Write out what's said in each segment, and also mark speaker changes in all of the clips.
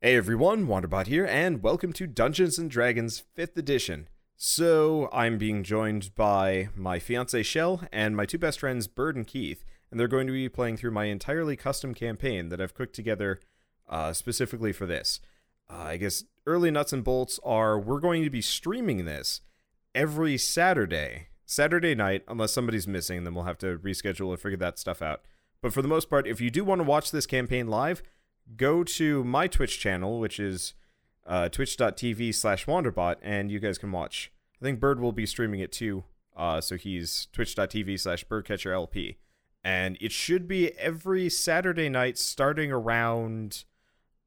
Speaker 1: Hey everyone, Wanderbot here, and welcome to Dungeons and Dragons 5th Edition. So, I'm being joined by my fiance Shell and my two best friends Bird and Keith, and they're going to be playing through my entirely custom campaign that I've cooked together uh, specifically for this. Uh, I guess early nuts and bolts are we're going to be streaming this every Saturday, Saturday night, unless somebody's missing, then we'll have to reschedule or figure that stuff out. But for the most part, if you do want to watch this campaign live, go to my Twitch channel, which is uh, twitch.tv slash wanderbot, and you guys can watch. I think Bird will be streaming it too. Uh, so he's twitch.tv slash birdcatcherlp. And it should be every Saturday night starting around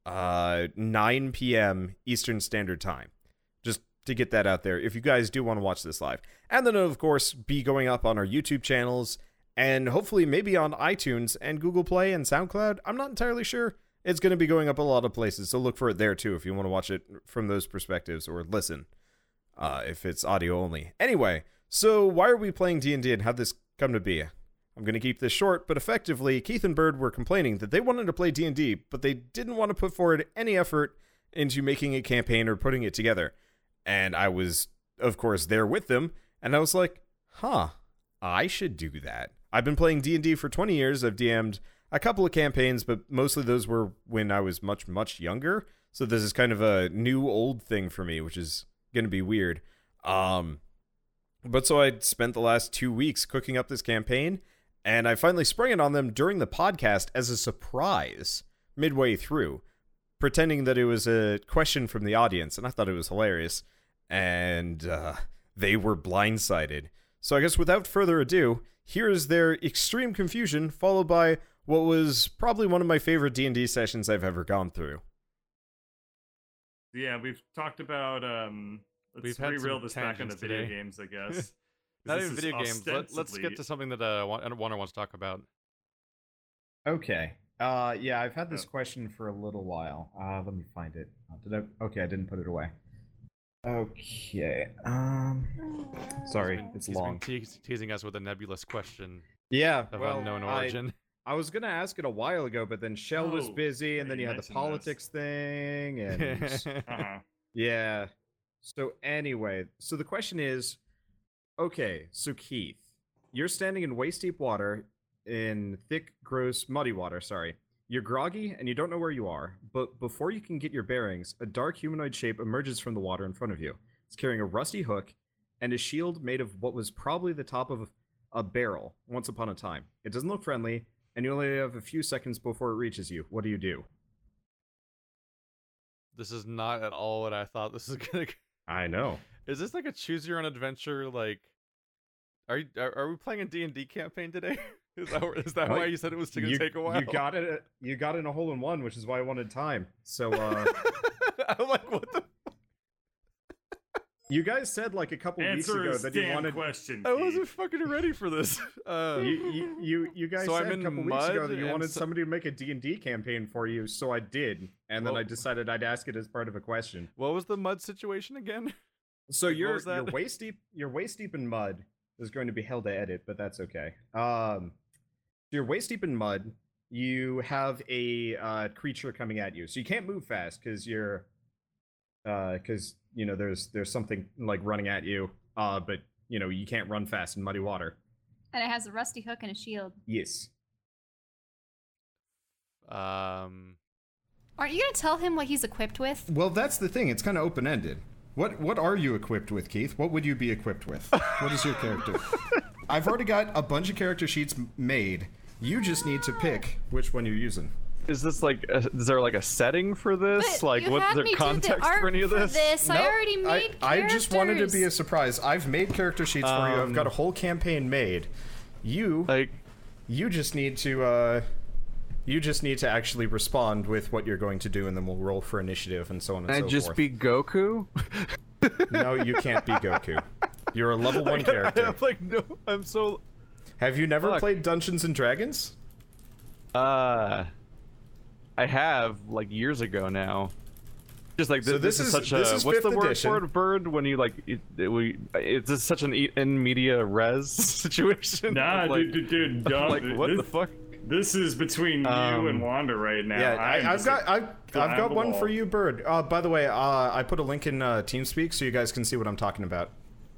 Speaker 1: uh, 9 p.m. Eastern Standard Time. Just to get that out there, if you guys do want to watch this live. And then, of course, be going up on our YouTube channels and hopefully maybe on iTunes and Google Play and SoundCloud. I'm not entirely sure. It's going to be going up a lot of places, so look for it there too if you want to watch it from those perspectives or listen uh, if it's audio only. Anyway, so why are we playing D&D and how this come to be? I'm going to keep this short, but effectively, Keith and Bird were complaining that they wanted to play D&D, but they didn't want to put forward any effort into making a campaign or putting it together. And I was, of course, there with them, and I was like, "Huh, I should do that." I've been playing D&D for 20 years. I've DM'd a couple of campaigns, but mostly those were when I was much much younger. So this is kind of a new old thing for me, which is going to be weird. Um, but so I spent the last two weeks cooking up this campaign, and I finally sprung it on them during the podcast as a surprise midway through, pretending that it was a question from the audience, and I thought it was hilarious. And uh, they were blindsided. So I guess without further ado, here is their extreme confusion, followed by what was probably one of my favorite D and D sessions I've ever gone through.
Speaker 2: Yeah, we've talked about um let's
Speaker 3: We've had some
Speaker 2: re-reel this back into
Speaker 3: tangents
Speaker 2: video
Speaker 3: today.
Speaker 2: games, I guess. 'Cause
Speaker 3: Not
Speaker 2: this
Speaker 3: even
Speaker 2: is
Speaker 3: video games. Let, let's get to
Speaker 2: ostensibly-
Speaker 3: something that uh, Wan- Warner wants to talk about.
Speaker 4: Okay. Uh, yeah, I've had this
Speaker 2: Oh.
Speaker 4: question for a little while. Uh, let me find it. Uh, Did I? Okay, I didn't put it away. Okay. Um, sorry,
Speaker 3: He's been-
Speaker 4: it's
Speaker 3: he's
Speaker 4: long.
Speaker 3: Been teas- teasing us with a nebulous question
Speaker 4: yeah.
Speaker 3: of
Speaker 4: well,
Speaker 3: unknown
Speaker 4: I-
Speaker 3: origin.
Speaker 4: I, was gonna ask it a while ago, but then Shell was
Speaker 2: Oh,
Speaker 4: busy, and
Speaker 2: yeah,
Speaker 4: then
Speaker 2: you
Speaker 4: you had the
Speaker 2: mentioned this.
Speaker 4: politics thing, and
Speaker 2: uh-huh.
Speaker 4: yeah. So anyway, so the question is, okay, so Keith, you're standing in waist deep water, in thick, gross, muddy water. Sorry. You're groggy and you don't know where you are, but before you can get your bearings, a dark humanoid shape emerges from the water in front of you. It's carrying a rusty hook and a shield made of what was probably the top of a barrel once upon a time. It doesn't look friendly, and you only have a few seconds before it reaches you. What do you do?
Speaker 3: this is not at all what I thought this is gonna. go-
Speaker 4: I know.
Speaker 3: Is this like a choose your own adventure? Like, are you, are, are we playing a D and D campaign today? is that, where- is that
Speaker 4: Well,
Speaker 3: why you said it was gonna take a while?
Speaker 4: You got it. uh, You got in a hole in one, which is why I wanted time. So uh,
Speaker 3: I'm like, what the?
Speaker 4: you guys said like a couple weeks
Speaker 2: Answer
Speaker 4: ago
Speaker 2: his
Speaker 4: that
Speaker 2: damn
Speaker 4: you wanted.
Speaker 2: question.
Speaker 3: I
Speaker 2: Keith.
Speaker 3: wasn't fucking ready for this. Uh,
Speaker 4: you, you, you, you guys
Speaker 3: So I'm
Speaker 4: said
Speaker 3: in
Speaker 4: a couple weeks ago
Speaker 3: mud
Speaker 4: that you
Speaker 3: and
Speaker 4: wanted
Speaker 3: so-
Speaker 4: somebody to make a D&D campaign for you, so I did. And then I
Speaker 3: Well-
Speaker 4: decided I'd ask it as part of a question.
Speaker 3: what was the mud situation again?
Speaker 4: So
Speaker 3: What
Speaker 4: you're,
Speaker 3: was that?
Speaker 4: you're waist deep you're waist deep in mud. This is going to be hell to edit, but that's okay. Um you're waist deep in mud. You have a uh, creature coming at you. So you can't move fast cuz you're uh cuz you know there's there's something like running at you. Uh but you know, you can't run fast in muddy water.
Speaker 5: And it has a rusty hook and a shield.
Speaker 4: Yes.
Speaker 3: Um,
Speaker 5: Aren't you gonna tell him what he's equipped with?
Speaker 4: Well, that's the thing. It's kind of open ended. What what are you equipped with, Keith? What would you be equipped with? What is your character? I've already got a bunch of character sheets m- made. You just need to pick which one you're using.
Speaker 3: Is this like a, is there like a setting for this?
Speaker 5: But
Speaker 3: like
Speaker 5: you
Speaker 3: what
Speaker 5: had
Speaker 3: is there
Speaker 5: me do the
Speaker 3: context
Speaker 5: art
Speaker 3: for any of
Speaker 5: for
Speaker 3: this?
Speaker 5: this. I already made
Speaker 4: I, I just wanted to be a
Speaker 5: characters.
Speaker 4: surprise. I've made character sheets for you. I've got a whole campaign made. You
Speaker 3: Like
Speaker 4: you just need to uh, you just need to actually respond with what you're going to do, and then we'll roll for initiative and so on and so forth.
Speaker 3: Goku?
Speaker 4: No, you can't be Goku. You're a level one character.
Speaker 3: I'm like no, I'm so
Speaker 4: Have you never
Speaker 3: Fuck.
Speaker 4: played Dungeons and Dragons?
Speaker 3: uh I have like years ago now. Just like
Speaker 4: So
Speaker 3: thi-
Speaker 4: this is-
Speaker 3: such
Speaker 4: this
Speaker 3: a
Speaker 4: is
Speaker 3: what's
Speaker 4: fifth
Speaker 3: the word
Speaker 4: edition.
Speaker 3: for it, bird when you like it, it, we it's just such an e- in media res situation.
Speaker 2: Nah,
Speaker 3: of, like,
Speaker 2: dude, dude, dude,
Speaker 3: of,
Speaker 2: dog,
Speaker 3: like what the
Speaker 2: this-
Speaker 3: fuck?
Speaker 2: This is between
Speaker 4: Um,
Speaker 2: you and Wanda right now.
Speaker 1: Yeah,
Speaker 2: I'm
Speaker 1: I, I've
Speaker 2: just
Speaker 1: got
Speaker 2: a-
Speaker 1: I've, I've got
Speaker 2: flammable.
Speaker 1: one for you, Bird. Uh, by the way, uh, I put a link in uh, TeamSpeak so you guys can see what I'm talking about.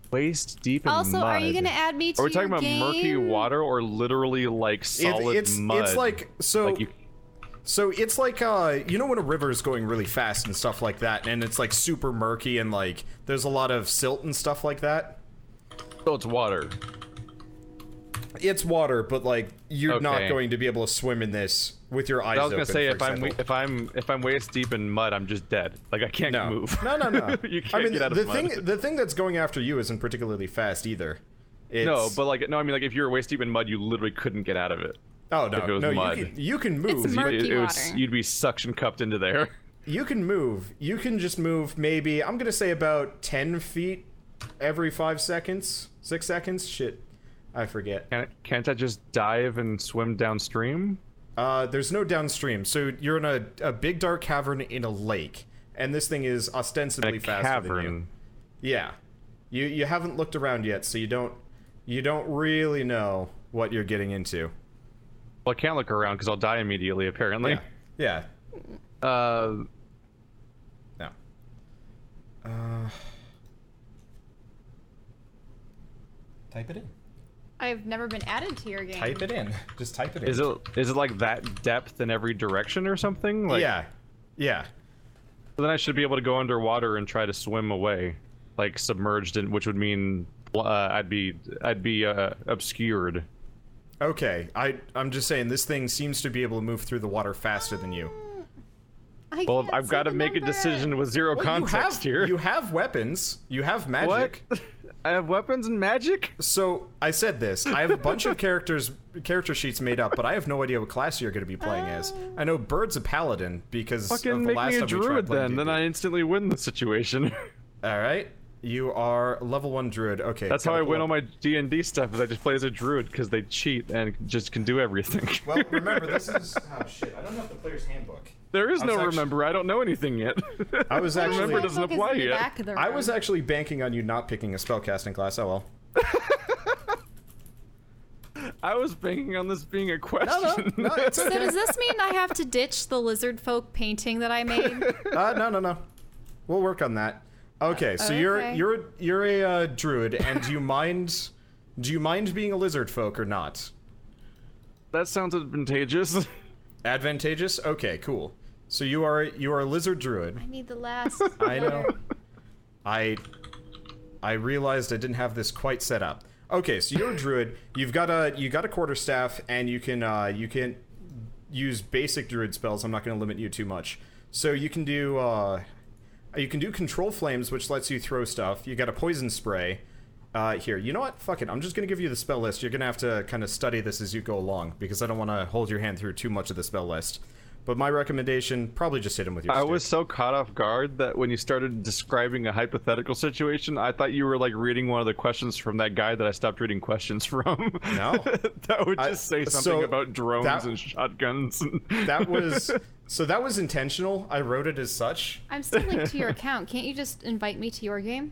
Speaker 6: Waist deep in
Speaker 5: Also,
Speaker 6: mud.
Speaker 5: are you gonna add me to
Speaker 3: Are we talking
Speaker 5: your
Speaker 3: about murky
Speaker 5: game?
Speaker 3: water or literally like
Speaker 1: It-
Speaker 3: solid
Speaker 1: it's
Speaker 3: mud?
Speaker 1: it's like so
Speaker 6: Like you,
Speaker 1: so it's like uh you know when a river is going really fast and stuff like that, and it's like super murky and like there's a lot of silt and stuff like that.
Speaker 3: so it's water.
Speaker 1: It's water, but like you're not
Speaker 3: Okay.
Speaker 1: going to be able to swim in this with your eyes
Speaker 3: I was
Speaker 1: open.
Speaker 3: gonna say
Speaker 1: for
Speaker 3: if I'm
Speaker 1: example.
Speaker 3: if I'm if I'm waist deep in mud, I'm just dead. Like I can't
Speaker 1: no.
Speaker 3: move.
Speaker 1: no, no, no.
Speaker 3: you can't
Speaker 1: I mean,
Speaker 3: get out of
Speaker 1: the
Speaker 3: mud.
Speaker 1: thing the thing that's going after you isn't particularly fast either. It's,
Speaker 3: no, but like no, I mean like if you were waist deep in mud, you literally couldn't get out of it.
Speaker 1: oh
Speaker 3: if it
Speaker 1: no,
Speaker 3: was
Speaker 1: no, you
Speaker 3: mud.
Speaker 1: can, you can move.
Speaker 5: murky.
Speaker 3: It, it was
Speaker 5: water.
Speaker 3: you'd be suction cupped into there.
Speaker 1: You can move. You can just move maybe, I'm going to say about 10 feet every five seconds, six seconds. Shit. I forget.
Speaker 3: Can't can't I just dive and swim downstream?
Speaker 1: Uh, there's no downstream. So you're in a, a big dark cavern in a lake. And this thing is ostensibly
Speaker 3: A
Speaker 1: faster than
Speaker 3: cavern.
Speaker 1: you. Yeah. You, you haven't looked around yet, so you don't you don't really know what you're getting into.
Speaker 3: Well, I can't look around because I'll die immediately. Apparently.
Speaker 1: Yeah.
Speaker 3: Uh,
Speaker 1: No. Uh, type it in.
Speaker 5: I've never been added to your game.
Speaker 1: Type it in. Just type it in.
Speaker 3: is it is it like that depth in every direction or something? Like,
Speaker 1: yeah. Yeah.
Speaker 3: Then I should be able to go underwater and try to swim away, like submerged, in, which would mean uh, I'd be I'd be uh, obscured.
Speaker 1: Okay. I I'm just saying this thing seems to be able to move through the water faster than you.
Speaker 5: I
Speaker 3: Well,
Speaker 5: can't
Speaker 3: I've
Speaker 5: see
Speaker 3: got to
Speaker 5: the
Speaker 3: make a
Speaker 5: number.
Speaker 3: decision with zero
Speaker 1: Well, you have,
Speaker 3: context here.
Speaker 1: You have weapons. You have magic.
Speaker 3: what? I have weapons and magic.
Speaker 1: So I said this. I have a bunch of characters character sheets made up, but I have no idea what class you're going to be playing as. I know Bird's a paladin because of
Speaker 3: Fucking
Speaker 1: the
Speaker 3: make
Speaker 1: last
Speaker 3: me a
Speaker 1: time we tried
Speaker 3: druid
Speaker 1: playing
Speaker 3: then. Then
Speaker 1: D&D.
Speaker 3: I instantly win the situation.
Speaker 1: All right. You are level one druid. Okay.
Speaker 3: That's how
Speaker 1: gotta
Speaker 3: I
Speaker 1: pull up-
Speaker 3: win all my D and D stuff. Is I just play as a druid because they cheat and just can do everything.
Speaker 1: Well, remember this is oh shit. I don't have the player's handbook.
Speaker 3: there is
Speaker 1: I
Speaker 3: no
Speaker 1: was actu-
Speaker 3: remember. I don't know anything yet.
Speaker 1: I was
Speaker 5: Why
Speaker 1: actually
Speaker 5: is
Speaker 3: Remember
Speaker 5: my
Speaker 3: doesn't
Speaker 5: focus
Speaker 3: apply
Speaker 5: in the
Speaker 3: yet.
Speaker 5: back of the
Speaker 1: I was
Speaker 5: room?
Speaker 1: actually banking on you not picking a spellcasting class. Oh well.
Speaker 3: I was banking on this being a question.
Speaker 1: No, it's
Speaker 5: So
Speaker 1: okay.
Speaker 5: does this mean I have to ditch the lizard folk painting that I made?
Speaker 1: Uh, no, no, no. We'll work on that. Okay, so you're
Speaker 5: Okay.
Speaker 1: you're you're a uh, druid, and do you mind? Do you mind being a lizard folk or not?
Speaker 3: That sounds advantageous.
Speaker 1: Advantageous. Okay, cool. So you are you are a lizard druid.
Speaker 5: I need the last.
Speaker 1: I know.
Speaker 5: letter.
Speaker 1: I I realized I didn't have this quite set up. Okay, so you're a druid. You've got a you got a quarterstaff, and you can uh, you can use basic druid spells. I'm not going to limit you too much. So you can do uh, you can do control flames, which lets you throw stuff. You got a poison spray. Uh, here, you know what? Fuck it. I'm just going to give you the spell list. You're going to have to kind of study this as you go along because I don't want to hold your hand through too much of the spell list. But my recommendation, probably just hit him with your.
Speaker 3: I
Speaker 1: stick.
Speaker 3: was so caught off guard that when you started describing a hypothetical situation, I thought you were like reading one of the questions from that guy that I stopped reading questions from.
Speaker 1: No.
Speaker 3: that would just
Speaker 1: I-
Speaker 3: say something
Speaker 1: so
Speaker 3: about drones
Speaker 1: that-
Speaker 3: and shotguns. And
Speaker 1: that was so that was intentional i wrote it as such
Speaker 5: I'm still linked to your account. Can't you just invite me to your game?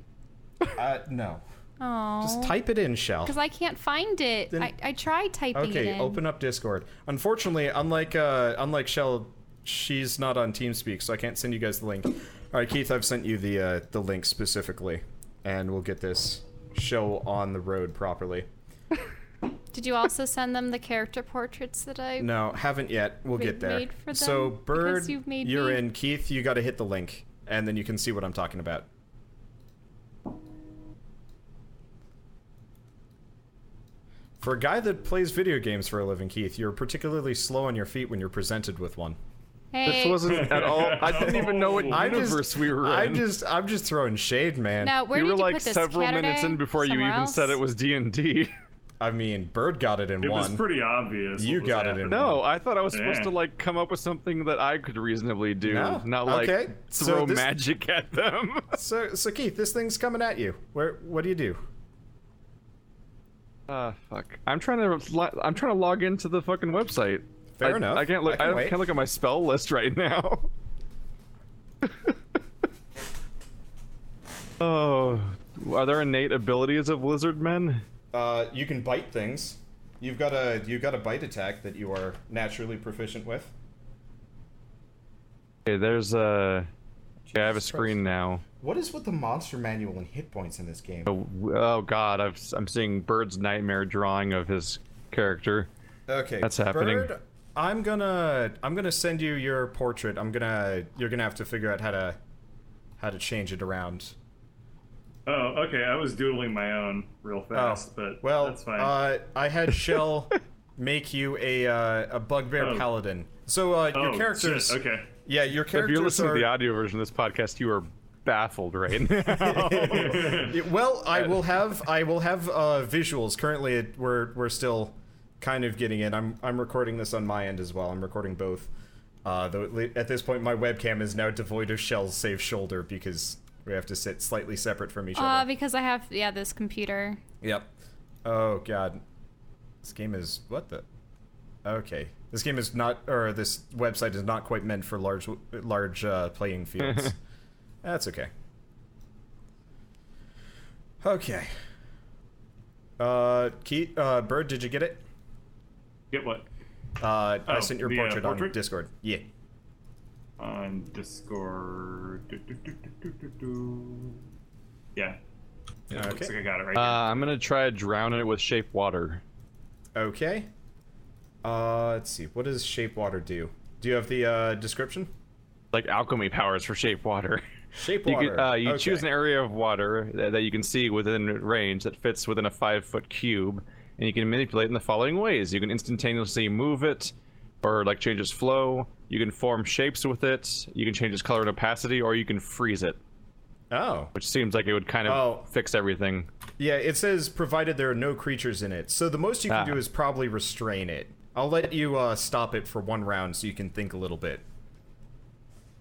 Speaker 1: uh no
Speaker 5: Oh.
Speaker 1: just type it in shell
Speaker 5: Because I can't find it.
Speaker 1: Then-
Speaker 5: I, I tried typing it
Speaker 1: okay
Speaker 5: in.
Speaker 1: open up discord unfortunately unlike uh unlike shell she's not on teamspeak so i can't send you guys the link all right keith i've sent you the uh the link specifically and we'll get this show on the road properly
Speaker 5: Did you also send them the character portraits that I?
Speaker 1: no haven't yet we'll get
Speaker 5: Made-
Speaker 1: there
Speaker 5: made for
Speaker 1: so
Speaker 5: them? Because
Speaker 1: bird
Speaker 5: you've made
Speaker 1: you're
Speaker 5: me-
Speaker 1: in keith you got to hit the link and then you can see what i'm talking about For a guy that plays video games for a living, Keith, you're particularly slow on your feet when you're presented with one.
Speaker 5: Hey.
Speaker 3: this wasn't at all. I didn't even know what
Speaker 1: I'm
Speaker 3: universe
Speaker 1: just,
Speaker 3: we were in.
Speaker 1: I'm just, I'm just throwing shade, man.
Speaker 5: Now where
Speaker 3: you
Speaker 5: did
Speaker 3: were
Speaker 5: you
Speaker 3: like
Speaker 5: put this?
Speaker 3: several minutes
Speaker 5: Saturday?
Speaker 3: in before you
Speaker 5: Somewhere
Speaker 3: even said
Speaker 5: else?
Speaker 3: it was D and D.
Speaker 1: I mean, Bird got it in
Speaker 2: It was
Speaker 1: one.
Speaker 2: pretty obvious.
Speaker 1: You
Speaker 2: what was
Speaker 1: got it in
Speaker 2: happening.
Speaker 3: No, I thought I was supposed
Speaker 2: Yeah.
Speaker 3: to like come up with something that I could reasonably do,
Speaker 1: No?
Speaker 3: not like
Speaker 1: Okay, so
Speaker 3: throw
Speaker 1: this-
Speaker 3: magic at them.
Speaker 1: so, so Keith, this thing's coming at you. Where, what do you do?
Speaker 3: Ah, fuck. I'm trying to lo- I'm trying to log into the fucking website.
Speaker 1: Fair
Speaker 3: I,
Speaker 1: enough.
Speaker 3: I can't look.
Speaker 1: I
Speaker 3: I,
Speaker 1: can
Speaker 3: don't-
Speaker 1: wait.
Speaker 3: can't look at my spell list right now. oh, are there innate abilities of lizard men?
Speaker 1: Uh, you can bite things. You've got a you've got a bite attack that you are naturally proficient with.
Speaker 3: Okay, there's a. Okay, I have a screen now.
Speaker 1: What is with the monster manual and hit points in this game?
Speaker 3: Oh, oh God, I've, I'm seeing Bird's nightmare drawing of his character.
Speaker 1: Okay,
Speaker 3: That's happening.
Speaker 1: Bird, I'm gonna I'm gonna send you your portrait. I'm gonna you're gonna have to figure out how to how to change it around.
Speaker 2: Oh, okay. I was doodling my own real
Speaker 3: Oh,
Speaker 2: fast, but
Speaker 1: well,
Speaker 2: that's fine.
Speaker 1: Uh, I had Shell make you a uh, a bugbear
Speaker 2: Oh.
Speaker 1: paladin. So uh,
Speaker 2: oh,
Speaker 1: your characters,
Speaker 2: shit, okay.
Speaker 1: yeah, your
Speaker 3: If
Speaker 1: characters
Speaker 3: you're listening
Speaker 1: are.
Speaker 3: to the audio version of this podcast, you are baffled right now.
Speaker 1: Yeah, well, I will have I will have uh, visuals. Currently, it, we're we're still kind of getting in. I'm I'm recording this on my end as well. I'm recording both. Uh, though at le- at this point, my webcam is now devoid of Shell's safe shoulder because we have to sit slightly separate from each
Speaker 5: Uh,
Speaker 1: other.
Speaker 5: because I have yeah this computer.
Speaker 1: Yep. Oh god. This game is what the Okay. This game is not or this website is not quite meant for large large uh, playing fields. That's okay. Okay. Uh Keith, uh Bird, did you get it?
Speaker 2: Get what?
Speaker 1: Uh I
Speaker 2: Oh,
Speaker 1: sent your
Speaker 2: the, uh,
Speaker 1: portrait, on
Speaker 2: portrait?
Speaker 1: Discord. Yeah.
Speaker 2: On Discord. Do, do, do, do, do, do, do. Yeah.
Speaker 1: Okay.
Speaker 2: Looks like I got it right
Speaker 3: Uh,
Speaker 2: here.
Speaker 3: I'm gonna try drowning it with shape water.
Speaker 1: Okay. Uh let's see. What does shape water do? Do you have the uh description?
Speaker 3: Like alchemy powers for shape water.
Speaker 1: Shape
Speaker 3: You
Speaker 1: water.
Speaker 3: can, uh, you
Speaker 1: okay.
Speaker 3: choose an area of water that, that you can see within range that fits within a five foot cube, and you can manipulate in the following ways. You can instantaneously move it, or like change its flow. You can form shapes with it. You can change its color and opacity, or you can freeze it,
Speaker 1: Oh.
Speaker 3: which seems like it would kind of
Speaker 1: Oh.
Speaker 3: fix everything.
Speaker 1: Yeah, it says provided there are no creatures in it. So the most you can
Speaker 3: Ah.
Speaker 1: do is probably restrain it. I'll let you uh, stop it for one round so you can think a little bit.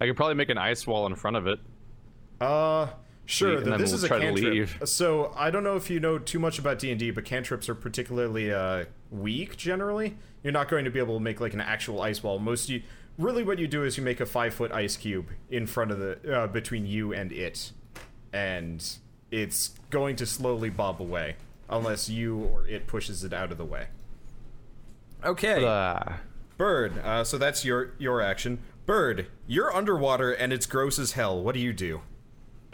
Speaker 3: I could probably make an ice wall in front of it.
Speaker 1: Uh, sure.
Speaker 3: And
Speaker 1: th-
Speaker 3: then
Speaker 1: this
Speaker 3: we'll
Speaker 1: is a
Speaker 3: try to
Speaker 1: cantrip.
Speaker 3: leave.
Speaker 1: So I don't know if you know too much about D and D, but cantrips are particularly uh, weak generally. You're not going to be able to make like an actual ice wall. Most you really what you do is you make a five foot ice cube in front of the uh, between you and it, and it's going to slowly bob away unless you or it pushes it out of the way. Okay.
Speaker 3: Ah.
Speaker 1: Bird, uh, so that's your your action. Bird, you're underwater and it's gross as hell. What do you do?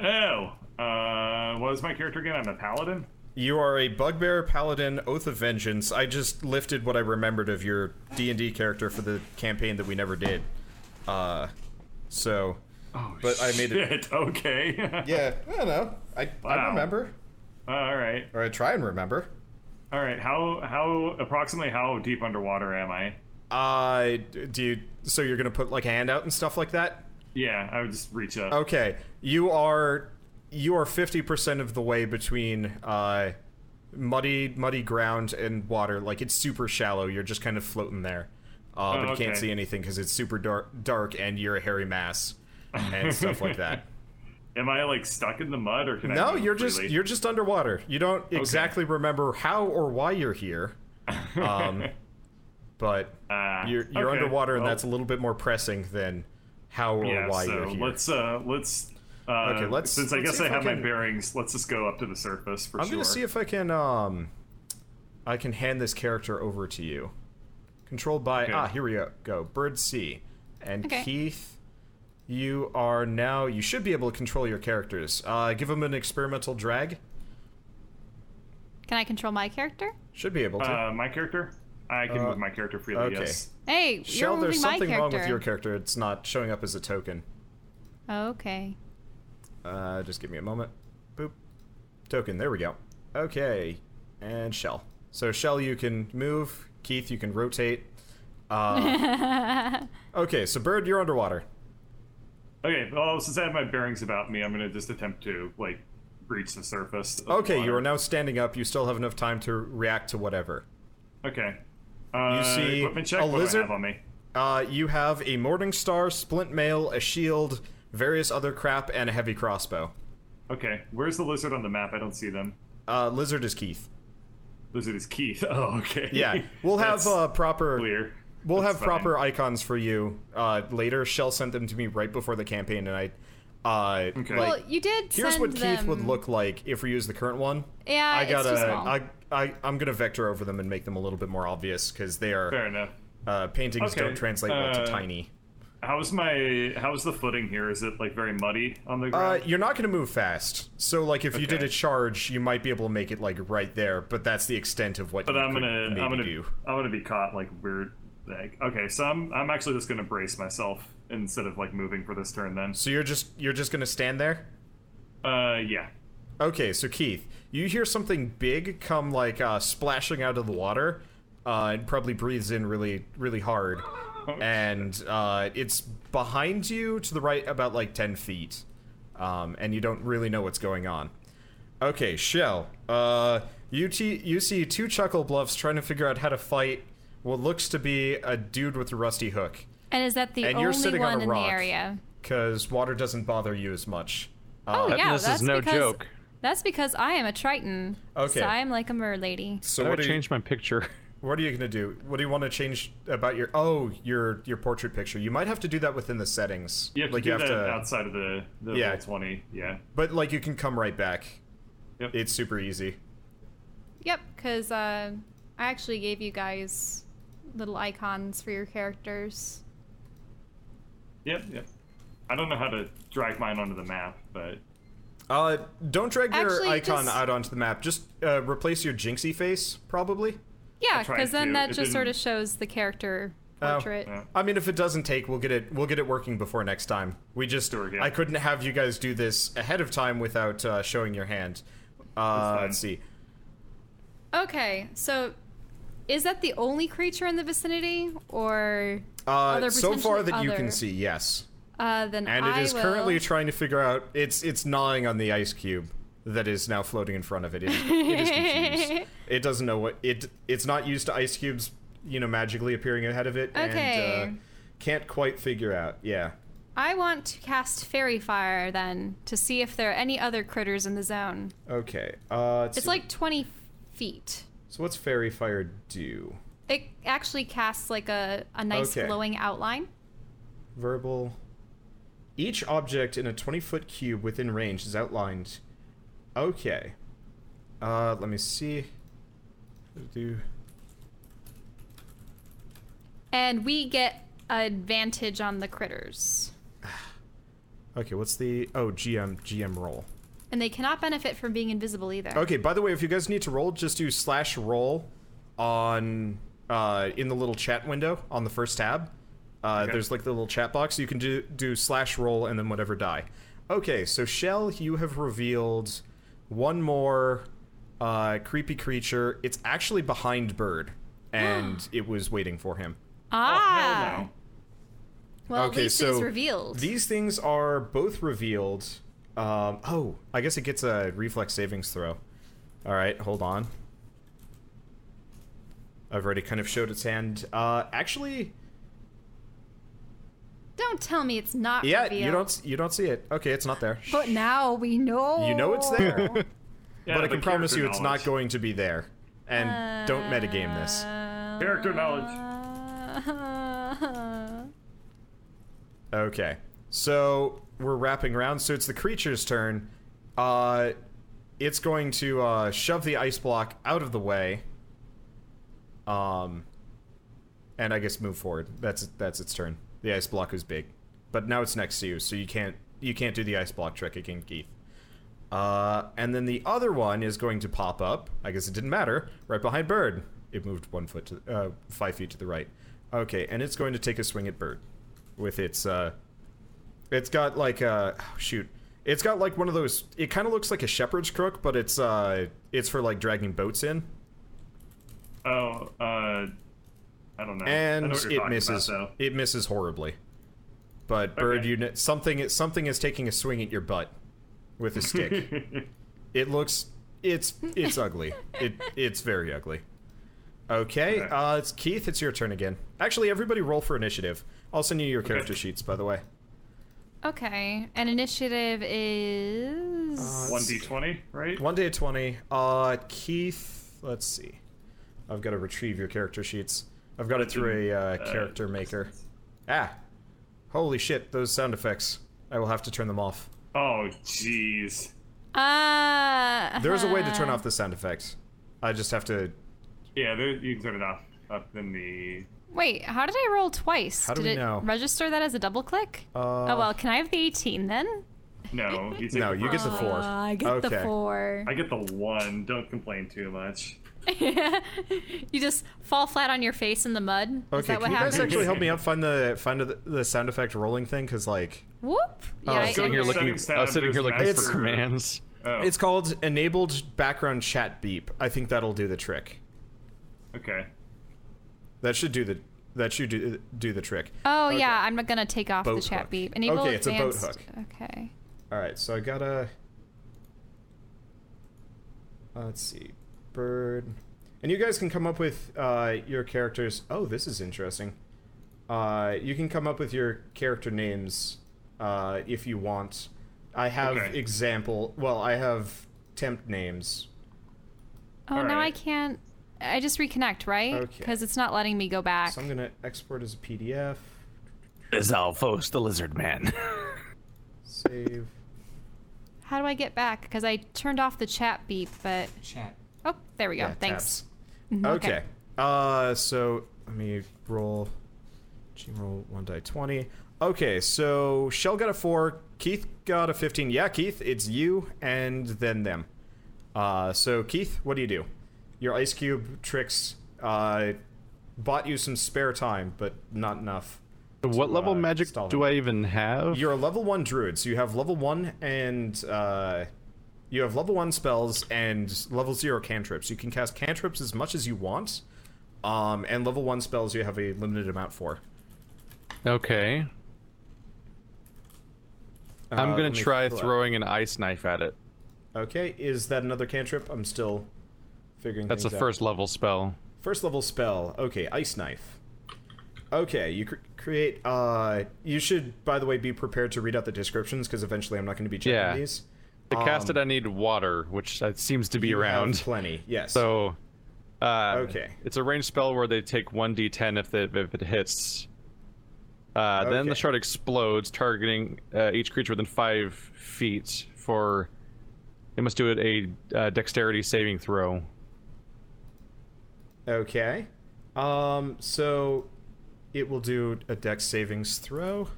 Speaker 2: oh. Uh, what was my character again? I'm a paladin?
Speaker 1: You are a bugbear paladin, oath of vengeance. I just lifted what I remembered of your D and D character for the campaign that we never did. Uh, so,
Speaker 2: Oh.
Speaker 1: but I made it.
Speaker 2: Shit, okay.
Speaker 1: Yeah, I don't know. I I
Speaker 2: Wow.
Speaker 1: remember,
Speaker 2: All right.
Speaker 1: or I try and remember.
Speaker 2: All right. How, how, approximately how deep underwater am I?
Speaker 1: Uh, do you? So you're gonna put like a hand out and stuff like that?
Speaker 2: Yeah, I would just reach up.
Speaker 1: Okay, you are you are fifty percent of the way between uh, muddy muddy ground and water. Like it's super shallow. You're just kind of floating there, uh, but you can't
Speaker 2: okay.
Speaker 1: see anything because it's super dark, dark, and you're a hairy mass and stuff like that. Oh.
Speaker 2: Am I like stuck in the mud or can I?
Speaker 1: No,
Speaker 2: move
Speaker 1: you're just
Speaker 2: freely?
Speaker 1: you're just underwater. You don't exactly remember how or why you're here, um, but
Speaker 2: Ah,
Speaker 1: you're you're
Speaker 2: okay.
Speaker 1: underwater, and
Speaker 2: Well,
Speaker 1: that's a little bit more pressing than how or
Speaker 2: yeah.
Speaker 1: why
Speaker 2: so
Speaker 1: you're here.
Speaker 2: let's uh let's. Uh,
Speaker 1: Okay, let's-
Speaker 2: Since I
Speaker 1: let's
Speaker 2: guess
Speaker 1: see
Speaker 2: I
Speaker 1: if I
Speaker 2: have
Speaker 1: can-
Speaker 2: my bearings, let's just go up to the surface for
Speaker 1: I'm
Speaker 2: sure.
Speaker 1: gonna see if I can um I can hand this character over to you. Controlled by
Speaker 2: Okay.
Speaker 1: ah, here we go. Go. Bird C. And
Speaker 5: Okay.
Speaker 1: Keith, you are now you should be able to control your characters. Uh give them an experimental drag.
Speaker 5: Can I control my character?
Speaker 1: Should be able to.
Speaker 2: uh, my character. I can
Speaker 1: Uh,
Speaker 2: move my character freely.
Speaker 1: okay.
Speaker 2: Yes.
Speaker 5: Hey,
Speaker 1: Shell,
Speaker 5: you're
Speaker 1: there's
Speaker 5: moving my
Speaker 1: something
Speaker 5: character.
Speaker 1: wrong with your character. It's not showing up as a token.
Speaker 5: Okay.
Speaker 1: Uh just give me a moment. Boop. Token, there we go. Okay. And Shell. So Shell you can move, Keith you can rotate. Uh, okay, so Bird, you're underwater.
Speaker 2: Okay. Well, since I have my bearings about me, I'm gonna just attempt to like reach the surface. of the
Speaker 1: Okay, you
Speaker 2: water.
Speaker 1: are now standing up. You still have enough time to react to whatever.
Speaker 2: Okay. Uh,
Speaker 1: see
Speaker 2: equipment check?
Speaker 1: a
Speaker 2: What do I
Speaker 1: lizard-
Speaker 2: have on me?
Speaker 1: Uh, you have a Morning Star, Splint Mail, a shield, various other crap, and a heavy crossbow.
Speaker 2: Okay. Where's the lizard on the map? I don't see them.
Speaker 1: Uh, Lizard is Keith.
Speaker 2: Lizard is Keith. Oh, okay.
Speaker 1: Yeah, we'll have
Speaker 2: That's
Speaker 1: uh, proper
Speaker 2: clear.
Speaker 1: we'll
Speaker 2: That's
Speaker 1: have
Speaker 2: fine.
Speaker 1: proper icons for you uh, later. Shell sent them to me right before the campaign, and I Uh,
Speaker 2: Okay.
Speaker 1: like,
Speaker 5: well, you did.
Speaker 1: here's
Speaker 5: send
Speaker 1: what Keith would
Speaker 5: them-
Speaker 1: look like if we use the current one.
Speaker 5: Yeah,
Speaker 1: I
Speaker 5: it's
Speaker 1: gotta,
Speaker 5: too small.
Speaker 1: I, I, I'm gonna vector over them and make them a little bit more obvious because they are
Speaker 2: Fair enough.
Speaker 1: uh, paintings
Speaker 2: Okay,
Speaker 1: don't translate well to
Speaker 2: uh,
Speaker 1: tiny.
Speaker 2: How's my how's the footing here? Is it like very muddy on the
Speaker 1: Uh,
Speaker 2: ground?
Speaker 1: you're not gonna move fast, so like if you did
Speaker 2: Okay.
Speaker 1: a charge, you might be able to make it like right there, but that's the extent of what
Speaker 2: but
Speaker 1: you
Speaker 2: I'm
Speaker 1: could
Speaker 2: gonna
Speaker 1: maybe
Speaker 2: I'm gonna
Speaker 1: do.
Speaker 2: I'm gonna be caught like weird. Like okay, so I'm I'm actually just gonna brace myself instead of like moving for this turn. Then
Speaker 1: So you're just you're just gonna stand there.
Speaker 2: uh yeah.
Speaker 1: Okay, so Keith, you hear something big come like uh, splashing out of the water, uh, and probably breathes in really, really hard, and uh, it's behind you to the right about like ten feet, um, and you don't really know what's going on. Okay, Shell, uh, you t- you see two Chuckle Bluffs trying to figure out how to fight what looks to be a dude with a rusty hook,
Speaker 5: and is that the
Speaker 1: and
Speaker 5: only
Speaker 1: you're sitting
Speaker 5: one
Speaker 1: on a
Speaker 5: in
Speaker 1: rock.
Speaker 5: the area?
Speaker 1: because water doesn't bother you as much. Uh,
Speaker 5: oh yeah,
Speaker 3: this is
Speaker 5: that's
Speaker 3: no
Speaker 5: because,
Speaker 3: joke.
Speaker 5: That's because I am a Triton.
Speaker 1: Okay.
Speaker 5: So I'm like a mer lady.
Speaker 1: So
Speaker 3: I
Speaker 1: what do you-
Speaker 3: changed my picture.
Speaker 1: What are you gonna do? What do you want to change about your oh your your portrait picture? You might have to do that within the settings.
Speaker 2: You have
Speaker 1: like
Speaker 2: to do
Speaker 1: you have
Speaker 2: that
Speaker 1: to,
Speaker 2: outside of the the
Speaker 1: Yeah.
Speaker 2: roll twenty. Yeah.
Speaker 1: but like you can come right back.
Speaker 2: Yep.
Speaker 1: It's super easy.
Speaker 5: Yep, because uh, I actually gave you guys little icons for your characters.
Speaker 2: Yep. Yep. I don't know how to drag mine onto the map, but
Speaker 1: Uh, don't drag
Speaker 5: Actually,
Speaker 1: your icon
Speaker 5: just-
Speaker 1: out onto the map. Just uh, replace your Jinxie face, probably.
Speaker 5: Yeah,
Speaker 2: tried
Speaker 5: because then
Speaker 2: to.
Speaker 5: that
Speaker 2: It
Speaker 5: just sort of
Speaker 2: didn't-
Speaker 5: shows the character
Speaker 1: Oh.
Speaker 5: portrait.
Speaker 2: yeah.
Speaker 1: I mean, if it doesn't take, we'll get it. We'll get it working before next time. We just
Speaker 2: Sure, yeah.
Speaker 1: I couldn't have you guys do this ahead of time without uh, showing your hand. Uh,
Speaker 2: fine.
Speaker 1: let's see.
Speaker 5: Okay, so is that the only creature in the vicinity, or
Speaker 1: Uh,
Speaker 5: Other
Speaker 1: so far that
Speaker 5: potentially
Speaker 1: you
Speaker 5: other-
Speaker 1: can see, yes.
Speaker 5: uh, then
Speaker 1: and
Speaker 5: I
Speaker 1: it is
Speaker 5: will...
Speaker 1: currently trying to figure out it's it's gnawing on the ice cube that is now floating in front of it. It, it is confused. It doesn't know what it it's not used to ice cubes, you know, magically appearing ahead of it,
Speaker 5: Okay.
Speaker 1: and uh, can't quite figure out. Yeah.
Speaker 5: I want to cast Fairy Fire then to see if there are any other critters in the zone.
Speaker 1: Okay. Uh, let's
Speaker 5: It's
Speaker 1: see.
Speaker 5: like 20 feet.
Speaker 1: so. What's fairy fire do?
Speaker 5: It actually casts like a, a nice
Speaker 1: Okay.
Speaker 5: glowing outline.
Speaker 1: Verbal. Each object in a 20 foot cube within range is outlined. Okay. Uh, let me see. Do.
Speaker 5: And we get advantage on the critters.
Speaker 1: Okay, what's the. Oh, GM, GM roll.
Speaker 5: And they cannot benefit from being invisible either.
Speaker 1: Okay, by the way, if you guys need to roll, just do slash roll on uh, in the little chat window on the first tab. Uh,
Speaker 2: Okay.
Speaker 1: There's like the little chat box. You can do do slash roll and then whatever die. Okay, so Shell, you have revealed one more uh, creepy creature. It's actually behind Bird, and it was waiting for him.
Speaker 5: Ah!
Speaker 2: Oh, hell no.
Speaker 5: Well, at
Speaker 1: Oh, Okay,
Speaker 5: least it
Speaker 1: so
Speaker 5: is revealed.
Speaker 1: These things are both revealed. Um, oh, I guess it gets a reflex savings throw. All right, hold on. I've already kind of showed its hand. Uh, actually,
Speaker 5: Don't tell me it's not
Speaker 1: yeah,
Speaker 5: revealed.
Speaker 1: you don't you don't see it. Okay, it's not there.
Speaker 5: But now we know.
Speaker 1: You know it's there,
Speaker 2: Yeah,
Speaker 1: but I can promise
Speaker 2: character
Speaker 1: you it's
Speaker 2: knowledge.
Speaker 1: not going to be there. And don't metagame this.
Speaker 5: Uh,
Speaker 2: Character
Speaker 5: knowledge.
Speaker 1: Okay. So we're wrapping around. So it's the creature's turn. Uh, it's going to uh, shove the ice block out of the way. Um, and I guess move forward. That's that's its turn. The ice block is big, but now it's next to you, so you can't you can't do the ice block trick again, Keith. Uh, and then the other one is going to pop up. I guess it didn't matter. Right behind Bird, it moved one foot to uh, five feet to the right. Okay, and it's going to take a swing at Bird with its uh, it's got like uh oh, shoot, it's got like one of those. It kind of looks like a shepherd's crook, but it's uh, it's for like dragging boats in.
Speaker 2: Oh, uh, I don't know. Oh, I
Speaker 1: and
Speaker 2: know what you're
Speaker 1: it
Speaker 2: talking
Speaker 1: misses.
Speaker 2: About, though.
Speaker 1: it misses horribly. But bird,
Speaker 2: Okay.
Speaker 1: you kn- something something is taking a swing at your butt with a stick. it looks it's it's ugly. It it's very ugly. Okay,
Speaker 2: Okay.
Speaker 1: uh, it's Keith. It's your turn again. Actually, everybody roll for initiative. I'll send you your character sheets, by the way.
Speaker 5: Okay, and initiative is.
Speaker 2: One d twenty, right?
Speaker 1: One day at twenty. Uh, Keith. Let's see. I've got to retrieve your character sheets. I've got it through a uh, character maker. Ah, holy shit! Those sound effects. I will have to turn them off.
Speaker 2: Oh, jeez.
Speaker 5: Uh,
Speaker 1: There's a way to turn off the sound effects. I just have to.
Speaker 2: Yeah, there, you can turn it off up in the.
Speaker 5: Wait, how did I roll twice?
Speaker 1: How do
Speaker 5: did
Speaker 1: we
Speaker 5: it
Speaker 1: know?
Speaker 5: register that as a double click?
Speaker 1: Uh,
Speaker 5: oh well, can I have the 18 then?
Speaker 2: No, you take
Speaker 1: No,
Speaker 2: the
Speaker 1: you get
Speaker 2: first.
Speaker 1: the four.
Speaker 5: Uh, I get the
Speaker 1: Okay.
Speaker 5: four.
Speaker 2: I get the one. Don't complain too much.
Speaker 5: you just fall flat on your face in the mud. Is
Speaker 1: Okay,
Speaker 5: that
Speaker 1: can
Speaker 5: what
Speaker 1: you
Speaker 5: happens?
Speaker 1: guys actually help me out find the find the, the sound effect rolling thing? Because like
Speaker 5: Whoop! Yeah, I,
Speaker 3: sitting
Speaker 5: I
Speaker 3: here
Speaker 5: heard
Speaker 3: looking.
Speaker 5: it.
Speaker 2: Setting
Speaker 3: I was
Speaker 2: sound
Speaker 3: sitting here looking
Speaker 2: boost
Speaker 3: for
Speaker 2: master.
Speaker 3: commands.
Speaker 2: Oh,
Speaker 1: it's called enabled background chat beep. I think that'll do the trick.
Speaker 2: okay.
Speaker 1: That should do the that should do, do the trick.
Speaker 5: Oh yeah, I'm not gonna take off
Speaker 1: Boat
Speaker 5: the chat
Speaker 1: hook.
Speaker 5: beep. Enable
Speaker 1: Okay, it's a boat
Speaker 5: advanced. Okay.
Speaker 1: All right, so I gotta. uh, Let's see, bird, and you guys can come up with uh, your characters. Oh, this is interesting. Uh, you can come up with your character names uh, if you want. I have
Speaker 2: Okay.
Speaker 1: example. Well, I have temp names.
Speaker 5: Oh
Speaker 2: All
Speaker 5: now I
Speaker 2: right.
Speaker 5: can't. I just reconnect, right?
Speaker 1: Okay.
Speaker 5: Because it's not letting me go back.
Speaker 1: So I'm gonna export as a PDF.
Speaker 3: Is Alphos the lizard man?
Speaker 1: Save.
Speaker 5: How do I get back? Because I turned off the chat beep, but
Speaker 7: Chat.
Speaker 5: oh, there we go.
Speaker 1: Yeah,
Speaker 5: Thanks. Mm-hmm.
Speaker 1: tabs.
Speaker 5: okay.
Speaker 1: Okay. Uh, so let me roll. G roll one die twenty. Okay, so Shell got a four. Keith got a fifteen. Yeah, Keith, it's you and then them. Uh, so Keith, what do you do? Your ice cube tricks uh, bought you some spare time, but not enough.
Speaker 3: what level
Speaker 1: uh,
Speaker 3: magic
Speaker 1: stall
Speaker 3: do
Speaker 1: him.
Speaker 3: I even have?
Speaker 1: You're a level one druid, so you have level one and uh, you have level one spells and level zero cantrips. You can cast cantrips as much as you want, um, and level one spells you have a limited amount for.
Speaker 3: okay.
Speaker 1: Uh,
Speaker 3: I'm gonna
Speaker 1: let me
Speaker 3: try
Speaker 1: pull up.
Speaker 3: throwing an ice knife at it.
Speaker 1: Okay, is that another cantrip? I'm still figuring.
Speaker 3: That's a
Speaker 1: things out.
Speaker 3: first level spell.
Speaker 1: First level spell. Okay, ice knife. Okay, you cr- create. Uh, you should, by the way, be prepared to read out the descriptions because eventually I'm not going to be checking
Speaker 3: Yeah.
Speaker 1: these.
Speaker 3: To cast it,
Speaker 1: Um,
Speaker 3: I need water, which uh, seems to be
Speaker 1: you have
Speaker 3: around.
Speaker 1: plenty. Yes.
Speaker 3: So, uh,
Speaker 1: Okay.
Speaker 3: it's a ranged spell where they take one d10 if, they, if it hits. Uh, Then the
Speaker 1: Okay.
Speaker 3: shard explodes, targeting uh, each creature within five feet for. They must do it a uh, dexterity saving throw.
Speaker 1: Okay. Um, so it will do a dex savings throw.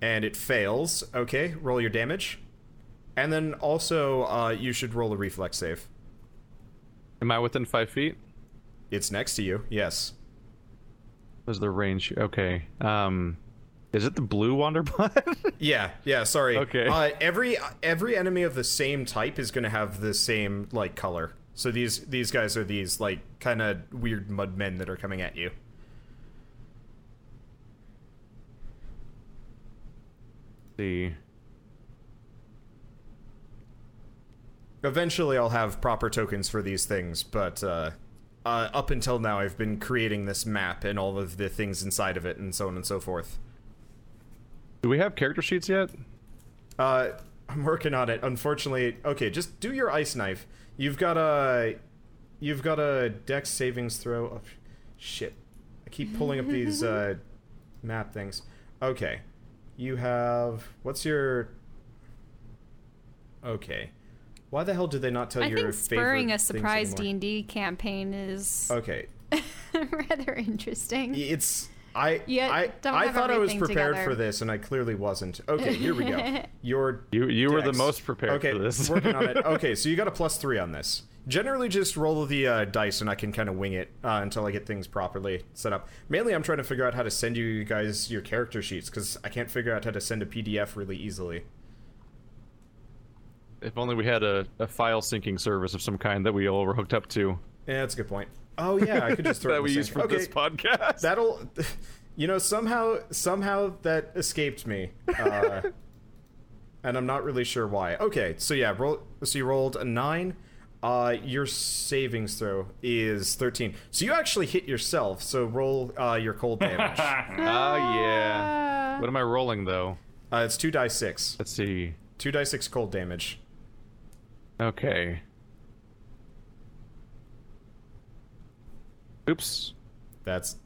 Speaker 1: And it fails. Okay, roll your damage. And then also, uh, you should roll a reflex save.
Speaker 3: Am I within five feet?
Speaker 1: It's next to you, yes.
Speaker 3: There's the range. Okay. Um, is it the blue Wanderblood?
Speaker 1: Yeah, yeah, sorry.
Speaker 3: Okay.
Speaker 1: Uh, every every enemy of the same type is gonna have the same like color. So these these guys are these like kind of weird mud men that are coming at you.
Speaker 3: the
Speaker 1: Eventually, I'll have proper tokens for these things, but uh, uh, up until now, I've been creating this map and all of the things inside of it, and so on and so forth.
Speaker 3: do we have character sheets yet?
Speaker 1: Uh, I'm working on it. Unfortunately, okay, just do your ice knife. You've got a, you've got a dex savings throw of, shit. I keep pulling up these uh, map things. Okay, you have what's your? Okay, why the hell did they not tell
Speaker 5: I
Speaker 1: your?
Speaker 5: think
Speaker 1: favorite
Speaker 5: spurring a
Speaker 1: things
Speaker 5: surprise
Speaker 1: anymore?
Speaker 5: D and D campaign is
Speaker 1: Okay,
Speaker 5: rather interesting.
Speaker 1: It's I
Speaker 5: You
Speaker 1: I,
Speaker 5: don't
Speaker 1: I
Speaker 5: have
Speaker 1: thought I was
Speaker 5: everything
Speaker 1: prepared
Speaker 5: together.
Speaker 1: for this and I clearly wasn't. Okay, here we go. Your
Speaker 3: You you were the
Speaker 1: decks.
Speaker 3: most prepared
Speaker 1: okay,
Speaker 3: for this.
Speaker 1: working on it. Okay, so you got a plus three on this. Generally, just roll the uh, dice and I can kind of wing it uh, until I get things properly set up. Mainly, I'm trying to figure out how to send you guys your character sheets because I can't figure out how to send a PDF really easily.
Speaker 3: If only we had a, a file syncing service of some kind that we all were hooked up to.
Speaker 1: Yeah, that's a good point. Oh yeah, I could just throw it
Speaker 3: that
Speaker 1: in
Speaker 3: we
Speaker 1: the
Speaker 3: use
Speaker 1: sink.
Speaker 3: for
Speaker 1: okay,
Speaker 3: this podcast.
Speaker 1: That'll, you know, somehow somehow that escaped me, uh, and I'm not really sure why. Okay, so yeah, roll. So you rolled a nine. Uh, your savings throw is thirteen. So you actually hit yourself. So roll uh, your cold damage. uh,
Speaker 3: Oh
Speaker 5: Uh,
Speaker 3: yeah. What am I rolling though?
Speaker 1: Uh, it's two die six.
Speaker 3: Let's see.
Speaker 1: Two die six cold damage.
Speaker 3: Okay. Oops.
Speaker 1: That's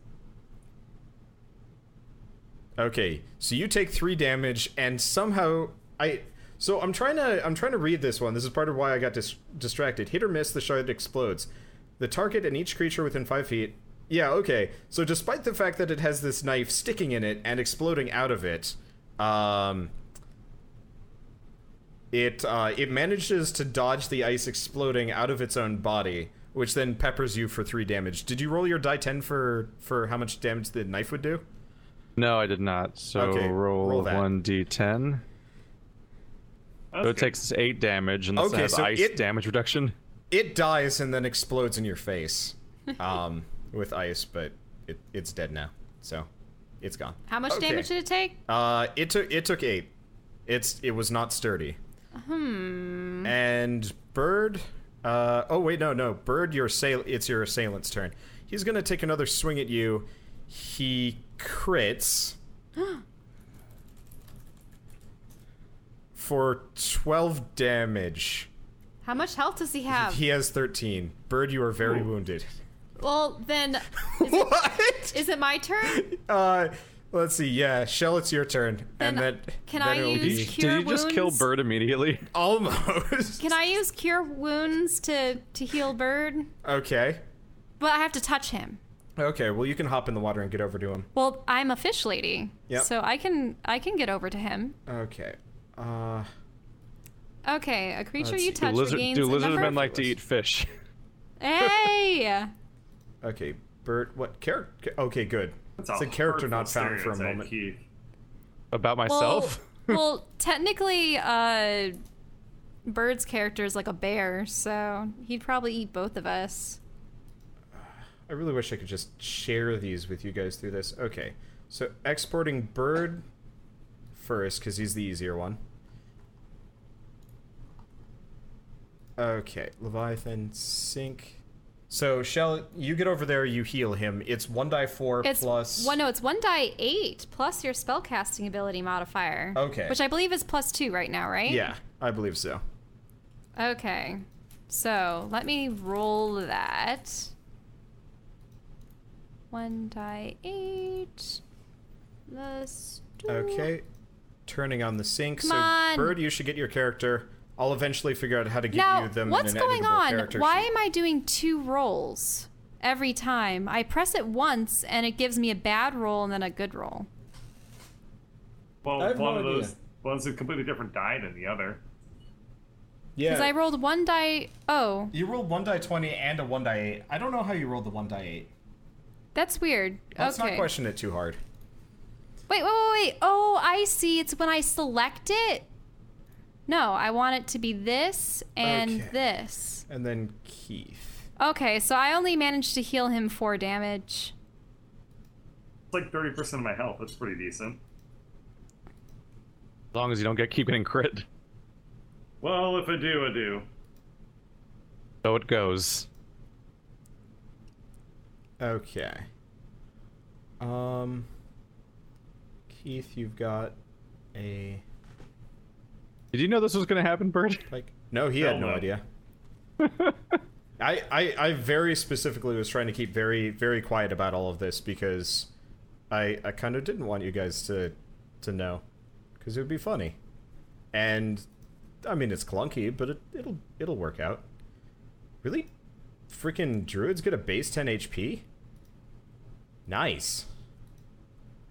Speaker 1: okay. So you take three damage, and somehow I so I'm trying to I'm trying to read this one. This is part of why I got dis- distracted. Hit or miss, the shard explodes. The target and each creature within five feet. Yeah, okay. So despite the fact that it has this knife sticking in it and exploding out of it, um, it uh, it manages to dodge the ice exploding out of its own body, which then peppers you for three damage. Did you roll your die ten for for how much damage the knife would do?
Speaker 3: No, I did not. So
Speaker 1: Okay,
Speaker 3: roll,
Speaker 1: roll that.
Speaker 3: 1d10. So it
Speaker 2: Okay.
Speaker 3: takes 8 damage unless
Speaker 1: Okay,
Speaker 3: it has
Speaker 1: so
Speaker 3: ice
Speaker 1: it-
Speaker 3: damage reduction.
Speaker 1: it dies and then explodes in your face um, with ice, but it, it's dead now, so it's gone.
Speaker 5: How much
Speaker 1: Okay.
Speaker 5: damage did it take?
Speaker 1: Uh, it took it took eight. It's it was not sturdy. Hmm. And bird, uh, oh wait, no, no, bird, your assail- it's your assailant's turn. He's gonna take another swing at you. He crits for twelve damage.
Speaker 5: How much health does he have?
Speaker 1: He has 13. Bird, you are very wounded.
Speaker 5: well, then,
Speaker 1: what?
Speaker 5: is it my turn?
Speaker 1: Uh, let's see. Yeah, Shell, it's your turn. and
Speaker 5: Then
Speaker 1: then
Speaker 5: can
Speaker 1: then
Speaker 5: I
Speaker 1: it'll
Speaker 5: use
Speaker 1: be
Speaker 5: Cure
Speaker 3: Did you just kill
Speaker 5: wounds?
Speaker 3: Bird immediately?
Speaker 1: almost?
Speaker 5: Can I use Cure Wounds to to heal Bird?
Speaker 1: Okay.
Speaker 5: But I have to touch him.
Speaker 1: Okay. Well, you can hop in the water and get over to him.
Speaker 5: Well, I'm a fish lady,
Speaker 1: Yep.
Speaker 5: so I can I can get over to him.
Speaker 1: Okay. Uh,
Speaker 5: Okay, a creature
Speaker 1: Let's see.
Speaker 5: you
Speaker 1: Do
Speaker 5: touch
Speaker 3: Lizard,
Speaker 5: regains
Speaker 3: do
Speaker 5: a number.
Speaker 3: lizardmen like to eat fish?
Speaker 5: hey,
Speaker 1: okay. Bird, what character? Okay, good.
Speaker 2: That's
Speaker 1: it's a character
Speaker 2: hurtful
Speaker 1: not found for a
Speaker 2: stereotype,
Speaker 1: moment.
Speaker 2: Keith.
Speaker 3: About myself?
Speaker 5: Well, well, technically, uh, Bird's character is like a bear, so he'd probably eat both of us.
Speaker 1: I really wish I could just share these with you guys through this. Okay. So exporting bird first cuz he's the easier one. Okay, Leviathan sink. So shall you get over there, you heal him. It's 1 die 4
Speaker 5: It's
Speaker 1: plus
Speaker 5: one. No, it's one die eight plus your spellcasting ability modifier.
Speaker 1: Okay.
Speaker 5: Which I believe is plus two right now, right?
Speaker 1: Yeah, I believe so.
Speaker 5: Okay. So let me roll that. One die eight. Plus two.
Speaker 1: Okay. Turning on the sink.
Speaker 5: Come
Speaker 1: so
Speaker 5: on.
Speaker 1: bird, you should get your character. I'll eventually figure out how to give
Speaker 5: Now,
Speaker 1: you them in
Speaker 5: what's
Speaker 1: an
Speaker 5: going
Speaker 1: editable
Speaker 5: on?
Speaker 1: character
Speaker 5: Why
Speaker 1: sheet.
Speaker 5: am I doing two rolls every time? I press it once and it gives me a bad roll and then a good roll.
Speaker 2: Well,
Speaker 1: I have
Speaker 2: one
Speaker 1: no
Speaker 2: of those
Speaker 1: idea.
Speaker 2: one's a completely different die than the other.
Speaker 1: Yeah.
Speaker 5: Because I rolled one die. Oh,
Speaker 1: You rolled one die twenty and a one die eight. I don't know how you rolled the one die eight.
Speaker 5: that's weird.
Speaker 1: Let's
Speaker 5: okay.
Speaker 1: not question it too hard.
Speaker 5: Wait, wait, wait, wait. Oh, I see. It's when I select it. No, I want it to be this and
Speaker 1: Okay.
Speaker 5: this.
Speaker 1: And then Keith.
Speaker 5: Okay, so I only managed to heal him four damage.
Speaker 2: It's like thirty percent of my health. That's pretty decent.
Speaker 3: As long as you don't get keep getting crit.
Speaker 2: Well, if I do, I do.
Speaker 3: So it goes.
Speaker 1: Okay. Um. Keith, you've got a
Speaker 3: Did you know this was going to happen, Bird?
Speaker 1: like. No, he had
Speaker 2: Hell
Speaker 1: no
Speaker 2: no.
Speaker 1: idea. I, I I very specifically was trying to keep very very quiet about all of this because I I kind of didn't want you guys to to know because it would be funny, and I mean it's clunky, but it, it'll it'll work out. Really, freaking druids get a base ten HP. Nice.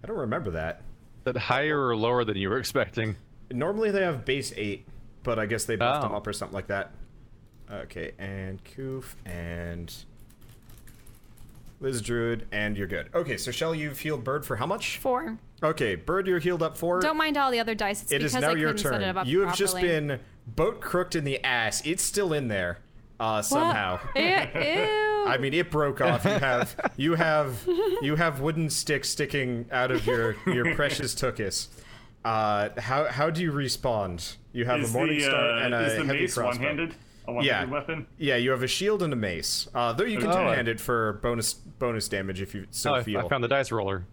Speaker 1: I don't remember that.
Speaker 3: That higher or lower than you were expecting?
Speaker 1: Normally they have base eight, but I guess they buffed
Speaker 3: Oh.
Speaker 1: them up or something like that. Okay, and Koof and Liz Druid, and you're good. Okay, so Shell, you've healed Bird for how much?
Speaker 5: Four.
Speaker 1: Okay, Bird, you're healed up 4
Speaker 5: Don't mind all the other dice. It's
Speaker 1: it
Speaker 5: because
Speaker 1: is now
Speaker 5: I
Speaker 1: your
Speaker 5: couldn't set it
Speaker 1: turn.
Speaker 5: up
Speaker 1: You have just
Speaker 5: properly.
Speaker 1: been boat crooked in the ass. It's still in there, uh, somehow.
Speaker 5: Ew. ew.
Speaker 1: I mean, it broke off. You have you have you have wooden sticks sticking out of your your precious tookus. Uh, how how do you respond? You have
Speaker 2: Is
Speaker 1: a morning
Speaker 2: the,
Speaker 1: star
Speaker 2: uh,
Speaker 1: and
Speaker 2: is
Speaker 1: a
Speaker 2: the
Speaker 1: heavy
Speaker 2: mace
Speaker 1: crossbow.
Speaker 2: one-handed? A one-handed weapon.
Speaker 1: Yeah, you have a shield and a mace. Uh, though you can
Speaker 2: Okay.
Speaker 1: two-hand it for bonus bonus damage if you so
Speaker 3: Oh, I,
Speaker 1: feel.
Speaker 3: I found the dice roller.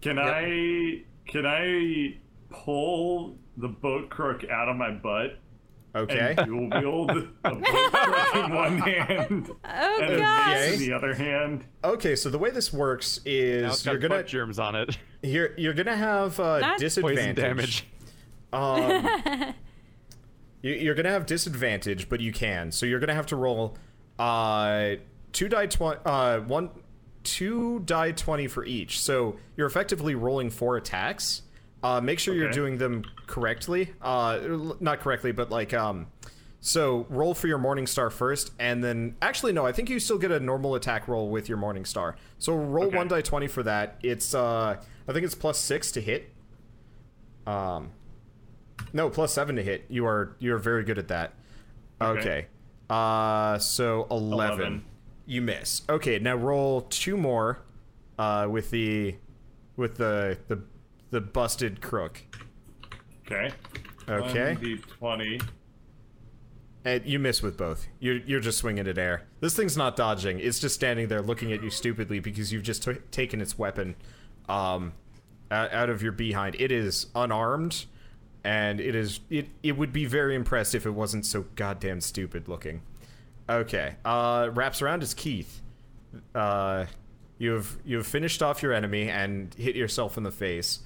Speaker 2: Can I can I pull the boat crook out of my butt
Speaker 1: okay.
Speaker 2: and dual wield a boat crook in one hand
Speaker 5: oh
Speaker 2: and a
Speaker 5: gosh.
Speaker 2: mace in
Speaker 1: Okay.
Speaker 2: the other hand?
Speaker 1: Okay, so the way this works
Speaker 3: Now
Speaker 1: is
Speaker 3: it's got
Speaker 1: you're gonna
Speaker 3: foot germs on it.
Speaker 1: you're, you're gonna have uh,
Speaker 5: That's-
Speaker 1: disadvantage.
Speaker 3: Poison damage.
Speaker 1: Um, you- you're gonna have disadvantage, but you can. So you're gonna have to roll uh, two die twenty, uh, one, two die twenty for each. So you're effectively rolling four attacks. Uh, make sure you're
Speaker 2: Okay.
Speaker 1: doing them correctly. Uh, l- not correctly, but like um. So roll for your morning star first, and then actually no, I think you still get a normal attack roll with your morning star. So roll
Speaker 2: Okay.
Speaker 1: one die twenty for that. It's uh, I think it's plus six to hit. Um, no, plus seven to hit. You are you are very good at that. Okay.
Speaker 2: Okay.
Speaker 1: Uh, so 11.
Speaker 2: 11.
Speaker 1: You miss. Okay, now roll two more, uh, with the, with the the, the busted crook.
Speaker 2: Okay.
Speaker 1: Okay.
Speaker 2: 20.
Speaker 1: And you miss with both. You're you're just swinging at air. This thing's not dodging. It's just standing there looking at you stupidly because you've just t- taken its weapon, um, out, out of your behind. It is unarmed, and it is it it would be very impressed if it wasn't so goddamn stupid looking. Okay. Uh, wraps around is Keith. Uh, you've you've finished off your enemy and hit yourself in the face.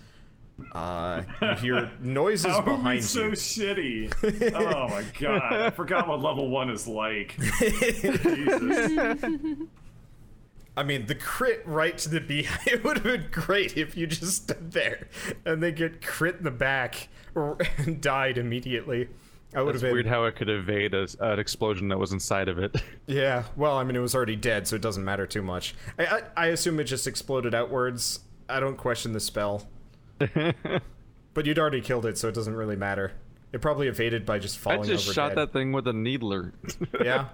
Speaker 1: Uh, you hear noises
Speaker 2: How are we
Speaker 1: behind
Speaker 2: Oh, so
Speaker 1: you.
Speaker 2: shitty? Oh my god. I forgot what level one is like. Jesus.
Speaker 1: I mean, the crit right to the behind. It would have been great if you just stood there and they get crit in the back or- and died immediately. I would
Speaker 3: It's
Speaker 1: have been
Speaker 3: weird how it could evade a, an explosion that was inside of it.
Speaker 1: yeah. Well, I mean, it was already dead, so it doesn't matter too much. I I, I assume it just exploded outwards. I don't question the spell, but you'd already killed it, so it doesn't really matter. It probably evaded by just
Speaker 3: I
Speaker 1: falling
Speaker 3: just
Speaker 1: over
Speaker 3: shot
Speaker 1: dead.
Speaker 3: that thing with a needler.
Speaker 1: Yeah.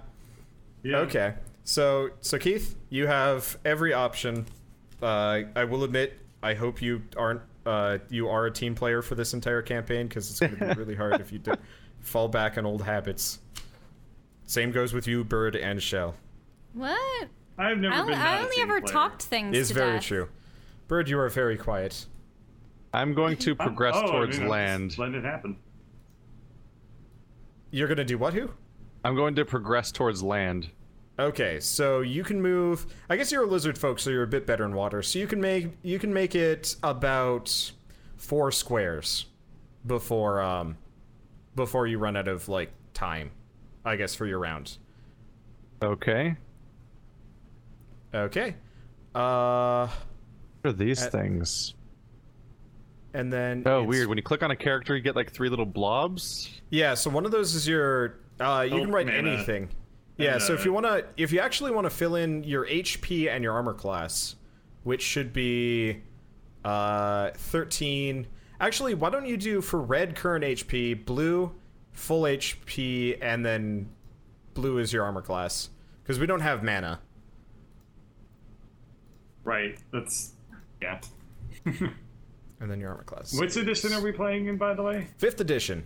Speaker 2: Yeah.
Speaker 1: Okay. So so Keith, you have every option. Uh, I will admit, I hope you aren't uh, you are a team player for this entire campaign because it's going to be really hard if you do fall back on old habits. Same goes with you, Bird and Shell.
Speaker 5: what?
Speaker 2: I've never
Speaker 5: I only,
Speaker 2: been
Speaker 5: I
Speaker 2: not a
Speaker 5: only
Speaker 2: team
Speaker 5: ever
Speaker 2: player.
Speaker 5: talked things.
Speaker 1: Is
Speaker 5: to
Speaker 1: very
Speaker 5: death.
Speaker 1: true. Bird, you are very quiet.
Speaker 3: I'm going to
Speaker 2: I'm-
Speaker 3: progress
Speaker 2: oh, I mean,
Speaker 3: towards
Speaker 2: I'm just
Speaker 3: land.
Speaker 2: Letting it happen.
Speaker 1: You're going to do what? Who?
Speaker 3: I'm going to progress towards land.
Speaker 1: Okay, so you can move. I guess you're a lizard folk, so you're a bit better in water. So you can make you can make it about four squares before um before you run out of like time, I guess for your round.
Speaker 3: Okay.
Speaker 1: Okay, uh,
Speaker 3: What are these things?
Speaker 1: and then
Speaker 3: Oh,
Speaker 1: it's-
Speaker 3: weird. When you click on a character, you get like three little blobs.
Speaker 1: Yeah, so one of those is your. Uh, you
Speaker 2: Oh,
Speaker 1: can write
Speaker 2: mana.
Speaker 1: anything. Yeah, so if
Speaker 2: Mana.
Speaker 1: you wanna, if you actually wanna fill in your HP and your armor class, which should be, uh, thirteen. Actually, why don't you do for red current HP, blue, full HP, and then blue is your armor class because we don't have mana.
Speaker 2: Right. That's. Yeah.
Speaker 1: And then your armor class.
Speaker 2: Which edition are we playing in, by the way?
Speaker 1: Fifth edition.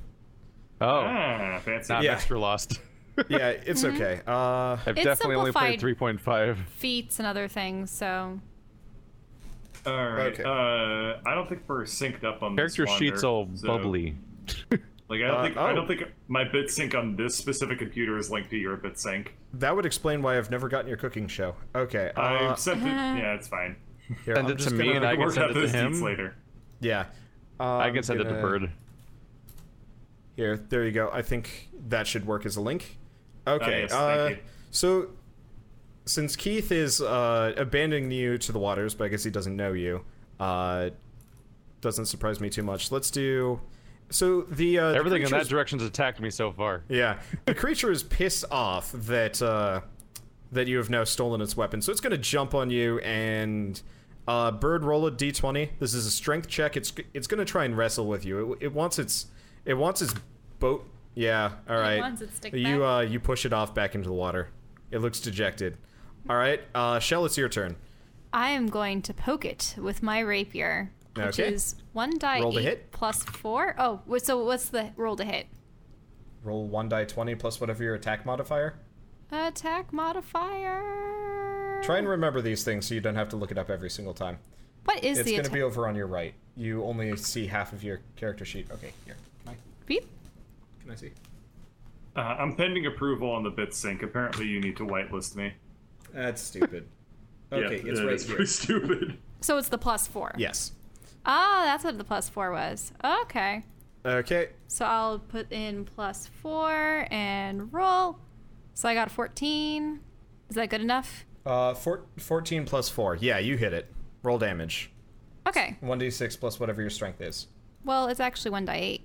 Speaker 3: Oh,
Speaker 2: Ah, fancy.
Speaker 3: I'm
Speaker 1: Yeah.
Speaker 3: extra lost.
Speaker 1: Yeah, it's okay. Uh,
Speaker 3: I've
Speaker 5: It's
Speaker 3: definitely only played
Speaker 5: simplified.
Speaker 3: 3.5.
Speaker 5: Feats and other things. So
Speaker 2: All right.
Speaker 1: Okay.
Speaker 2: Uh, I don't think we're synced up on
Speaker 3: Character
Speaker 2: this wander,
Speaker 3: sheet's all
Speaker 2: so-
Speaker 3: bubbly.
Speaker 2: Like I don't
Speaker 1: Uh,
Speaker 2: think I
Speaker 1: oh.
Speaker 2: don't think my bit sync on this specific computer is linked to your bit sync.
Speaker 1: that would explain why I've never gotten your cooking show. Okay. Uh,
Speaker 2: I sent it. Yeah, it's fine.
Speaker 1: here,
Speaker 3: Send
Speaker 1: I'm
Speaker 3: it to
Speaker 1: just
Speaker 3: me
Speaker 1: gonna-
Speaker 3: and I can
Speaker 2: Work
Speaker 3: send
Speaker 2: out
Speaker 3: it to
Speaker 2: those deets
Speaker 3: him.
Speaker 2: later.
Speaker 1: Yeah.
Speaker 3: I
Speaker 1: I'm
Speaker 3: can send it to
Speaker 1: gonna-
Speaker 3: Bird.
Speaker 1: Here, there you go. I think that should work as a link. Okay.
Speaker 2: yes, thank
Speaker 1: uh,
Speaker 2: you.
Speaker 1: So, since Keith is uh, abandoning you to the waters, but I guess he doesn't know you, uh, doesn't surprise me too much. Let's do. So the uh, the
Speaker 3: Everything in
Speaker 1: creature's-
Speaker 3: that direction's attacked me so far.
Speaker 1: yeah, the creature is pissed off that uh, that you have now stolen its weapon, so it's going to jump on you and uh, bird roll a d20. This is a strength check. It's it's going to try and wrestle with you. It, it wants its it wants its boat. Yeah, all right.
Speaker 5: wants its stick
Speaker 1: you
Speaker 5: back.
Speaker 1: uh, you push it off back into the water. It looks dejected. All right, uh, Shell, it's your turn.
Speaker 5: I am going to poke it with my rapier, which
Speaker 1: Okay.
Speaker 5: is one die
Speaker 1: Roll to
Speaker 5: eight
Speaker 1: hit.
Speaker 5: plus four. Oh, wh- so what's the roll to hit?
Speaker 1: Roll one die twenty plus whatever your attack modifier.
Speaker 5: Attack modifier.
Speaker 1: Try and remember these things so you don't have to look it up every single time.
Speaker 5: What is
Speaker 1: It's
Speaker 5: the
Speaker 1: going to
Speaker 5: attack?
Speaker 1: be over on your right. You only see half of your character sheet. Okay, here. Can
Speaker 5: Beep.
Speaker 1: I, can I see?
Speaker 2: Uh, I'm pending approval on the bit sync. Apparently, you need to whitelist me.
Speaker 1: That's stupid.
Speaker 2: yeah, that is pretty stupid.
Speaker 5: So it's the plus four.
Speaker 1: Yes.
Speaker 5: Ah, that's what the plus four was. Okay.
Speaker 8: Okay.
Speaker 5: So I'll put in plus four and roll. So I got 14. Is that good enough?
Speaker 1: Uh, four, 14 plus 4. Yeah, you hit it. Roll damage.
Speaker 5: Okay.
Speaker 1: 1d6 plus whatever your strength is.
Speaker 5: Well, it's actually one die eight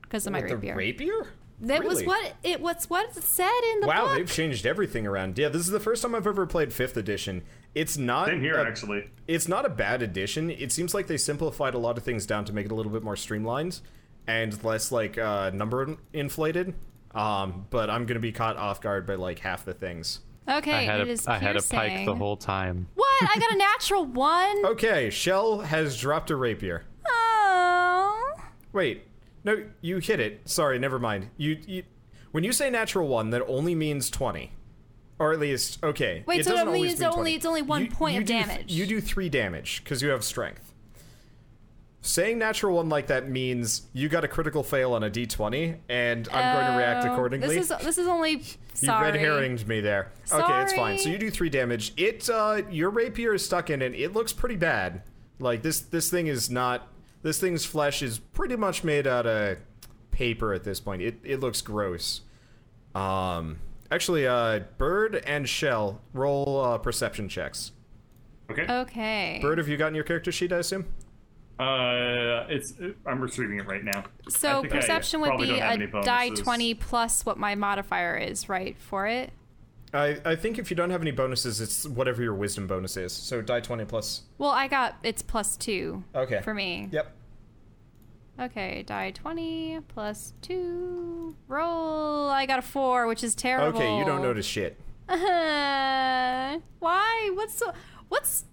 Speaker 5: because of my
Speaker 1: With the
Speaker 5: rapier.
Speaker 1: rapier?
Speaker 5: That was
Speaker 1: Really?
Speaker 5: what it was what it said in the
Speaker 1: Wow,
Speaker 5: book.
Speaker 1: they've changed everything around. Yeah, this is the first time I've ever played 5th edition. It's not
Speaker 2: Same here,
Speaker 1: a-
Speaker 2: actually.
Speaker 1: It's not a bad addition. It seems like they simplified a lot of things down to make it a little bit more streamlined and less like uh, number in- inflated. Um, but I'm gonna be caught off guard by like half the things.
Speaker 5: okay,
Speaker 3: I had
Speaker 5: it
Speaker 3: a,
Speaker 5: is
Speaker 3: I had a pike the
Speaker 5: piercing.
Speaker 3: whole time.
Speaker 5: What? I got a natural one.
Speaker 1: Okay, Shell has dropped a rapier.
Speaker 5: Oh.
Speaker 1: Wait, no, you hit it. Sorry, never mind. You, you when you say natural one, that only means twenty, or at least okay.
Speaker 5: Wait,
Speaker 1: it
Speaker 5: so it
Speaker 1: doesn't
Speaker 5: only-
Speaker 1: always
Speaker 5: it's
Speaker 1: mean
Speaker 5: only-
Speaker 1: 20.
Speaker 5: it's only one
Speaker 1: You-
Speaker 5: point
Speaker 1: you
Speaker 5: of
Speaker 1: do th-
Speaker 5: damage.
Speaker 1: you do three damage because you have strength. Saying natural one like that means you got a critical fail on a d20, and I'm going to react
Speaker 5: Oh,
Speaker 1: accordingly.
Speaker 5: This is this is only
Speaker 1: you
Speaker 5: sorry.
Speaker 1: red herringed me there. Okay, it's fine. So
Speaker 5: Sorry.
Speaker 1: you do three damage. It uh, your rapier is stuck in it. It looks pretty bad. Like this this thing is not this thing's flesh is pretty much made out of paper at this point. It it looks gross. Um actually uh bird and shell roll uh, perception checks.
Speaker 2: Okay.
Speaker 5: uh, Okay.
Speaker 1: Bird, have you gotten your character sheet, I assume?
Speaker 2: Uh, it's I'm retrieving it right now. I
Speaker 5: so
Speaker 2: think I
Speaker 5: perception would
Speaker 2: probably
Speaker 5: be
Speaker 2: don't have any
Speaker 5: a die
Speaker 2: bonuses.
Speaker 5: 20 plus what my modifier is, right? For it.
Speaker 1: I, I think if you don't have any bonuses, it's whatever your wisdom bonus is. So die twenty plus.
Speaker 5: Well, I got it's plus 2
Speaker 1: Okay.
Speaker 5: for me.
Speaker 1: Yep.
Speaker 5: Okay, die 20 plus 2. Roll. I got a 4, which is terrible.
Speaker 1: Okay, you don't notice shit.
Speaker 5: Uh, why? What's so What's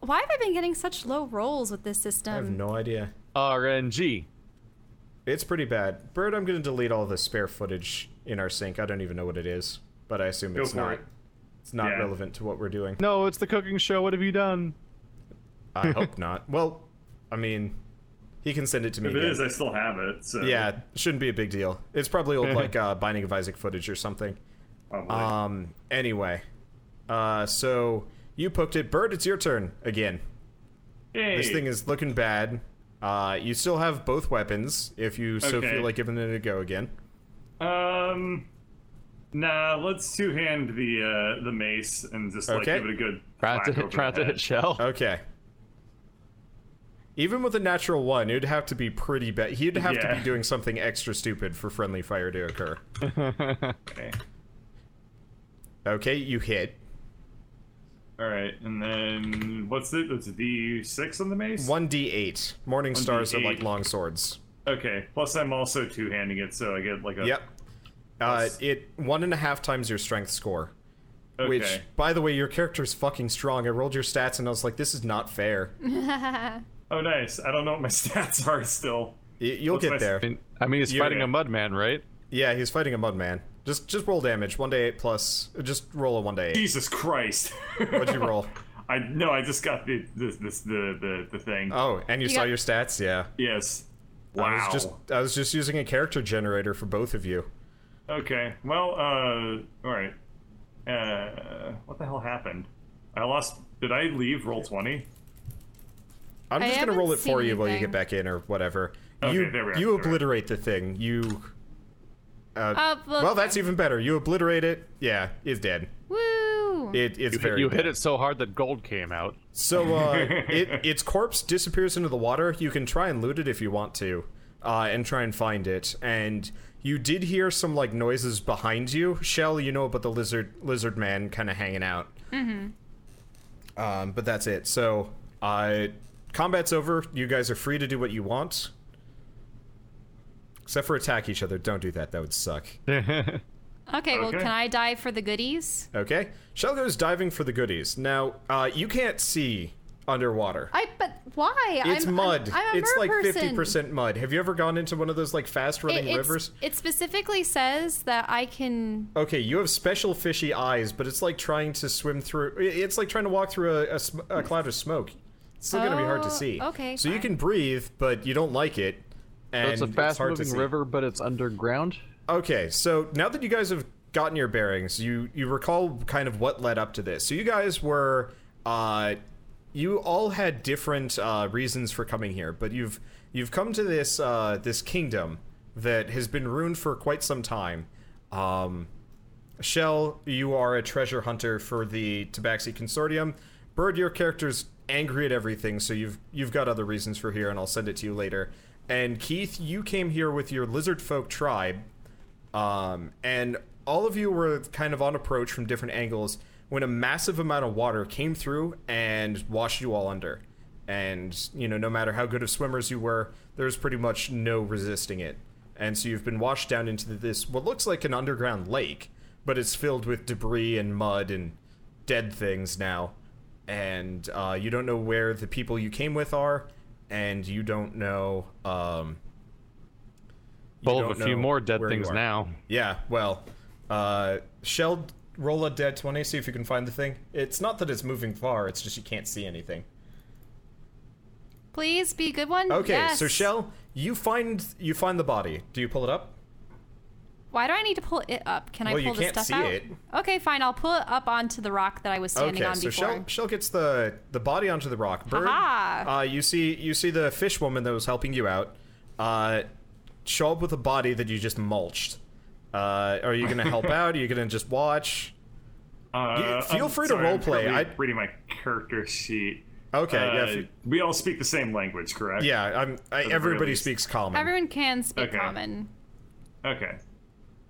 Speaker 5: Why have I been getting such low rolls with this system?
Speaker 1: I have no idea.
Speaker 3: RNG.
Speaker 1: It's pretty bad. Bird, I'm going to delete all the spare footage in our sync. I don't even know what it is, but I assume
Speaker 2: Go
Speaker 1: it's
Speaker 2: for
Speaker 1: not.
Speaker 2: it.
Speaker 1: It's not
Speaker 2: Yeah.
Speaker 1: relevant to what we're doing.
Speaker 3: No, it's the cooking show. What have you done?
Speaker 1: I hope not. Well, I mean, he can send it to me.
Speaker 2: If it
Speaker 1: again.
Speaker 2: is, I still have it. So
Speaker 1: yeah, shouldn't be a big deal. It's probably old like uh, Binding of Isaac footage or something.
Speaker 2: Probably.
Speaker 1: Um. Anyway, uh, so you poked it, Bird. It's your turn again.
Speaker 2: Yay.
Speaker 1: This thing is looking bad. Uh, you still have both weapons if you so
Speaker 2: Okay.
Speaker 1: feel like giving it a go again.
Speaker 2: Um, nah. Let's two hand the uh the mace and just like
Speaker 1: Okay.
Speaker 2: give it a good.
Speaker 3: Trying to
Speaker 2: whack
Speaker 3: hit,
Speaker 2: over
Speaker 3: trying
Speaker 2: the
Speaker 3: to
Speaker 2: head.
Speaker 3: hit shell.
Speaker 1: Okay. Even with a natural one, it'd have to be pretty bad. He'd have to be
Speaker 2: Yeah.
Speaker 1: doing something extra stupid for friendly fire to occur.
Speaker 2: Okay.
Speaker 1: Okay, you hit.
Speaker 2: All right, and then what's it? It's a D six on the mace.
Speaker 1: 1d8. Morning stars are like
Speaker 2: 1d8.
Speaker 1: long swords.
Speaker 2: Okay. Plus, I'm also two handing it, so I get like a.
Speaker 1: Yep. Uh,
Speaker 2: Plus-
Speaker 1: it one and a half times your strength score.
Speaker 2: Okay.
Speaker 1: Which, by the way, your character's fucking strong. I rolled your stats and I was like, this is not fair. Y-
Speaker 2: Oh, nice. I don't know what my stats are still.
Speaker 1: You'll
Speaker 2: What's my
Speaker 1: get there.
Speaker 3: I mean, I mean he's
Speaker 2: Yeah,
Speaker 3: fighting
Speaker 2: yeah.
Speaker 3: a mud man, right?
Speaker 1: Yeah, he's fighting a mud man. Just just roll damage. 1d8 plus. Just roll a 1d8.
Speaker 2: Jesus Christ.
Speaker 1: What'd you roll?
Speaker 2: I no, I just got the this, this the, the the thing.
Speaker 1: Oh, and you, saw
Speaker 5: got-
Speaker 1: your stats? Yeah.
Speaker 2: yes.
Speaker 1: I
Speaker 2: Wow.
Speaker 1: was just I was just using a character generator for both of you.
Speaker 2: Okay. Well. Uh. All right. Uh. What the hell happened? I lost. Did I leave roll twenty?
Speaker 1: I'm
Speaker 5: I
Speaker 1: just gonna roll it
Speaker 5: haven't
Speaker 1: for
Speaker 5: seen
Speaker 1: you while you get
Speaker 5: anything.
Speaker 1: back in or whatever.
Speaker 2: Okay,
Speaker 1: you
Speaker 2: there we are,
Speaker 1: you
Speaker 2: there we are.
Speaker 1: obliterate the thing. You. Uh,
Speaker 5: Uh, well-
Speaker 1: well, that's even better. You obliterate it. Yeah, it's dead.
Speaker 5: Woo!
Speaker 1: It, it's
Speaker 3: You,
Speaker 1: very.
Speaker 3: you
Speaker 1: dead.
Speaker 3: hit it so hard that gold came out.
Speaker 1: So uh, it its corpse disappears into the water. You can try and loot it if you want to, uh, and try and find it. And you did hear some like noises behind you. Shell, you know about the lizard lizard man kind of hanging out. Mm-hmm. Um, but that's it. So uh, combat's over. You guys are free to do what you want, except for attack each other. Don't do that. That would suck.
Speaker 5: okay, well,
Speaker 2: okay.
Speaker 5: can I die for the goodies?
Speaker 1: Okay. Shell goes diving for the goodies. Now uh, you can't see underwater.
Speaker 5: I but why?
Speaker 1: It's
Speaker 5: I'm,
Speaker 1: mud.
Speaker 5: I'm, I'm a
Speaker 1: it's
Speaker 5: mer
Speaker 1: like
Speaker 5: person.
Speaker 1: percent mud. Have you ever gone into one of those like fast
Speaker 5: It,
Speaker 1: running
Speaker 5: it's-
Speaker 1: rivers?
Speaker 5: it specifically says that I can.
Speaker 1: Okay, you have special fishy eyes, but it's like trying to swim through. i- It's like trying to walk through a, a sm- a cloud of smoke. It's still gonna be hard to
Speaker 5: Oh,
Speaker 1: see.
Speaker 5: okay,
Speaker 1: So you
Speaker 5: fine.
Speaker 1: can breathe, but you don't like it. And
Speaker 3: So it's a fast
Speaker 1: hard to
Speaker 3: moving
Speaker 1: see.
Speaker 3: river, but it's underground.
Speaker 1: Okay, so now that you guys have gotten your bearings, you you recall kind of what led up to this. So you guys were, uh, you all had different uh, reasons for coming here, but you've You've come to this uh, this kingdom that has been ruined for quite some time. Um, Shell, you are a treasure hunter for the Tabaxi Consortium. Bird, your character's angry at everything, so you've you've got other reasons for here, and I'll send it to you later. And Keith, you came here with your lizard folk tribe, um, and all of you were kind of on approach from different angles when a massive amount of water came through and washed you all under. And you know, no matter how good of swimmers you were, there was pretty much no resisting it. And so you've been washed down into this what looks like an underground lake, but it's filled with debris and mud and dead things now. And uh, you don't know where the people you came with are, and you don't know. Um, you
Speaker 3: Full of
Speaker 1: don't
Speaker 3: a few
Speaker 1: know
Speaker 3: more dead
Speaker 1: where you
Speaker 3: things
Speaker 1: are.
Speaker 3: now.
Speaker 1: Yeah, well, uh, Shell, roll a dead 20, see if you can find the thing. It's not that it's moving far, it's just you can't see anything.
Speaker 5: Please be a good one.
Speaker 1: Okay, so
Speaker 5: Yes.
Speaker 1: Shell, you find you find the body. Do you pull it up?
Speaker 5: Why do I need to pull it up? Can
Speaker 1: Well,
Speaker 5: I
Speaker 1: you
Speaker 5: pull the
Speaker 1: can't
Speaker 5: stuff
Speaker 1: see
Speaker 5: out?
Speaker 1: it.
Speaker 5: Okay, fine. I'll pull it up onto the rock that I was standing
Speaker 1: Okay,
Speaker 5: on
Speaker 1: so
Speaker 5: before.
Speaker 1: Shell Shell gets the the body onto the rock. Bird,
Speaker 5: Ha-ha.
Speaker 1: uh, you see you see the fish woman that was helping you out. Uh, show up with a body that you just mulched. Uh, are you gonna help out? Are you gonna just watch?
Speaker 2: Uh,
Speaker 1: feel
Speaker 2: I'm
Speaker 1: free to
Speaker 2: sorry, I'm
Speaker 1: roleplay.
Speaker 2: currently
Speaker 1: I-
Speaker 2: reading my character sheet.
Speaker 1: Okay, yeah,
Speaker 2: Uh,
Speaker 1: if you-
Speaker 2: we all speak the same language, correct?
Speaker 1: yeah. I'm. I,
Speaker 2: the very
Speaker 1: everybody
Speaker 2: least.
Speaker 1: speaks common.
Speaker 5: Everyone can speak
Speaker 2: Okay.
Speaker 5: common.
Speaker 2: Okay.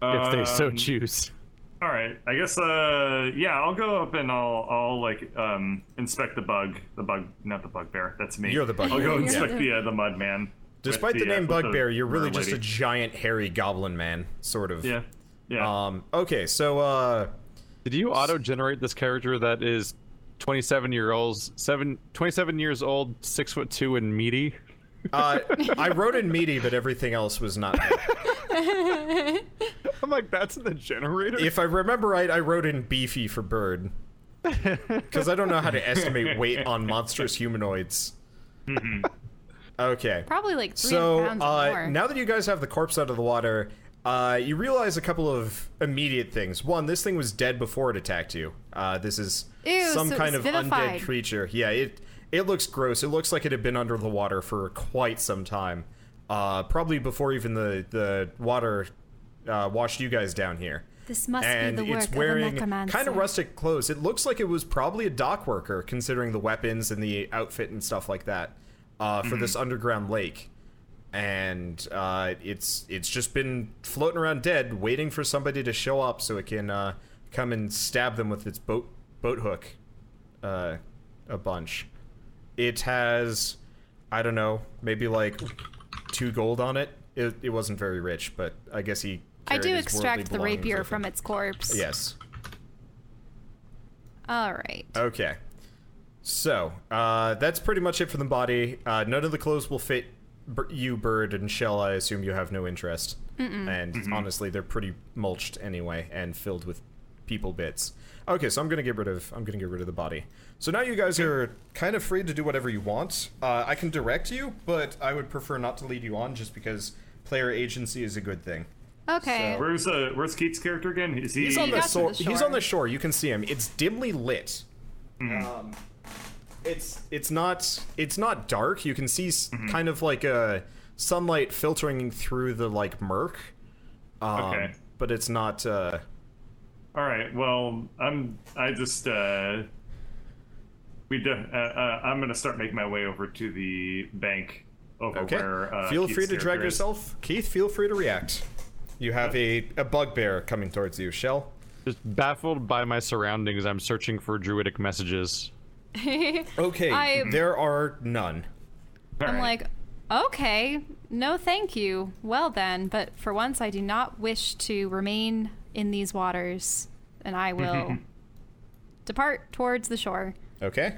Speaker 3: If they so
Speaker 2: Um,
Speaker 3: choose.
Speaker 2: All right. I guess. Uh. Yeah. I'll go up and I'll I'll like um inspect the bug. The bug. Not the bugbear. That's me.
Speaker 1: You're the bugbear,
Speaker 2: I'll go
Speaker 1: yeah.
Speaker 2: inspect the uh, the mud man. with
Speaker 1: Despite the,
Speaker 2: uh,
Speaker 1: name
Speaker 2: with the
Speaker 1: Bugbear, you're really
Speaker 2: mermaid
Speaker 1: just a
Speaker 2: lady.
Speaker 1: giant hairy goblin man, sort of.
Speaker 2: yeah. Yeah.
Speaker 1: Um. Okay. So. Uh.
Speaker 3: Did you auto generate this character that is 27 year olds, seven, 27 years old, six foot two, and meaty?
Speaker 1: uh I wrote in meaty, but everything else was not. there.
Speaker 3: I'm like, that's in the generator.
Speaker 1: if I remember right, I wrote in beefy for bird. Because I don't know how to estimate weight on monstrous humanoids. okay.
Speaker 5: Probably like three
Speaker 1: So
Speaker 5: pounds or
Speaker 1: uh,
Speaker 5: more.
Speaker 1: now that you guys have the corpse out of the water, uh, you realize a couple of immediate things. One, this thing was dead before it attacked you. Uh, this is
Speaker 5: Ew,
Speaker 1: some
Speaker 5: so
Speaker 1: kind
Speaker 5: it's
Speaker 1: of
Speaker 5: vivified.
Speaker 1: undead creature. Yeah, it it looks gross. It looks like it had been under the water for quite some time, uh, probably before even the the water uh, washed you guys down here.
Speaker 5: This must be
Speaker 1: and
Speaker 5: the work
Speaker 1: it's
Speaker 5: of a
Speaker 1: wearing
Speaker 5: necromancer.
Speaker 1: kind of rustic clothes. It looks like it was probably a dock worker, considering the weapons and the outfit and stuff like that uh, for this underground lake and uh, it's it's just been floating around dead, waiting for somebody to show up so it can uh, come and stab them with its boat boat hook, uh, a bunch. It has, I don't know, maybe like two gold on it. It, it wasn't very rich, but I guess he.
Speaker 5: I
Speaker 1: carried
Speaker 5: do
Speaker 1: his
Speaker 5: extract
Speaker 1: worldly
Speaker 5: the
Speaker 1: belongings
Speaker 5: rapier
Speaker 1: with him.
Speaker 5: from its corpse.
Speaker 1: Yes.
Speaker 5: All right.
Speaker 1: Okay. So, uh, that's pretty much it for the body. Uh, none of the clothes will fit b- you, Bird, and Shell. I assume you have no interest. And honestly, they're pretty mulched anyway and filled with people bits. Okay, so I'm gonna get rid of I'm gonna get rid of the body. So now you guys are kind of free to do whatever you want. Uh, I can direct you, but I would prefer not to lead you on just because player agency is a good thing.
Speaker 5: Okay.
Speaker 1: So-
Speaker 2: where's uh Where's Keith's character again? Is he?
Speaker 1: He's on the,
Speaker 5: got to
Speaker 1: so-
Speaker 5: the
Speaker 1: he's
Speaker 5: shore.
Speaker 1: on the shore. You can see him. It's dimly lit.
Speaker 2: Mm-hmm.
Speaker 1: Um, it's it's not it's not dark. You can see s
Speaker 2: Mm-hmm.
Speaker 1: kind of like a sunlight filtering through the like murk. Um,
Speaker 2: Okay.
Speaker 1: But it's not. Uh,
Speaker 2: All right. Well, I'm. I just. uh We. De- uh, uh, I'm gonna start making my way over to the bank over
Speaker 1: okay.
Speaker 2: where. Uh,
Speaker 1: feel
Speaker 2: Keith's
Speaker 1: free to drag
Speaker 2: character is.
Speaker 1: yourself, Keith. Feel free to react. You have a, a bugbear coming towards you, Shell.
Speaker 3: Just baffled by my surroundings, I'm searching for druidic messages.
Speaker 1: Okay,
Speaker 5: I-
Speaker 1: there are none.
Speaker 2: All
Speaker 5: I'm
Speaker 2: right.
Speaker 5: like, okay, no thank you. Well then, but for once I do not wish to remain in these waters, and I will depart towards the shore.
Speaker 1: Okay.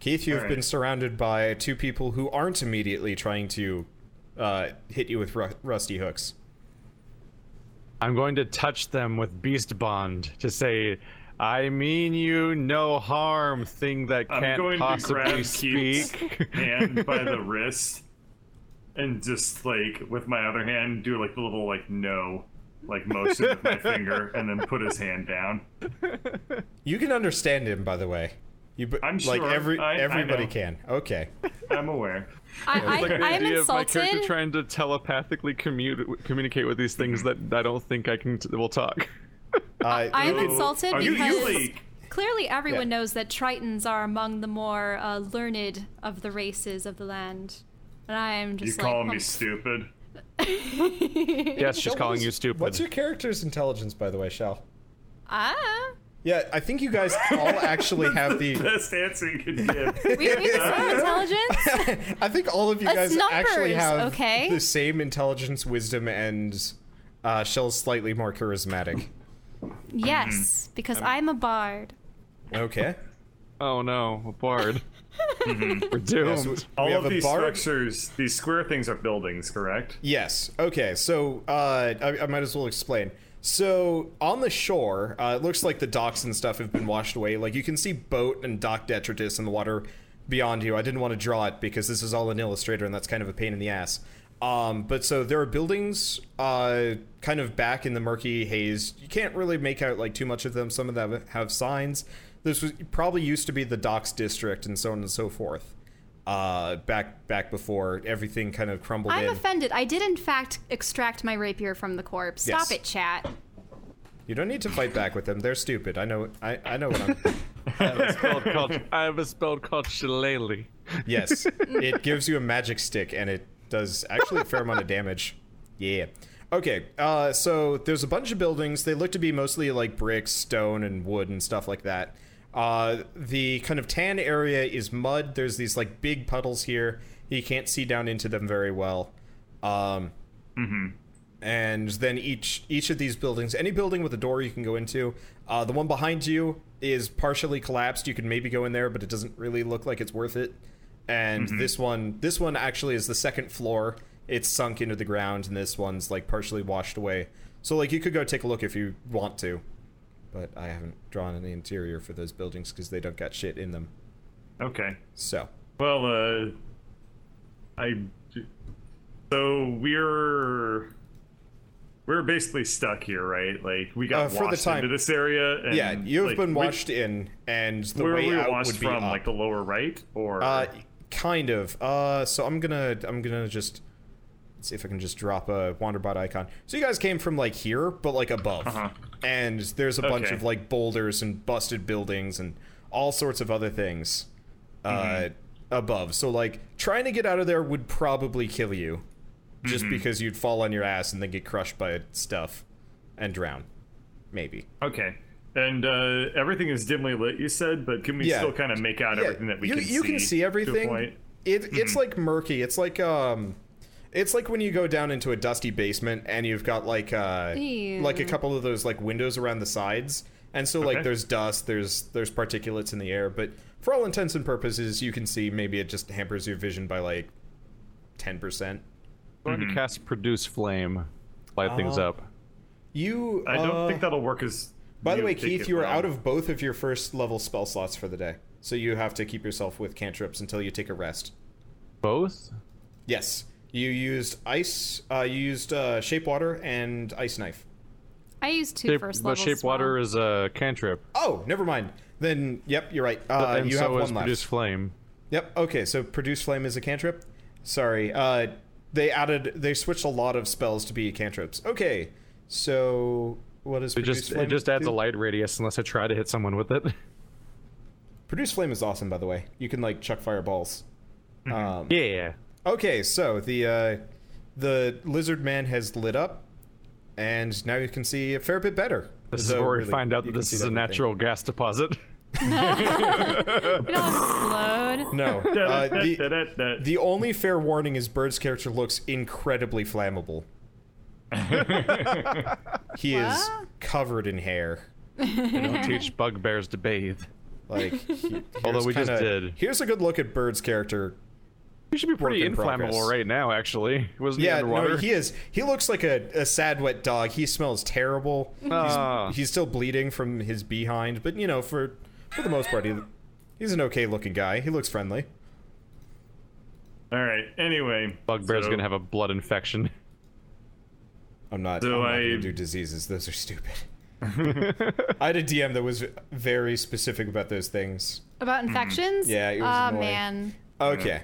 Speaker 1: Keith, you've
Speaker 2: All right.
Speaker 1: been surrounded by two people who aren't immediately trying to uh, hit you with ru- rusty hooks.
Speaker 3: I'm going to touch them with Beast Bond to say, I mean you no harm, thing that
Speaker 2: I'm
Speaker 3: can't
Speaker 2: going to
Speaker 3: possibly
Speaker 2: grab Keith's
Speaker 3: speak.
Speaker 2: hand by the wrist, and just like with my other hand, do like the little like no, like motion with my finger, and then put his hand down.
Speaker 1: You can understand him, by the way. You bu-
Speaker 2: I'm
Speaker 1: like
Speaker 2: sure.
Speaker 1: every
Speaker 2: I- I
Speaker 1: everybody
Speaker 2: know.
Speaker 1: can. Okay. Uh,
Speaker 2: I'm aware.
Speaker 5: I, I,
Speaker 3: Like the
Speaker 5: I'm
Speaker 3: idea of my character
Speaker 5: insulted.
Speaker 3: trying to telepathically commute, communicate with these things that I don't think I can will talk.
Speaker 1: Uh,
Speaker 5: I'm
Speaker 1: you-
Speaker 5: insulted
Speaker 2: Are you
Speaker 5: because
Speaker 2: usually-
Speaker 5: clearly everyone
Speaker 1: Yeah.
Speaker 5: knows that Tritons are among the more uh, learned of the races of the land. And I'm
Speaker 2: You
Speaker 5: just like,
Speaker 2: calling
Speaker 5: "Oh."
Speaker 2: me stupid?
Speaker 3: Yes, she's calling you stupid.
Speaker 1: What's your character's intelligence, by the way, Shell?
Speaker 5: Ah,
Speaker 1: Yeah, I think you guys all actually have the.
Speaker 2: Best answer you could give.
Speaker 5: we, we just have intelligence.
Speaker 1: I think all of you
Speaker 5: Us
Speaker 1: guys actually
Speaker 5: numbers,
Speaker 1: have
Speaker 5: okay?
Speaker 1: the same intelligence, wisdom, and uh, Shell's slightly more charismatic.
Speaker 5: Yes,
Speaker 1: Mm-hmm.
Speaker 5: because I'm a bard.
Speaker 1: Okay.
Speaker 3: Oh no, a bard.
Speaker 1: Mm-hmm.
Speaker 3: We're doomed.
Speaker 1: Yes, we- we
Speaker 2: All
Speaker 1: have
Speaker 2: of
Speaker 1: a
Speaker 2: these
Speaker 1: bard-
Speaker 2: structures, these square things are buildings, correct?
Speaker 1: Yes. Okay. So uh, I, I might as well explain. So on the shore, uh, it looks like the docks and stuff have been washed away. Like you can see boat and dock detritus in the water beyond you. I didn't want to draw it because this is all an illustrator and that's kind of a pain in the ass. Um, but so there are buildings uh, kind of back in the murky haze. You can't really make out like too much of them. Some of them have signs. This was probably used to be the docks district and so on and so forth. Uh, back back before everything kind of crumbled
Speaker 5: I'm
Speaker 1: in.
Speaker 5: offended. I did, in fact, extract my rapier from the corpse. Stop
Speaker 1: Yes.
Speaker 5: it, chat.
Speaker 1: You don't need to fight back with them. They're stupid. I know. I, I know what I'm.
Speaker 3: Spelled called- I have a spell called Shillelagh.
Speaker 1: yes, it gives you a magic stick, and it does actually a fair amount of damage. Yeah. Okay. Uh, so there's a bunch of buildings. They look to be mostly like bricks, stone, and wood and stuff like that. Uh, the kind of tan area is mud. There's these like big puddles here. You can't see down into them very well. Um, and then each each of these buildings any building with a door you can go into uh, the one behind you is partially collapsed you can maybe go in there but it doesn't really look like it's worth it and
Speaker 2: Mm-hmm.
Speaker 1: this one this one actually is the second floor it's sunk into the ground and this one's like partially washed away so like you could go take a look if you want to but i haven't drawn any interior for those buildings because they don't got shit in them
Speaker 2: Okay.
Speaker 1: so
Speaker 2: Well, uh, I. So we're we're basically stuck here, right? Like we got
Speaker 1: Uh, for the
Speaker 2: washed
Speaker 1: time-
Speaker 2: into this area. And,
Speaker 1: yeah you've
Speaker 2: like,
Speaker 1: been
Speaker 2: we-
Speaker 1: washed in and the
Speaker 2: Where
Speaker 1: way
Speaker 2: were we
Speaker 1: out
Speaker 2: washed
Speaker 1: would be
Speaker 2: from?
Speaker 1: up.
Speaker 2: Like the lower right, or
Speaker 1: Uh, kind of. Uh, so I'm gonna I'm gonna just let's see if I can just drop a Wanderbot icon. So you guys came from like here, but like above, and there's a bunch
Speaker 2: Okay.
Speaker 1: of like boulders and busted buildings and all sorts of other things uh, above. So like trying to get out of there would probably kill you, just because you'd fall on your ass and then get crushed by stuff and drown, maybe.
Speaker 2: okay. And uh, everything is dimly lit, you said, but can we
Speaker 1: Yeah.
Speaker 2: still kind of make out
Speaker 1: Yeah,
Speaker 2: everything that we
Speaker 1: you,
Speaker 2: can see?
Speaker 1: you can see
Speaker 2: to a
Speaker 1: everything
Speaker 2: point? Mm-hmm.
Speaker 1: it, it's like murky it's like um it's like when you go down into a dusty basement and you've got like uh
Speaker 5: Ew.
Speaker 1: like a couple of those like windows around the sides and so like
Speaker 2: Okay.
Speaker 1: there's dust there's there's particulates in the air but for all intents and purposes you can see maybe it just hampers your vision by like 10%
Speaker 3: I'm going to cast Produce Flame. Light things
Speaker 1: Mm-hmm. Oh.
Speaker 3: up.
Speaker 1: you
Speaker 2: I don't
Speaker 1: uh,
Speaker 2: think that'll work as.
Speaker 1: by the
Speaker 2: you
Speaker 1: way
Speaker 2: think
Speaker 1: keith
Speaker 2: it
Speaker 1: you are
Speaker 2: will.
Speaker 1: out of both of your first level spell slots for the day so you have to keep yourself with cantrips until you take a rest
Speaker 3: Both?
Speaker 1: Yes, you used ice. Uh, you used uh, shape water and ice knife.
Speaker 5: I used two
Speaker 3: Shape,
Speaker 5: first
Speaker 3: but
Speaker 5: levels.
Speaker 3: Shape Water is a cantrip.
Speaker 1: Oh, never mind. Then, yep, you're right. Uh,
Speaker 3: and
Speaker 1: you
Speaker 3: so
Speaker 1: have
Speaker 3: is
Speaker 1: one left.
Speaker 3: Produce Flame.
Speaker 1: Yep. Okay, so produce flame is a cantrip. Sorry. Uh, they added. They switched a lot of spells to be cantrips. Okay. So what is
Speaker 3: It
Speaker 1: produce
Speaker 3: just
Speaker 1: flame?
Speaker 3: it just adds
Speaker 1: do?
Speaker 3: a light radius unless I try to hit someone with it.
Speaker 1: Produce flame is awesome, by the way. You can like chuck fireballs.
Speaker 3: Mm-hmm.
Speaker 1: Um,
Speaker 3: yeah.
Speaker 1: Okay, so the uh, the lizard man has lit up, and now you can see a fair bit better.
Speaker 3: This is
Speaker 1: Though,
Speaker 3: where we
Speaker 1: really,
Speaker 3: find out
Speaker 1: you
Speaker 3: that
Speaker 1: can
Speaker 3: this
Speaker 1: see
Speaker 3: is a
Speaker 1: everything.
Speaker 3: natural gas deposit.
Speaker 5: You don't explode.
Speaker 1: No, uh, the,
Speaker 2: Da-da-da-da-da.
Speaker 1: the only fair warning is Bird's character looks incredibly flammable. he is
Speaker 5: What?
Speaker 1: covered in hair.
Speaker 3: Don't teach bugbears to bathe.
Speaker 1: Like, he-
Speaker 3: Although
Speaker 1: here's
Speaker 3: we just
Speaker 1: kinda-
Speaker 3: did.
Speaker 1: Here's a good look at Bird's character.
Speaker 3: You should be pretty
Speaker 1: Work in
Speaker 3: inflammable
Speaker 1: progress.
Speaker 3: right now, actually. Wasn't
Speaker 1: Yeah,
Speaker 3: he underwater?
Speaker 1: no, he is. He looks like a, a sad, wet dog. He smells terrible.
Speaker 3: Ah.
Speaker 1: He's still bleeding from his behind, but you know, for for the most part, he, he's an okay-looking guy. He looks friendly.
Speaker 2: All right. Anyway,
Speaker 3: Bugbear's
Speaker 2: so-
Speaker 3: gonna have a blood infection.
Speaker 1: I'm not.
Speaker 2: So
Speaker 1: I'm not
Speaker 2: I-
Speaker 1: gonna do diseases. Those are stupid. I had a DM that was very specific about those things.
Speaker 5: About infections?
Speaker 1: Mm-hmm. Yeah, it was
Speaker 5: Aw,
Speaker 1: annoying.
Speaker 5: man.
Speaker 1: Okay.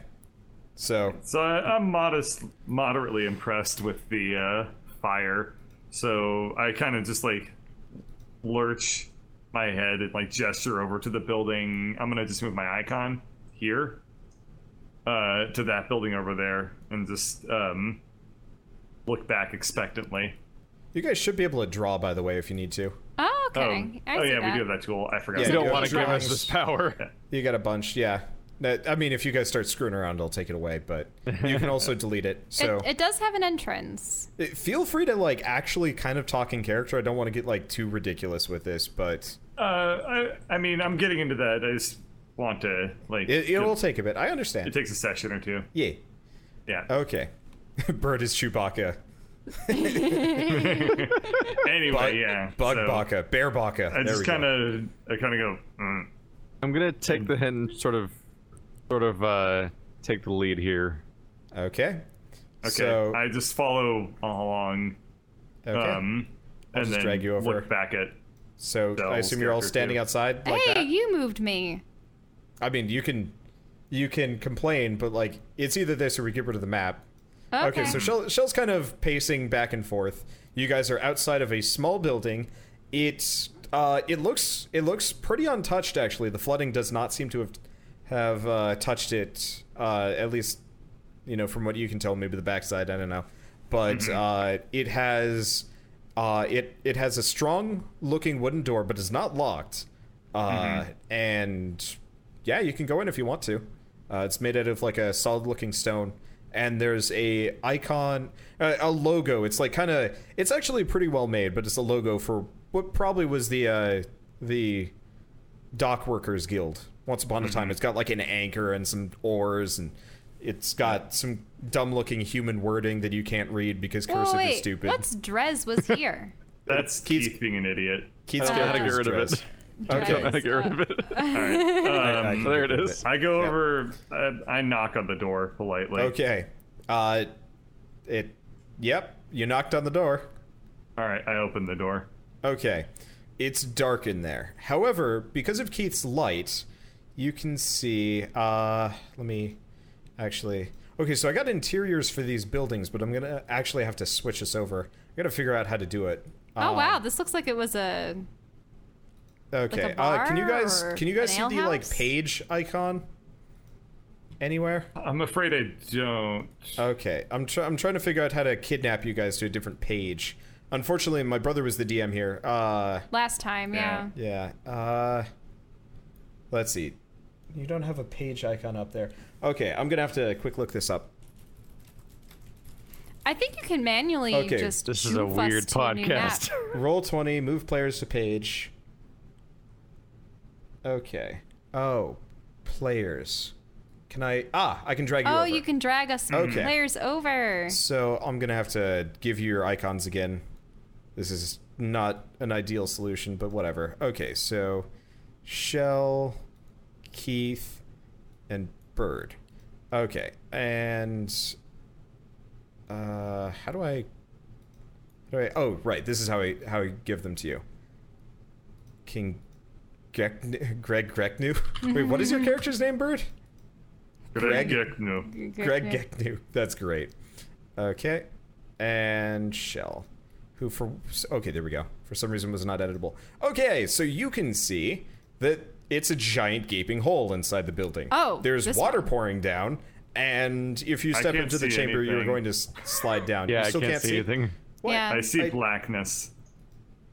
Speaker 1: So
Speaker 2: So I, I'm modest, moderately impressed with the uh, fire. So I kind of just like lurch my head and like gesture over to the building. I'm gonna just move my icon here uh, to that building over there and just um, look back expectantly.
Speaker 1: you guys should be able to draw, by the way, if you need to.
Speaker 5: Oh,
Speaker 2: Oh,
Speaker 5: okay. I
Speaker 2: oh
Speaker 5: see
Speaker 2: yeah,
Speaker 5: that.
Speaker 2: we do have that tool. I forgot.
Speaker 1: Yeah,
Speaker 2: to
Speaker 3: You don't
Speaker 1: Yeah,
Speaker 3: want to
Speaker 1: sure.
Speaker 3: give us this power.
Speaker 1: You got a bunch, yeah. That- I mean, if you guys start screwing around, I'll take it away, but you can also delete it. So
Speaker 5: It, it does have an entrance.
Speaker 1: Uh, feel free to like actually kind of talk in character. I don't want to get like too ridiculous with this, but
Speaker 2: Uh, I, I mean, I'm getting into that. I just want to like.
Speaker 1: it, it'll
Speaker 2: give-
Speaker 1: take a bit. I
Speaker 2: it
Speaker 1: understand.
Speaker 2: takes a session or two.
Speaker 1: yeah.
Speaker 2: Yeah.
Speaker 1: Okay. Bird is Chewbacca.
Speaker 2: anyway,
Speaker 1: Bug,
Speaker 2: yeah.
Speaker 1: Bug
Speaker 2: so
Speaker 1: Baka. Bear Baka.
Speaker 2: I
Speaker 1: there we
Speaker 2: just
Speaker 1: go.
Speaker 2: kind of, I kind of go. Mm.
Speaker 3: I'm gonna take the hint, and sort of, sort of uh, take the lead here.
Speaker 1: Okay.
Speaker 2: Okay.
Speaker 1: So,
Speaker 2: I just follow along,
Speaker 1: okay.
Speaker 2: um, and
Speaker 1: just
Speaker 2: then
Speaker 1: drag you over.
Speaker 2: look back at.
Speaker 1: so
Speaker 2: so
Speaker 1: I assume you're all
Speaker 2: character
Speaker 1: standing
Speaker 2: too.
Speaker 1: outside like
Speaker 5: hey,
Speaker 1: that.
Speaker 5: you moved me.
Speaker 1: I mean, you can you can complain, but like it's either this or we get rid of the map.
Speaker 5: Okay.
Speaker 1: Okay, so Shell, Shell's kind of pacing back and forth. You guys are outside of a small building. It's uh, it looks it looks pretty untouched actually. The flooding does not seem to have have uh, touched it. Uh, at least, you know, from what you can tell, maybe the backside. I don't know, but uh, it has uh, it it has a strong looking wooden door, but it's not locked. Uh, And yeah, you can go in if you want to. Uh, it's made out of like a solid looking stone, and there's a icon, uh, a logo. It's like kind of, it's actually pretty well made, but it's a logo for what probably was the uh, the dock workers guild. Once upon a
Speaker 3: Mm-hmm.
Speaker 1: time, it's got like an anchor and some oars, and it's got some dumb looking human wording that you can't read because
Speaker 5: Whoa,
Speaker 1: cursive
Speaker 5: wait,
Speaker 1: is stupid.
Speaker 5: What's Drez was here?
Speaker 2: That's
Speaker 1: Keith's-
Speaker 2: Keith being an idiot.
Speaker 1: Keith's
Speaker 3: I don't know how to
Speaker 1: character
Speaker 3: get rid of
Speaker 1: is
Speaker 3: it.
Speaker 1: dressed.
Speaker 3: I don't know how
Speaker 1: Okay.
Speaker 3: to get rid of it.
Speaker 2: Uh,
Speaker 1: I
Speaker 2: Um,
Speaker 1: can
Speaker 3: there
Speaker 1: get
Speaker 3: it
Speaker 1: rid of
Speaker 3: is.
Speaker 2: I go over. I, I knock on the door politely.
Speaker 1: Okay. Uh, it. Yep. You knocked on the door.
Speaker 2: All right. I open the door.
Speaker 1: Okay. It's dark in there. However, because of Keith's light, you can see. Uh, let me actually. Okay, so I got interiors for these buildings, but I'm gonna actually have to switch this over. I gotta figure out how to do it.
Speaker 5: oh
Speaker 1: Um,
Speaker 5: wow, this looks like it was uh, a.
Speaker 1: Okay.
Speaker 5: a
Speaker 1: uh, can you
Speaker 5: bar
Speaker 1: guys
Speaker 5: or
Speaker 1: can you guys see
Speaker 5: an
Speaker 1: the like
Speaker 5: alehouse?
Speaker 1: page icon anywhere?
Speaker 2: I'm afraid I don't.
Speaker 1: Okay, I'm try- I'm trying to figure out how to kidnap you guys to a different page. Unfortunately, my brother was the DM here. Uh,
Speaker 5: Last time, yeah.
Speaker 2: Yeah.
Speaker 1: yeah. Uh, let's see. You don't have a page icon up there. Okay, I'm gonna have to quick look this up.
Speaker 5: I think you can manually
Speaker 1: Okay,
Speaker 5: just.
Speaker 3: This is a
Speaker 5: hoof us
Speaker 3: weird
Speaker 5: to a new map.
Speaker 3: podcast.
Speaker 1: Roll twenty, move players to page. Okay. Oh, players. Can I? Ah, I can drag you
Speaker 5: Oh,
Speaker 1: over.
Speaker 5: you can drag us
Speaker 1: Okay.
Speaker 5: layers over.
Speaker 1: So I'm gonna have to give you your icons again. This is not an ideal solution, but whatever. Okay, so Shell, Keith, and Bird. Okay, and uh, how do I? How do I? Oh, right. This is how I how I give them to you. King Greg Greg Greknew. Wait, what is your character's name, Bird? Greg?
Speaker 2: Greg. Greg no.
Speaker 1: Greg Geknew. That's great. Okay. And Shell, who for. Okay, there we go. For some reason was not editable. Okay, so you can see that it's a giant gaping hole inside the building.
Speaker 5: Oh,
Speaker 1: There's
Speaker 5: this
Speaker 1: water
Speaker 5: one.
Speaker 1: pouring down, and if you step
Speaker 2: can't
Speaker 1: into the
Speaker 2: see
Speaker 1: chamber, you're
Speaker 2: anything.
Speaker 1: going to s- slide down.
Speaker 3: Yeah,
Speaker 1: you
Speaker 3: I
Speaker 1: still
Speaker 3: can't, see anything.
Speaker 1: What?
Speaker 5: Yeah.
Speaker 2: I see
Speaker 1: I-
Speaker 2: blackness.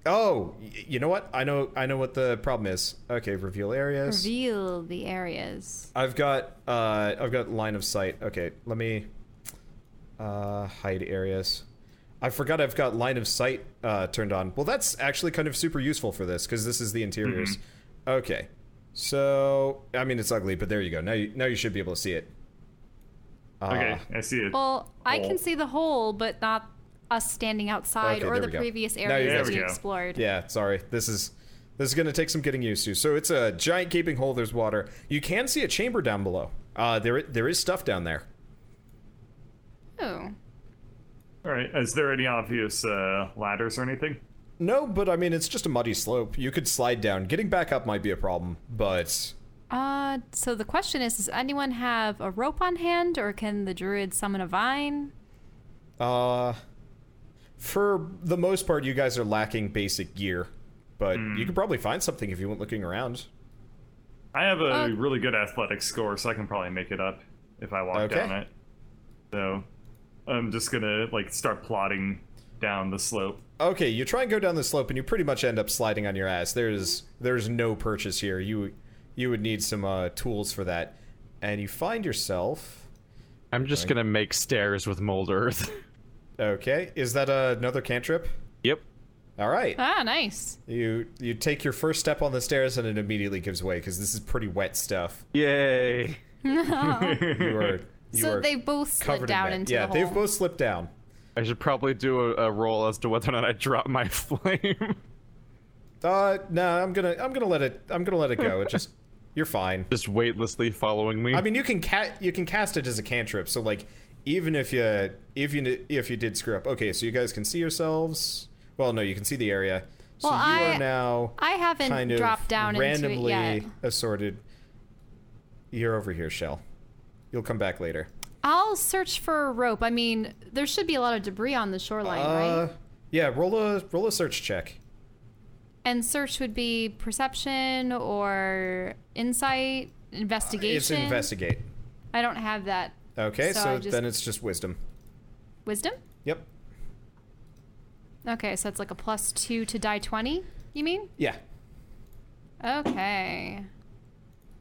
Speaker 1: Oh, y- you know what? I know. I know what the problem is. Okay, reveal areas.
Speaker 5: Reveal the areas.
Speaker 1: I've got uh, I've got line of sight. Okay, let me uh, hide areas. I forgot I've got line of sight uh, turned on. Well, that's actually kind of super useful for this because this is the interiors. Okay, so I mean it's ugly, but there you go. Now you now you should be able to see it. Uh,
Speaker 2: Okay, I see it.
Speaker 5: Well, I
Speaker 2: Hole.
Speaker 5: can see the hole, but not us standing outside
Speaker 1: Okay,
Speaker 5: or
Speaker 1: there
Speaker 5: the
Speaker 1: we go.
Speaker 5: previous
Speaker 1: Now
Speaker 5: areas
Speaker 1: you
Speaker 2: guys
Speaker 5: that we
Speaker 2: can-
Speaker 5: explored.
Speaker 1: Yeah, sorry. This is this is gonna take some getting used to. So it's a giant gaping hole. There's water. You can see a chamber down below. Uh, there there is stuff down there.
Speaker 5: Oh.
Speaker 2: All right. Is there any obvious uh, ladders or anything?
Speaker 1: No, but I mean, it's just a muddy slope. You could slide down. Getting back up might be a problem, but
Speaker 5: Uh, so the question is, does anyone have a rope on hand, or can the druid summon a vine?
Speaker 1: Uh, for the most part, you guys are lacking basic gear, but you could probably find something if you went looking around.
Speaker 2: I have a
Speaker 5: Uh,
Speaker 2: really good athletic score, so I can probably make it up if I walk
Speaker 1: Okay.
Speaker 2: down it. So I'm just gonna like start plodding down the slope.
Speaker 1: Okay, you try and go down the slope, and you pretty much end up sliding on your ass. There's there's no purchase here. You you would need some uh, tools for that, and you find yourself.
Speaker 3: I'm just gonna make stairs with mold earth.
Speaker 1: Okay, is that uh, another cantrip?
Speaker 3: yep.
Speaker 1: All right,
Speaker 5: Ah, nice.
Speaker 1: you you take your first step on the stairs, and it immediately gives way because this is pretty wet stuff.
Speaker 3: Yay.
Speaker 1: You are you
Speaker 5: so
Speaker 1: are
Speaker 5: they both slid
Speaker 1: covered in
Speaker 5: down
Speaker 1: that.
Speaker 5: into
Speaker 1: yeah,
Speaker 5: the hole.
Speaker 1: they've both slipped down.
Speaker 3: I should probably do a, a roll as to whether or not I drop my flame.
Speaker 1: Uh, no, I'm gonna I'm gonna let it I'm gonna let it go. It just you're fine.
Speaker 3: just weightlessly following me.
Speaker 1: I mean, you can cat you can cast it as a cantrip. So like, even if you if you if you did screw up, okay. So you guys can see yourselves. Well, no, you can see the area. So
Speaker 5: Well,
Speaker 1: you
Speaker 5: I-
Speaker 1: are now
Speaker 5: I haven't
Speaker 1: kind of
Speaker 5: dropped down
Speaker 1: randomly
Speaker 5: into it yet.
Speaker 1: assorted. You're over here, Shell. You'll come back later.
Speaker 5: I'll search for a rope. I mean, there should be a lot of debris on the shoreline,
Speaker 1: Uh,
Speaker 5: right?
Speaker 1: yeah. Roll a roll a search check.
Speaker 5: And search would be perception or insight, investigation.
Speaker 1: It's investigate.
Speaker 5: I don't have that.
Speaker 1: Okay,
Speaker 5: So
Speaker 1: so,
Speaker 5: I just-
Speaker 1: then it's just wisdom.
Speaker 5: Wisdom?
Speaker 1: Yep.
Speaker 5: Okay, so it's like a plus two to die 20, you mean?
Speaker 1: Yeah.
Speaker 5: Okay.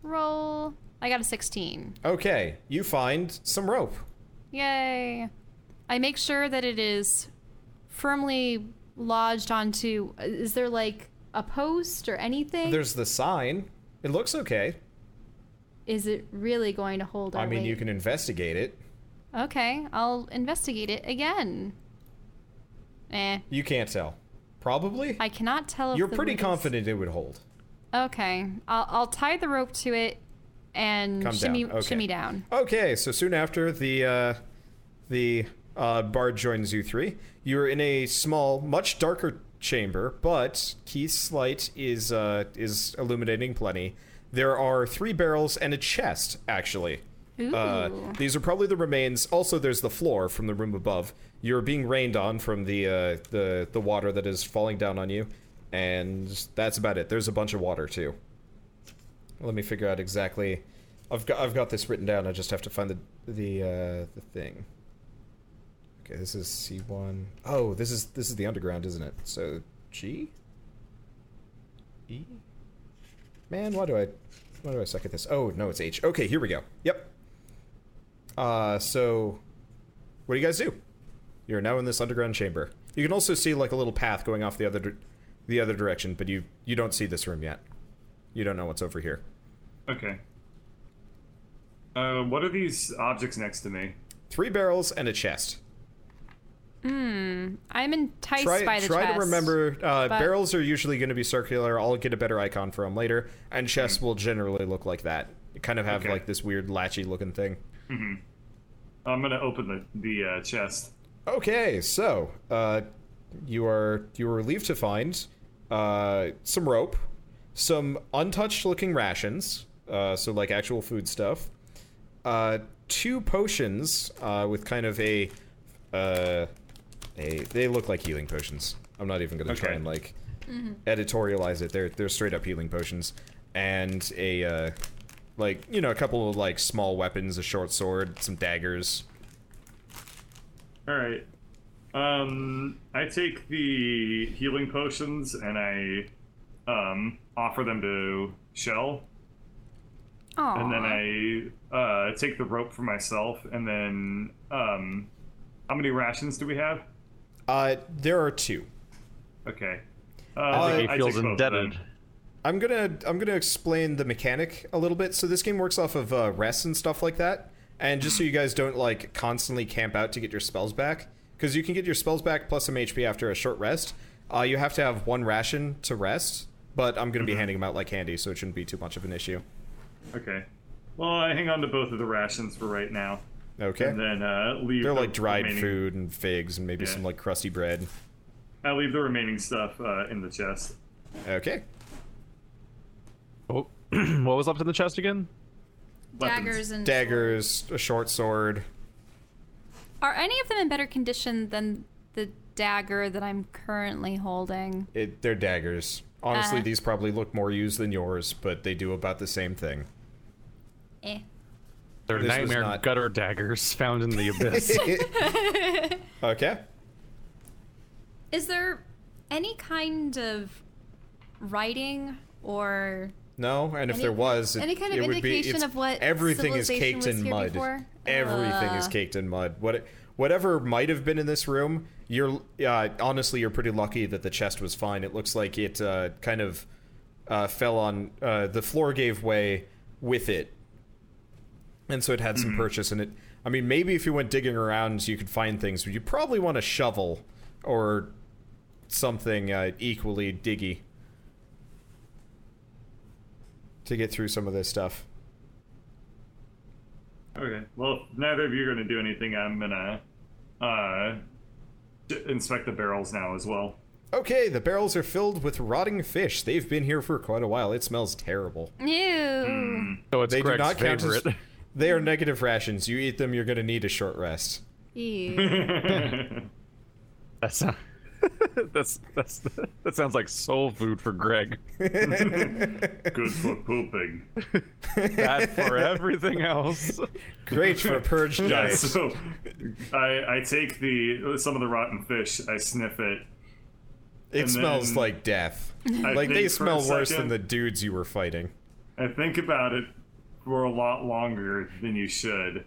Speaker 5: Roll. I got a 16.
Speaker 1: Okay. You find some rope.
Speaker 5: Yay. I make sure that it is firmly lodged onto. Is there like a post or anything?
Speaker 1: There's the sign. It looks okay.
Speaker 5: is it really going to hold our
Speaker 1: I mean, you
Speaker 5: weight?
Speaker 1: can investigate it.
Speaker 5: Okay, I'll investigate it again. Eh,
Speaker 1: You can't tell. Probably.
Speaker 5: I cannot tell. if
Speaker 1: You're
Speaker 5: the
Speaker 1: pretty
Speaker 5: weight is-
Speaker 1: confident it would hold.
Speaker 5: Okay, I'll, I'll tie the rope to it and
Speaker 1: Come
Speaker 5: shimmy
Speaker 1: down. Okay.
Speaker 5: shimmy down.
Speaker 1: Okay, so soon after the uh, the uh, bard joins you three. You're in a small, much darker chamber, but Keith's light is uh, is illuminating plenty. There are three barrels and a chest, actually.
Speaker 5: Ooh.
Speaker 1: Uh, these are probably the remains. Also, there's the floor from the room above. You're being rained on from the uh, the the water that is falling down on you, and that's about it. There's a bunch of water too. Let me figure out exactly. I've got I've got this written down. I just have to find the the uh, the thing. Okay, this is C one. Oh, this is this is the underground, isn't it? So G. E. Man, why do I why do I suck at this? Oh no, it's H. Okay, here we go. Yep. Uh, so what do you guys do? You're now in this underground chamber. You can also see like a little path going off the other dir- the other direction, but you you don't see this room yet. You don't know what's over here.
Speaker 2: Okay. Uh, what are these objects next to me?
Speaker 1: Three barrels and a chest.
Speaker 5: hmm, I'm enticed
Speaker 1: Try,
Speaker 5: by the
Speaker 1: try
Speaker 5: chest.
Speaker 1: to remember. Uh,
Speaker 5: but-
Speaker 1: Barrels are usually going to be circular. I'll get a better icon for them later. And chests will generally look like that. They kind of have
Speaker 2: Okay.
Speaker 1: like this weird latchy looking thing.
Speaker 2: I'm gonna open the the uh, chest.
Speaker 1: Okay, so uh, you are you were relieved to find uh, some rope, some untouched looking rations, uh, so like actual food stuff, uh, two potions uh, with kind of a, uh, a they look like healing potions. I'm not even gonna try
Speaker 2: Okay.
Speaker 1: and like editorialize it. They're they're straight up healing potions, and a uh, like you know a couple of like small weapons, a short sword, some daggers.
Speaker 2: All right. Um, I take the healing potions and I um, offer them to Shell,
Speaker 5: Aw.
Speaker 2: and then I uh, take the rope for myself, and then um, how many rations do we have?
Speaker 1: Uh, there are two.
Speaker 2: Okay. Uh,
Speaker 1: think
Speaker 3: he
Speaker 2: I
Speaker 3: feels
Speaker 2: take both of them.
Speaker 3: indebted.
Speaker 1: I'm gonna I'm gonna explain the mechanic a little bit. So this game works off of uh, rests and stuff like that, and just so you guys don't like constantly camp out to get your spells back, because you can get your spells back plus some HP after a short rest. Uh, you have to have one ration to rest, but I'm
Speaker 2: Mm-hmm.
Speaker 1: gonna be handing them out like candy, so it shouldn't be too much of an issue.
Speaker 2: Okay. Well, I hang on to both of the rations for right now,
Speaker 1: Okay.
Speaker 2: and then uh, leave.
Speaker 1: They're
Speaker 2: the
Speaker 1: like dried
Speaker 2: remaining-
Speaker 1: food and figs and maybe
Speaker 2: Yeah.
Speaker 1: some like crusty bread.
Speaker 2: I leave the remaining stuff uh, in the chest.
Speaker 1: Okay.
Speaker 3: Oh, what was left in the chest again?
Speaker 2: Weapons.
Speaker 5: Daggers and
Speaker 1: Daggers, a short sword.
Speaker 5: Are any of them in better condition than the dagger that I'm currently holding?
Speaker 1: It, they're daggers. Honestly,
Speaker 5: Uh-huh.
Speaker 1: these probably look more used than yours, but they do about the same thing.
Speaker 5: Eh.
Speaker 3: They're
Speaker 1: This was
Speaker 3: nightmare
Speaker 1: not-
Speaker 3: gutter daggers found in the abyss.
Speaker 1: Okay.
Speaker 5: Is there any kind of writing or
Speaker 1: No, and if
Speaker 5: Any-
Speaker 1: there was, it,
Speaker 5: any kind of
Speaker 1: it would be,
Speaker 5: indication
Speaker 1: it's-
Speaker 5: of what
Speaker 1: everything is
Speaker 5: civilization
Speaker 1: caked
Speaker 5: was
Speaker 1: in
Speaker 5: here
Speaker 1: mud.
Speaker 5: before?
Speaker 1: Everything is
Speaker 5: Uh.
Speaker 1: caked in mud. What it, whatever might have been in this room, you're uh, honestly you're pretty lucky that the chest was fine. It looks like it uh, kind of uh, fell on uh, the floor gave way with it, and so it had some purchase in it. I mean, maybe if you went digging around, you could find things, but you probably want a shovel or something uh, equally diggy to get through some of this stuff.
Speaker 2: Okay. Well, if neither of you are going to do anything. I'm going to uh, d- inspect the barrels now as well.
Speaker 1: Okay, the barrels are filled with rotting fish. They've been here for quite a while. It smells terrible.
Speaker 5: Ew.
Speaker 2: Hmm.
Speaker 3: so it's
Speaker 1: They do
Speaker 3: Greg's
Speaker 1: not count as-
Speaker 3: favorite.
Speaker 1: They are negative rations. You eat them, you're going to need a short rest.
Speaker 5: Ew.
Speaker 3: That's not... that's that's that sounds like soul food for Greg.
Speaker 2: Good for pooping.
Speaker 3: Bad for everything else.
Speaker 1: Great for purge
Speaker 2: Yeah,
Speaker 1: dice.
Speaker 2: so I, I take the some of the rotten fish, I sniff it.
Speaker 1: it
Speaker 2: and
Speaker 1: smells
Speaker 2: then-
Speaker 1: like death.
Speaker 2: I
Speaker 1: Like
Speaker 2: think
Speaker 1: they
Speaker 2: for a
Speaker 1: smell worse
Speaker 2: second-
Speaker 1: than the dudes you were fighting.
Speaker 2: I think about it for a lot longer than you should,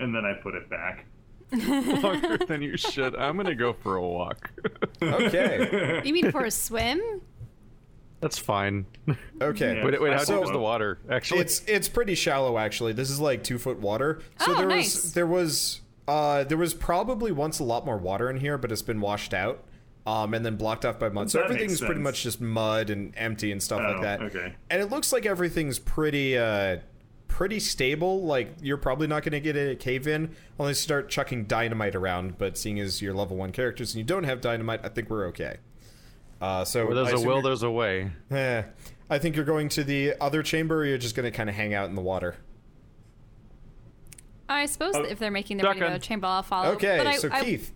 Speaker 2: and then I put it back.
Speaker 3: Longer than you should. I'm gonna go for a walk.
Speaker 1: Okay.
Speaker 5: you mean for a swim?
Speaker 3: That's fine.
Speaker 1: Okay.
Speaker 2: Yeah.
Speaker 3: Wait, wait, how
Speaker 1: So-
Speaker 3: deep is the water? Actually,
Speaker 1: It's it's pretty shallow actually. This is like 2 foot water. So
Speaker 5: Oh,
Speaker 1: there
Speaker 5: nice.
Speaker 1: was there was uh there was probably once a lot more water in here, but it's been washed out. Um, and then blocked off by mud. So
Speaker 2: That makes
Speaker 1: everything's pretty
Speaker 2: sense.
Speaker 1: much just mud and empty and stuff like
Speaker 2: Oh,
Speaker 1: that.
Speaker 2: okay.
Speaker 1: And it looks like everything's pretty uh pretty stable. Like you're probably not gonna get a cave in unless you start chucking dynamite around, but seeing as you're level one characters and you don't have dynamite, I think we're okay. Uh, so
Speaker 3: where
Speaker 1: I
Speaker 3: there's a
Speaker 1: assume
Speaker 3: will,
Speaker 1: you're-
Speaker 3: there's a way.
Speaker 1: Eh, I think you're going to the other chamber, or you're just going to kind of hang out in the water.
Speaker 5: I suppose
Speaker 2: Oh,
Speaker 5: that if they're making their way to
Speaker 3: shotgun.
Speaker 5: a chamber, I'll follow.
Speaker 1: Okay,
Speaker 5: Um, but I,
Speaker 1: so
Speaker 5: I- Mm.
Speaker 1: Keith,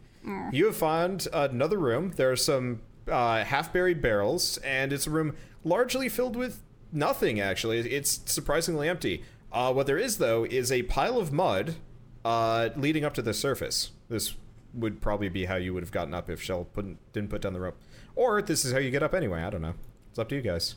Speaker 1: you have found another room. There are some uh, half buried barrels, and it's a room largely filled with nothing, actually. It's surprisingly empty. Uh, what there is, though, is a pile of mud uh, leading up to the surface. This would probably be how you would have gotten up if Shell put didn't put down the rope. Or this is how you get up anyway. I don't know. It's up to you guys.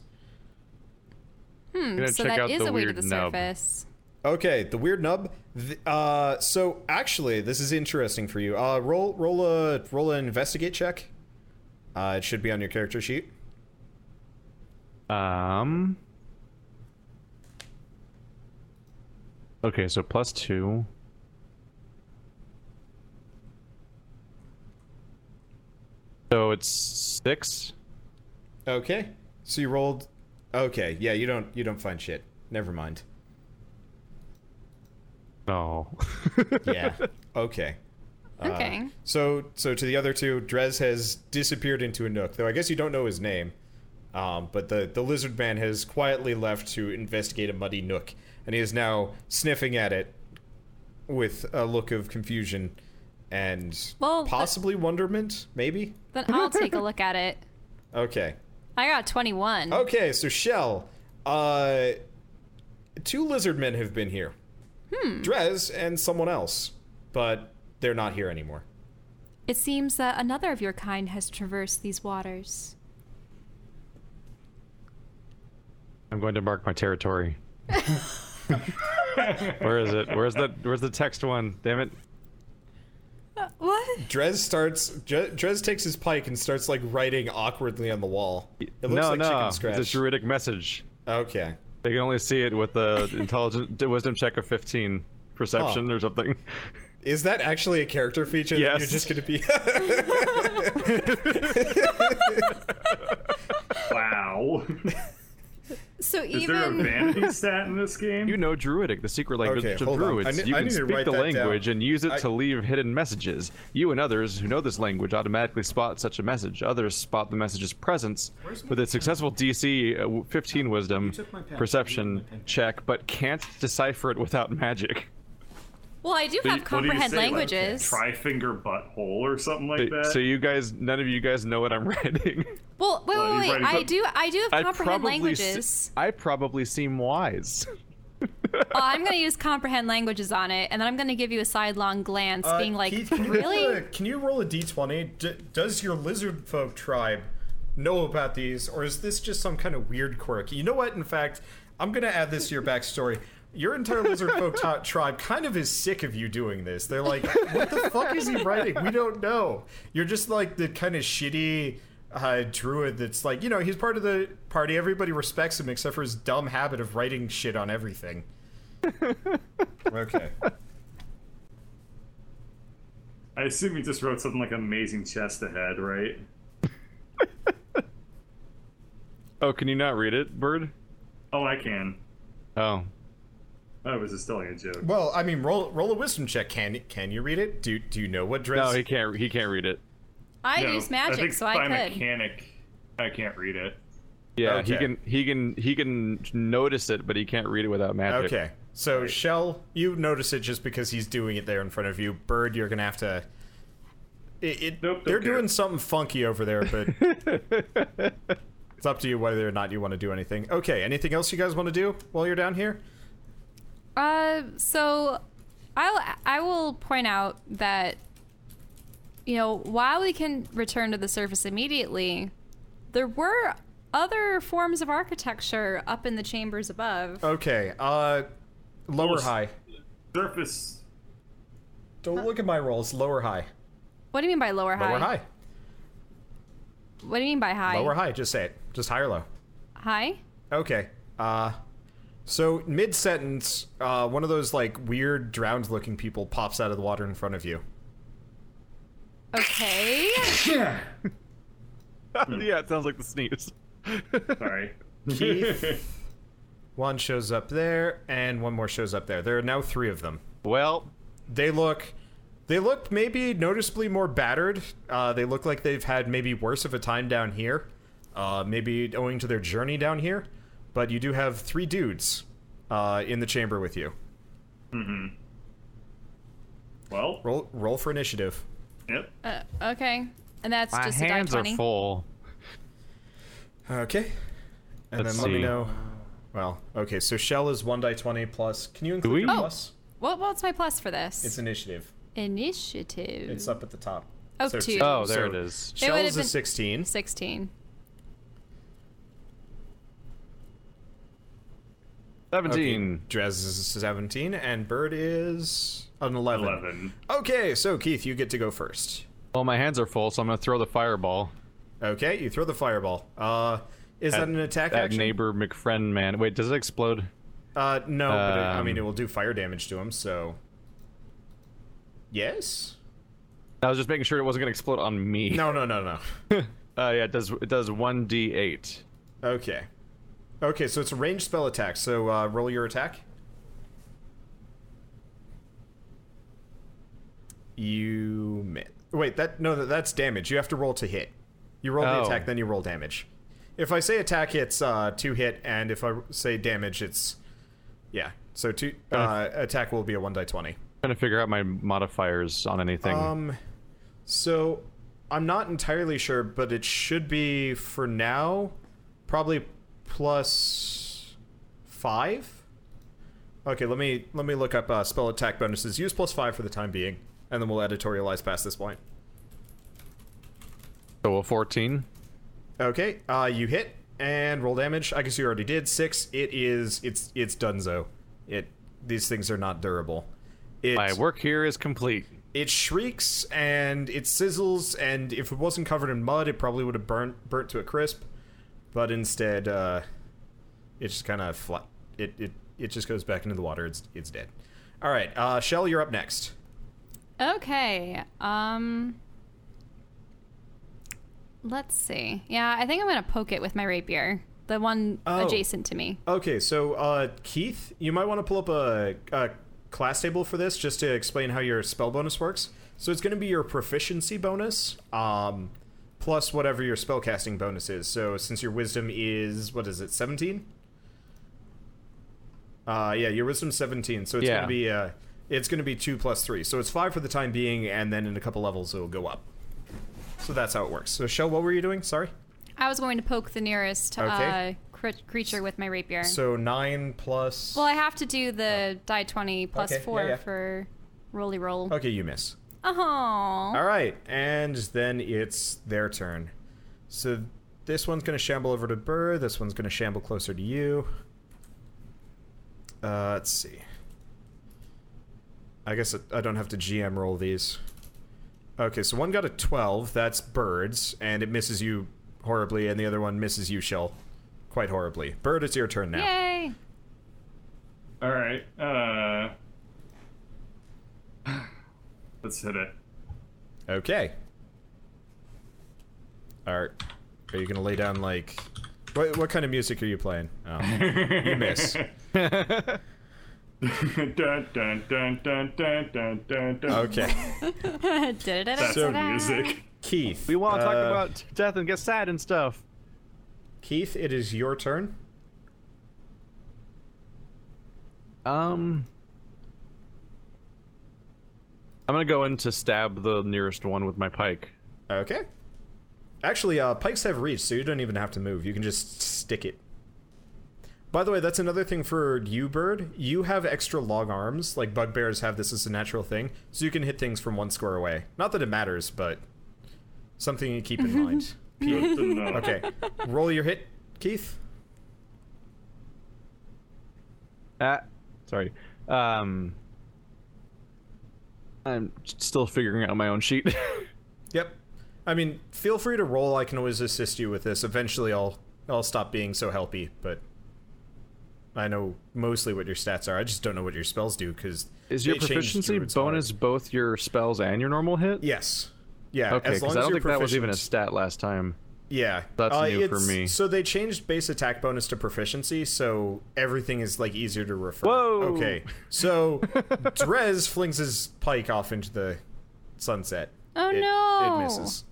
Speaker 3: I'm gonna
Speaker 5: hmm, so
Speaker 3: check
Speaker 5: that
Speaker 3: out
Speaker 5: is
Speaker 3: the
Speaker 5: a way to
Speaker 3: weird
Speaker 5: the
Speaker 3: nub.
Speaker 5: surface.
Speaker 1: Okay, the weird nub. Th- uh, so actually, this is interesting for you. Uh, roll, roll a roll an investigate check. Uh, it should be on your character sheet.
Speaker 3: Um. Okay, so plus two. So it's six.
Speaker 1: Okay. So you rolled. Okay, yeah, you don't you don't find shit. Never mind.
Speaker 3: No.
Speaker 1: Yeah. okay. Ah.
Speaker 5: Okay.
Speaker 1: Um, So so to the other two, Drez has disappeared into a nook. Though I guess you don't know his name. Um, but the the lizard man has quietly left to investigate a muddy nook, and he is now sniffing at it with a look of confusion and
Speaker 5: Well, but-
Speaker 1: possibly wonderment, maybe.
Speaker 5: then I'll take a look at it.
Speaker 1: Okay.
Speaker 5: I got 21.
Speaker 1: Okay, so Shell, uh, two lizard men have been here. Hmm. Drez and someone else, but they're not here anymore.
Speaker 5: It seems that another of your kind has traversed these waters.
Speaker 3: I'm going to mark my territory. Where is it? Where's the Where's the text one? Damn it!
Speaker 5: Uh, what?
Speaker 1: Drez starts. Dre- Drez takes his pike and starts like writing awkwardly on the wall. It looks
Speaker 3: no,
Speaker 1: like
Speaker 3: no,
Speaker 1: chicken scratch.
Speaker 3: it's a druidic message.
Speaker 1: okay.
Speaker 3: They can only see it with the intelligent wisdom check of 15, perception or something.
Speaker 1: Is that actually a character feature? that
Speaker 3: Yes.
Speaker 1: You're just gonna be.
Speaker 2: Wow.
Speaker 5: So
Speaker 2: Is Is there a
Speaker 5: even-
Speaker 2: vanity stat in this game?
Speaker 3: You know Druidic, the secret language
Speaker 9: Okay,
Speaker 3: of
Speaker 9: hold on.
Speaker 3: Druids.
Speaker 9: I ne-
Speaker 3: you
Speaker 9: I
Speaker 3: can
Speaker 9: need to
Speaker 3: speak
Speaker 9: write
Speaker 3: the
Speaker 9: that down.
Speaker 3: language and use it
Speaker 9: I-
Speaker 3: to leave hidden messages. You and others who know this language automatically spot such a message. Others spot the message's presence with a successful DC uh, w- 15 Wisdom perception check, but can't decipher it without magic.
Speaker 5: Well, I do
Speaker 2: What do
Speaker 5: have
Speaker 2: you
Speaker 5: comprehend
Speaker 2: say, like,
Speaker 5: languages.
Speaker 2: trifinger butthole or something like that.
Speaker 3: So you guys, none of you guys know what I'm writing.
Speaker 5: well, wait,
Speaker 2: Well,
Speaker 5: wait,
Speaker 2: you're
Speaker 5: wait.
Speaker 2: writing
Speaker 5: I
Speaker 2: some-
Speaker 5: do, I do
Speaker 3: I
Speaker 5: have comprehend
Speaker 3: probably se-
Speaker 5: languages.
Speaker 3: I probably seem wise.
Speaker 5: Well, I'm gonna use comprehend languages on it, and then I'm gonna give you a sidelong glance,
Speaker 1: Uh,
Speaker 5: being like,
Speaker 1: Keith, can you roll a,
Speaker 5: "Really?
Speaker 1: can you roll a d20? D- does your lizard folk tribe know about these, or is this just some kind of weird quirk? You know what? In fact, I'm gonna add this to your backstory. Your entire lizard folk ti- tribe kind of is sick of you doing this. They're like, "What the fuck is he writing? We don't know." You're just like the kind of shitty uh, druid that's like, you know, he's part of the party. Everybody respects him except for his dumb habit of writing shit on everything. okay.
Speaker 2: I assume you just wrote something like "amazing chest ahead," right?
Speaker 3: Oh, can you not read it, Bird?
Speaker 2: Oh, I can.
Speaker 3: Oh,
Speaker 2: I was just telling a joke.
Speaker 1: Well, I mean, roll roll a wisdom check. Can can you read it? Do do you know what dress?
Speaker 3: no, he can't. He can't read it.
Speaker 5: I
Speaker 2: No,
Speaker 5: use
Speaker 2: I think
Speaker 5: magic, so
Speaker 2: by
Speaker 5: I could."
Speaker 2: mechanic, I can't read it.
Speaker 3: Yeah, he
Speaker 1: Okay.
Speaker 3: can he can he can notice it, but he can't read it without magic.
Speaker 1: okay, so Shell, you notice it just because he's doing it there in front of you. Bird, you're gonna have to. It, it,
Speaker 2: Nope, don't
Speaker 1: they're
Speaker 2: care.
Speaker 1: doing something funky over there, but it's up to you whether or not you want to do anything. Okay, anything else you guys want to do while you're down here?
Speaker 5: Uh, so I'll I will point out that you know while we can return to the surface immediately, there were other forms of architecture up in the chambers above.
Speaker 1: Okay, uh, lower
Speaker 2: Well, s-
Speaker 1: high.
Speaker 2: Surface.
Speaker 1: Don't look at my rolls. Lower high.
Speaker 5: What do you mean by lower high?
Speaker 1: Lower high.
Speaker 5: What do you mean by high?
Speaker 1: Lower high. Just say it. Just high or low.
Speaker 5: High?
Speaker 1: Okay. Uh, so mid sentence, uh, one of those like weird drowned looking people pops out of the water in front of you.
Speaker 5: Okay.
Speaker 1: Hmm.
Speaker 3: yeah, it sounds like the sneeze.
Speaker 2: Sorry.
Speaker 1: Keith. one shows up there, and one more shows up there. There are now three of them.
Speaker 3: Well,
Speaker 1: They look, they look maybe noticeably more battered. Uh, they look like they've had maybe worse of a time down here, uh, maybe owing to their journey down here. But you do have three dudes uh, in the chamber with you.
Speaker 2: well,
Speaker 1: Roll, roll for initiative.
Speaker 2: yep.
Speaker 5: Uh, okay. And that's
Speaker 3: my
Speaker 5: just
Speaker 3: hands
Speaker 5: a die
Speaker 3: are
Speaker 5: 20.
Speaker 3: full.
Speaker 1: Okay. And
Speaker 3: Let's
Speaker 1: then let me
Speaker 3: see.
Speaker 1: know. Well, okay, so Shell is 1 die 20 plus. Can you include
Speaker 3: we?
Speaker 1: your
Speaker 3: Oh.
Speaker 1: plus?
Speaker 5: What, what's my plus for this?
Speaker 1: It's initiative.
Speaker 5: Initiative.
Speaker 1: It's up at the top.
Speaker 5: Oh,
Speaker 1: so
Speaker 5: two.
Speaker 1: two.
Speaker 3: Oh, there
Speaker 1: So-
Speaker 3: it is.
Speaker 5: It
Speaker 1: Shell
Speaker 5: would've
Speaker 1: is a
Speaker 5: been-
Speaker 1: 16.
Speaker 5: 16.
Speaker 3: Seventeen.
Speaker 1: Drez is a 17, and Bird is an 11.
Speaker 2: Eleven.
Speaker 1: Okay, so Keith, you get to go first.
Speaker 3: Well, my hands are full, so I'm gonna throw the fireball
Speaker 1: Okay, you throw the fireball. Uh, is that an attack
Speaker 3: at
Speaker 1: action?
Speaker 3: neighbor McFriend man. Wait, does it explode?
Speaker 1: Uh, no, but it, I
Speaker 3: Um,
Speaker 1: mean, it will do fire damage to him, so. Yes?
Speaker 3: I was just making sure it wasn't gonna explode on me.
Speaker 1: No, no, no, no.
Speaker 3: Uh, yeah, it does. It does one d8.
Speaker 1: Okay. Okay, so it's a ranged spell attack. So uh, roll your attack. You mi- wait. That no, that, that's damage. You have to roll to hit. You roll the
Speaker 3: Oh.
Speaker 1: attack, then you roll damage. If I say attack, it's uh, two hit, and if I say damage, it's yeah. So two uh, attack will be a one die twenty.
Speaker 3: trying to figure out my modifiers on anything.
Speaker 1: Um, so I'm not entirely sure, but it should be for now probably plus five. Okay, let me let me look up uh, spell attack bonuses. Use plus five for the time being, and then we'll editorialize past this point.
Speaker 3: so a 14.
Speaker 1: Okay, uh, you hit and roll damage. I guess you already did six. It is it's it's Dunzo. It these things are not durable. It,
Speaker 3: My work here is complete.
Speaker 1: it shrieks and it sizzles and if it wasn't covered in mud it probably would have burnt burnt to a crisp but instead uh it just kind of flat it, it it just goes back into the water it's it's dead all right uh shell you're up next
Speaker 5: Okay. Um Let's see. Yeah, I think I'm going to poke it with my rapier. the one
Speaker 1: Oh.
Speaker 5: adjacent to me.
Speaker 1: Okay, so uh, Keith, you might want to pull up a, a class table for this just to explain how your spell bonus works. So it's going to be your proficiency bonus um, plus whatever your spellcasting bonus is. So since your wisdom is, what is it, 17? Uh, yeah, your wisdom 17. So it's
Speaker 3: Yeah.
Speaker 1: going to be uh, it's going to be 2 plus 3. So it's 5 for the time being and then in a couple levels it'll go up. So that's how it works. So Shell, what were you doing? Sorry.
Speaker 5: I was going to poke the nearest
Speaker 1: Okay.
Speaker 5: uh, cr- creature with my rapier.
Speaker 1: So 9 plus
Speaker 5: well, I have to do the die 20 plus
Speaker 1: Okay, yeah,
Speaker 5: 4
Speaker 1: yeah.
Speaker 5: for rolly roll.
Speaker 1: Okay, you miss.
Speaker 5: Oh.
Speaker 1: All right, and then it's their turn. So this one's going to shamble over to Burr. This one's going to shamble closer to you. Uh, let's see. I guess I- I don't have to GM roll these. Okay, so one got a 12. That's birds, and it misses you horribly, and the other one misses you, Shell, quite horribly. Bird, it's your turn now.
Speaker 5: Yay.
Speaker 2: All right. Uh, let's hit it.
Speaker 1: Okay. All right. Are you going to lay down, like. What, what kind of music are you playing? Oh.
Speaker 2: you
Speaker 1: miss.
Speaker 2: dun, dun, dun, dun, dun, dun, dun, dun.
Speaker 1: Okay.
Speaker 5: Da-da-da-da-da-da.
Speaker 2: So music.
Speaker 1: Keith.
Speaker 3: We want to talk
Speaker 1: uh,
Speaker 3: about death and get sad and stuff.
Speaker 1: Keith, it is your turn.
Speaker 3: Um, I'm gonna go in to stab the nearest one with my pike.
Speaker 1: Okay. Actually, uh, pikes have reach, so you don't even have to move. You can just stick it. By the way, that's another thing for you, Bird. You have extra long arms. Like, bugbears have this as a natural thing, so you can hit things from one square away. Not that it matters, but something to keep in mind.
Speaker 2: Good to know.
Speaker 1: Okay. Roll your hit, Keith.
Speaker 3: Ah, sorry. Um, I'm still figuring out my own sheet.
Speaker 1: Yep. I mean, feel free to roll. I can always assist you with this. Eventually, I'll I'll stop being so helpy, but I know mostly what your stats are. I just don't know what your spells do because
Speaker 3: Is your proficiency bonus both your spells and your normal hit?
Speaker 1: Yes. Yeah.
Speaker 3: Okay,
Speaker 1: as long as
Speaker 3: because I don't
Speaker 1: you're
Speaker 3: think that was even a
Speaker 1: proficient.
Speaker 3: stat last time.
Speaker 1: Yeah, Uh,
Speaker 3: That's new for
Speaker 1: it's-
Speaker 3: me.
Speaker 1: So they changed base attack bonus to proficiency, so everything is like easier to refer.
Speaker 3: Whoa!
Speaker 1: Okay, so Drez flings his pike off into the sunset.
Speaker 5: Oh,
Speaker 1: It-
Speaker 5: no.
Speaker 1: It misses.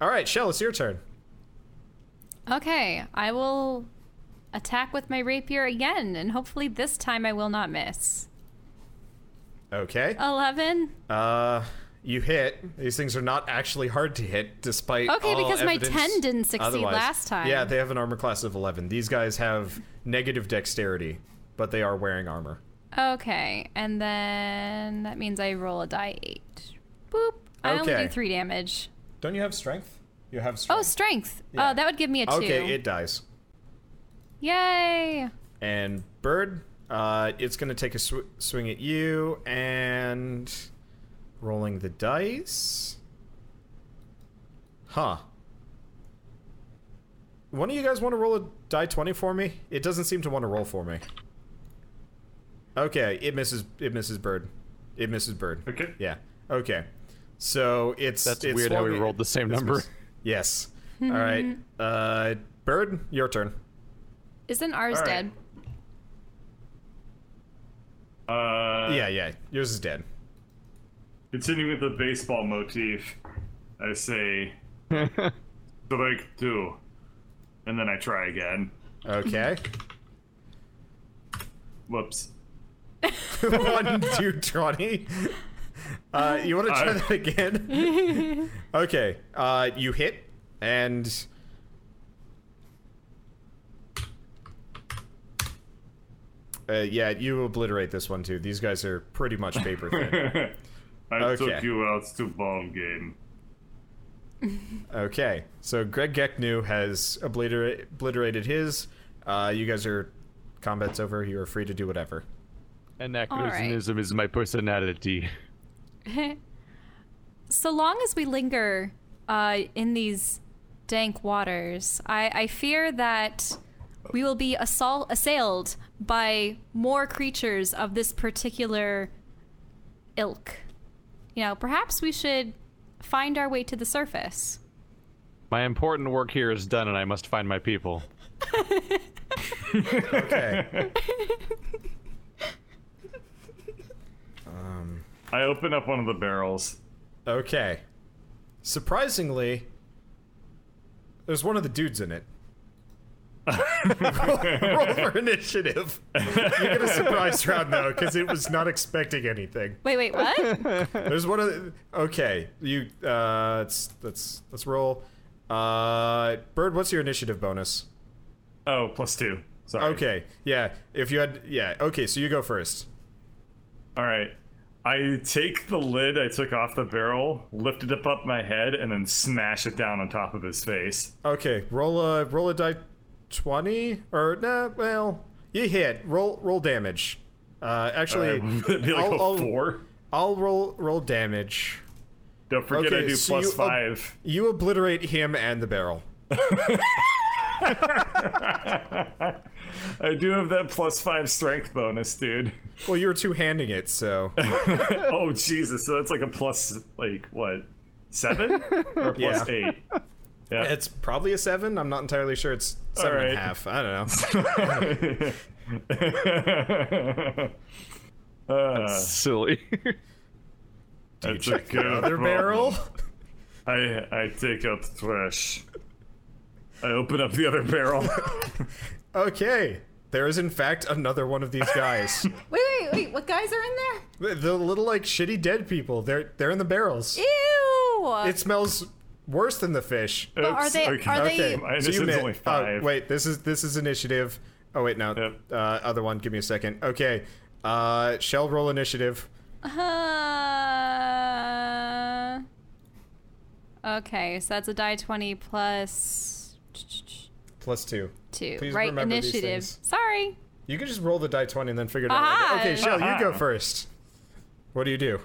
Speaker 1: All right, Shell, it's your turn.
Speaker 5: Okay, I will attack with my rapier again, and hopefully this time I will not miss.
Speaker 1: Okay.
Speaker 5: 11?
Speaker 1: Uh, you hit. These things are not actually hard to hit, despite.
Speaker 5: Okay,
Speaker 1: all
Speaker 5: because my
Speaker 1: evidence
Speaker 5: 10 didn't succeed
Speaker 1: otherwise.
Speaker 5: last time.
Speaker 1: Yeah, they have an armor class of 11. These guys have negative dexterity, but they are wearing armor.
Speaker 5: Okay, and then that means I roll a die 8. Boop. I only
Speaker 1: Okay.
Speaker 5: do 3 damage.
Speaker 1: Don't you have strength? You have
Speaker 5: Oh,
Speaker 1: strength.
Speaker 5: strength.
Speaker 1: Yeah.
Speaker 5: Oh, that would give me a 2.
Speaker 1: okay, it dies.
Speaker 5: Yay.
Speaker 1: And bird, uh, it's gonna take a sw- swing at you and rolling the dice. Huh. One of you guys want to roll a die twenty for me? It doesn't seem to want to roll for me. Okay, it misses. It misses bird. It misses bird.
Speaker 2: Okay.
Speaker 1: Yeah. Okay. So it's
Speaker 3: That's
Speaker 1: it's
Speaker 3: weird how we
Speaker 1: swung-
Speaker 3: rolled the same
Speaker 1: it's
Speaker 3: number.
Speaker 1: miss- Yes. All right. Uh, bird, your turn.
Speaker 5: Isn't ours
Speaker 2: All right.
Speaker 5: dead?
Speaker 2: Uh,
Speaker 1: Yeah, yeah. Yours is dead.
Speaker 2: Continuing with the baseball motif, I say strike two, and then I try again.
Speaker 1: Okay.
Speaker 2: Whoops.
Speaker 1: One, two, 20. Uh, you want to try
Speaker 2: I-
Speaker 1: that again? okay. Uh, you hit, and. Uh, yeah, you obliterate this one too. These guys are pretty much paper thin.
Speaker 2: I
Speaker 1: Okay.
Speaker 2: took you out to ball game.
Speaker 1: Okay, so Greg Geknu has obliterate, obliterated his. Uh, you guys are combat's over. You are free to do whatever.
Speaker 3: Anachronism is my personality.
Speaker 5: so long as we linger uh, in these dank waters, I, I fear that we will be assault assailed by more creatures of this particular ilk. You know, perhaps we should find our way to the surface.
Speaker 3: My important work here is done, and I must find my people.
Speaker 1: Okay. Um,
Speaker 2: I open up one of the barrels.
Speaker 1: okay. Surprisingly, there's one of the dudes in it. Roll for initiative. You get a surprise round though, because it was not expecting anything.
Speaker 5: Wait, wait, what?
Speaker 1: There's one of the, okay. You uh, let's let's let's roll. Uh, Bird, what's your initiative bonus?
Speaker 2: Oh, plus two. Sorry.
Speaker 1: Okay, yeah. If you had, yeah. Okay, so you go first.
Speaker 2: All right. I take the lid I took off the barrel, lift it up up my head, and then smash it down on top of his face.
Speaker 1: Okay, roll a roll a die, twenty or nah. Well, you hit. Roll roll damage. Uh, actually,
Speaker 2: It'd be like
Speaker 1: I'll,
Speaker 2: a
Speaker 1: I'll-
Speaker 2: four.
Speaker 1: I'll roll roll damage.
Speaker 2: Don't forget
Speaker 1: okay,
Speaker 2: I do
Speaker 1: so
Speaker 2: plus
Speaker 1: you ob-
Speaker 2: five.
Speaker 1: You obliterate him and the barrel.
Speaker 2: I do have that plus five strength bonus, dude.
Speaker 1: Well, you were two handing it, so
Speaker 2: oh Jesus! So that's like a plus, like what, seven or
Speaker 1: Yeah.
Speaker 2: plus eight?
Speaker 1: it's probably a seven. I'm not entirely sure. It's seven and a
Speaker 2: right.
Speaker 1: half. I don't know.
Speaker 2: Ah, Uh,
Speaker 3: Silly.
Speaker 2: do you
Speaker 1: check the other barrel.
Speaker 2: I I take out the trash. I open up the other barrel.
Speaker 1: Okay, there is in fact another one of these guys.
Speaker 10: Wait, wait, wait. What guys are in there?
Speaker 1: the, the little like shitty dead people. They're they're in the barrels.
Speaker 5: Ew.
Speaker 1: It smells worse than the fish.
Speaker 5: but are
Speaker 2: Oops,
Speaker 5: they?
Speaker 2: Uh, okay.
Speaker 5: Are
Speaker 1: Okay,
Speaker 5: they?
Speaker 2: My initiative's
Speaker 1: mi-
Speaker 2: only
Speaker 1: oh,
Speaker 2: five.
Speaker 1: wait, this is this is initiative. Oh wait, no,
Speaker 2: Yep.
Speaker 1: uh, other one. Give me a second. Okay, uh, shell roll initiative.
Speaker 5: Uh, okay, so that's a die twenty plus
Speaker 1: Plus two.
Speaker 5: two.
Speaker 1: Please
Speaker 5: right,
Speaker 1: remember these
Speaker 5: initiative.
Speaker 1: things.
Speaker 5: Sorry.
Speaker 1: You can just roll the die twenty and then figure it out.
Speaker 5: Aha!
Speaker 1: Later. Okay, shell, you go
Speaker 2: Aha.
Speaker 1: first. What do you do?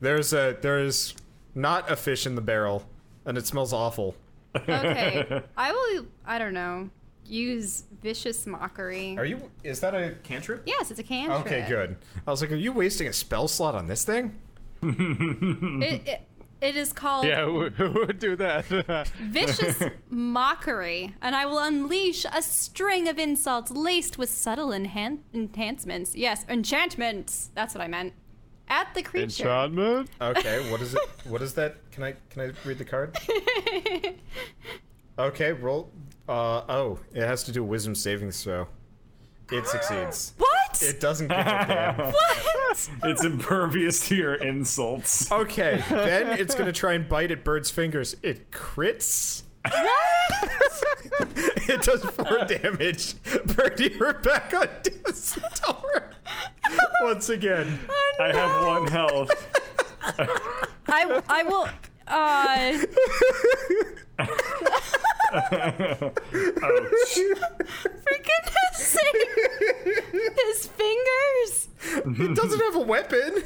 Speaker 1: There's a there is not a fish in the barrel, and it smells awful.
Speaker 5: Okay, I will. I don't know. Use vicious mockery.
Speaker 1: Are you? Is that a cantrip?
Speaker 5: yes, it's a cantrip.
Speaker 1: Okay, good. I was like, are you wasting a spell slot on this thing?
Speaker 5: It, it, it is called
Speaker 3: yeah, who, who would do that?
Speaker 5: vicious mockery, and I will unleash a string of insults laced with subtle enhan- enhancements. Yes, enchantments. That's what I meant. At the creature.
Speaker 3: Enchantment?
Speaker 1: Okay, what is it? What is that? Can I can I read the card? Okay, roll. Uh, oh, it has to do a wisdom saving throw. It succeeds.
Speaker 5: what?
Speaker 1: It doesn't get it there.
Speaker 5: what?
Speaker 2: It's impervious to your insults.
Speaker 1: Okay, then it's gonna try and bite at Bird's fingers. It crits. it does four damage. Birdie, we're back on Distor. Once again.
Speaker 2: I have one health.
Speaker 5: I, I will. Uh,
Speaker 2: Ouch.
Speaker 5: for goodness sake. His fingers.
Speaker 1: It doesn't have a weapon.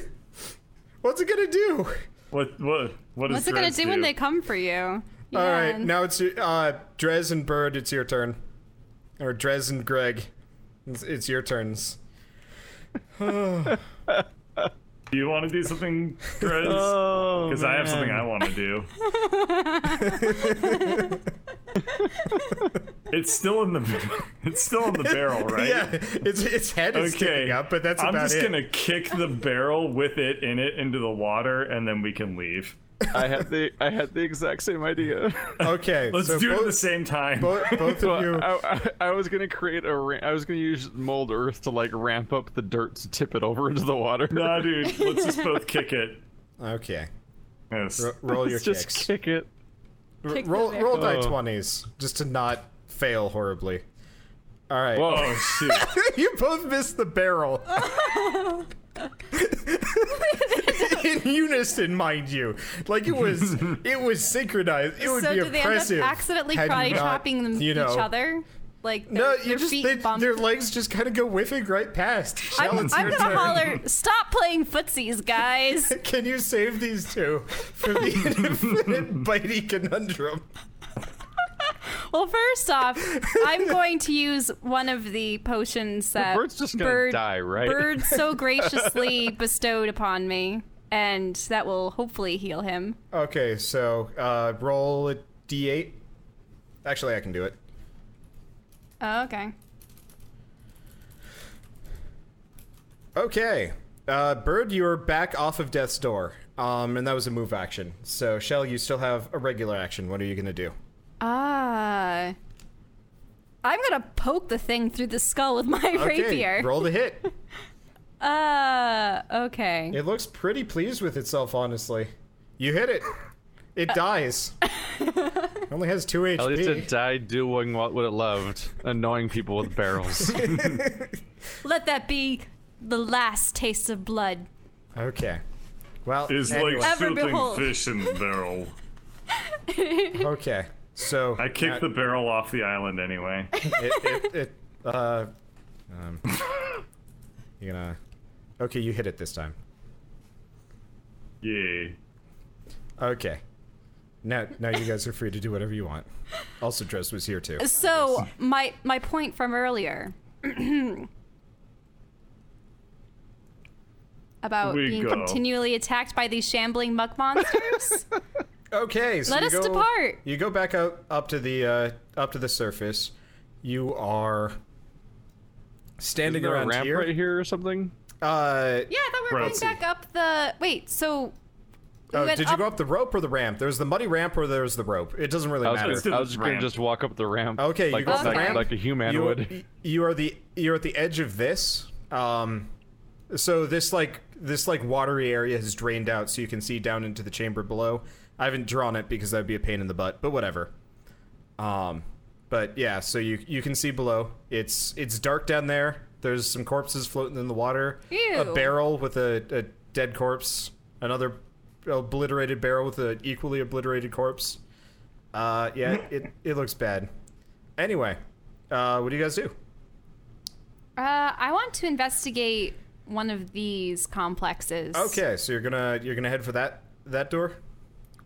Speaker 1: What's it gonna do?
Speaker 2: What what what is
Speaker 5: What's it gonna
Speaker 2: Dreads
Speaker 5: do when they come for you?
Speaker 1: All
Speaker 5: Yeah.
Speaker 1: right, now it's uh, Drez and Bird. It's your turn, or Drez and Greg. It's, it's your turns.
Speaker 2: Do you want to do something, Drez?
Speaker 3: Oh,
Speaker 2: Because I have something I want to do. it's still in the it's still in the barrel, right?
Speaker 1: Yeah, its its head is sticking
Speaker 2: Okay.
Speaker 1: up, but that's
Speaker 2: I'm
Speaker 1: about
Speaker 2: just
Speaker 1: it.
Speaker 2: gonna kick the barrel with it in it into the water, and then we can leave.
Speaker 3: I had the I had the exact same idea.
Speaker 1: Okay,
Speaker 2: Let's
Speaker 1: so
Speaker 2: do it
Speaker 1: both,
Speaker 2: at the same time.
Speaker 1: bo- both
Speaker 3: Well,
Speaker 1: of you.
Speaker 3: I, I, I was gonna create a ra- I was gonna use mold earth to like ramp up the dirt to tip it over into the water.
Speaker 2: nah, dude. Let's just both kick it.
Speaker 1: Okay,
Speaker 2: Yes.
Speaker 1: R- roll your
Speaker 3: Let's just
Speaker 1: kicks.
Speaker 3: kick it.
Speaker 5: Kick the
Speaker 1: roll
Speaker 5: bear.
Speaker 1: roll die
Speaker 3: Oh.
Speaker 1: twenties just to not fail horribly. All right,
Speaker 2: Oh shoot!
Speaker 1: you both missed the barrel. In unison, mind you, like it was, it was synchronized. It would
Speaker 5: so
Speaker 1: be
Speaker 5: do they end up
Speaker 1: impressive.
Speaker 5: accidentally
Speaker 1: had you
Speaker 5: karate
Speaker 1: not,
Speaker 5: chopping them,
Speaker 1: you know,
Speaker 5: each other? Like
Speaker 1: No,
Speaker 5: their,
Speaker 1: you
Speaker 5: their
Speaker 1: just
Speaker 5: feet
Speaker 1: they,
Speaker 5: bump.
Speaker 1: their legs just kind of go whiffing right past. Shell,
Speaker 5: I'm, I'm
Speaker 1: it's
Speaker 5: gonna
Speaker 1: your turn.
Speaker 5: holler, stop playing footsies, guys.
Speaker 1: Can you save these two from the infinite bitey conundrum?
Speaker 5: Well, first off, I'm going to use one of the potions that
Speaker 3: bird's just gonna die, right?
Speaker 5: Bird so graciously bestowed upon me, and that will hopefully heal him.
Speaker 1: Okay, so uh, roll a d8. Actually, I can do it.
Speaker 5: Oh, okay.
Speaker 1: Okay. Uh, Bird, you're back off of Death's Door. Um, and that was a move action. So, Shell, you still have a regular action. What are you going to do?
Speaker 5: Ah. I'm gonna poke the thing through the skull with my rapier.
Speaker 1: roll the hit.
Speaker 5: Uh, okay.
Speaker 1: It looks pretty pleased with itself, honestly. You hit it. It dies. It only has two HP.
Speaker 3: At least it died doing what, what it loved, annoying people with barrels.
Speaker 5: Let that be the last taste of blood.
Speaker 1: okay. Well,
Speaker 2: It's
Speaker 1: anyway.
Speaker 2: like
Speaker 5: Ever
Speaker 2: shooting
Speaker 5: behold.
Speaker 2: fish in the barrel.
Speaker 1: okay. So
Speaker 2: I kicked
Speaker 1: uh,
Speaker 2: the barrel off the island anyway.
Speaker 1: it, it, it, uh, um, you're gonna. Okay, you hit it this time.
Speaker 2: Yeah.
Speaker 1: Okay. Now, now you guys are free to do whatever you want. Also, Dress was here too.
Speaker 5: So my my point from earlier about
Speaker 2: We
Speaker 5: being
Speaker 2: go.
Speaker 5: continually attacked by these shambling muck monsters.
Speaker 1: Okay, so
Speaker 5: Let
Speaker 1: you
Speaker 5: us
Speaker 1: go-
Speaker 5: depart.
Speaker 1: You go back up up to the uh, up to the surface. You are standing
Speaker 3: Is there a
Speaker 1: around
Speaker 3: ramp
Speaker 1: here.
Speaker 3: right here or something?
Speaker 1: Uh,
Speaker 5: yeah, I thought we were
Speaker 2: Right.
Speaker 5: going back up the. Wait, so we
Speaker 1: oh,
Speaker 5: went
Speaker 1: did you go up the rope or the ramp? There's the muddy ramp or there's the rope. It doesn't really
Speaker 3: I was,
Speaker 1: matter.
Speaker 2: Let's do
Speaker 3: gonna, I was
Speaker 2: the
Speaker 3: just gonna
Speaker 2: ramp.
Speaker 3: just walk up the ramp.
Speaker 1: Okay,
Speaker 3: like,
Speaker 1: you go up the
Speaker 5: Okay.
Speaker 1: ramp.
Speaker 3: like a human
Speaker 1: you,
Speaker 3: would.
Speaker 1: You are the you're at the edge of this. Um, so this like this like watery area has drained out, so you can see down into the chamber below. I haven't drawn it because that'd be a pain in the butt, but whatever. Um, but yeah, so you you can see below. It's it's dark down there. There's some corpses floating in the water. A
Speaker 5: Ew.
Speaker 1: barrel with a, a dead corpse. Another obliterated barrel with an equally obliterated corpse. Uh, yeah, it, it looks bad. Anyway, uh, what do you guys do?
Speaker 5: Uh, I want to investigate one of these complexes.
Speaker 1: Okay, so you're gonna you're gonna head for that that door.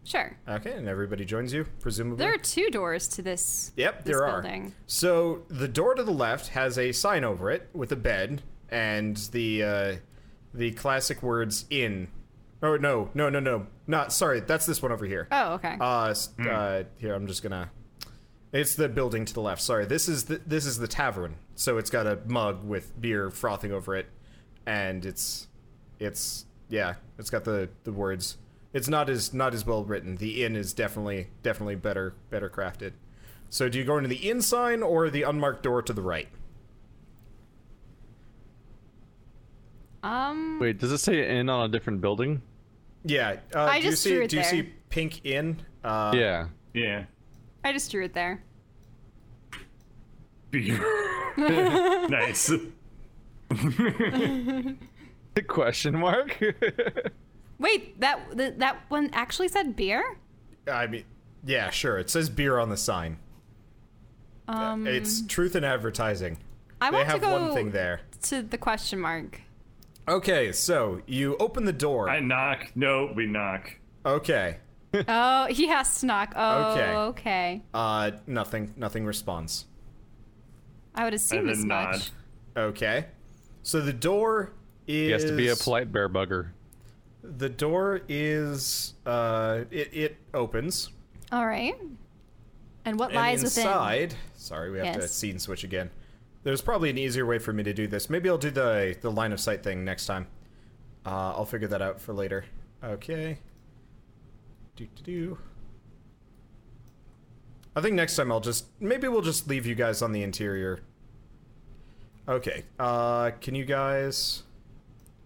Speaker 5: Sure.
Speaker 1: Okay, and everybody joins you, presumably.
Speaker 5: There are two doors to this.
Speaker 1: yep,
Speaker 5: this
Speaker 1: there
Speaker 5: building.
Speaker 1: are. So the door to the left has a sign over it with a bed and the uh, the classic words "in." Oh no, no, no, no, not sorry. That's this one over here.
Speaker 5: Oh, okay.
Speaker 1: Uh, s- uh, here I'm just gonna. It's the building to the left. Sorry, this is the this is the tavern. So it's got a mug with beer frothing over it, and it's, it's yeah, it's got the the words. It's not as not as well written. The inn is definitely definitely better better crafted. So do you go into the inn sign or the unmarked door to the right?
Speaker 5: um,
Speaker 3: Wait, does it say in on a different building?
Speaker 1: Yeah. Uh,
Speaker 5: I
Speaker 1: do you
Speaker 5: just
Speaker 1: see,
Speaker 5: drew it
Speaker 1: Do you
Speaker 5: there.
Speaker 1: see pink inn? Uh,
Speaker 3: yeah.
Speaker 2: Yeah.
Speaker 5: I just drew it there.
Speaker 2: Beer. nice.
Speaker 3: Question mark.
Speaker 5: Wait, that th- that one actually said beer.
Speaker 1: I mean, yeah, sure. It says beer on the sign.
Speaker 5: Um,
Speaker 1: It's truth in advertising.
Speaker 5: I
Speaker 1: They
Speaker 5: want to
Speaker 1: have
Speaker 5: go
Speaker 1: one thing there.
Speaker 5: to the question mark.
Speaker 1: Okay, so you open the door.
Speaker 2: I knock. No, we knock.
Speaker 1: Okay.
Speaker 5: Oh, he has to knock. Oh,
Speaker 1: Okay.
Speaker 5: okay.
Speaker 1: Uh, nothing. Nothing responds.
Speaker 5: I would assume
Speaker 2: And
Speaker 5: as
Speaker 2: then nod.
Speaker 5: much.
Speaker 1: Okay. So the door is.
Speaker 3: he has to be a polite bear bugger.
Speaker 1: The door is. Uh, it it opens.
Speaker 5: All right. And what lies
Speaker 1: and inside,
Speaker 5: within?
Speaker 1: Sorry, we have to
Speaker 5: Yes.
Speaker 1: scene switch again. There's probably an easier way for me to do this. Maybe I'll do the the line of sight thing next time. Uh, I'll figure that out for later. Okay. Do do do. I think next time I'll just maybe we'll just leave you guys on the interior. Okay. Uh, can you guys?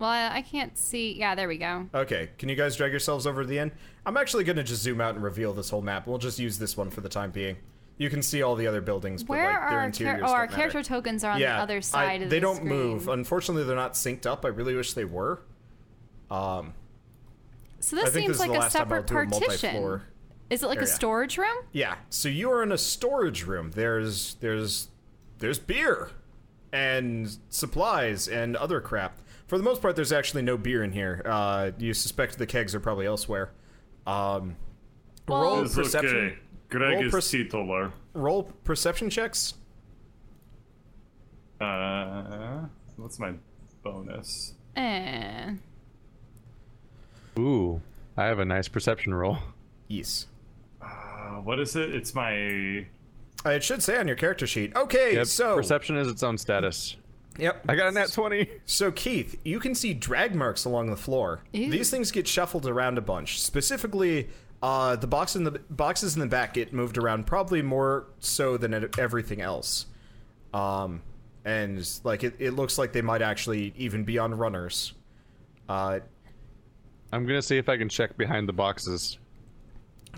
Speaker 5: Well, I I can't see. Yeah, there we go.
Speaker 1: Okay, can you guys drag yourselves over to the end? I'm actually going to just zoom out and reveal this whole map. We'll just use this one for the time being. You can see all the other buildings, but
Speaker 5: Where
Speaker 1: like
Speaker 5: are
Speaker 1: their
Speaker 5: our,
Speaker 1: interiors
Speaker 5: char- oh,
Speaker 1: don't
Speaker 5: our
Speaker 1: matter.
Speaker 5: character tokens are on
Speaker 1: yeah,
Speaker 5: the other side
Speaker 1: I,
Speaker 5: of
Speaker 1: they
Speaker 5: the
Speaker 1: don't
Speaker 5: screen.
Speaker 1: move. Unfortunately, they're not synced up. I really wish they were. Um,
Speaker 5: So
Speaker 1: I
Speaker 5: this
Speaker 1: think this
Speaker 5: seems
Speaker 1: is
Speaker 5: like
Speaker 1: the
Speaker 5: a
Speaker 1: last time I'll
Speaker 5: separate
Speaker 1: do a
Speaker 5: partition.
Speaker 1: multi-floor.
Speaker 5: Is it like a
Speaker 1: area.
Speaker 5: storage room?
Speaker 1: Yeah, so you are in a storage room. There's there's there's beer and supplies and other crap. For the most part, there's actually no beer in here. Uh, you suspect the kegs are probably elsewhere. Um,
Speaker 5: Well-
Speaker 1: roll
Speaker 2: It's
Speaker 1: perception.
Speaker 2: okay. Greg
Speaker 1: Roll
Speaker 2: is
Speaker 1: perce-
Speaker 2: titular.
Speaker 1: Roll perception checks.
Speaker 2: Uh, what's my bonus?
Speaker 5: Eh.
Speaker 3: Ooh, I have a nice perception roll.
Speaker 1: Yes.
Speaker 2: Uh, what is it? It's my
Speaker 1: Uh, it should say on your character sheet. Okay,
Speaker 3: Yep,
Speaker 1: so
Speaker 3: perception is its own status.
Speaker 1: yep.
Speaker 3: I got a nat twenty.
Speaker 1: So Keith, you can see drag marks along the floor.
Speaker 5: Ew.
Speaker 1: These things get shuffled around a bunch. Specifically, uh, the box in the boxes in the back get moved around probably more so than e- everything else. Um, and like it, it looks like they might actually even be on runners. Uh,
Speaker 3: I'm gonna see if I can check behind the boxes.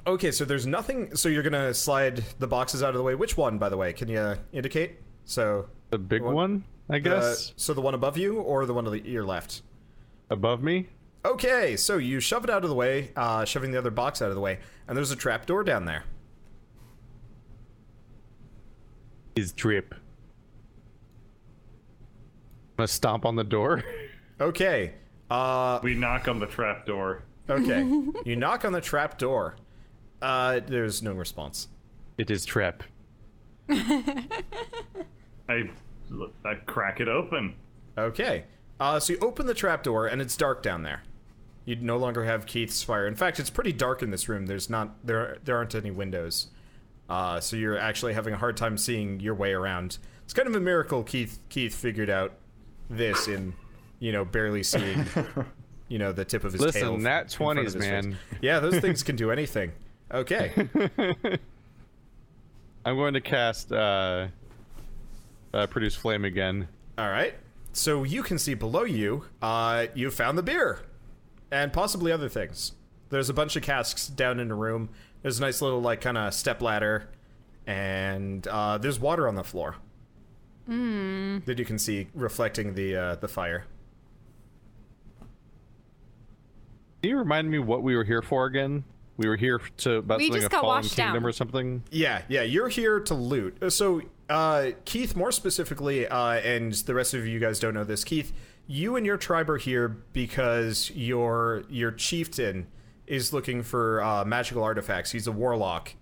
Speaker 1: okay, so there's nothing. So you're gonna slide the boxes out of the way. Which one, by the way? Can you uh, indicate? So
Speaker 3: The big
Speaker 1: What?
Speaker 3: one, I
Speaker 1: the-
Speaker 3: guess,
Speaker 1: so the one above you or the one to the, your left?
Speaker 3: above me.
Speaker 1: Okay, so you shove it out of the way, uh, shoving the other box out of the way, and there's a trap door down there.
Speaker 3: Is drip. I'm gonna stomp on the door.
Speaker 1: Okay, uh,
Speaker 2: We knock on the trap door.
Speaker 1: okay. you knock on the trap door. Uh, there's no response.
Speaker 3: It is trap.
Speaker 2: I, I crack it open.
Speaker 1: Okay, uh, so you open the trap door, and it's dark down there. You no longer have Keith's fire. In fact, it's pretty dark in this room. There's not there there aren't any windows, uh, so you're actually having a hard time seeing your way around. It's kind of a miracle Keith Keith figured out this in you know barely seeing you know the tip of his tail.
Speaker 3: Listen, nat
Speaker 1: in front of
Speaker 3: twenties,
Speaker 1: his face.
Speaker 3: man.
Speaker 1: Yeah, those things can do anything. Okay.
Speaker 3: I'm going to cast uh, uh, produce flame again.
Speaker 1: All right. So you can see below you, uh, you found the beer and possibly other things. There's a bunch of casks down in the room. There's a nice little, like, kind of step ladder. And uh, there's water on the floor that you can see reflecting the uh, the fire.
Speaker 3: Can you remind me what we were here for again? We were here to about
Speaker 5: We
Speaker 3: something
Speaker 5: just
Speaker 3: a
Speaker 5: got
Speaker 3: fallen
Speaker 5: washed
Speaker 3: kingdom
Speaker 5: down.
Speaker 3: or something.
Speaker 1: Yeah, yeah, you're here to loot. Uh, So, uh, Keith, more specifically, uh, and the rest of you guys don't know this, Keith, you and your tribe are here because your your chieftain is looking for uh, magical artifacts. He's a warlock,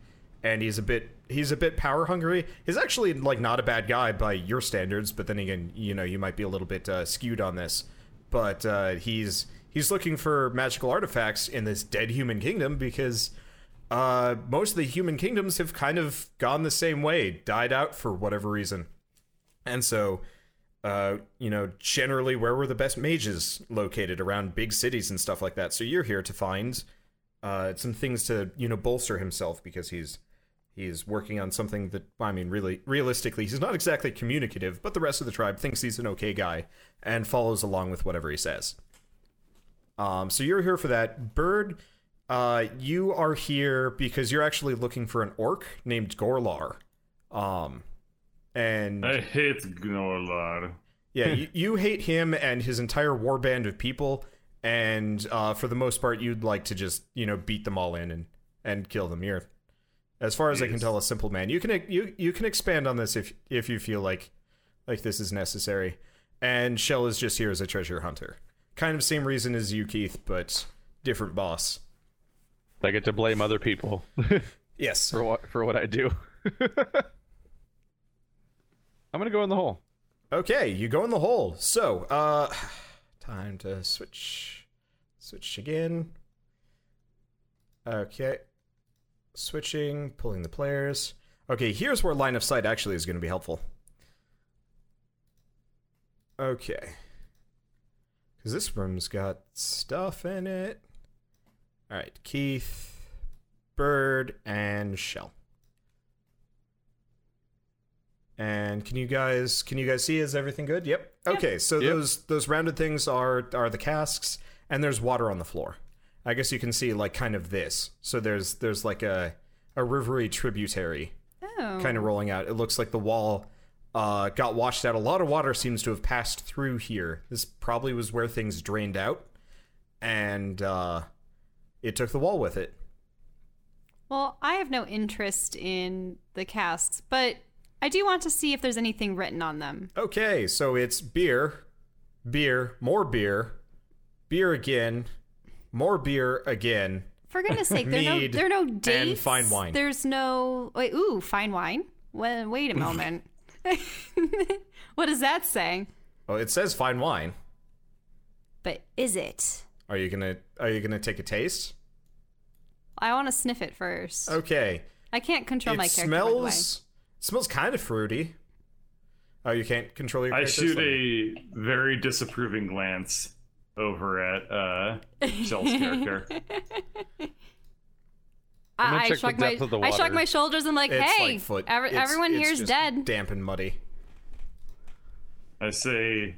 Speaker 1: and he's a bit he's a bit power hungry. He's actually like not a bad guy by your standards, but then again, you know, you might be a little bit uh, skewed on this. But uh, he's he's looking for magical artifacts in this dead human kingdom because uh, most of the human kingdoms have kind of gone the same way, died out for whatever reason. And so, uh, you know, generally where were the best mages located around big cities and stuff like that. So you're here to find uh, some things to, you know, bolster himself because he's he's working on something that I mean, really realistically, he's not exactly communicative, but the rest of the tribe thinks he's an okay guy and follows along with whatever he says. Um, so you're here for that. Bird, uh, you are here because you're actually looking for an orc named Gorlar. Um, and
Speaker 2: I hate Gnorlar.
Speaker 1: yeah, you, you hate him and his entire war band of people, and uh, for the most part, you'd like to just you know beat them all in and and kill them. You're, as far as I can
Speaker 2: Yes.
Speaker 1: tell, a simple man. You can you you can expand on this if if you feel like like this is necessary. And Shell is just here as a treasure hunter, kind of same reason as you, Keith, but different boss.
Speaker 3: I get to blame other people
Speaker 1: Yes.
Speaker 3: for what for what I do. I'm gonna go in the hole.
Speaker 1: Okay, you go in the hole. So, uh, time to switch. Switch again. Okay. Switching, pulling the players. Okay, here's where line of sight actually is going to be helpful. Okay. Because this room's got stuff in it. All right, Keith, Bird, and Shell. And can you guys can you guys see? Is everything good? Yep. Okay, so
Speaker 3: Yep.
Speaker 1: those those rounded things are are the casks, and there's water on the floor. I guess you can see like kind of this. So there's there's like a a rivery tributary
Speaker 5: Oh.
Speaker 1: kind of rolling out. It looks like the wall uh, got washed out. A lot of water seems to have passed through here. This probably was where things drained out, and uh, it took the wall with it.
Speaker 5: Well, I have no interest in the casks, but I do want to see if there's anything written on them.
Speaker 1: Okay, so it's beer, beer, more beer, beer again, more beer again.
Speaker 5: For goodness sake, there are no
Speaker 1: Mead
Speaker 5: there are no
Speaker 1: and
Speaker 5: dates.
Speaker 1: fine wine.
Speaker 5: There's no wait. Ooh, fine wine. Well, wait a moment. what does that say?
Speaker 1: Oh, it says fine wine.
Speaker 5: But is it?
Speaker 1: Are you gonna Are you gonna take a taste?
Speaker 5: I want to sniff it first.
Speaker 1: Okay.
Speaker 5: I can't control
Speaker 1: Oh, it
Speaker 5: my character. by the way.
Speaker 1: smells smells kind of fruity. Oh, you can't control your.
Speaker 2: I
Speaker 1: characters?
Speaker 2: shoot
Speaker 1: Let me-
Speaker 2: a very disapproving glance over at uh, Shell's character.
Speaker 3: I'm gonna
Speaker 5: I,
Speaker 3: check
Speaker 5: I
Speaker 3: the
Speaker 5: shrug my
Speaker 3: depth of the
Speaker 5: I shrug
Speaker 3: water.
Speaker 5: my shoulders. I'm like,
Speaker 1: It's
Speaker 5: hey,
Speaker 1: like foot.
Speaker 5: every-
Speaker 1: It's-
Speaker 5: everyone
Speaker 1: it's
Speaker 5: here's
Speaker 1: just
Speaker 5: dead.
Speaker 1: Damp and muddy.
Speaker 2: I say,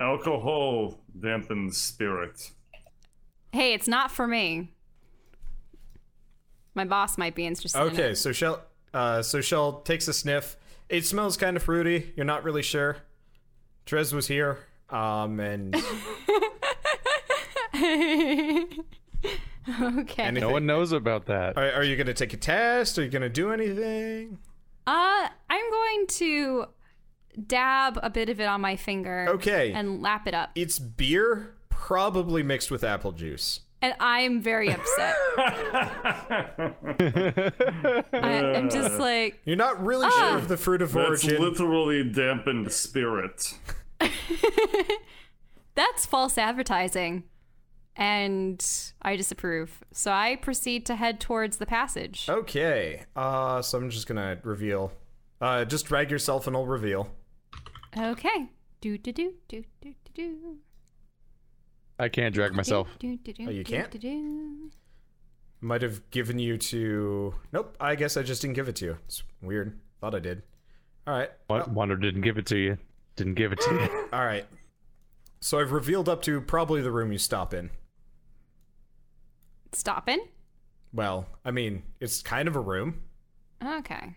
Speaker 2: alcohol dampens spirit.
Speaker 5: hey, it's not for me. My boss might be interested. in
Speaker 1: Okay,
Speaker 5: it.
Speaker 1: so Shell, uh, so Shell takes a sniff. It smells kind of fruity. You're not really sure. Trez was here, um, and
Speaker 5: okay.
Speaker 3: No one knows about that.
Speaker 1: are, are you gonna take a test? Are you gonna do anything?
Speaker 5: Uh, I'm going to dab a bit of it on my finger.
Speaker 1: Okay.
Speaker 5: And lap it up.
Speaker 1: It's beer, probably mixed with apple juice.
Speaker 5: And I'm very upset. I, am just like,
Speaker 1: You're not really
Speaker 5: Ah!
Speaker 1: sure of the fruit of
Speaker 2: That's
Speaker 1: origin.
Speaker 2: literally dampened spirit.
Speaker 5: that's false advertising. And I disapprove. So I proceed to head towards the passage.
Speaker 1: Oh. okay, uh, so I'm just gonna reveal. Uh, just drag yourself and I'll reveal.
Speaker 5: Okay. Do do do do do do do.
Speaker 3: I can't drag myself.
Speaker 5: Do, do, do,
Speaker 1: Oh, you
Speaker 5: do,
Speaker 1: can't?
Speaker 5: do, do.
Speaker 1: Might have given you to. Nope, I guess I just didn't give it to you. It's weird. Thought I did. All right.
Speaker 3: Wa- Wander didn't give it to you. Didn't give it to you.
Speaker 1: All right. So I've revealed up to probably the room you stop in.
Speaker 5: Stopping.
Speaker 1: Well, I mean, it's kind of a room.
Speaker 5: Okay.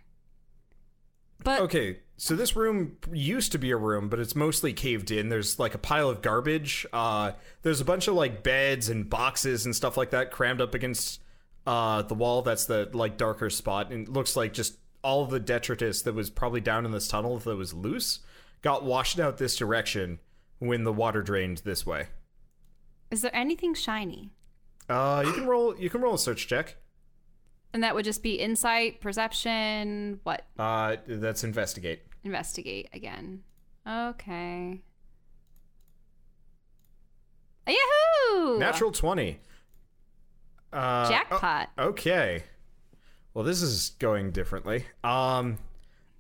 Speaker 5: But
Speaker 1: Okay, so this room used to be a room, but it's mostly caved in. There's like a pile of garbage. Uh, there's a bunch of like beds and boxes and stuff like that crammed up against uh, the wall. That's the like darker spot, and it looks like just all the detritus that was probably down in this tunnel that was loose got washed out this direction when the water drained this way.
Speaker 5: is there anything shiny?
Speaker 1: Uh, you can roll. You can roll a search check.
Speaker 5: And that would just be insight, perception, what?
Speaker 1: Uh, that's investigate.
Speaker 5: Investigate again. Okay. Yahoo!
Speaker 1: Natural 20. Uh,
Speaker 5: Jackpot.
Speaker 1: o- okay. Well, this is going differently. Um,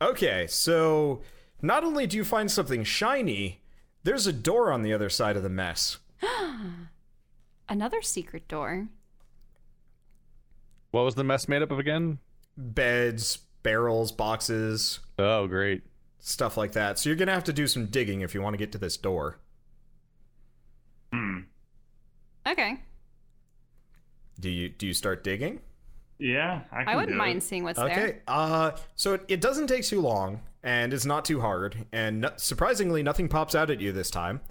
Speaker 1: okay, so not only do you find something shiny, there's a door on the other side of the mess.
Speaker 5: Another secret door.
Speaker 3: what was the mess made up of again?
Speaker 1: Beds, barrels, boxes,
Speaker 3: Oh, great.
Speaker 1: stuff like that. So you're going to have to do some digging if you want to get to this door.
Speaker 5: Okay.
Speaker 1: Do you do you start digging?
Speaker 2: Yeah, I, can
Speaker 5: I wouldn't
Speaker 2: do
Speaker 5: mind
Speaker 2: It.
Speaker 5: seeing what's
Speaker 1: okay.
Speaker 5: there.
Speaker 1: Uh, so it, it doesn't take too long, and it's not too hard, and no- surprisingly, nothing pops out at you this time.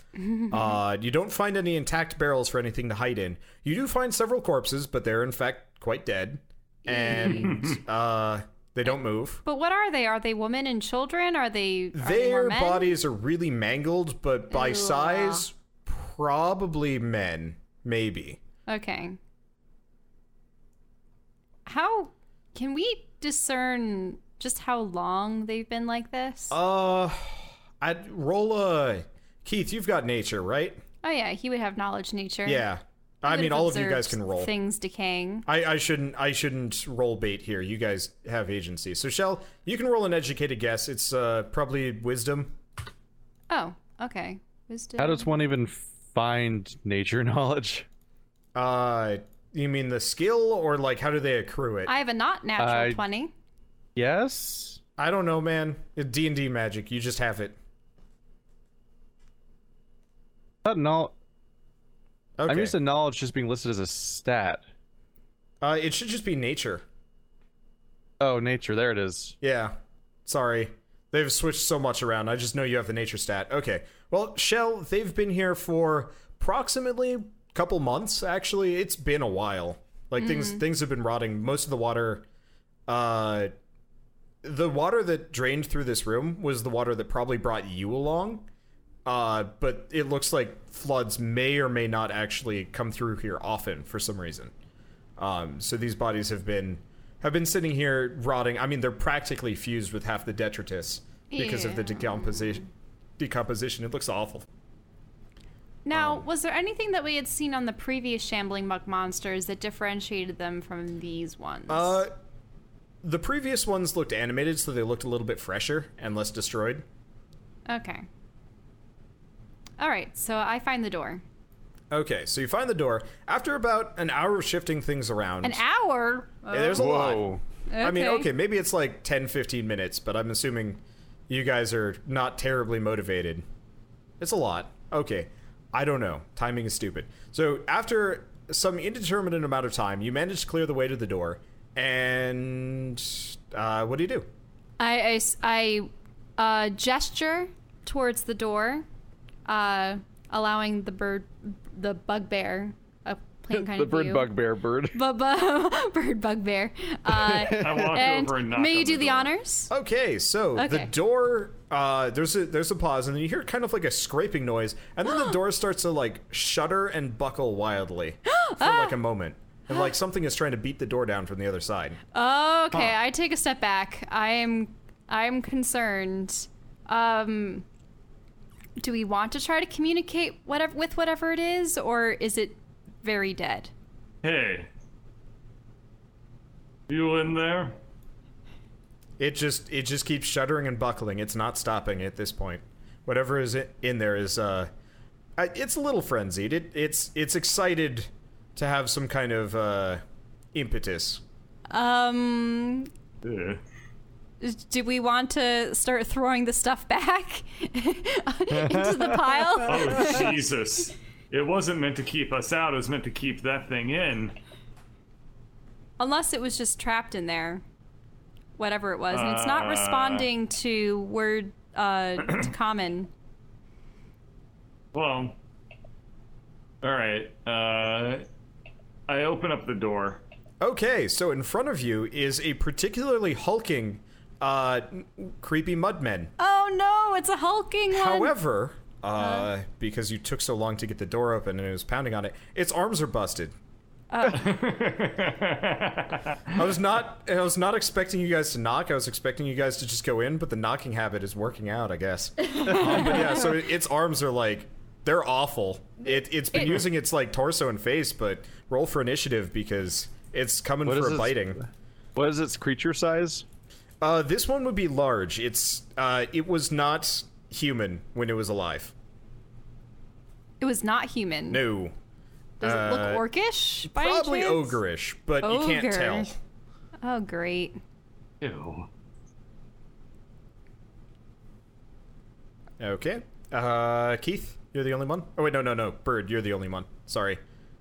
Speaker 1: uh, you don't find any intact barrels for anything to hide in. You do find several corpses, but they're in fact quite dead, and uh, they don't move.
Speaker 5: But what are they? Are they women and children? Are they? Are they more
Speaker 1: Their
Speaker 5: men?
Speaker 1: bodies are really mangled, but by
Speaker 5: Ew.
Speaker 1: size, probably men, maybe.
Speaker 5: Okay. How can we discern just how long they've been like this?
Speaker 1: Uh, I'd roll a. Keith, you've got nature, right?
Speaker 5: oh yeah, he would have knowledge nature.
Speaker 1: Yeah. I
Speaker 5: He would
Speaker 1: mean,
Speaker 5: have
Speaker 1: all of you guys can
Speaker 5: observed
Speaker 1: roll.
Speaker 5: things decaying.
Speaker 1: I, I shouldn't I shouldn't roll bait here. You guys have agency. So Shell, you can roll an educated guess. It's uh, probably wisdom.
Speaker 5: Oh, okay. Wisdom.
Speaker 3: How does one even find nature knowledge?
Speaker 1: Uh, you mean the skill or like how do they accrue it? I,
Speaker 5: I have a not natural
Speaker 3: I-
Speaker 5: twenty.
Speaker 3: Yes.
Speaker 1: don't know, man. D and D magic. You just have it.
Speaker 3: Not know-
Speaker 1: Okay.
Speaker 3: I'm used to knowledge just being listed as a stat.
Speaker 1: uh, it should just be nature.
Speaker 3: Oh, nature. There it is.
Speaker 1: Yeah. Sorry. They've switched so much around. I just know you have the nature stat. Okay. Well, Shell, they've been here for approximately a couple months, actually. It's been a while. Like things things have been rotting. Most of the water uh the water that drained through this room was the water that probably brought you along. Uh, but it looks like floods may or may not actually come through here often for some reason. Um, so these bodies have been have been sitting here rotting. I mean, they're practically fused with half the detritus because of the decomposition. Decomposition. It looks awful.
Speaker 5: Now, was there anything that we had seen on the previous shambling muck monsters that differentiated them from these ones?
Speaker 1: Uh, The previous ones looked animated, so they looked a little bit fresher and less destroyed.
Speaker 5: Okay. All right, so I find the door.
Speaker 1: Okay, so you find the door. After about an hour of shifting things around,
Speaker 5: An hour. Oh,
Speaker 1: Yeah, there's a lot.
Speaker 3: Whoa.
Speaker 1: I mean, okay, maybe it's like 10, 15 minutes, but I'm assuming you guys are not terribly motivated. It's a lot. Okay. I don't know. Timing is stupid. So, after some indeterminate amount of time, you manage to clear the way to the door. And uh, what do you do?
Speaker 5: I, I s- I, uh, gesture towards the door, uh, allowing the bird, the bugbear, a plain kind
Speaker 3: the
Speaker 5: of
Speaker 3: bird
Speaker 5: view.
Speaker 3: bugbear bird.
Speaker 5: Bu- bu- bird bugbear. Uh,
Speaker 2: I walk
Speaker 5: and
Speaker 2: over and knock
Speaker 5: may
Speaker 2: on
Speaker 5: you do the,
Speaker 2: door.
Speaker 5: honors?
Speaker 1: Okay, so the
Speaker 5: Okay.
Speaker 1: door uh, there's a there's a pause, and then you hear kind of like a scraping noise, and then the door starts to like shudder and buckle wildly for like a moment, and like something is trying to beat the door down from the other side.
Speaker 5: Oh, okay, I take a step back. I am, I am concerned. Um, do we want to try to communicate whatever with whatever it is, or is it very dead?
Speaker 2: Hey. You in there?
Speaker 1: It just it just keeps shuddering and buckling. It's not stopping at this point. Whatever is i- in there is uh, I- it's a little frenzied. It it's it's excited to have some kind of uh, impetus.
Speaker 5: Um,
Speaker 2: Yeah.
Speaker 5: do we want to start throwing the stuff back into the pile?
Speaker 2: Oh, Jesus. It wasn't meant to keep us out, it was meant to keep that thing in.
Speaker 5: Unless it was just trapped in there, whatever it was, and it's not
Speaker 2: Uh.
Speaker 5: responding to word uh, to common.
Speaker 2: Well, all right. Uh, I open up the door.
Speaker 1: Okay, so in front of you is a particularly hulking, uh, n- creepy mudman.
Speaker 5: Oh no, it's a hulking one.
Speaker 1: However, uh, because you took so long to get the door open and it was pounding on it, its arms are busted. I was not I was not expecting you guys to knock. I was expecting you guys to just go in, but the knocking habit is working out, I guess. um, but yeah, so it- its arms are like they're awful. It it's been
Speaker 5: It-
Speaker 1: using its like torso and face, but roll for initiative because it's coming
Speaker 3: What
Speaker 1: for
Speaker 3: is
Speaker 1: a
Speaker 3: this-
Speaker 1: biting.
Speaker 3: What is its creature size?
Speaker 1: Uh, this one would be large. It's uh, it was not human when it was alive.
Speaker 5: it was not human.
Speaker 1: No,
Speaker 5: Does it
Speaker 1: uh,
Speaker 5: look orcish? By any
Speaker 1: probably
Speaker 5: chance?
Speaker 1: ogreish, but you can't tell.
Speaker 5: Ogre. Oh great.
Speaker 2: Ew.
Speaker 1: Okay, uh, Keith, you're the only one. Oh wait, no, no, no, Bird, you're the only one. Sorry,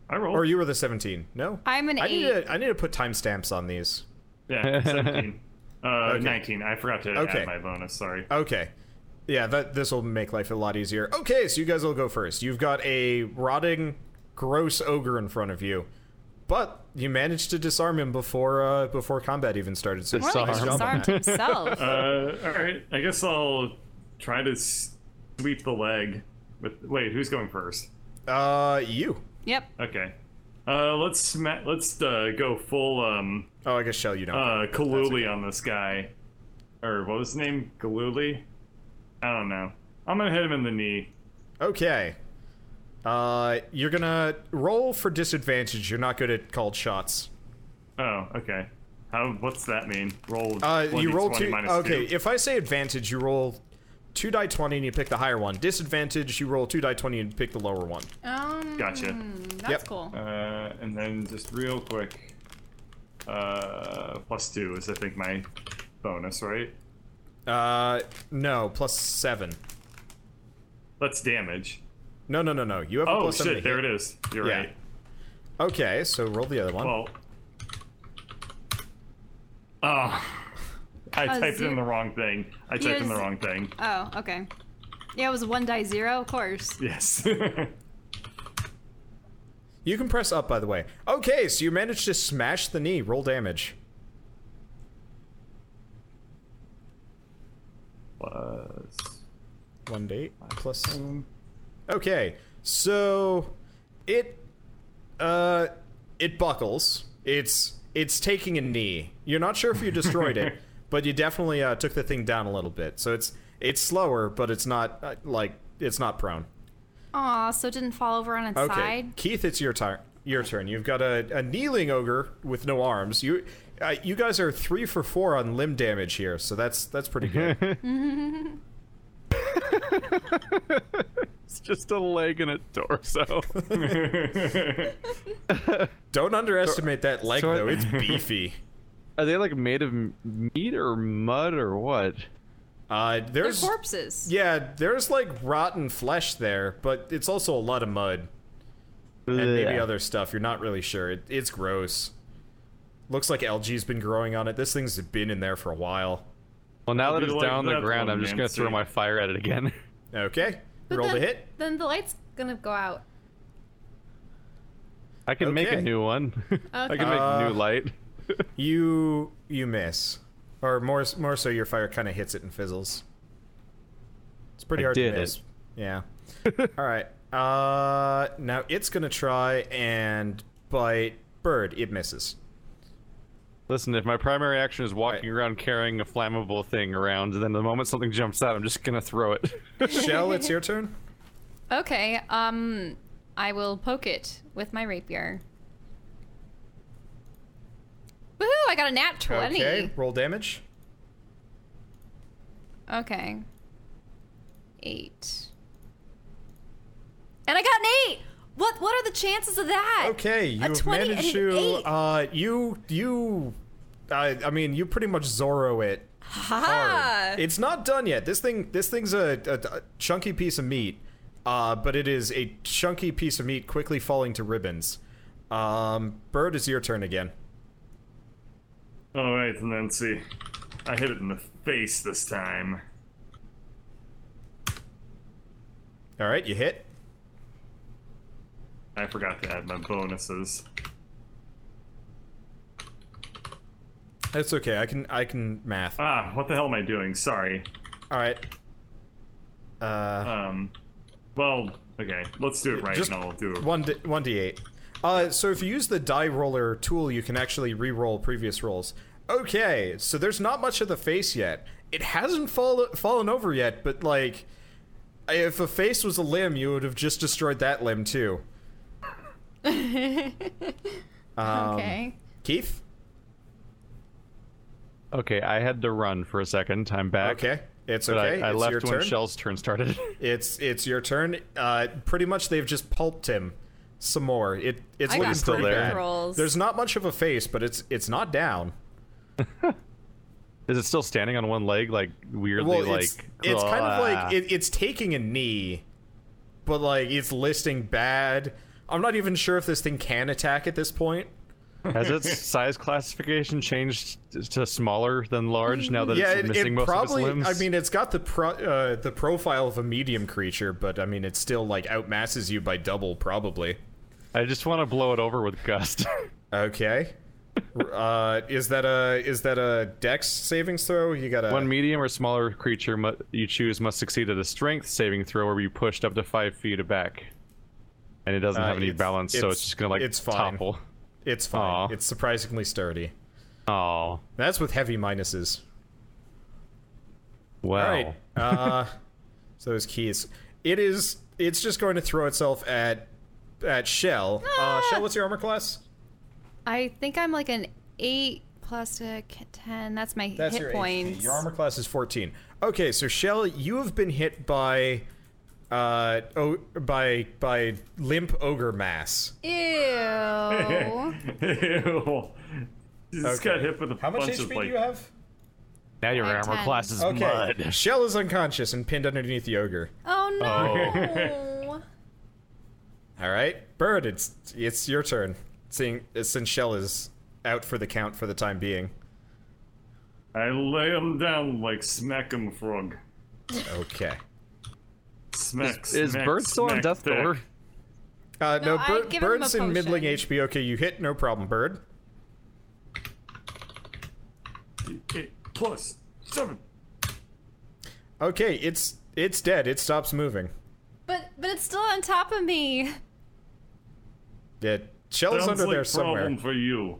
Speaker 2: I roll.
Speaker 1: or you were the 17. No,
Speaker 5: I'm an
Speaker 1: I need
Speaker 5: eight.
Speaker 1: to I need to put timestamps on these.
Speaker 2: Yeah, 17. Uh,
Speaker 1: Okay.
Speaker 2: 19. I forgot to
Speaker 1: Okay.
Speaker 2: add my bonus, sorry.
Speaker 1: Okay, yeah, that this will make life a lot easier. Okay, so you guys will go first. You've got a rotting, gross ogre in front of you, but you managed to disarm him before uh, before combat even started. So
Speaker 5: More like he
Speaker 3: Disarmed.
Speaker 5: disarmed himself.
Speaker 2: Uh, all right. I guess I'll try to s- sweep the leg. With wait, who's going first?
Speaker 1: Uh, you.
Speaker 5: yep.
Speaker 2: Okay. Uh, let's sma- let's uh, go full um
Speaker 1: Oh, I guess Shell, you don't.
Speaker 2: uh Kaluli on this guy, or what was his name? Kaluli. I don't know. I'm gonna hit him in the knee.
Speaker 1: okay. Uh, you're gonna roll for disadvantage. You're not good at called shots.
Speaker 2: Oh, okay. How? What's that mean? Roll.
Speaker 1: Uh, you roll
Speaker 2: 1d20
Speaker 1: two.
Speaker 2: minus
Speaker 1: Okay,
Speaker 2: two.
Speaker 1: if I say advantage, you roll two die twenty and you pick the higher one. Disadvantage, you roll two die twenty and pick the lower one.
Speaker 5: Um,
Speaker 2: Gotcha.
Speaker 5: That's
Speaker 1: Yep.
Speaker 5: cool.
Speaker 2: Uh, and then just real quick. Uh, plus two is I think my bonus, right?
Speaker 1: Uh, no, plus seven.
Speaker 2: That's damage.
Speaker 1: No, no, no, no. You have a
Speaker 2: Oh
Speaker 1: plus seven.
Speaker 2: shit, there it is. You're
Speaker 1: Yeah.
Speaker 2: right.
Speaker 1: Okay, so roll the other one.
Speaker 2: Well. Oh. I typed in
Speaker 5: zero-
Speaker 2: the wrong thing. I typed in the
Speaker 5: Here's-
Speaker 2: wrong thing.
Speaker 5: Oh, okay. Yeah, it was one die zero, of course.
Speaker 2: Yes.
Speaker 1: you can press up, by the way. Okay, so you managed to smash the knee. Roll damage.
Speaker 2: Plus-
Speaker 1: One date plus. Okay, so it uh it buckles. It's it's taking a knee. You're not sure if you destroyed it, but you definitely uh, took the thing down a little bit. So it's it's slower, but it's not uh, like it's not prone.
Speaker 5: Aw, so it didn't fall over on its
Speaker 1: Okay,
Speaker 5: side.
Speaker 1: Keith, it's your turn. Your turn. You've got a, a kneeling ogre with no arms. You Uh, you guys are three for four on limb damage here, so that's that's pretty good.
Speaker 3: It's just a leg and a torso.
Speaker 1: Don't underestimate that leg
Speaker 3: so I-
Speaker 1: though; it's beefy.
Speaker 3: Are they like made of m- meat or mud or what?
Speaker 1: Uh,
Speaker 5: They're
Speaker 1: there's
Speaker 5: corpses.
Speaker 1: yeah, there's like rotten flesh there, but it's also a lot of mud and maybe
Speaker 3: Blech.
Speaker 1: other stuff. You're not really sure. It, it's gross. Looks like algae's been growing on it. This thing's been in there for a while.
Speaker 3: Well, now that
Speaker 2: It'll be
Speaker 3: it's
Speaker 2: like
Speaker 3: down on
Speaker 2: that
Speaker 3: the ground,
Speaker 1: Oh,
Speaker 2: one,
Speaker 3: I'm just gonna throw
Speaker 2: Nancy.
Speaker 3: my fire at it again.
Speaker 1: Okay,
Speaker 11: But
Speaker 1: roll the
Speaker 11: then-
Speaker 1: hit.
Speaker 11: Then the light's gonna go out.
Speaker 3: I can make a
Speaker 1: Okay.
Speaker 3: new one. I can make
Speaker 1: Uh,
Speaker 3: new light.
Speaker 1: You you miss, or more more so, your fire kind of hits it and fizzles. It's pretty
Speaker 3: I
Speaker 1: hard
Speaker 3: did
Speaker 1: to
Speaker 3: it.
Speaker 1: miss. Yeah. All right. Uh, now it's gonna try and bite bird. It misses.
Speaker 3: Listen, if my primary action is walking around carrying a flammable thing around, then the moment something jumps out, I'm just gonna throw it.
Speaker 1: Shell, it's your turn.
Speaker 5: Okay, um, I will poke it with my rapier. Woohoo! I got a nat 20.
Speaker 1: Okay, roll damage.
Speaker 5: Okay. Eight. And I got an eight! What what are the chances of that?
Speaker 1: Okay,
Speaker 5: A
Speaker 1: you've
Speaker 5: 20 and
Speaker 1: managed
Speaker 5: an
Speaker 1: to.
Speaker 5: eight.
Speaker 1: Uh, you you. I I mean, you pretty much Zorro it.
Speaker 5: Ha!
Speaker 1: It's not done yet. This thing this thing's a, a, a chunky piece of meat, uh, but it is a chunky piece of meat quickly falling to ribbons. Um, Bird, it's your turn again.
Speaker 2: All right, Nancy. I hit it in the face this time.
Speaker 1: All right, you hit.
Speaker 2: I forgot to add my bonuses.
Speaker 1: That's okay. I can I can math.
Speaker 2: Ah, what the hell am I doing? Sorry.
Speaker 1: All right. Uh,
Speaker 2: Um, well, okay, let's do it right
Speaker 1: Just
Speaker 2: now. We'll do it.
Speaker 1: one d one d eight. Uh, so if you use the die roller tool, you can actually re-roll previous rolls. Okay, so there's not much of the face yet. It hasn't fall- fallen over yet, but like, if a face was a limb, you would have just destroyed that limb too. Um,
Speaker 5: okay.
Speaker 1: Keith.
Speaker 3: okay, I had to run for a second. I'm back.
Speaker 1: Okay, it's
Speaker 3: But
Speaker 1: okay.
Speaker 3: I, I
Speaker 1: it's your
Speaker 3: left when
Speaker 1: turn.
Speaker 3: Shell's turn started.
Speaker 1: It's it's your turn. Uh, pretty much they've just pulped him some more. It it's
Speaker 5: I
Speaker 1: looking
Speaker 5: got
Speaker 1: still
Speaker 5: pretty
Speaker 1: there.
Speaker 5: good rolls.
Speaker 1: There's not much of a face, but it's it's not down.
Speaker 3: Is it still standing on one leg, like weirdly,
Speaker 1: Well,
Speaker 3: like
Speaker 1: it's it's kind of
Speaker 3: "Ugh."
Speaker 1: like it, it's taking a knee, but like it's listing bad. I'm not even sure if this thing can attack at this point.
Speaker 3: Has its size classification changed to smaller than large now that
Speaker 1: yeah,
Speaker 3: it's
Speaker 1: it,
Speaker 3: missing
Speaker 1: it
Speaker 3: most
Speaker 1: probably.
Speaker 3: of its limbs?
Speaker 1: I mean, it's got the pro, uh, the profile of a medium creature, but I mean, it still like outmasses you by double probably.
Speaker 3: I just want to blow it over with gust.
Speaker 1: Okay. uh, is that a is that a Dex savings throw? You got a
Speaker 3: One medium or smaller creature mu- you choose must succeed at a strength saving throw or be pushed up to five feet back. And it doesn't
Speaker 1: Uh,
Speaker 3: have any
Speaker 1: it's-
Speaker 3: balance, so
Speaker 1: it's-
Speaker 3: it's just gonna like
Speaker 1: it's fine.
Speaker 3: topple.
Speaker 1: It's fine.
Speaker 3: Aw.
Speaker 1: It's surprisingly sturdy.
Speaker 3: Oh,
Speaker 1: That's with heavy minuses.
Speaker 3: wow.
Speaker 1: All right. Uh, so those keys. It is. It's just going to throw itself at at Shell. Uh, Shell, what's your armor class?
Speaker 5: I think I'm like an eight plus a k- ten. That's my hit points.
Speaker 1: Your armor class is 14. Okay, so Shell, you have been hit by uh oh by by limp ogre mass.
Speaker 5: Ew.
Speaker 2: Ew. She just got
Speaker 1: Okay.
Speaker 2: hit with a
Speaker 6: How much
Speaker 2: bunch
Speaker 6: HP
Speaker 2: of like.
Speaker 6: do you have?
Speaker 3: Now your
Speaker 5: I have
Speaker 3: armor
Speaker 5: 10.
Speaker 3: class is
Speaker 1: Okay.
Speaker 3: mud.
Speaker 1: Shell is unconscious and pinned underneath the ogre.
Speaker 5: oh no.
Speaker 1: All right, Bird, it's it's your turn. Seeing since Shell is out for the count for the time being.
Speaker 2: I lay him down like smack 'em frog.
Speaker 1: Okay.
Speaker 2: Smack.
Speaker 3: Is
Speaker 2: smack,
Speaker 3: Bird still on
Speaker 2: smack
Speaker 3: death
Speaker 2: dick.
Speaker 3: door?
Speaker 1: Uh, no,
Speaker 5: No, I
Speaker 1: Bird,
Speaker 5: give him a
Speaker 1: Bird's in middling
Speaker 5: potion.
Speaker 1: HP. Okay, you hit, no problem, Bird.
Speaker 2: Eight plus seven.
Speaker 1: Okay, it's it's dead. It stops moving.
Speaker 5: but but it's still on top of me.
Speaker 1: Yeah, Shell's
Speaker 2: Sounds
Speaker 1: under
Speaker 2: like
Speaker 1: there somewhere.
Speaker 2: problem for you.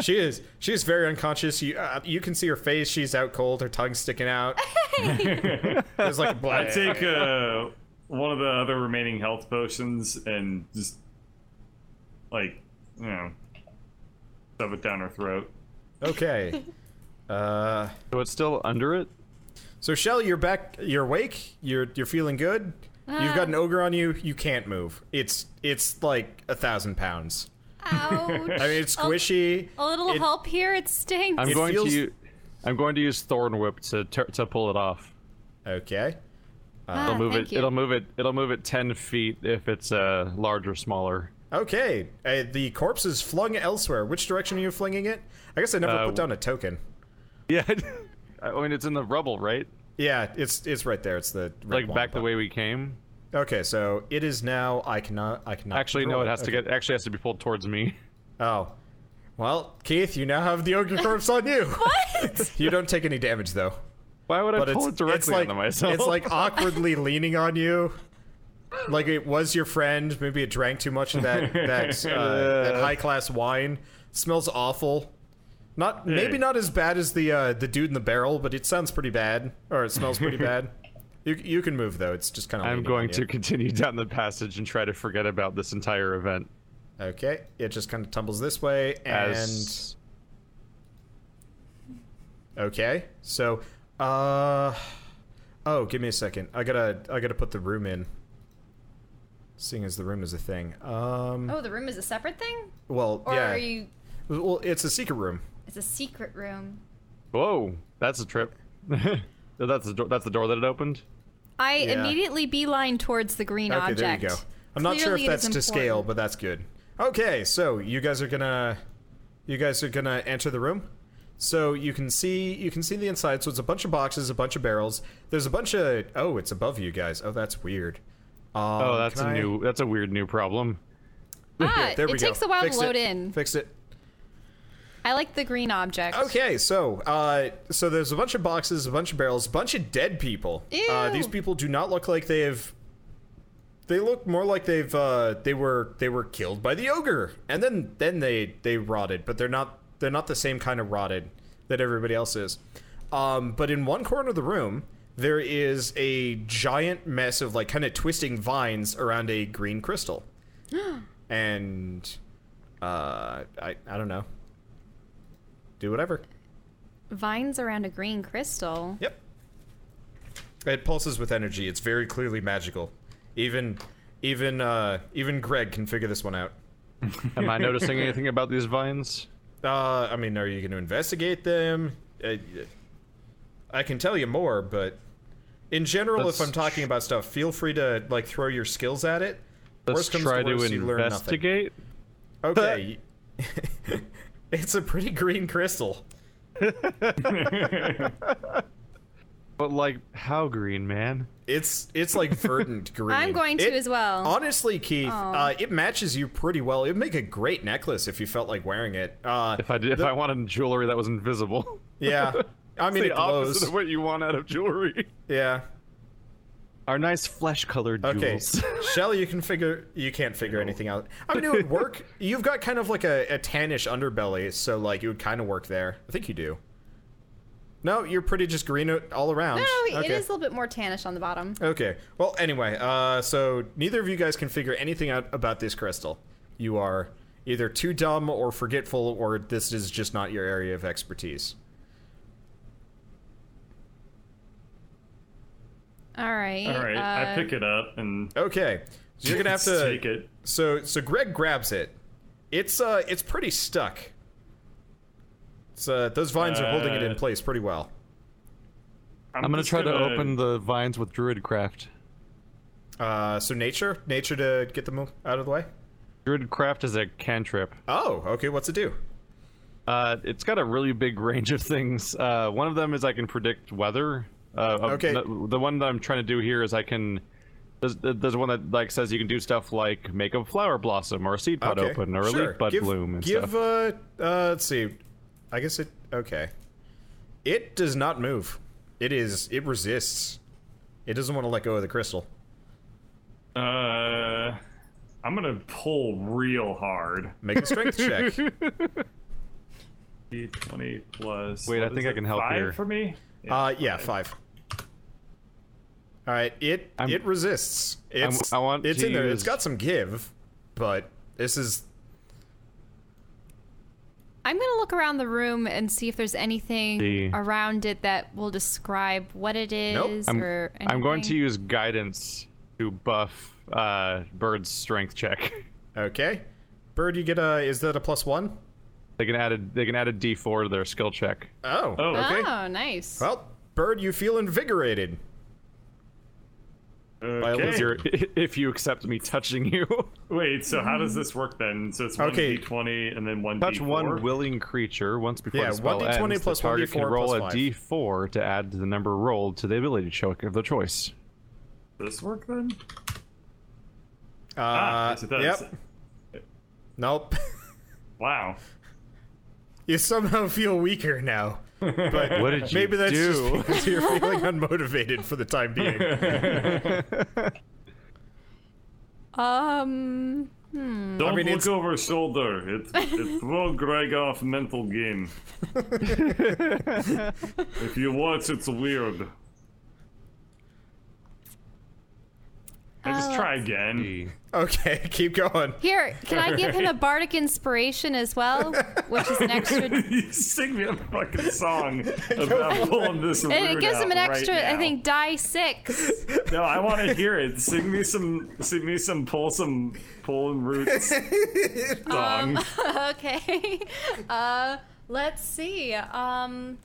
Speaker 1: She is she is very unconscious. You uh, you can see her face. She's out cold. Her tongue's sticking out. There's like a
Speaker 2: I
Speaker 1: black.
Speaker 2: take uh, one of the other remaining health potions and just like you know shove it down her throat.
Speaker 1: Okay. uh,
Speaker 3: So it's still under it.
Speaker 1: so Shell, you're back. You're awake. You're you're feeling good. You've got an ogre on you. You can't move. It's it's like a thousand pounds.
Speaker 5: Ouch.
Speaker 1: I mean, it's squishy.
Speaker 5: A little
Speaker 1: It-
Speaker 5: help here. It stinks.
Speaker 3: I'm
Speaker 1: It
Speaker 3: going
Speaker 1: feels-
Speaker 3: to u- I'm going to use Thorn Whip to tur to pull it off.
Speaker 1: Okay.
Speaker 5: Ah,
Speaker 3: It'll move
Speaker 5: thank
Speaker 3: it.
Speaker 5: you.
Speaker 3: It'll move it. It'll move it ten feet if it's uh, large or smaller.
Speaker 1: Okay. Uh, the corpse is flung elsewhere. Which direction are you flinging it? I guess I never
Speaker 3: Uh,
Speaker 1: put down a token.
Speaker 3: Yeah. I mean, it's in the rubble, right?
Speaker 1: Yeah, it's it's right there. It's the red
Speaker 3: Like back the
Speaker 1: wampa.
Speaker 3: way we came.
Speaker 1: Okay, so it is now. I cannot. I cannot.
Speaker 3: Actually, no.
Speaker 1: control
Speaker 3: It has to
Speaker 1: Okay.
Speaker 3: get. Actually, has to be pulled towards me.
Speaker 1: Oh, well, Keith, you now have the ogre corpse on you.
Speaker 5: What?
Speaker 1: you don't take any damage though.
Speaker 3: Why would I
Speaker 1: But
Speaker 3: pull
Speaker 1: it's
Speaker 3: it directly
Speaker 1: it's like
Speaker 3: onto myself?
Speaker 1: it's like awkwardly leaning on you. Like it was your friend. Maybe it drank too much of that that uh, that high class wine. Smells awful. Not maybe
Speaker 2: Hey.
Speaker 1: not as bad as the uh, the dude in the barrel, but it sounds pretty bad, or it smells pretty bad. You you can move though. It's just kind of.
Speaker 3: I'm going to continue down the passage and try to forget about this entire event.
Speaker 1: Okay, it just kind of tumbles this way, and
Speaker 3: As
Speaker 1: okay, so, uh, oh, give me a second. I gotta, I gotta put the room in. Seeing as the room is a thing, um,
Speaker 12: Oh, the room is a separate thing?
Speaker 1: well,
Speaker 12: Or
Speaker 1: yeah,
Speaker 12: are you.
Speaker 1: well, it's a secret room.
Speaker 12: It's a secret room.
Speaker 3: whoa, that's a trip. that's the door. That's the door that it opened.
Speaker 5: I
Speaker 1: Yeah.
Speaker 5: immediately beeline towards the green
Speaker 1: okay,
Speaker 5: object.
Speaker 1: there you go. I'm not sure
Speaker 5: Clearly
Speaker 1: if
Speaker 5: it is
Speaker 1: that's to scale,
Speaker 5: important.
Speaker 1: but that's good. Okay, so you guys are gonna, you guys are gonna enter the room. So you can see, you can see the inside. So it's a bunch of boxes, a bunch of barrels. There's a bunch of. Oh, it's above you guys. Oh, that's weird. Um,
Speaker 3: Oh, that's
Speaker 1: can
Speaker 3: a
Speaker 1: I-
Speaker 3: new. That's a weird new problem.
Speaker 5: Ah,
Speaker 1: There we
Speaker 5: it
Speaker 1: go.
Speaker 5: takes a while
Speaker 1: Fixed
Speaker 5: to
Speaker 1: it.
Speaker 5: load in.
Speaker 1: Fixed it.
Speaker 5: I like the green object.
Speaker 1: Okay, so uh, so there's a bunch of boxes, a bunch of barrels, a bunch of dead people. Uh,
Speaker 5: Ew.
Speaker 1: these people do not look like they've. They look more like they've uh, they were they were killed by the ogre, and then then they they rotted, but they're not they're not the same kind of rotted that everybody else is. Um, but in one corner of the room, there is a giant mess of like kind of twisting vines around a green crystal, and uh, I I don't know. Do whatever.
Speaker 5: Vines around a green crystal.
Speaker 1: Yep. It pulses with energy. It's very clearly magical. Even even uh even Greg can figure this one out.
Speaker 3: Am I noticing anything about these vines?
Speaker 1: Uh I mean, are you going to investigate them? Uh, I can tell you more, but in general,
Speaker 3: Let's
Speaker 1: if I'm talking about stuff, feel free to like throw your skills at it.
Speaker 3: Let's try to
Speaker 1: worst, you learn nothing.
Speaker 3: investigate.
Speaker 1: Okay. it's a pretty green crystal.
Speaker 3: But like, how green, man?
Speaker 1: It's it's like verdant green.
Speaker 5: I'm going to
Speaker 1: It-
Speaker 5: as well.
Speaker 1: Honestly, Keith,
Speaker 5: Aw.
Speaker 1: uh, it matches you pretty well. It'd make a great necklace if you felt like wearing it. Uh,
Speaker 3: If I did, if I wanted jewelry that was invisible,
Speaker 1: yeah, I mean
Speaker 3: the
Speaker 1: it glows.
Speaker 3: opposite of what you want out of jewelry.
Speaker 1: yeah.
Speaker 3: Our nice flesh-colored
Speaker 1: Okay,
Speaker 3: jewels.
Speaker 1: Shell, you can figure. You can't figure anything out. I mean, it would work. You've got kind of like a, a tannish underbelly, so like it would kind of work there. I think you do. No, you're pretty just green o- all around.
Speaker 12: No, Oh, it
Speaker 1: Okay.
Speaker 12: is a little bit more tannish on the bottom.
Speaker 1: Okay. Well, anyway, uh, so neither of you guys can figure anything out about this crystal. You are either too dumb or forgetful, or this is just not your area of expertise.
Speaker 5: All right.
Speaker 2: All right, I
Speaker 5: uh,
Speaker 2: pick it up and
Speaker 1: Okay, so you're gonna have to
Speaker 2: take it.
Speaker 1: So, so Greg grabs it. It's uh, it's pretty stuck. It's, uh, those vines are holding it in
Speaker 2: Uh,
Speaker 1: place pretty well.
Speaker 3: I'm gonna
Speaker 2: just
Speaker 3: try to open the vines with druidcraft.
Speaker 1: Uh, so nature, nature to get them out of the way.
Speaker 3: Druidcraft is a cantrip.
Speaker 1: Oh, okay. What's it do?
Speaker 3: Uh, it's got a really big range of things. Uh, one of them is I can predict weather. Uh, uh,
Speaker 1: Okay.
Speaker 3: The, the one that I'm trying to do here is I can. There's, there's one that like says you can do stuff like make a flower blossom or a seed pod
Speaker 1: okay.
Speaker 3: open or a
Speaker 1: sure.
Speaker 3: leaf bud
Speaker 1: give,
Speaker 3: bloom and
Speaker 1: give,
Speaker 3: stuff.
Speaker 1: uh, uh, let's see. I guess it. Okay. It does not move. It is. It resists. It doesn't want to let go of the crystal.
Speaker 2: Uh, I'm gonna pull real hard.
Speaker 1: Make a strength check.
Speaker 2: D20 plus.
Speaker 3: Wait, I
Speaker 2: what
Speaker 3: think
Speaker 2: is
Speaker 3: I
Speaker 2: it,
Speaker 3: can help
Speaker 2: five
Speaker 3: here.
Speaker 2: for me.
Speaker 1: Uh, yeah, five. All right. It
Speaker 3: I'm-
Speaker 1: it resists. It's,
Speaker 3: I want
Speaker 1: It's
Speaker 3: to
Speaker 1: in there. It's
Speaker 3: use-
Speaker 1: got some give, but this is
Speaker 5: I'm gonna look around the room and see if there's anything
Speaker 3: See.
Speaker 5: around it that will describe what it is
Speaker 3: I'm,
Speaker 5: or anything.
Speaker 3: I'm going to use guidance to buff uh, Bird's strength check.
Speaker 1: Okay. Bird, you get a. Is that a plus one?
Speaker 3: They can add a they can add a D4 to their skill check.
Speaker 1: Oh.
Speaker 2: Oh, okay.
Speaker 5: Oh, nice.
Speaker 1: Well, Bird, you feel invigorated.
Speaker 2: okay.
Speaker 3: You're- if you accept me touching you,
Speaker 2: Wait, so how does this work then? So it's one
Speaker 1: Okay.
Speaker 2: d20 and then one
Speaker 3: touch
Speaker 2: d4.
Speaker 3: one willing creature once before
Speaker 1: Yeah,
Speaker 3: the spell
Speaker 1: 1d20
Speaker 3: ends.
Speaker 1: plus
Speaker 3: the target can
Speaker 1: 1d4
Speaker 3: roll
Speaker 1: plus
Speaker 3: a
Speaker 1: five.
Speaker 3: D4 to add to the number rolled to the ability check of their choice.
Speaker 2: This work then?
Speaker 1: Uh,
Speaker 2: ah, yes, it does.
Speaker 1: Yep. Nope.
Speaker 2: Wow.
Speaker 1: you somehow feel weaker now. But
Speaker 3: What did you
Speaker 1: maybe that's
Speaker 3: do?
Speaker 1: just because you're feeling unmotivated for the time being.
Speaker 5: Um,
Speaker 1: mean,
Speaker 2: Don't look
Speaker 1: it's-
Speaker 2: over his shoulder. It it throw Greg off mental game. if you watch, it's weird. I just try
Speaker 5: Uh,
Speaker 2: again.
Speaker 1: Okay, keep going.
Speaker 5: here, can I give him a bardic inspiration as well, which is an extra. and
Speaker 2: you sing me a fucking song about pulling this weird
Speaker 5: it gives him an
Speaker 2: out right
Speaker 5: extra, I
Speaker 2: now.
Speaker 5: think, die six.
Speaker 2: No, I want to hear it. Sing me some. Sing me some. Pull some. Pulling roots. Song.
Speaker 5: okay. Uh, let's see. Um,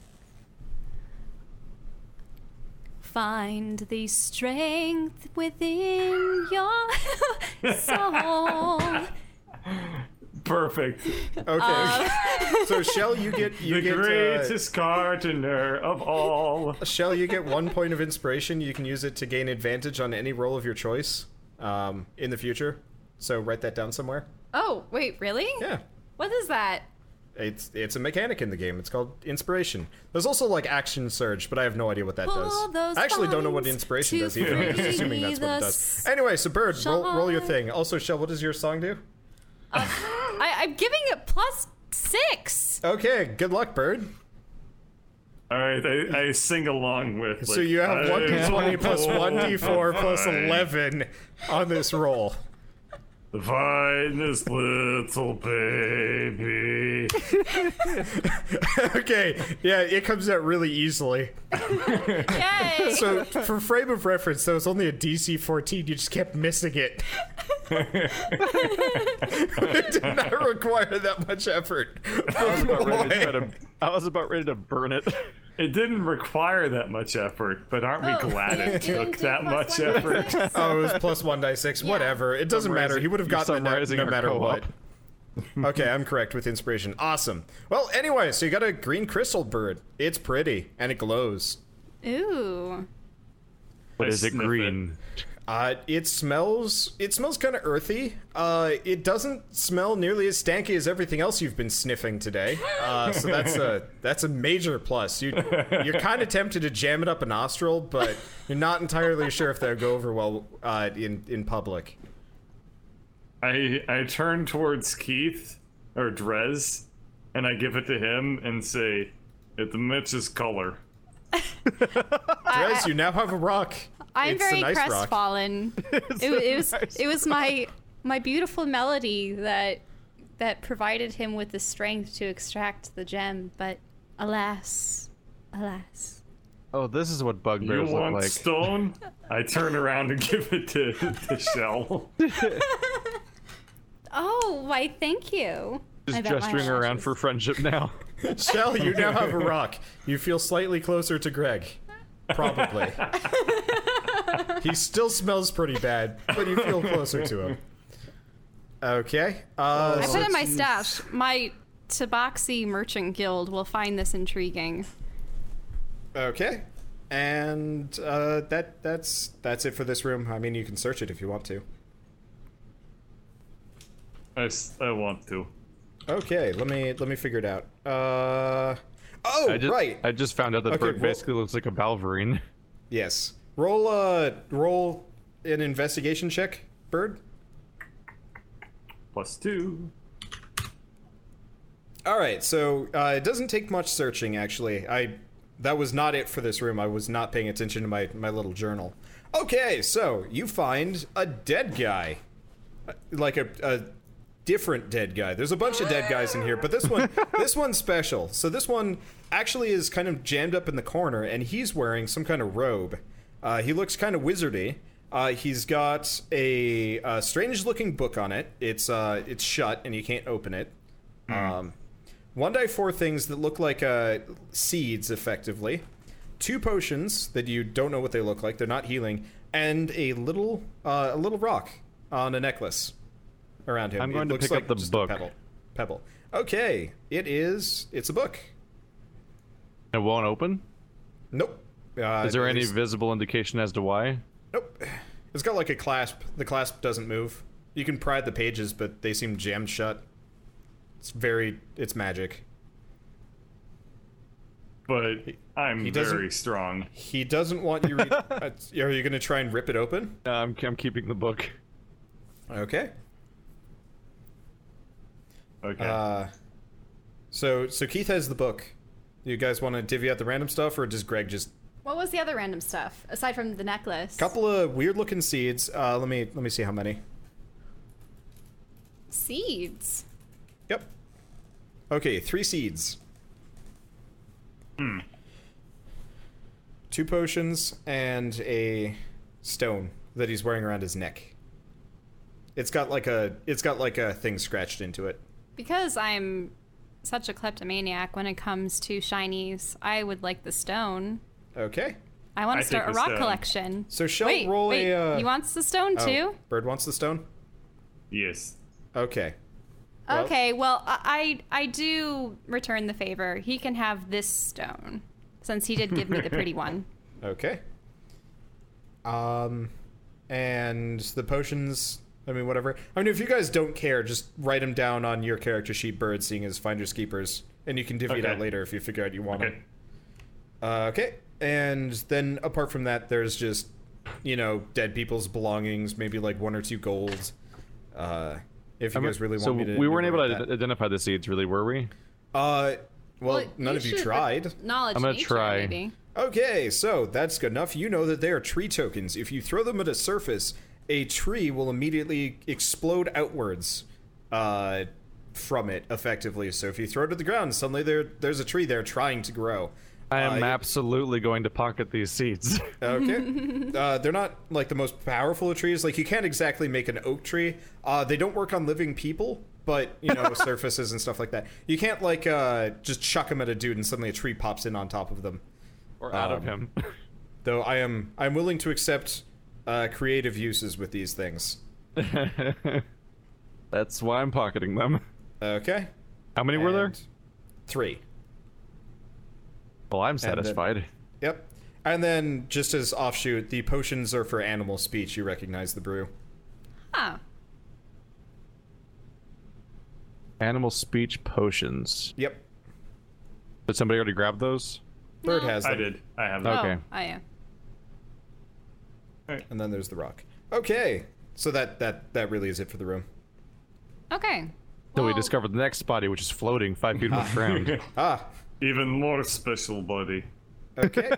Speaker 5: find the strength within your soul.
Speaker 2: Perfect.
Speaker 1: Okay. so Shell, you get you
Speaker 2: The
Speaker 1: get uh,
Speaker 2: greatest gardener of all.
Speaker 1: Shell, you get one point of inspiration. You can use it to gain advantage on any roll of your choice um, in the future. So write that down somewhere.
Speaker 5: Oh, wait, really?
Speaker 1: Yeah.
Speaker 5: What is that?
Speaker 1: It's it's a mechanic in the game. It's called inspiration. There's also like action surge, but I have no idea what that
Speaker 5: Pull
Speaker 1: does.
Speaker 5: those
Speaker 1: I actually don't know what
Speaker 5: vines
Speaker 1: inspiration
Speaker 5: to
Speaker 1: does either. I'm just
Speaker 5: free
Speaker 1: assuming that's what it
Speaker 5: the
Speaker 1: does. Anyway, so Bird, roll, roll your thing. Also, Shell, what does your song do?
Speaker 5: Uh, I, I'm giving it plus six.
Speaker 1: Okay, good luck, Bird.
Speaker 2: All right, I, I sing along with. Like,
Speaker 1: so you have
Speaker 2: I-
Speaker 1: one d twenty plus
Speaker 2: Oh,
Speaker 1: one d four plus
Speaker 2: fine.
Speaker 1: eleven on this roll.
Speaker 2: The finest little baby.
Speaker 1: Okay, yeah, it comes out really easily.
Speaker 5: Yay!
Speaker 1: So for frame of reference, that was only a DC fourteen. You just kept missing it. it did not require that much effort.
Speaker 3: About ready to try
Speaker 1: Boy.
Speaker 3: to- I was about ready to burn it.
Speaker 2: It didn't require that much effort, but aren't we
Speaker 5: Oh,
Speaker 2: glad
Speaker 5: you
Speaker 2: it
Speaker 5: didn't
Speaker 2: took
Speaker 5: do
Speaker 2: that much
Speaker 5: plus one plus
Speaker 2: effort?
Speaker 5: six.
Speaker 1: Oh, it was plus one die six. Whatever. It doesn't matter. He would have
Speaker 3: You're
Speaker 1: gotten it
Speaker 3: summarizing
Speaker 1: no, no
Speaker 3: our
Speaker 1: matter
Speaker 3: co-op.
Speaker 1: what. okay, I'm correct with inspiration. Awesome. Well, anyway, so you got a green crystal bird. It's pretty and it glows.
Speaker 5: Ooh.
Speaker 3: But
Speaker 2: I
Speaker 3: is it
Speaker 2: sniff it.
Speaker 3: green?
Speaker 1: Uh, it smells. It smells kind of earthy. Uh, it doesn't smell nearly as stanky as everything else you've been sniffing today. Uh, so that's a that's a major plus. You you're kind of tempted to jam it up a nostril, but you're not entirely sure if that'll go over well uh, in in public.
Speaker 2: I I turn towards Keith or Drez, and I give it to him and say, "It matches color."
Speaker 1: Drez, you now have a rock.
Speaker 5: I'm
Speaker 1: It's a
Speaker 5: very
Speaker 1: nice rock.
Speaker 5: crestfallen. it, it was it was my my beautiful melody that that provided him with the strength to extract the gem, but alas, alas.
Speaker 3: Oh, this is what
Speaker 2: You
Speaker 3: bugbears look
Speaker 2: want
Speaker 3: like.
Speaker 2: stone? I turn around and give it to, to Shell.
Speaker 5: Oh, why? Thank you. I
Speaker 3: Just
Speaker 5: bet my
Speaker 3: gesturing around
Speaker 5: eyelashes-
Speaker 3: for friendship now.
Speaker 1: Shell, you now have a rock. You feel slightly closer to Greg. Probably. he still smells pretty bad, but you feel closer to him. Okay. Uh,
Speaker 5: I put in my stash. My Tabaxi Merchant Guild will find this intriguing.
Speaker 1: okay. And uh, that that's that's it for this room. I mean, you can search it if you want to.
Speaker 2: I, s- I want to.
Speaker 1: Okay, let me let me figure it out. Uh, oh,
Speaker 3: I just,
Speaker 1: right.
Speaker 3: I just found out that
Speaker 1: Okay,
Speaker 3: Bird
Speaker 1: well-
Speaker 3: basically looks like a Balverine.
Speaker 1: yes. Roll uh roll an investigation check, bird.
Speaker 2: Plus two.
Speaker 1: All right, so uh, it doesn't take much searching, actually. I that was not it for this room. I was not paying attention to my my little journal. Okay, so you find a dead guy, Uh, like a, a different dead guy. There's a bunch of dead guys in here, but this one, this one's special. So this one actually is kind of jammed up in the corner, and he's wearing some kind of robe. Uh, he looks kind of wizardy. Uh, he's got a, uh strange-looking book on it. It's uh, it's shut, and you can't open it. Um, one die four things that look like uh, seeds, effectively. Two potions that you don't know what they look like. They're not healing, and a little uh, a little rock on a necklace around him.
Speaker 3: I'm
Speaker 1: It
Speaker 3: going to
Speaker 1: looks
Speaker 3: pick up
Speaker 1: like
Speaker 3: the
Speaker 1: just
Speaker 3: book.
Speaker 1: A pebble. Pebble. Okay, it is. It's a book.
Speaker 3: It won't open.
Speaker 1: Nope. Uh,
Speaker 3: Is there
Speaker 1: at
Speaker 3: any
Speaker 1: least-
Speaker 3: visible indication as to why?
Speaker 1: nope. It's got like a clasp. The clasp doesn't move. You can pry at the pages, but they seem jammed shut. It's very. It's magic.
Speaker 2: but I'm
Speaker 1: doesn't-
Speaker 2: very strong.
Speaker 1: He doesn't want you. Re- uh, are you going to try and rip it open?
Speaker 3: Uh, I'm, I'm keeping the book.
Speaker 1: Okay.
Speaker 2: Okay.
Speaker 1: Uh, so so Keith has the book. You guys want to divvy out the random stuff, or does Greg just
Speaker 11: What was the other random stuff aside from the necklace?
Speaker 1: couple of weird looking seeds? Uh, let me let me see how many.
Speaker 11: seeds.
Speaker 1: Yep. Okay, three seeds. Two potions and a stone that he's wearing around his neck. It's got like a it's got like a thing scratched into it.
Speaker 5: Because I'm such a kleptomaniac when it comes to shinies, I would like the stone.
Speaker 1: Okay.
Speaker 5: I want
Speaker 2: I
Speaker 5: to
Speaker 2: take
Speaker 5: start a
Speaker 2: the
Speaker 5: rock
Speaker 2: stone.
Speaker 5: collection.
Speaker 1: So Shell
Speaker 5: wait,
Speaker 1: roll
Speaker 5: wait,
Speaker 1: a uh,
Speaker 5: he wants the stone
Speaker 1: oh,
Speaker 5: too.
Speaker 1: Bird wants the stone?
Speaker 2: yes.
Speaker 1: Okay. Well-
Speaker 5: Okay, well, I I I do return the favor. He can have this stone since he did give me the pretty one.
Speaker 1: Okay. Um, and the potions. I mean, whatever. I mean, if you guys don't care, just write them down on your character sheet, bird, seeing as finders keepers, and you can divvy it out
Speaker 2: Okay.
Speaker 1: later if you figure out you want
Speaker 2: Okay.
Speaker 1: them. Uh, okay. And then apart from that, there's just, you know, dead people's belongings, maybe like one or two golds. Uh, if you
Speaker 3: I'm-
Speaker 1: guys really want
Speaker 3: so
Speaker 1: me to,
Speaker 3: we weren't able
Speaker 1: enumerate
Speaker 3: to
Speaker 1: that.
Speaker 3: id- identify the seeds, really, were we?
Speaker 1: Uh, well, none of you
Speaker 5: should
Speaker 1: tried.
Speaker 5: Knowledge.
Speaker 3: I'm gonna
Speaker 5: nature,
Speaker 3: try.
Speaker 5: Maybe.
Speaker 1: Okay, so that's good enough. You know that they are tree tokens. If you throw them at a surface, a tree will immediately explode outwards uh, from it, effectively. So if you throw it at the ground, suddenly there there's a tree there trying to grow.
Speaker 3: I am
Speaker 1: Uh,
Speaker 3: absolutely going to pocket these seeds.
Speaker 1: Okay. uh, they're not like the most powerful of trees. Like you can't exactly make an oak tree. Uh, they don't work on living people, but you know surfaces and stuff like that. You can't like uh, just chuck them at a dude and suddenly a tree pops in on top of them.
Speaker 3: or out of
Speaker 1: Um,
Speaker 3: him.
Speaker 1: though I am I'm willing to accept uh, creative uses with these things.
Speaker 3: That's why I'm pocketing them.
Speaker 1: Okay,
Speaker 3: How many were there?
Speaker 1: And three.
Speaker 3: Well, I'm satisfied.
Speaker 1: Yep, and then just as offshoot, the potions are for animal speech. You recognize the brew.
Speaker 5: Huh.
Speaker 3: Animal speech potions.
Speaker 1: Yep,
Speaker 3: Did somebody already grab those?
Speaker 1: bird has them.
Speaker 2: I did. I have
Speaker 5: Oh,
Speaker 2: that.
Speaker 3: Okay.
Speaker 5: I am.
Speaker 1: And then there's the rock. Okay, so that that that really is it for the room.
Speaker 5: Okay.
Speaker 3: So we
Speaker 5: Well,
Speaker 3: discovered the next body, which is floating five feet above ground.
Speaker 1: Ah,
Speaker 2: Even more special body.
Speaker 1: okay.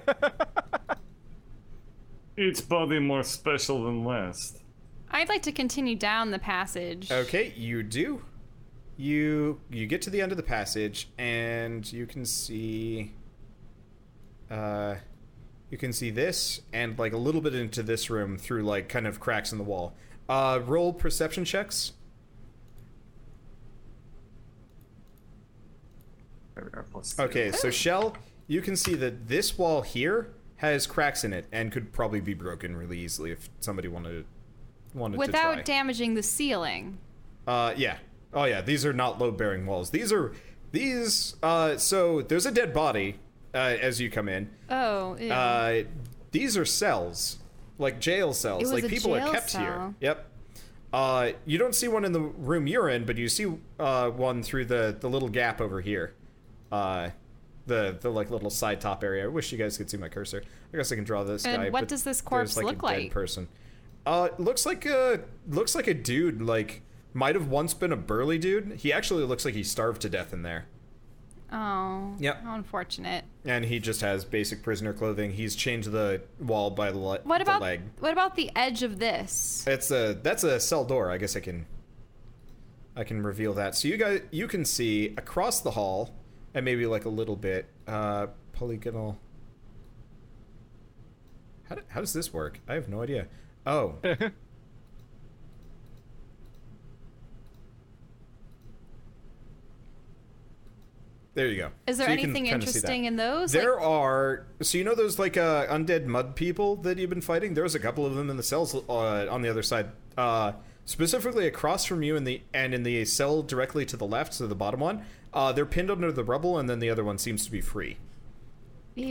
Speaker 2: Its body more special than last.
Speaker 5: I'd like to continue down the passage.
Speaker 1: Okay, you do. You you get to the end of the passage and you can see uh you can see this and like a little bit into this room through like kind of cracks in the wall. Uh roll perception checks.
Speaker 2: There we are, plus two.
Speaker 1: Okay, so Shell, you can see that this wall here has cracks in it and could probably be broken really easily if somebody wanted wanted to try.
Speaker 5: Without damaging the ceiling.
Speaker 1: Uh, yeah. Oh, yeah. These are not load bearing walls. These are these. Uh, so there's a dead body uh, as you come in.
Speaker 5: Oh. ew.
Speaker 1: Uh, these are cells, like jail cells.
Speaker 5: was
Speaker 1: like
Speaker 5: a
Speaker 1: people
Speaker 5: jail
Speaker 1: are kept here.
Speaker 5: cell.
Speaker 1: Yep. Uh, you don't see one in the room you're in, but you see uh, one through the the little gap over here. Uh, the the like little side top area. I wish you guys could see my cursor. I guess I can draw this
Speaker 5: And
Speaker 1: guy.
Speaker 5: what
Speaker 1: but
Speaker 5: does this
Speaker 1: there's,
Speaker 5: corpse
Speaker 1: like,
Speaker 5: look
Speaker 1: a Dead
Speaker 5: like?
Speaker 1: person. Uh, looks like a looks like a dude. Like might have once been a burly dude. He actually looks like he starved to death in there.
Speaker 5: oh.
Speaker 1: Yep.
Speaker 5: How unfortunate.
Speaker 1: And he just has basic prisoner clothing. He's chained to the wall by the, le-
Speaker 5: What
Speaker 1: the
Speaker 5: about
Speaker 1: leg.
Speaker 5: what about the edge of this?
Speaker 1: It's a that's a cell door. I guess I can. I can reveal that. So you guys, you can see across the hall, and maybe like a little bit uh, polygonal. How, do, how does this work? I have no idea. Oh, there you go.
Speaker 5: Is there
Speaker 1: So you can
Speaker 5: anything
Speaker 1: kinda see that.
Speaker 5: interesting in those?
Speaker 1: There
Speaker 5: Like,
Speaker 1: are so you know those like uh, undead mud people that you've been fighting. There's a couple of them in the cells uh, on the other side, uh, specifically across from you in the and in the cell directly to the left, so the bottom one. Uh, they're pinned under the rubble, and then the other one seems to be free.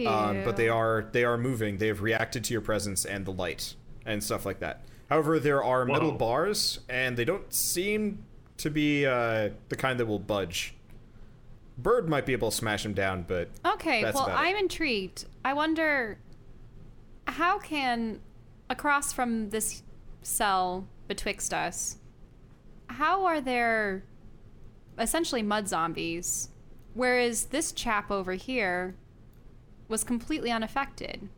Speaker 1: Um, but they
Speaker 5: ew.
Speaker 1: are they are moving. They have reacted to your presence and the light and stuff like that. However, there are metal
Speaker 2: Whoa.
Speaker 1: bars, and they don't seem to be uh, the kind that will budge. Bird might be able to smash them down, but
Speaker 5: Okay,
Speaker 1: That's
Speaker 5: well,
Speaker 1: about it.
Speaker 5: I'm intrigued. I wonder how can across from this cell betwixt us, how are there essentially mud zombies, whereas this chap over here was completely unaffected.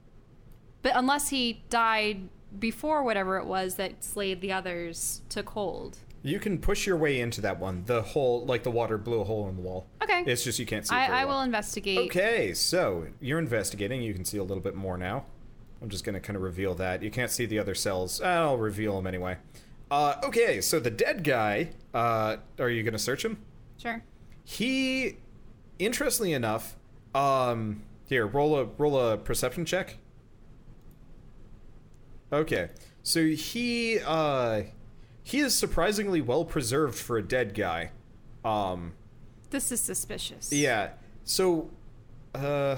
Speaker 5: But unless he died before whatever it was that slayed the others to cold.
Speaker 1: You can push your way into that one. The hole, like the water blew a hole in the wall.
Speaker 5: Okay.
Speaker 1: It's just you can't see. it very
Speaker 5: I, I
Speaker 1: well.
Speaker 5: will investigate.
Speaker 1: Okay, so you're investigating. You can see a little bit more now. I'm just gonna kind of reveal that. You can't see the other cells. I'll reveal them anyway. Uh, okay, so the dead guy. Uh, are you gonna search him?
Speaker 5: Sure.
Speaker 1: He, interestingly enough, um, here roll a roll a perception check. Okay, so he uh, he is surprisingly well preserved for a dead guy. Um,
Speaker 5: This is suspicious.
Speaker 1: yeah. So, uh,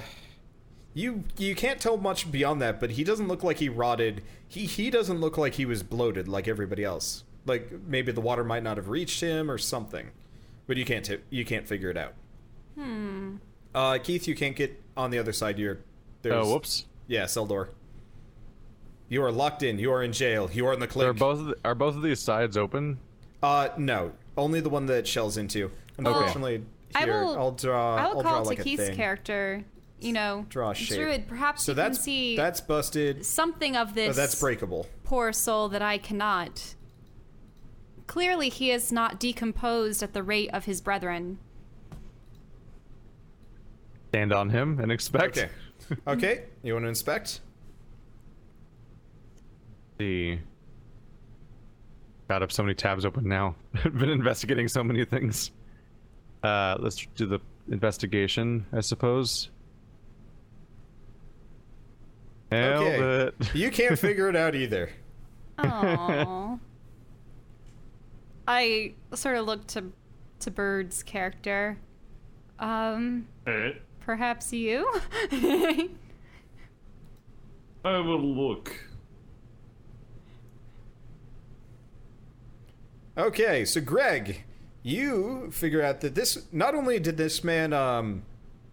Speaker 1: you you can't tell much beyond that, but he doesn't look like he rotted. He he doesn't look like he was bloated like everybody else. Like maybe the water might not have reached him or something, but you can't t- you can't figure it out. Hmm. Uh, Keith, you can't get on the other side. You're there's,
Speaker 3: Oh, whoops.
Speaker 1: Yeah, cell door. You are locked in. You are in jail. You are in the clink.
Speaker 3: Are both of the, are both of these sides open?
Speaker 1: uh, no, only the one that shells into. Unfortunately,
Speaker 5: I
Speaker 1: here
Speaker 5: will-
Speaker 1: will draw.
Speaker 5: I will
Speaker 1: will
Speaker 5: call
Speaker 1: draw like
Speaker 5: to
Speaker 1: a
Speaker 5: Keith's
Speaker 1: thing.
Speaker 5: character. You know,
Speaker 1: Draw a shape.
Speaker 5: Druid, perhaps
Speaker 1: So
Speaker 5: you
Speaker 1: that's
Speaker 5: can see
Speaker 1: that's busted.
Speaker 5: something of
Speaker 1: Uh,
Speaker 5: this
Speaker 1: that's breakable.
Speaker 5: poor soul that I cannot. Clearly, he is not decomposed at the rate of his brethren.
Speaker 3: Stand on him and expect.
Speaker 1: Okay. Okay. You want to inspect?
Speaker 3: The. God, I have so many tabs open now. I've been investigating so many things. Uh, let's do the investigation, I suppose. Nailed
Speaker 1: Okay.
Speaker 3: it.
Speaker 1: You can't figure it out either.
Speaker 5: Aww. I sort of look to to Bird's character. Um,
Speaker 2: Alright.
Speaker 5: perhaps you.
Speaker 2: I will look.
Speaker 1: Okay, so Greg, you figure out that this not only did this man um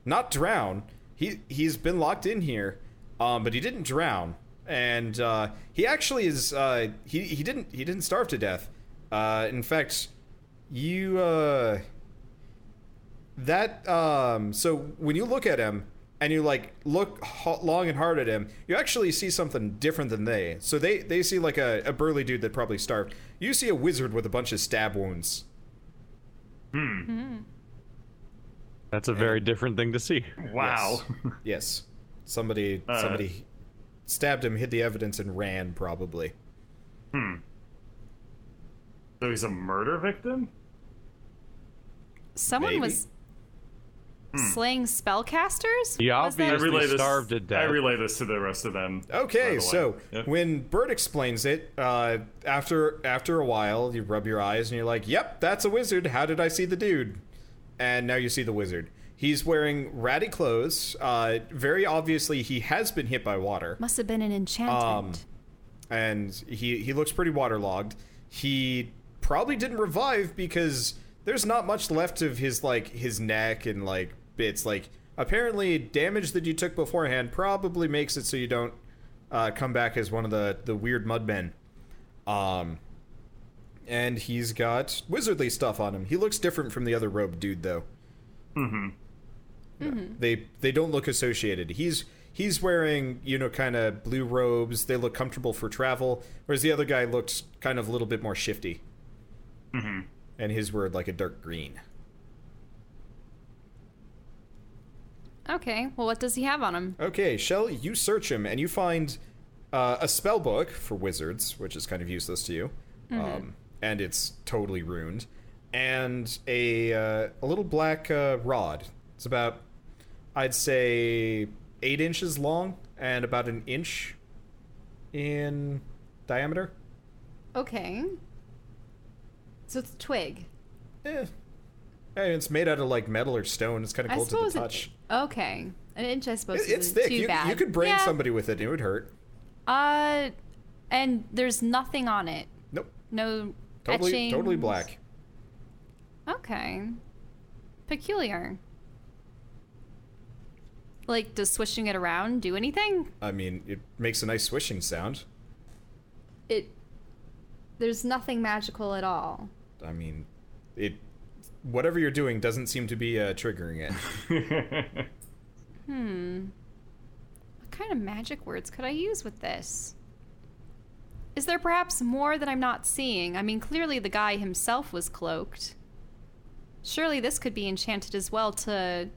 Speaker 1: not drown, he he's been locked in here, um, but he didn't drown. And uh, he actually is uh, he, he didn't he didn't starve to death. Uh, in fact, you uh, that um so when you look at him and you like look ho- long and hard at him you actually see something different than they so they they see like a, a burly dude that probably starved you see a wizard with a bunch of stab wounds
Speaker 3: That's a very different thing to see.
Speaker 2: Wow.
Speaker 1: yes somebody
Speaker 2: Uh.
Speaker 1: somebody stabbed him hid the evidence and ran probably
Speaker 2: so he's a murder victim?
Speaker 5: Someone
Speaker 1: Maybe.
Speaker 5: was slaying spellcasters.
Speaker 3: He
Speaker 5: Was that-
Speaker 2: I
Speaker 3: obviously
Speaker 2: relay this.
Speaker 3: starved to death.
Speaker 2: I relay this to the rest of them. by the
Speaker 1: Mm-hmm. Okay,
Speaker 2: way.
Speaker 1: so
Speaker 2: Yep.
Speaker 1: when Bert explains it, uh, after after a while, you rub your eyes and you're like, "Yep, that's a wizard. How did I see the dude?" And now you see the wizard. He's wearing ratty clothes. Uh, very obviously, he has been hit by water,
Speaker 5: Must have been an
Speaker 1: Um,
Speaker 5: enchantment.
Speaker 1: and he he looks pretty waterlogged. He probably didn't revive because there's not much left of his like his neck and like bits. Like apparently, damage that you took beforehand probably makes it so you don't uh, come back as one of the the weird mudmen. Um, and he's got wizardly stuff on him. He looks different from the other robe dude, though. Mm-hmm. They they don't look associated. He's he's wearing you know kind of blue robes. They look comfortable for travel, whereas the other guy looked kind of a little bit more shifty. and his word like a dark green.
Speaker 5: Okay. Well, what does he have on him?
Speaker 1: Okay, Shell, you search him and you find uh, a spell book for wizards, which is kind of useless to you,
Speaker 11: Mm-hmm.
Speaker 1: um, and it's totally ruined, and a uh, a little black uh, rod. It's about, I'd say, eight inches long and about an inch in diameter.
Speaker 11: Okay. So it's a twig.
Speaker 1: Eh. And it's made out of like metal or stone. It's kind of
Speaker 11: I
Speaker 1: cold to the
Speaker 11: suppose. it-
Speaker 1: touch.
Speaker 11: okay. An inch, I suppose.
Speaker 1: It- it's
Speaker 11: isn't
Speaker 1: thick.
Speaker 11: Too
Speaker 1: You,
Speaker 11: bad.
Speaker 1: you could brain
Speaker 5: Yeah.
Speaker 1: somebody with it. It would hurt.
Speaker 5: Uh, and there's nothing on it.
Speaker 1: Nope.
Speaker 5: No
Speaker 1: Totally, totally
Speaker 5: etchings?
Speaker 1: black.
Speaker 5: Okay. Peculiar. Like, does swishing it around do anything?
Speaker 1: I mean, it makes a nice swishing sound.
Speaker 11: It. There's nothing magical at all.
Speaker 1: I mean, it. Whatever you're doing doesn't seem to be uh, triggering it.
Speaker 5: Hmm. What kind of magic words could I use with this? Is there perhaps more that I'm not seeing? I mean, clearly the guy himself was cloaked. Surely this could be enchanted as well to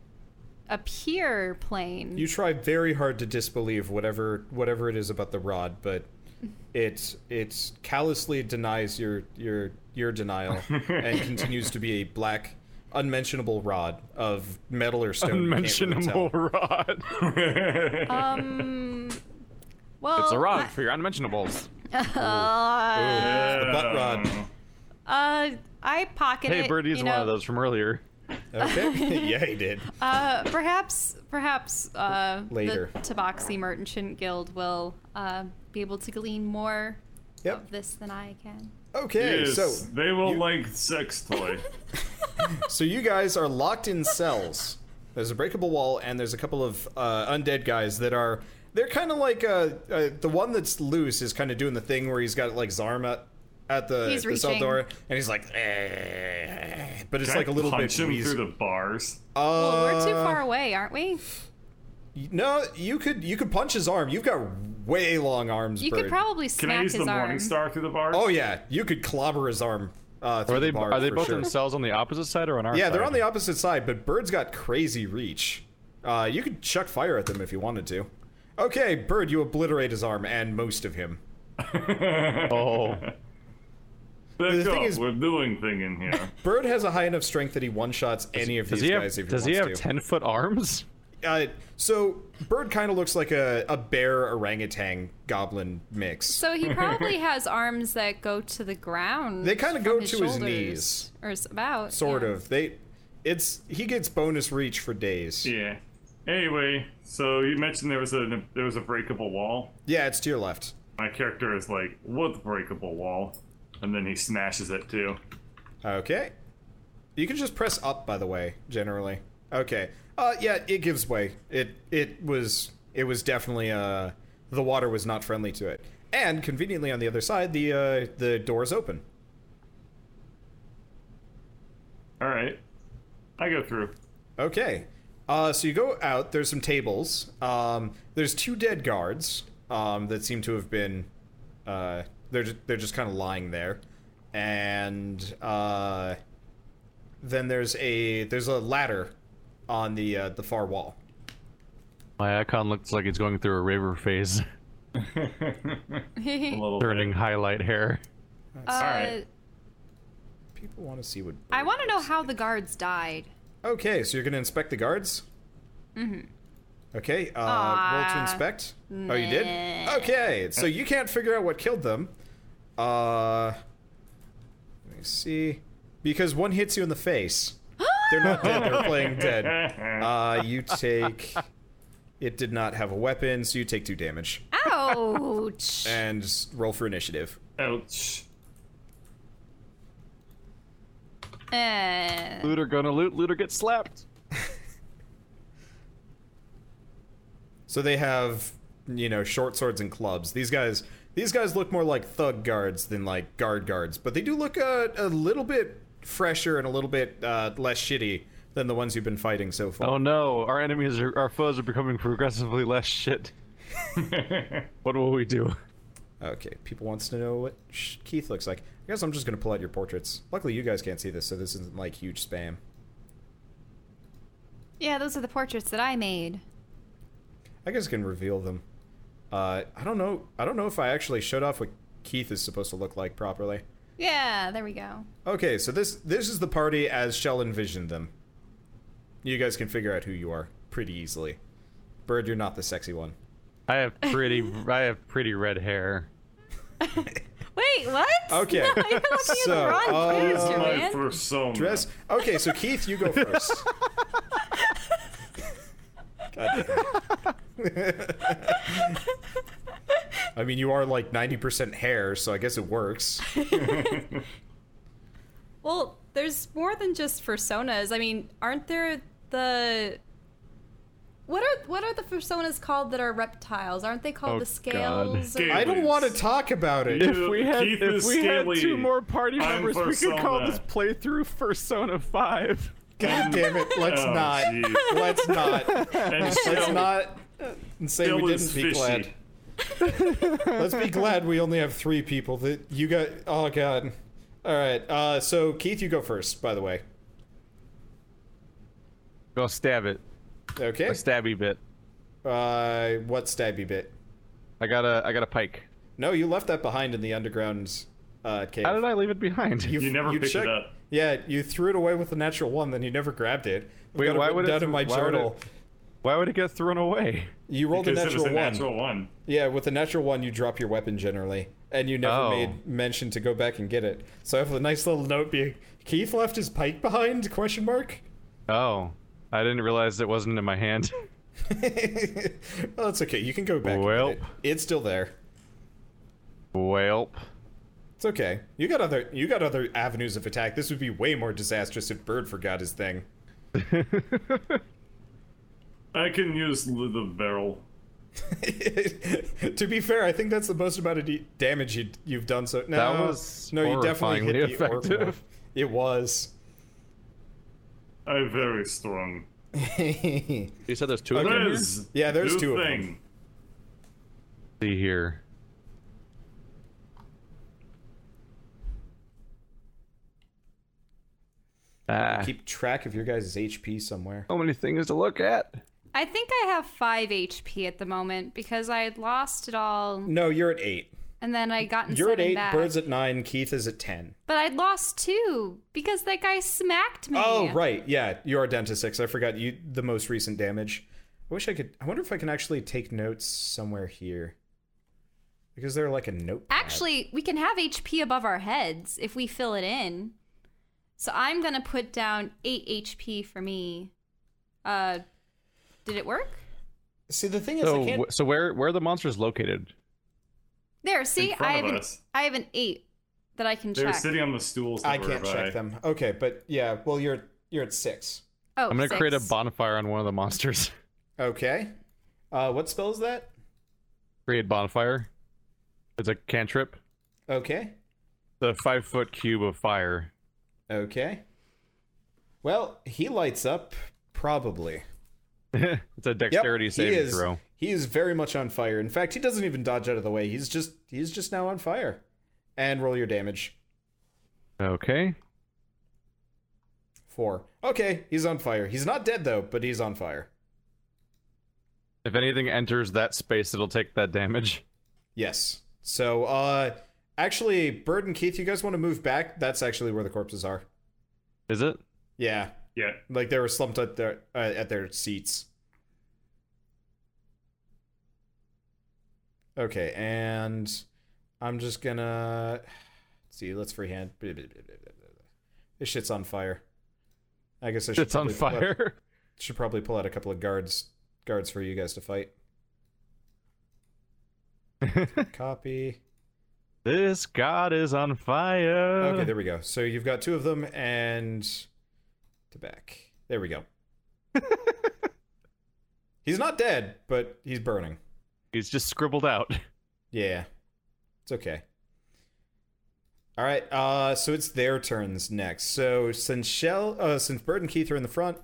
Speaker 5: appear plain.
Speaker 1: you try very hard to disbelieve whatever whatever it is about the rod, but it it callously denies your your your denial and continues to be a black, unmentionable rod of metal or stone. you can't really
Speaker 3: Unmentionable
Speaker 1: tell.
Speaker 3: rod.
Speaker 5: um. Well,
Speaker 3: it's a rod
Speaker 5: I-
Speaker 3: for your unmentionables.
Speaker 5: Uh,
Speaker 1: The butt rod.
Speaker 5: uh, I pocket it.
Speaker 3: Hey, Birdie's
Speaker 5: you
Speaker 3: one of
Speaker 5: know.
Speaker 3: those from earlier.
Speaker 1: Okay. yeah, he did.
Speaker 5: Uh, perhaps, perhaps uh,
Speaker 1: Later.
Speaker 5: the Tabaxi Merchant Guild will uh, be able to glean more
Speaker 1: Yep.
Speaker 5: of this than I can.
Speaker 1: Okay.
Speaker 2: Yes,
Speaker 1: So
Speaker 2: they will
Speaker 1: you-
Speaker 2: like sex toy.
Speaker 1: So you guys are locked in cells. There's a breakable wall, and there's a couple of uh, undead guys that are. They're kind of like uh, uh, the one that's loose is kind of doing the thing where he's got like Zarm at, at the,
Speaker 5: He's
Speaker 1: the cell
Speaker 5: reaching.
Speaker 1: door, and he's like, "Eh," but it's
Speaker 2: Can I
Speaker 1: like a little bit.
Speaker 2: punch him
Speaker 1: wheezy.
Speaker 2: through the bars.
Speaker 5: well, we're too
Speaker 1: Uh,
Speaker 5: far away, aren't we?
Speaker 1: No, you could you could punch his arm. You've got way long arms.
Speaker 5: You could
Speaker 1: Bird.
Speaker 5: probably
Speaker 2: Can
Speaker 5: smack
Speaker 2: I use
Speaker 5: his
Speaker 2: the
Speaker 5: arm.
Speaker 2: morning star through the bars?
Speaker 1: Oh yeah, you could clobber his arm. Uh, through
Speaker 3: Are they
Speaker 1: the bar
Speaker 3: are they
Speaker 1: for
Speaker 3: both
Speaker 1: sure.
Speaker 3: themselves on the opposite side or on our
Speaker 1: Yeah,
Speaker 3: side?
Speaker 1: they're on the opposite side, but Bird's got crazy reach. Uh, you could chuck fire at them if you wanted to. Okay, Bird, you obliterate his arm and most of him.
Speaker 3: Oh,
Speaker 2: Back
Speaker 1: the thing
Speaker 2: up,
Speaker 1: is-
Speaker 2: we're doing thing in here.
Speaker 1: Bird has a high enough strength that he one shots any of
Speaker 3: does
Speaker 1: these
Speaker 3: he have
Speaker 1: guys if he
Speaker 3: does he have
Speaker 1: wants to.
Speaker 3: ten foot arms?
Speaker 1: uh, so Bird kind of looks like a, a bear orangutan goblin mix.
Speaker 5: So he probably has arms that go to the ground.
Speaker 1: They kinda
Speaker 5: from
Speaker 1: go
Speaker 5: his
Speaker 1: to his
Speaker 5: shoulders,
Speaker 1: knees.
Speaker 5: or s- about
Speaker 1: sort
Speaker 5: yeah.
Speaker 1: of. They, it's he gets bonus reach for days. Yeah,
Speaker 2: yeah. Anyway, so you mentioned there was a there was a breakable wall.
Speaker 1: it's to your left.
Speaker 2: My character is like, what breakable wall? And then he smashes it too.
Speaker 1: Okay. You can just press up, by the way, generally. Okay. Uh, yeah, it gives way. It it was it was definitely uh the water was not friendly to it. And conveniently on the other side, the uh the door's open.
Speaker 2: All right, I go through.
Speaker 1: Okay. Uh, so you go out. There's some tables. Um, there's two dead guards um, that seem to have been. Uh, they're ju- they're just kind of lying there, and uh, then there's a there's a ladder on the uh, the far wall.
Speaker 3: My icon looks like he's going through a raver phase,
Speaker 2: A little
Speaker 3: turning highlight hair.
Speaker 5: Uh,
Speaker 2: right.
Speaker 1: People want to see what.
Speaker 5: I want to know how the guards died.
Speaker 1: Okay, so you're gonna inspect the guards. Mm-hmm. Okay. Uh, roll to
Speaker 5: Ah.
Speaker 1: inspect. Oh, you did. Okay, so you can't figure out what killed them. Uh, let me see. Because one hits you in the face. They're not dead. They're playing dead.
Speaker 2: bit.
Speaker 1: Uh, you take. It did not have a weapon, so you take two damage
Speaker 5: Ah. Ouch!
Speaker 1: and roll for initiative.
Speaker 2: Ouch.
Speaker 5: Eh.
Speaker 3: Looter gonna loot. Looter gets slapped.
Speaker 1: So they have, you know, short swords and clubs. These guys, these guys look more like thug guards than like guard guards, but they do look a, a little bit fresher and a little bit uh, less shitty than the ones you've been fighting so far.
Speaker 3: Oh no, our enemies are our foes are becoming progressively less shit. what will we do?
Speaker 1: Okay, people wants to know what Sh- Keith looks like. I guess I'm just gonna pull out your portraits. Luckily, you guys can't see this, so this isn't like huge spam.
Speaker 11: Yeah, those are the portraits that I made.
Speaker 1: I guess I can reveal them. Uh, I don't know. I don't know if I actually showed off what Keith is supposed to look like properly.
Speaker 11: Yeah, there we go.
Speaker 1: Okay, so this this is the party as Shell envisioned them. You guys can figure out who you are pretty easily. Bird, you're not the sexy one.
Speaker 3: I have pretty I have pretty red hair.
Speaker 5: Wait, what?
Speaker 1: Okay.
Speaker 5: No, you're looking
Speaker 1: So,
Speaker 5: at the wrong
Speaker 1: uh,
Speaker 5: pictures,
Speaker 2: Oh, My
Speaker 5: Joanne.
Speaker 2: persona.
Speaker 1: Dress. Okay, so Keith, you go first. God damn. I mean, you are like 90% hair, so I guess it works.
Speaker 5: Well, there's more than just personas. I mean, aren't there the
Speaker 11: What are what are the personas called that are reptiles? Aren't they called
Speaker 3: Oh,
Speaker 11: the scales?
Speaker 2: God.
Speaker 11: or-
Speaker 1: I don't want to talk about it.
Speaker 2: If we had- Keith if is we had scaly. two more
Speaker 3: party
Speaker 2: I'm members, we could call Fursona. this
Speaker 3: playthrough Fursona 5.
Speaker 1: God damn it. Let's
Speaker 2: Oh,
Speaker 1: not.
Speaker 2: jeez.
Speaker 1: Let's not.
Speaker 2: And
Speaker 1: Let's
Speaker 2: Shell-
Speaker 1: not say
Speaker 2: Shell
Speaker 1: we
Speaker 2: is
Speaker 1: didn't be
Speaker 2: fishy.
Speaker 1: glad. Let's be glad we only have three people. That you got. Oh god. All right. Uh, so Keith, you go first. By the way.
Speaker 3: Go stab it.
Speaker 1: Okay.
Speaker 3: A stabby bit.
Speaker 1: Uh, what stabby bit?
Speaker 3: I got a I got a pike.
Speaker 1: No, you left that behind in the underground uh, cave.
Speaker 3: How did I leave it behind?
Speaker 2: You never picked
Speaker 1: checked-
Speaker 2: it up.
Speaker 1: Yeah, you threw it away with the natural one, then you never grabbed it. I've
Speaker 3: Wait,
Speaker 1: got
Speaker 3: why
Speaker 1: written
Speaker 3: would it
Speaker 1: down in
Speaker 3: th-
Speaker 1: my
Speaker 3: why would
Speaker 1: journal?
Speaker 3: Why would it get thrown away?
Speaker 1: You rolled a
Speaker 2: Because it was
Speaker 1: natural
Speaker 2: a
Speaker 1: one.
Speaker 2: natural one.
Speaker 1: Yeah, with a natural one, you drop your weapon generally, and you never
Speaker 3: Oh.
Speaker 1: made mention to go back and get it. So I have a nice little note being Keith left his pike behind? Question mark.
Speaker 3: Oh. I didn't realize it wasn't in my hand.
Speaker 1: well, that's okay. You can go back. and get
Speaker 3: Welp.
Speaker 1: it. it's still there.
Speaker 3: Welp.
Speaker 1: It's okay. You got other you got other avenues of attack. This would be way more disastrous if Bird forgot his thing.
Speaker 2: I can use l- the barrel.
Speaker 1: to be fair, I think that's the most amount of de- damage you, you've done. So no,
Speaker 3: That was
Speaker 1: no, you definitely hit
Speaker 3: horrifyingly
Speaker 1: the orc
Speaker 3: effective.
Speaker 1: more. It was.
Speaker 2: I'm very strong.
Speaker 3: You said there's two of them? here?
Speaker 2: Liz,
Speaker 1: Yeah, there's
Speaker 2: do
Speaker 1: two of them.
Speaker 2: thing.
Speaker 3: See here. Ah,
Speaker 1: Keep track of your guys' HP somewhere.
Speaker 3: so many things to look at.
Speaker 5: I think I have 5 HP at the moment because I had lost it all
Speaker 1: No, you're at eight.
Speaker 5: and then I gotten
Speaker 1: You're at
Speaker 5: seven
Speaker 1: eight.
Speaker 5: back.
Speaker 1: Bird's at nine. Keith is at ten.
Speaker 5: But I'd lost 2 because that guy smacked me.
Speaker 1: Oh right, yeah, you are down to six. I forgot you the most recent damage. I wish I could. I wonder if I can actually take notes somewhere here, because they're like a note.
Speaker 5: Actually, we can have HP above our heads if we fill it in. So I'm gonna put down eight HP for me. Uh, did it work?
Speaker 1: see the thing is,
Speaker 3: So,
Speaker 1: I can't.
Speaker 3: wh- so where where are the monsters located?
Speaker 5: There, see,
Speaker 2: front
Speaker 5: I have
Speaker 2: of
Speaker 5: an
Speaker 2: us.
Speaker 5: I have an eight that I can
Speaker 2: They were
Speaker 5: check.
Speaker 2: sitting on the stools. that
Speaker 1: I
Speaker 2: were
Speaker 1: can't
Speaker 2: by.
Speaker 1: check them. Okay, but yeah, well, you're you're at six.
Speaker 5: oh,
Speaker 3: I'm gonna create a
Speaker 5: six.
Speaker 3: bonfire on one of the monsters.
Speaker 1: Okay. Uh, what spell is that?
Speaker 3: create bonfire. It's a cantrip.
Speaker 1: Okay.
Speaker 3: The five foot cube of fire.
Speaker 1: Okay. Well, he lights up probably.
Speaker 3: it's a
Speaker 1: Yep,
Speaker 3: dexterity
Speaker 1: he
Speaker 3: saving
Speaker 1: is-
Speaker 3: throw.
Speaker 1: He is very much on fire. In fact, he doesn't even dodge out of the way. He's just he's just now on fire. And roll your damage.
Speaker 3: Okay.
Speaker 1: Four. Okay, he's on fire. He's not dead though, but he's on fire.
Speaker 3: If anything enters that space, it'll take that damage.
Speaker 1: Yes. So, uh, actually, Bird and Keith, you guys want to move back? That's actually where the corpses are.
Speaker 3: Is it?
Speaker 1: Yeah,
Speaker 2: Yeah.
Speaker 1: like they were slumped at their uh, at their seats. Okay, and I'm just gonna see. Let's freehand. Blah, blah, blah, blah, blah, blah. This shit's on fire. I guess I should.
Speaker 3: It's on
Speaker 1: probably pull out-
Speaker 3: fire.
Speaker 1: should probably pull out a couple of guards guards for you guys to fight. Copy.
Speaker 3: this god is on fire.
Speaker 1: Okay, there we go. So you've got two of them and to back. There we go. he's not dead, but he's burning.
Speaker 3: He's just scribbled out.
Speaker 1: Yeah. It's okay. All right. Uh so it's their turns next. So since Shell uh since Bird and Keith are in the front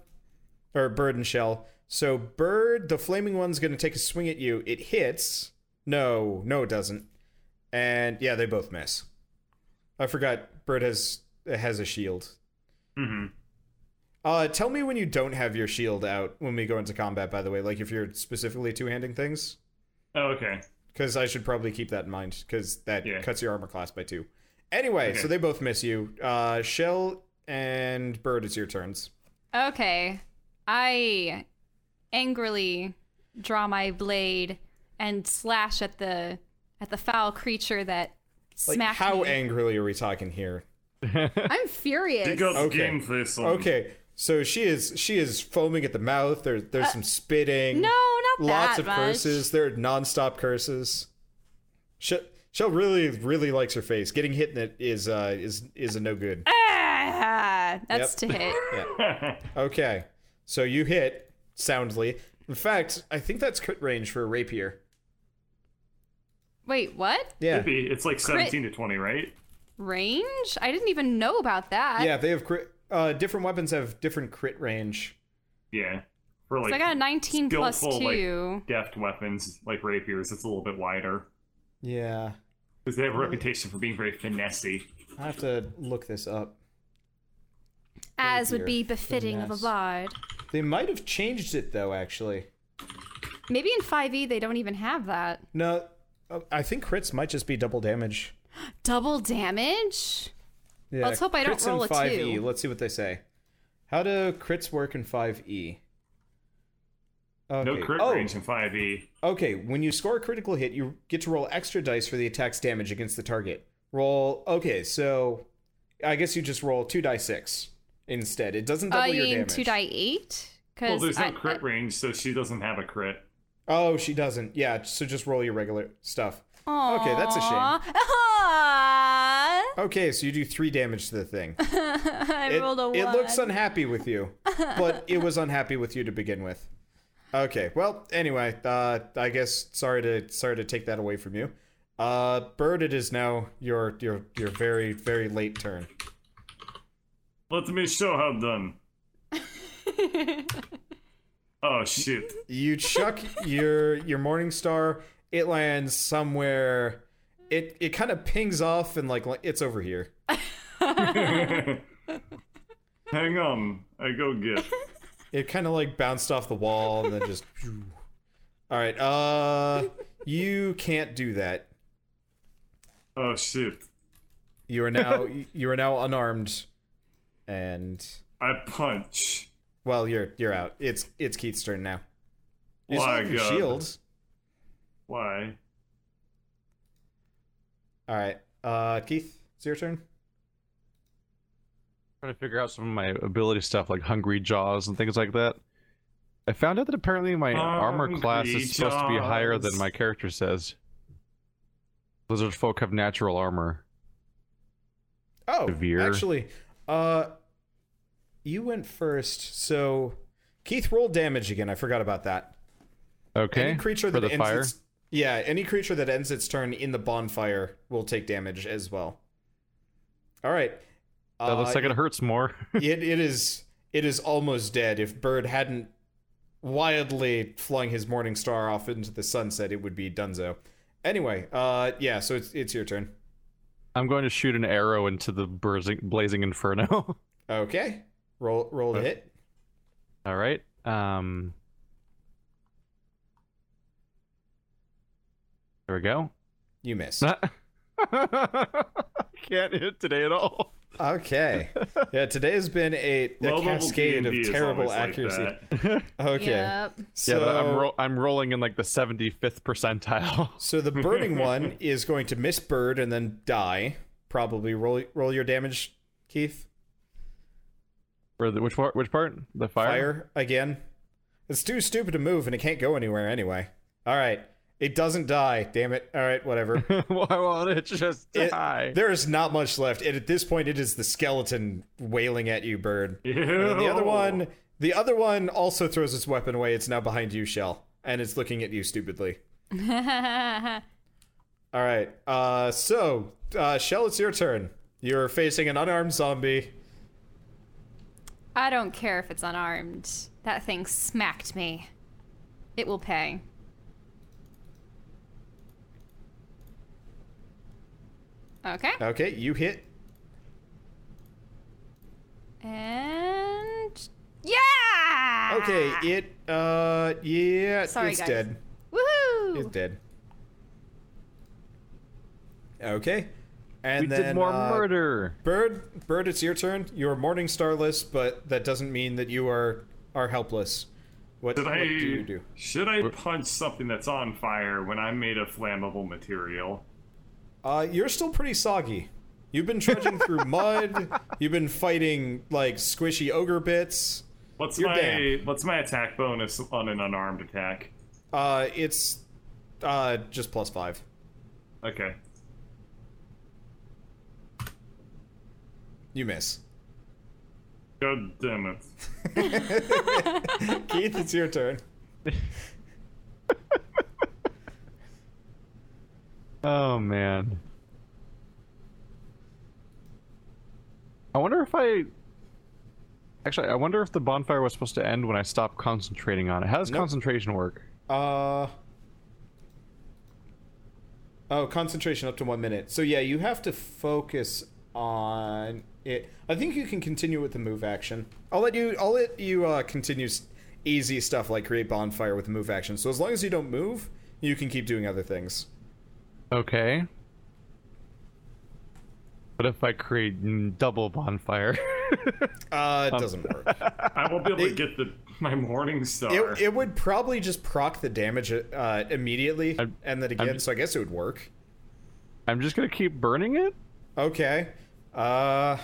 Speaker 1: or Bird and Shell. So Bird, the flaming one's going to take a swing at you. It hits. No, no it doesn't. And yeah, they both miss. I forgot. Bird has has a shield.
Speaker 2: hmm
Speaker 1: Uh, tell me when you don't have your shield out when we go into combat. By the way, like if you're specifically two handing things,
Speaker 2: Oh, okay.
Speaker 1: because I should probably keep that in mind because that
Speaker 2: Yeah.
Speaker 1: cuts your armor class by two. Anyway, so
Speaker 2: Okay.
Speaker 1: they both miss you. Uh, Shell and Bird, it's your turns.
Speaker 5: Okay. I angrily draw my blade and slash at the at the foul creature that
Speaker 1: Like,
Speaker 5: smacked
Speaker 1: how
Speaker 5: me.
Speaker 1: angrily are we talking here?
Speaker 11: I'm furious.
Speaker 2: You got
Speaker 1: Okay.
Speaker 2: game face on.
Speaker 1: Okay, so she is she is foaming at the mouth. There, there's some spitting.
Speaker 5: Uh, No, not
Speaker 1: lots
Speaker 5: that
Speaker 1: of
Speaker 5: much.
Speaker 1: curses. There are nonstop curses. Shell, Shell really, really likes her face. Getting hit in it is uh, is is a no good.
Speaker 5: Ah, that's
Speaker 1: Yep.
Speaker 5: to hit.
Speaker 1: Okay, so you hit soundly. In fact, I think that's cut range for a rapier.
Speaker 5: Wait, what?
Speaker 1: Yeah,
Speaker 2: Could be. It's like 17 to 20, right?
Speaker 5: Range? I didn't even know about that.
Speaker 1: yeah. They have crit. Uh, different weapons have different crit range.
Speaker 2: Yeah. For like
Speaker 5: So I got a 19 plus
Speaker 2: skillful,
Speaker 5: 2.
Speaker 2: like deft weapons like rapiers, it's a little bit wider
Speaker 1: Yeah,
Speaker 2: because they have a reputation for being very finessey.
Speaker 1: I have to look this up.
Speaker 5: as
Speaker 1: dear.
Speaker 5: would be befitting of
Speaker 1: Goodness.
Speaker 5: a bard.
Speaker 1: They might have changed it though, actually.
Speaker 5: Maybe in 5e they don't even have that.
Speaker 1: No, uh, I think crits might just be double damage.
Speaker 5: Double damage?
Speaker 1: Yeah,
Speaker 5: Let's hope I don't
Speaker 1: crits in
Speaker 5: roll a
Speaker 1: 5e.
Speaker 5: two.
Speaker 1: Let's see what they say. How do crits work in 5e? Okay.
Speaker 2: No crit
Speaker 1: oh,
Speaker 2: range in 5e.
Speaker 1: Okay, when you score a critical hit, you get to roll extra dice for the attack's damage against the target. Roll. Okay, so I guess you just roll 2 die 6 instead. It doesn't
Speaker 5: Oh,
Speaker 1: double
Speaker 5: you
Speaker 1: your
Speaker 5: mean
Speaker 1: damage.
Speaker 5: 2 die 8?
Speaker 2: Well, there's no crit range, so she doesn't have a crit.
Speaker 1: Oh, she doesn't. Yeah, so just roll your regular stuff. Okay, that's a shame.
Speaker 5: Aw.
Speaker 1: Okay, so you do 3 damage to the thing.
Speaker 5: I
Speaker 1: It,
Speaker 5: rolled a 1.
Speaker 1: it looks unhappy with you, but it was unhappy with you to begin with. Okay. Well, anyway, uh, I guess sorry to sorry to take that away from you. Uh, Bird, it is now your your your very very late turn.
Speaker 2: Let me show how done. oh shit!
Speaker 1: You chuck your your morning star. It lands somewhere. It it kind of pings off and like like, it's over here.
Speaker 2: Hang on, I go get.
Speaker 1: It kind of like bounced off the wall and then just. phew. All right. Uh, you can't do that.
Speaker 2: Oh shit!
Speaker 1: You are now you are now unarmed, and
Speaker 2: I punch.
Speaker 1: well, you're you're out. It's it's Keith's turn now. You still
Speaker 2: Why,
Speaker 1: have your
Speaker 2: God?
Speaker 1: shield.
Speaker 2: Why?
Speaker 1: All right, uh, Keith, it's your turn.
Speaker 3: trying to figure out some of my ability stuff, like hungry jaws and things like that. I found out that apparently my armor class
Speaker 2: Hungry
Speaker 3: is supposed to be higher than
Speaker 2: jaws.
Speaker 3: my character says. Lizard folk have natural armor.
Speaker 1: Oh,
Speaker 3: Severe.
Speaker 1: actually, uh, you went first, so Keith rolled damage again. I forgot about that.
Speaker 3: Okay.
Speaker 1: Any creature
Speaker 3: for
Speaker 1: that
Speaker 3: the
Speaker 1: ends
Speaker 3: fire.
Speaker 1: its yeah, any creature that ends its turn in the bonfire will take damage as well. All right.
Speaker 3: That looks
Speaker 1: Uh,
Speaker 3: like it hurts more.
Speaker 1: it, it is it is almost dead. If Bird hadn't wildly flung his morning star off into the sunset, it would be Dunzo. Anyway, uh, yeah, so it's it's your turn.
Speaker 3: I'm going to shoot an arrow into the blazing, blazing inferno.
Speaker 1: Okay, roll roll to
Speaker 3: Uh,
Speaker 1: hit.
Speaker 3: All right. Um. There we go.
Speaker 1: You missed.
Speaker 3: Can't hit today at all.
Speaker 1: Okay, yeah, today has been a, a
Speaker 2: Low-level
Speaker 1: cascade of
Speaker 2: D&D is
Speaker 1: terrible
Speaker 2: always like
Speaker 1: accuracy.
Speaker 2: that.
Speaker 1: okay,
Speaker 5: Yep.
Speaker 1: so
Speaker 3: yeah, but I'm ro- I'm rolling in like the 75th percentile.
Speaker 1: so the burning one is going to miss Bird and then die. Probably roll roll your damage, Keith.
Speaker 3: For the, which part? Which part? The fire.
Speaker 1: fire again. It's too stupid to move and it can't go anywhere anyway. All right. It doesn't die. Damn it. All right, whatever.
Speaker 3: Why won't it just
Speaker 1: It-
Speaker 3: die?
Speaker 1: there is not much left. And at this point, it is the skeleton wailing at you, bird. And then the other
Speaker 2: Ew.
Speaker 1: one, the other one also throws its weapon away. It's now behind you, Shell, and it's looking at you stupidly. All right. Uh, so, uh, Shell, it's your turn. You're facing an unarmed zombie.
Speaker 5: I don't care if it's unarmed. That thing smacked me. It will pay. Okay.
Speaker 1: Uh, Okay, you hit. Okay, it uh yeah,
Speaker 13: Ah. Sorry,
Speaker 1: it's
Speaker 13: guys.
Speaker 1: dead.
Speaker 13: Woohoo!
Speaker 1: It's dead. Okay. And
Speaker 3: we
Speaker 1: then
Speaker 3: did more
Speaker 1: uh,
Speaker 3: murder.
Speaker 1: Bird, bird, it's your turn. You are morning starless, but that doesn't mean that you are are helpless. What,
Speaker 2: Should
Speaker 1: what
Speaker 2: I
Speaker 1: do you do?
Speaker 2: should I punch something that's on fire when I'm made of flammable material?
Speaker 1: Uh, you're still pretty soggy. You've been trudging through mud. You've been fighting like squishy ogre bits.
Speaker 2: What's
Speaker 1: You're
Speaker 2: my
Speaker 1: damned.
Speaker 2: what's my attack bonus on an unarmed attack?
Speaker 1: Uh, it's uh just plus five.
Speaker 2: Okay.
Speaker 1: You miss.
Speaker 2: God damn it.
Speaker 1: Keith, it's your turn.
Speaker 3: Oh man. I wonder if I actually I wonder if the bonfire was supposed to end when I stopped concentrating on it. How does concentration work?
Speaker 1: Uh. Oh, concentration up to one minute. So yeah, you have to focus on it. I think you can continue with the move action. I'll let you. I'll let you uh, continue s- easy stuff like create bonfire with the move action. So as long as you don't move, you can keep doing other things.
Speaker 3: Okay. What if I create mm, double bonfire?
Speaker 1: Uh,
Speaker 3: Um,
Speaker 1: it doesn't work.
Speaker 2: I won't be able to get the my morning star.
Speaker 1: It, it would probably just proc the damage uh, immediately
Speaker 3: I'm-
Speaker 1: and then again.
Speaker 3: I'm-
Speaker 1: so I guess it would work.
Speaker 3: I'm just gonna keep burning it?
Speaker 1: Okay. Uh,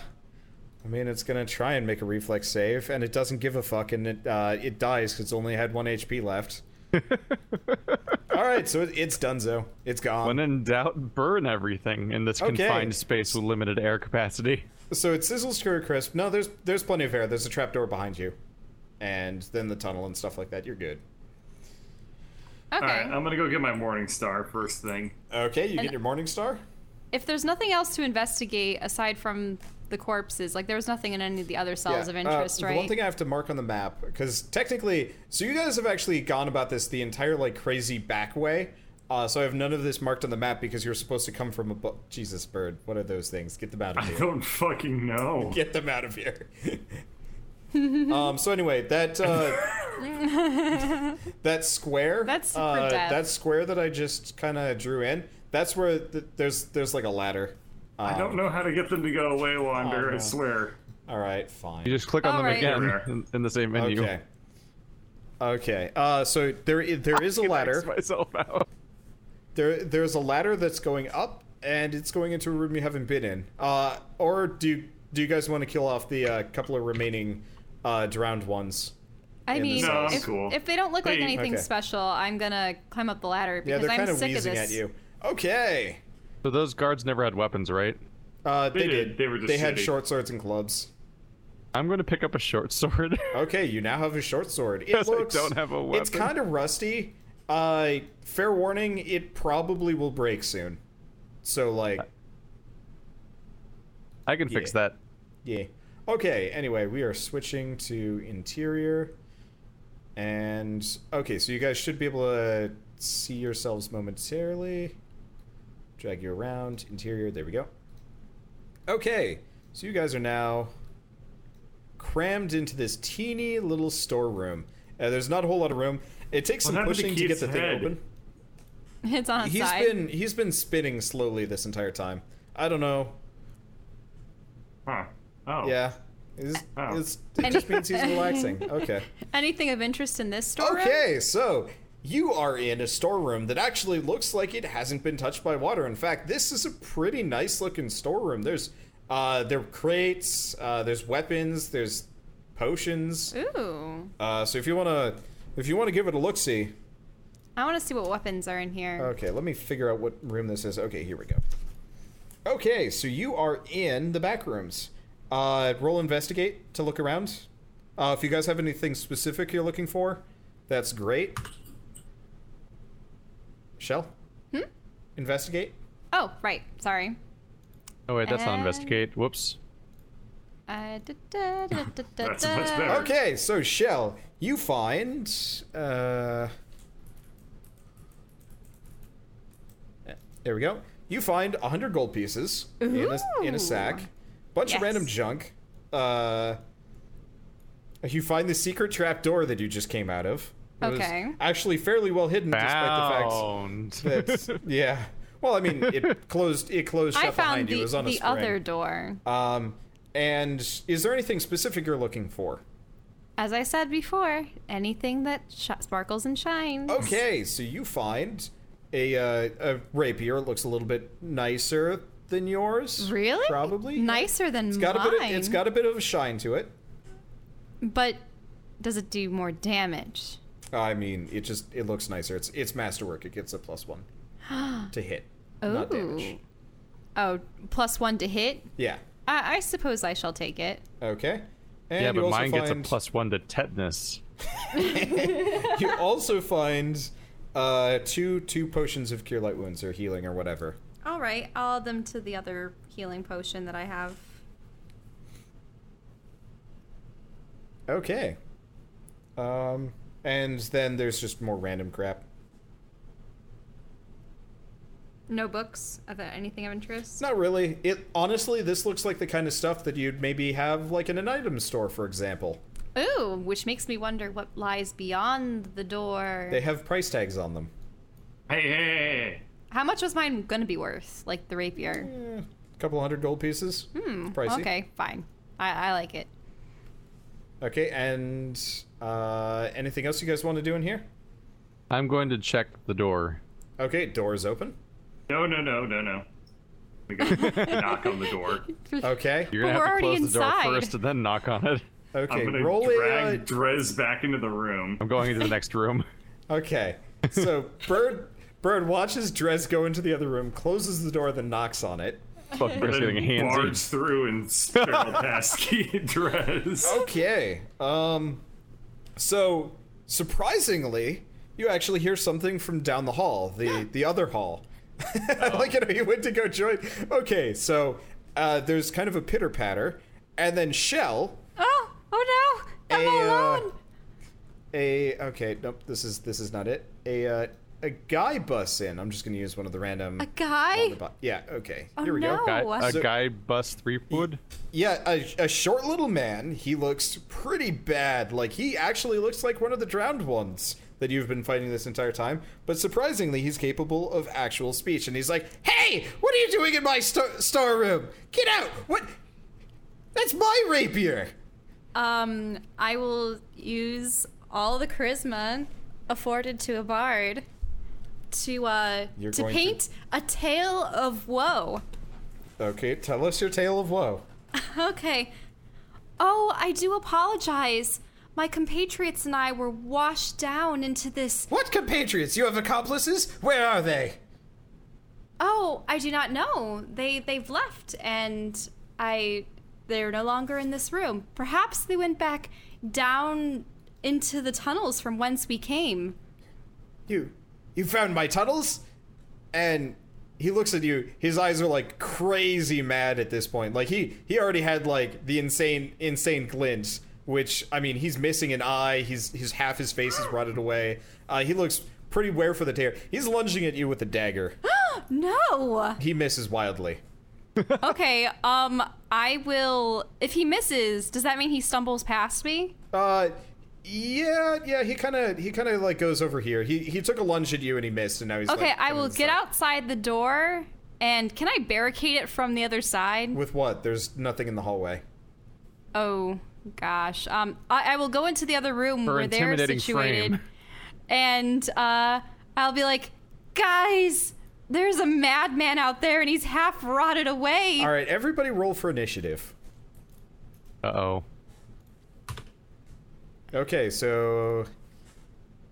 Speaker 1: I mean, it's gonna try and make a reflex save, and it doesn't give a fuck, and it uh, it dies because it's only had one HP left. All right, so it, it's Dunzo. It's gone.
Speaker 3: When in doubt, burn everything in this
Speaker 1: Okay.
Speaker 3: confined space with limited air capacity.
Speaker 1: so it sizzles to a crisp. No, there's there's plenty of air. There's a trapdoor behind you, and then the tunnel and stuff like that. You're good.
Speaker 5: Okay.
Speaker 2: Alright, I'm gonna go get my morning star first thing.
Speaker 1: Okay, you get your morning star.
Speaker 5: if there's nothing else to investigate aside from the corpses, like there was nothing in any of the other cells of
Speaker 1: Yeah, uh,
Speaker 5: interest,
Speaker 1: The
Speaker 5: right?
Speaker 1: one thing I have to mark on the map, because technically, so you guys have actually gone about this the entire like crazy back way. Uh, so I have none of this marked on the map because you're supposed to come from a bu- Jesus bird. What are those things? Get them out of
Speaker 2: I
Speaker 1: here.
Speaker 2: don't fucking know.
Speaker 1: Get them out of here. um. So anyway, that uh, that square.
Speaker 5: That's super
Speaker 1: uh,
Speaker 5: death.
Speaker 1: that square that I just kind of drew in. That's where th- there's there's like a ladder.
Speaker 2: I don't know how to get them to go away, Wander,
Speaker 1: Oh, no.
Speaker 2: I swear.
Speaker 1: All right, fine.
Speaker 3: You just click on them
Speaker 5: Alright.
Speaker 3: again
Speaker 2: Everywhere.
Speaker 3: in, in the same menu.
Speaker 1: Okay. Okay. Uh, so there, i- there is a ladder.
Speaker 3: X myself out.
Speaker 1: There, there's a ladder that's going up, and it's going into a room you haven't been in. Uh, or do you, do you guys want to kill off the uh, couple of remaining uh, drowned ones?
Speaker 5: I
Speaker 1: in the
Speaker 5: mean,
Speaker 2: No, I'm
Speaker 5: if,
Speaker 2: cool.
Speaker 5: if they don't look like
Speaker 2: Hey,
Speaker 5: anything
Speaker 1: okay.
Speaker 5: special, I'm gonna climb up the ladder
Speaker 1: Yeah,
Speaker 5: because
Speaker 1: they're kind
Speaker 5: I'm
Speaker 1: of
Speaker 5: sick of
Speaker 1: wheezing
Speaker 5: this.
Speaker 1: at you. Okay.
Speaker 3: So those guards never had weapons, right?
Speaker 1: Uh, they,
Speaker 2: They
Speaker 1: did.
Speaker 2: did. They were just
Speaker 1: had
Speaker 2: shitty.
Speaker 1: short swords and clubs.
Speaker 3: I'm going to pick up a short sword.
Speaker 1: Okay, you now have a short sword. It
Speaker 3: 'Cause I
Speaker 1: looks.
Speaker 3: don't have a
Speaker 1: It's
Speaker 3: weapon.
Speaker 1: kind of rusty. Uh, fair warning, it probably will break soon. So like.
Speaker 3: I can fix
Speaker 1: Yeah.
Speaker 3: that.
Speaker 1: Yeah. Okay, anyway, we are switching to interior. And okay, so you guys should be able to see yourselves momentarily. Drag you around. Interior, there we go. Okay, so you guys are now crammed into this teeny little storeroom. Uh, there's not a whole lot of room. It takes
Speaker 2: What
Speaker 1: some
Speaker 2: happened to
Speaker 1: pushing to get
Speaker 2: Keith's
Speaker 1: the
Speaker 2: head?
Speaker 1: thing open.
Speaker 5: It's on its
Speaker 1: He's
Speaker 5: side.
Speaker 1: been he's been spinning slowly this entire time. I don't know.
Speaker 2: Huh. Oh.
Speaker 1: Yeah. It's-
Speaker 2: Oh.
Speaker 1: it's- it just means he's relaxing. Okay.
Speaker 5: Anything of interest in this story?
Speaker 1: Okay, so you are in a storeroom that actually looks like it hasn't been touched by water. In fact, this is a pretty nice looking storeroom. There's uh, there are crates, uh, there's weapons, there's potions.
Speaker 5: Ooh,
Speaker 1: Uh, so if you wanna if you wanna give it a look, see.
Speaker 5: I want to see what weapons are in here.
Speaker 1: Okay, let me figure out what room this is. Okay, here we go. Okay, so you are in the back rooms. Uh, roll investigate to look around. Uh, if you guys have anything specific you're looking for, that's great. Shell?
Speaker 5: Hmm?
Speaker 1: Investigate?
Speaker 5: Oh, right. Sorry.
Speaker 3: Oh wait, that's not
Speaker 5: And-
Speaker 3: investigate. Whoops.
Speaker 5: Uh, da, da, da, da, da,
Speaker 2: That's much
Speaker 5: da.
Speaker 2: better.
Speaker 1: Okay, so Shell, you find. Uh, there we go. You find 100 gold pieces in a, in a sack,
Speaker 5: Ooh.
Speaker 1: bunch of random
Speaker 5: Yes.
Speaker 1: junk, uh, You find the secret trap door that you just came out of. It was
Speaker 5: Okay.
Speaker 1: Actually, fairly well hidden,
Speaker 3: Bound.
Speaker 1: despite the fact that yeah. Well, I mean, it closed. It closed shut
Speaker 5: I found
Speaker 1: behind you. It
Speaker 5: the,
Speaker 1: was on a
Speaker 5: the
Speaker 1: spring.
Speaker 5: other door.
Speaker 1: Um, and is there anything specific you're looking for?
Speaker 5: As I said before, anything that sh- sparkles and shines.
Speaker 1: Okay, so you find a uh, a rapier. It looks a little bit nicer than yours.
Speaker 5: Really?
Speaker 1: Probably.
Speaker 5: nicer than
Speaker 1: It's got
Speaker 5: mine.
Speaker 1: a bit. Of, it's got a bit of a shine to it.
Speaker 5: But does it do more damage?
Speaker 1: I mean, it just it looks nicer. It's it's masterwork. It gets a plus one to hit, not damage.
Speaker 5: Ooh. Oh, plus one to hit.
Speaker 1: Yeah.
Speaker 5: I, I suppose I shall take it.
Speaker 1: Okay. And
Speaker 3: yeah,
Speaker 1: you
Speaker 3: but
Speaker 1: also
Speaker 3: mine gets a
Speaker 1: find-
Speaker 3: plus one to tetanus.
Speaker 1: you also find uh, two two potions of cure light wounds or healing or whatever.
Speaker 14: All right, I'll add them to the other healing potion that I have.
Speaker 1: Okay. Um, and then there's just more random crap.
Speaker 14: No books of anything of interest.
Speaker 1: Not really. It honestly, this looks like the kind of stuff that you'd maybe have like in an item store, for example.
Speaker 5: Ooh, which makes me wonder what lies beyond the door.
Speaker 1: They have price tags on them.
Speaker 2: Hey, hey, hey,
Speaker 5: How much was mine gonna be worth? Like the rapier.
Speaker 1: A Eh, couple hundred gold pieces. Hmm. Mm, Pricey.
Speaker 5: Okay, fine. I, I like it.
Speaker 1: Okay. And uh, anything else you guys want to do in here?
Speaker 3: I'm going to check the door.
Speaker 1: Okay. Door is open.
Speaker 2: no, no, no, no, no. We gotta knock on the door.
Speaker 1: Okay.
Speaker 3: You're gonna
Speaker 5: But
Speaker 3: have to
Speaker 5: we're already
Speaker 3: close the door
Speaker 5: inside.
Speaker 3: first and then knock on it.
Speaker 1: Okay.
Speaker 2: I'm gonna
Speaker 1: Roll a.
Speaker 2: drag
Speaker 1: uh,
Speaker 2: Drez back into the room.
Speaker 3: I'm going into the next room.
Speaker 1: Okay. So Bird Bird watches Drez go into the other room, closes the door, then knocks on it.
Speaker 3: Fucking
Speaker 2: And
Speaker 3: getting
Speaker 2: then barge
Speaker 3: handsy.
Speaker 2: through and feral past Key and Drez.
Speaker 1: Oh. Okay. Um so surprisingly, you actually hear something from down the hall, the the other hall. like you know, you went to go join. Okay, so uh, there's kind of a pitter patter, and then Shell,
Speaker 5: Oh, oh no! I'm
Speaker 1: A,
Speaker 5: all
Speaker 1: uh,
Speaker 5: alone.
Speaker 1: a okay, nope, this is this is not it. A uh, a guy busts in. I'm just gonna use one of the random.
Speaker 5: A guy.
Speaker 1: Yeah. Okay.
Speaker 5: Oh
Speaker 1: Here we
Speaker 5: no!
Speaker 1: go.
Speaker 3: Guy, a
Speaker 1: So-
Speaker 3: guy bust three wood.
Speaker 1: Yeah, a, a short little man. He looks pretty bad. Like, he actually looks like one of the drowned ones that you've been fighting this entire time. But surprisingly, he's capable of actual speech. And he's like, Hey, what are you doing in my star, star room? Get out! What? That's my rapier!
Speaker 14: Um, I will use all the charisma afforded to a bard to uh
Speaker 1: You're
Speaker 14: to
Speaker 1: going to-
Speaker 14: paint a tale of woe.
Speaker 1: Okay, tell us your tale of woe.
Speaker 14: Okay. Oh, I do apologize. My compatriots and I were washed down into this.
Speaker 1: What compatriots? You have accomplices? Where are they?
Speaker 14: Oh, I do not know. They they've left and I they're no longer in this room. Perhaps they went back down into the tunnels from whence we came.
Speaker 1: You. You found my tunnels? And he looks at you. His eyes are like crazy mad at this point. Like he he already had like the insane insane glint, which I mean he's missing an eye. He's his half his face is rotted away. Uh, he looks pretty wear for the tear. He's lunging at you with a dagger.
Speaker 5: No.
Speaker 1: He misses wildly.
Speaker 5: Okay. Um, I will. If he misses, does that mean he stumbles past me?
Speaker 1: Uh, yeah yeah he kind of he kind of like goes over here. He he took a lunge at you and he missed and now he's
Speaker 5: Okay,
Speaker 1: like,
Speaker 5: I
Speaker 1: coming
Speaker 5: will get
Speaker 1: inside.
Speaker 5: outside the door. And can I barricade it from the other side?
Speaker 1: with what? There's nothing in the hallway.
Speaker 5: Oh gosh. Um, I, I will go into the other room
Speaker 3: For
Speaker 5: where they're
Speaker 3: intimidating
Speaker 5: situated,
Speaker 3: frame.
Speaker 5: and uh, I'll be like, guys, there's a madman out there, and he's half rotted away.
Speaker 1: All right, everybody roll for initiative.
Speaker 3: Uh oh.
Speaker 1: Okay, so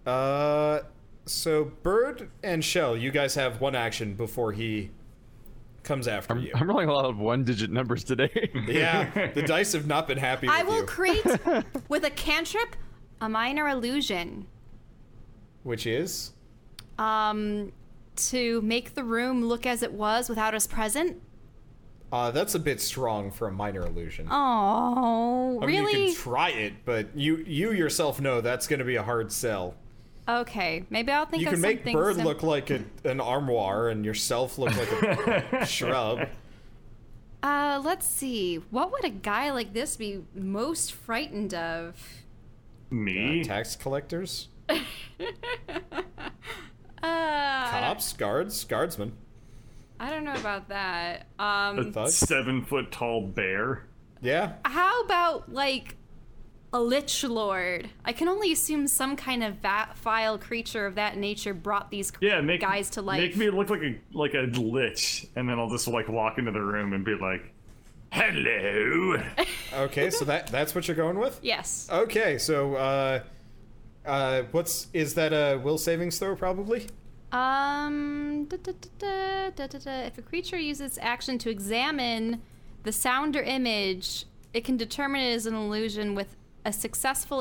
Speaker 1: uh so Bird and Shell, you guys have one action before he comes after
Speaker 3: I'm,
Speaker 1: you.
Speaker 3: I'm rolling a lot of one-digit numbers today.
Speaker 1: yeah, the dice have not been happy with
Speaker 5: I will
Speaker 1: you,
Speaker 5: create with a cantrip a minor illusion
Speaker 1: which is
Speaker 5: um, to make the room look as it was without us present.
Speaker 1: uh that's a bit strong for a minor illusion.
Speaker 5: Oh,
Speaker 1: I mean,
Speaker 5: Um, really?
Speaker 1: you can try it, but you you yourself know that's going to be a hard sell.
Speaker 5: okay, maybe I'll think
Speaker 1: You
Speaker 5: of
Speaker 1: can
Speaker 5: something.
Speaker 1: make Bird
Speaker 5: sim-
Speaker 1: look like a, an armoire and yourself look like a shrub.
Speaker 5: Uh, let's see. What would a guy like this be most frightened of?
Speaker 3: E.
Speaker 2: Me?
Speaker 1: Tax collectors,
Speaker 5: Uh,
Speaker 1: cops, guards, guardsmen,
Speaker 5: I don't know about that. Um,
Speaker 1: thugs.
Speaker 2: Seven foot tall bear?
Speaker 1: Yeah,
Speaker 5: how about like a lich lord? I can only assume some kind of va- vile creature of that nature brought these c-
Speaker 2: Yeah, make
Speaker 5: guys to life.
Speaker 2: Make me look like a like a lich, and then I'll just like walk into the room and be like, "Hello."
Speaker 1: Okay, so that that's what you're going with.
Speaker 5: yes.
Speaker 1: Okay, so uh, uh, what's is that a will savings throw? Probably.
Speaker 5: Um, da, da, da, da, da, da, da. if a creature uses its action to examine the sound or image, it can determine it is an illusion with a successful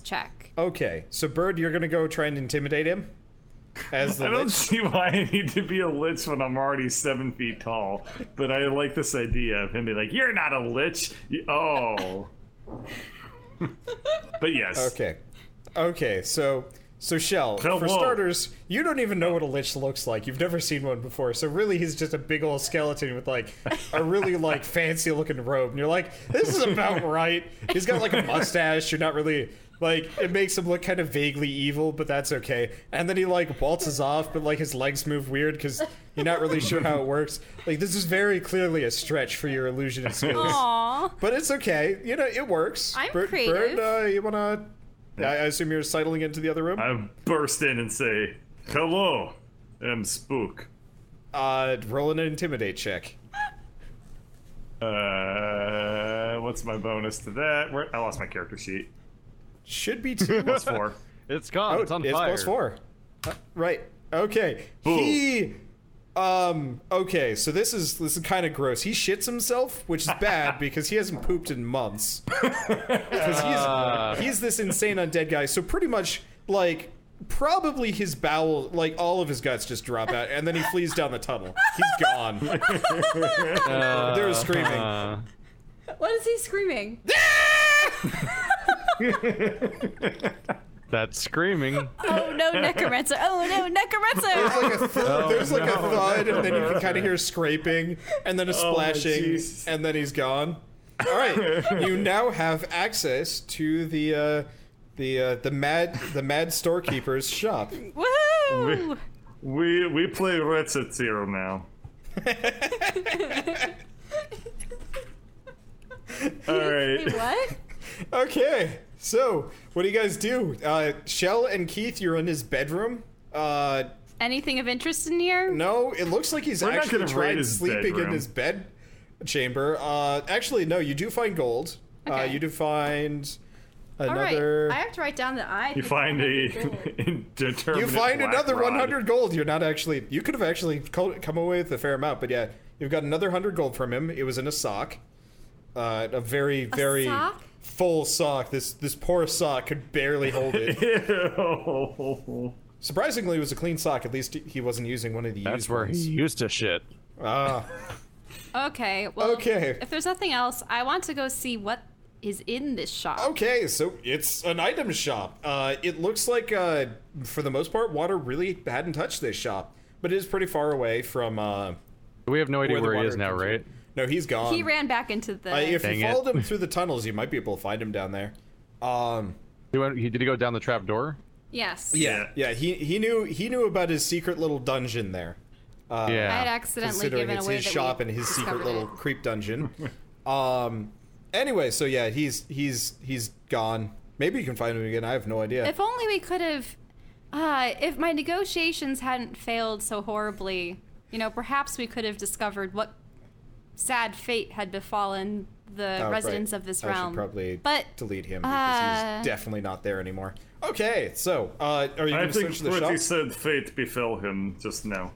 Speaker 5: check.
Speaker 1: Okay, so Bird, you're gonna go try and intimidate him. As the
Speaker 2: I don't
Speaker 1: lich.
Speaker 2: see why I need to be a lich when I'm already seven feet tall, but I like this idea of him being like, "You're not a lich." You- Oh. but yes.
Speaker 1: Okay, okay, so so Shell.
Speaker 2: Shell,
Speaker 1: for
Speaker 2: whoa.
Speaker 1: starters, you don't even know what a lich looks like. You've never seen one before, so really he's just a big old skeleton with like a really like fancy looking robe, and you're like, this is about right. He's got like a mustache. You're not really. Like it makes him look kind of vaguely evil, but that's okay. And then he like waltzes off, but like his legs move weird because you're not really sure how it works. Like this is very clearly a stretch for your illusionist skills.
Speaker 5: Aw.
Speaker 1: But it's okay. You know, it works.
Speaker 5: I'm
Speaker 1: Bert,
Speaker 5: creative.
Speaker 1: Bert, uh, you wanna? I, I assume you're sidling into the other room.
Speaker 2: I burst in and say, "Hello, I'm Spook."
Speaker 1: Uh, roll an intimidate check.
Speaker 2: Uh, what's my bonus to that? Where- I lost my character sheet.
Speaker 1: Should be two.
Speaker 2: Plus four.
Speaker 3: It's gone. Oh, it's on fire.
Speaker 1: Oh, plus four. Uh, right. Okay.
Speaker 2: Boo.
Speaker 1: He. Um. Okay. So this is this is kind of gross. He shits himself, which is bad because he hasn't pooped in months. Because he's
Speaker 3: Ah.
Speaker 1: he's this insane undead guy. So pretty much like probably his bowel, like all of his guts, just drop out, and then he flees down the tunnel. He's gone. There was screaming.
Speaker 3: Uh,
Speaker 5: What is he screaming?
Speaker 3: that screaming.
Speaker 5: Oh no, Necromancer! Oh no, Necromancer!
Speaker 1: like a th-
Speaker 2: Oh,
Speaker 1: there's like a thud, and then you can kind of hear scraping, and then a splashing,
Speaker 2: Oh, Jesus.
Speaker 1: and then he's gone. All right, you now have access to the uh, the uh, the mad the mad storekeeper's shop.
Speaker 5: Woohoo!
Speaker 2: We we play Red Set Zero now. All
Speaker 5: Wait,
Speaker 2: right.
Speaker 5: what?
Speaker 1: Okay, so what do you guys do? Uh, Shell and Keith, you're in his bedroom. Uh,
Speaker 5: Anything of interest in here?
Speaker 1: no, it looks like he's
Speaker 2: We're not
Speaker 1: actually
Speaker 2: gonna raid
Speaker 1: tried
Speaker 2: his
Speaker 1: sleeping in
Speaker 2: bedroom.
Speaker 1: his bed chamber. Uh, actually, no, you do find gold. Uh,
Speaker 5: Okay.
Speaker 1: you do find
Speaker 5: All right,
Speaker 1: another.
Speaker 5: I have to write down that I.
Speaker 2: You find a
Speaker 1: You
Speaker 2: indeterminate.
Speaker 1: find
Speaker 2: black
Speaker 1: another
Speaker 2: rod.
Speaker 1: 100 gold. You're not actually. You could have actually co- come away with a fair amount, but yeah, you've got another 100 gold from him. It was in a sock, uh, a very, very
Speaker 5: sock?
Speaker 1: full sock. This this poor sock could barely hold it.
Speaker 2: Ew.
Speaker 1: Surprisingly, it was a clean sock. At least he wasn't using one of the.
Speaker 3: That's
Speaker 1: used
Speaker 3: where he
Speaker 1: ones.
Speaker 3: used to shit.
Speaker 1: Ah,
Speaker 5: Okay. Well,
Speaker 1: Okay.
Speaker 5: If there's nothing else, I want to go see what is in this shop.
Speaker 1: okay, so it's an item shop. Uh, it looks like, uh, for the most part, water really hadn't touched this shop, but it is pretty far away from. Uh,
Speaker 3: We have no idea
Speaker 1: Where the
Speaker 3: where, he
Speaker 1: water
Speaker 3: is now,
Speaker 1: comes
Speaker 3: right?
Speaker 1: no, he's gone.
Speaker 5: He ran back into the.
Speaker 1: Uh, if
Speaker 3: Dang
Speaker 1: you
Speaker 3: it.
Speaker 1: followed him through the tunnels, you might be able to find him down there. Um,
Speaker 3: He went, he, did he go down the trap door?
Speaker 5: yes.
Speaker 2: Yeah.
Speaker 1: yeah, he he knew he knew about his secret little dungeon there. Uh,
Speaker 3: yeah.
Speaker 5: I had accidentally
Speaker 1: considering
Speaker 5: given
Speaker 1: it's
Speaker 5: away
Speaker 1: his
Speaker 5: that we
Speaker 1: shop and his secret
Speaker 5: discovered
Speaker 1: little
Speaker 5: it.
Speaker 1: creep dungeon. um, anyway, so yeah, he's he's he's gone. Maybe you can find him again. I have no idea.
Speaker 5: If only we could have. Uh, if my negotiations hadn't failed so horribly, you know, perhaps we could have discovered what sad fate had befallen the
Speaker 1: Oh, right.
Speaker 5: residents of this
Speaker 1: I
Speaker 5: realm.
Speaker 1: should probably
Speaker 5: but
Speaker 1: delete him because
Speaker 5: uh,
Speaker 1: he's definitely not there anymore. Okay, so uh, are you
Speaker 2: I
Speaker 1: going to
Speaker 2: think
Speaker 1: search the
Speaker 2: what he
Speaker 1: shop?
Speaker 2: said fate befell him just now.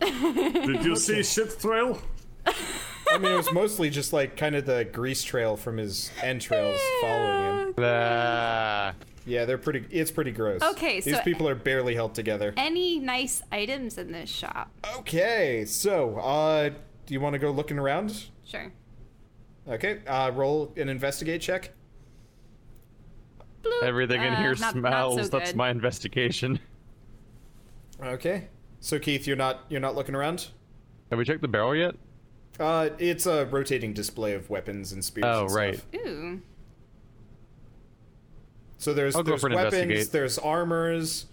Speaker 2: Did you see shit trail?
Speaker 1: I mean, it was mostly just like kind of the grease trail from his entrails following him.
Speaker 3: Ah.
Speaker 1: Yeah, they're pretty. It's pretty gross.
Speaker 5: Okay,
Speaker 1: these
Speaker 5: so-
Speaker 1: people are barely held together.
Speaker 5: any nice items in this shop?
Speaker 1: Okay, so uh, do you want to go looking around?
Speaker 5: Sure.
Speaker 1: Okay, uh, roll an investigate check.
Speaker 5: Bloop.
Speaker 3: Everything in
Speaker 5: Uh,
Speaker 3: here
Speaker 5: not- not so
Speaker 3: smells. That's
Speaker 5: good.
Speaker 3: my investigation.
Speaker 1: Okay, so Keith, you're not you're not looking around.
Speaker 3: Have we checked the barrel yet?
Speaker 1: Uh, it's a rotating display of weapons and spears.
Speaker 3: Oh,
Speaker 1: and stuff.
Speaker 3: right.
Speaker 5: Ooh.
Speaker 1: So there's
Speaker 3: I'll go
Speaker 1: there's
Speaker 3: for an
Speaker 1: weapons,
Speaker 3: investigate.
Speaker 1: there's armors,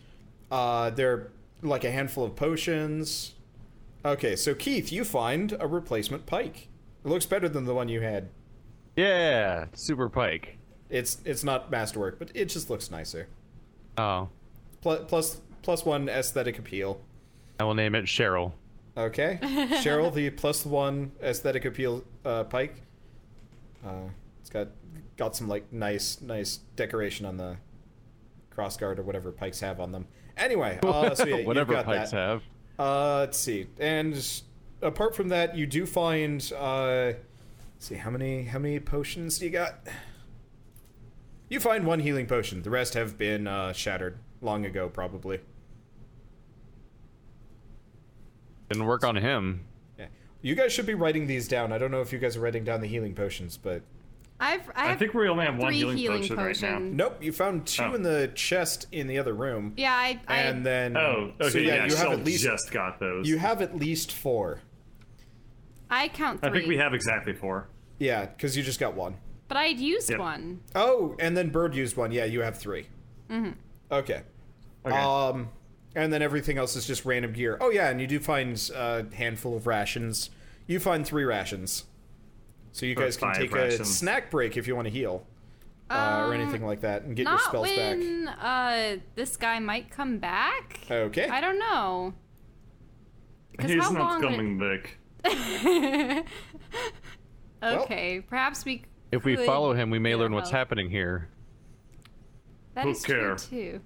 Speaker 1: uh, there are like a handful of potions. Okay, so Keith, you find a replacement pike. It looks better than the one you had.
Speaker 3: Yeah, super pike.
Speaker 1: It's it's not masterwork, but it just looks nicer.
Speaker 3: Oh,
Speaker 1: Plus plus plus one aesthetic appeal.
Speaker 3: I will name it Cheryl.
Speaker 1: Okay, Cheryl, the plus one aesthetic appeal uh, pike. Uh, it's got got some like nice nice decoration on the crossguard or whatever pikes have on them. Anyway, uh, so yeah,
Speaker 3: Whatever
Speaker 1: you've got
Speaker 3: pikes
Speaker 1: that.
Speaker 3: have.
Speaker 1: Uh, let's see. And apart from that, you do find. Uh, let's see how many how many potions do you got? You find one healing potion. The rest have been uh, shattered long ago, probably.
Speaker 3: Didn't work on him.
Speaker 1: Yeah. You guys should be writing these down. I don't know if you guys are writing down the healing potions, but
Speaker 11: I've, I've
Speaker 2: I think we only have one
Speaker 11: three
Speaker 2: healing,
Speaker 11: healing
Speaker 2: potion right now.
Speaker 11: potions.
Speaker 1: nope. You found two
Speaker 2: Oh.
Speaker 1: in the chest in the other room,
Speaker 11: yeah, I, I
Speaker 1: and then
Speaker 2: Oh, okay.
Speaker 1: so
Speaker 2: yeah,
Speaker 1: yeah, you have
Speaker 2: Shell
Speaker 1: at least
Speaker 2: just got those.
Speaker 1: you have at least four.
Speaker 11: I count
Speaker 2: I
Speaker 11: three.
Speaker 2: think we have exactly four.
Speaker 1: Yeah, because you just got one.
Speaker 5: But I'd used
Speaker 2: Yep.
Speaker 5: one.
Speaker 1: Oh, and then Bird used one. Yeah, you have 3 Mm-hmm. Okay.
Speaker 2: Okay.
Speaker 1: Um, and then everything else is just random gear. Oh yeah, and you do find a handful of rations. You find three rations, so you
Speaker 2: Or
Speaker 1: guys can
Speaker 2: five
Speaker 1: take a
Speaker 2: rations.
Speaker 1: snack break if you want to heal uh, or anything like that and get your
Speaker 5: Um, Not
Speaker 1: spells back.
Speaker 5: when uh, this guy might come back.
Speaker 1: Okay.
Speaker 5: I don't know. Because
Speaker 2: He's
Speaker 5: how
Speaker 2: not
Speaker 5: long?
Speaker 2: coming back.
Speaker 5: okay, perhaps we.
Speaker 3: If we
Speaker 5: could-
Speaker 3: follow him, we may
Speaker 5: Yeah.
Speaker 3: learn what's happening here.
Speaker 5: That
Speaker 2: Who
Speaker 5: is true,
Speaker 2: care?
Speaker 5: too.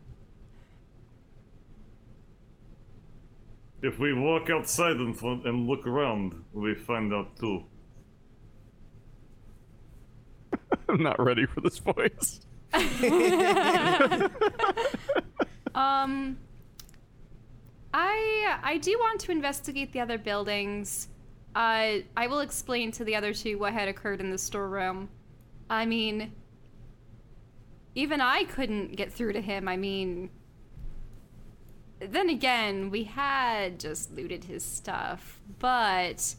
Speaker 2: If we walk outside and, fl- and look around, we find out too.
Speaker 3: I'm not ready for this voice.
Speaker 5: Um,
Speaker 11: I I do want to investigate the other buildings. Uh, I will explain to the other two what had occurred in the storeroom. I mean, even I couldn't get through to him. I mean, then again, we had just looted his stuff, but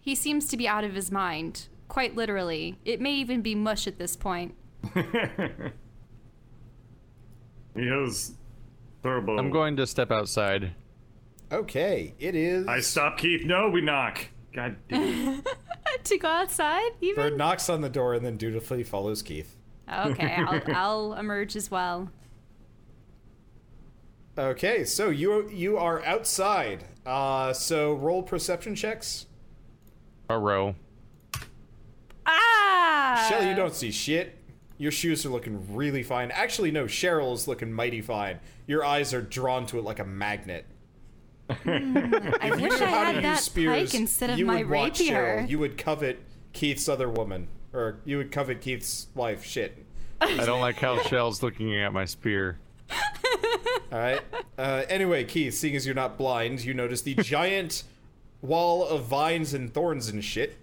Speaker 11: he seems to be out of his mind, quite literally. It may even be mush at this point.
Speaker 2: he has turbo.
Speaker 3: I'm going to step outside.
Speaker 1: Okay, it is.
Speaker 2: I stop Keith. No, we knock. God damn. it.
Speaker 11: to go outside, even
Speaker 1: Bird knocks on the door and then dutifully follows Keith.
Speaker 11: okay, I'll, I'll emerge as well.
Speaker 1: Okay, so you you are outside. Uh, so roll perception checks.
Speaker 3: A row.
Speaker 11: Ah!
Speaker 1: Shelly, you don't see shit. Your shoes are looking really fine. Actually, no, Cheryl is looking mighty fine. Your eyes are drawn to it like a magnet.
Speaker 11: I wish I
Speaker 1: How to
Speaker 11: had
Speaker 1: use
Speaker 11: that
Speaker 1: spears,
Speaker 11: pike instead of
Speaker 1: you
Speaker 11: my
Speaker 1: would want
Speaker 11: rapier.
Speaker 1: Cheryl. You would covet Keith's other woman, or you would covet Keith's wife. Shit.
Speaker 3: I don't like how Shell's looking at my spear.
Speaker 1: All right. Uh, anyway, Keith, seeing as you're not blind, you notice the giant wall of vines and thorns and shit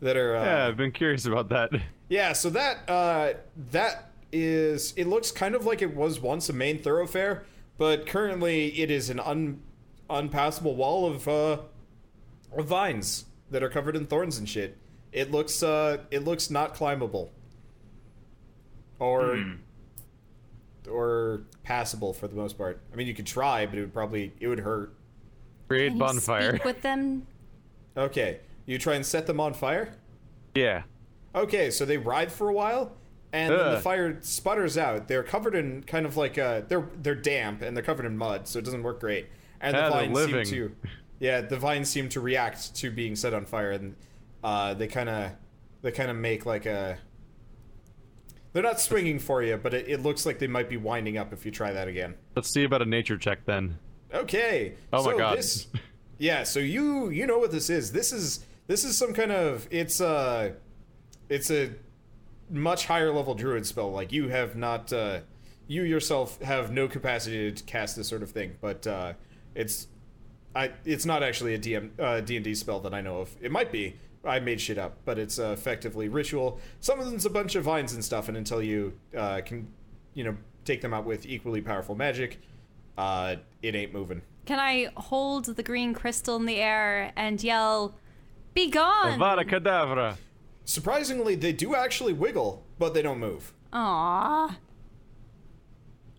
Speaker 1: that are. Uh,
Speaker 3: Yeah, I've been curious about that.
Speaker 1: Yeah, so that uh, that is it looks kind of like it was once a main thoroughfare, but currently it is an un, unpassable wall of uh, of vines that are covered in thorns and shit. It looks uh, it looks not climbable, or or passable for the most part. I mean, you could try, but it would probably it would hurt.
Speaker 3: Create bonfire.
Speaker 11: Speak with them.
Speaker 1: Okay, you try and set them on fire.
Speaker 3: Yeah.
Speaker 1: Okay, so they ride for a while, and then the
Speaker 3: Ugh.
Speaker 1: fire sputters out. They're covered in kind of like uh, they're they're damp and they're covered in mud, so it doesn't work great. And the
Speaker 3: Ah, they're
Speaker 1: vines
Speaker 3: living.
Speaker 1: seem to, yeah, the vines seem to react to being set on fire, and uh, they kind of they kind of make like a. They're not swinging for you, but it, it looks like they might be winding up if you try that again.
Speaker 3: Let's see about a nature check then.
Speaker 1: Okay.
Speaker 3: Oh my
Speaker 1: so
Speaker 3: God.
Speaker 1: This, yeah, so you you know what this is. This is this is some kind of it's a it's a much higher level druid spell. Like you have not uh, you yourself have no capacity to cast this sort of thing, but uh, it's I it's not actually a DM uh, D&D spell that I know of. It might be. I made shit up, but it's uh, effectively ritual. Summons a bunch of vines and stuff, and until you uh, can, you know, take them out with equally powerful magic, uh, it ain't moving.
Speaker 11: Can I hold the green crystal in the air and yell, Be gone.
Speaker 3: Avada Kedavra.
Speaker 1: Surprisingly, they do actually wiggle, but they don't move.
Speaker 11: Aww.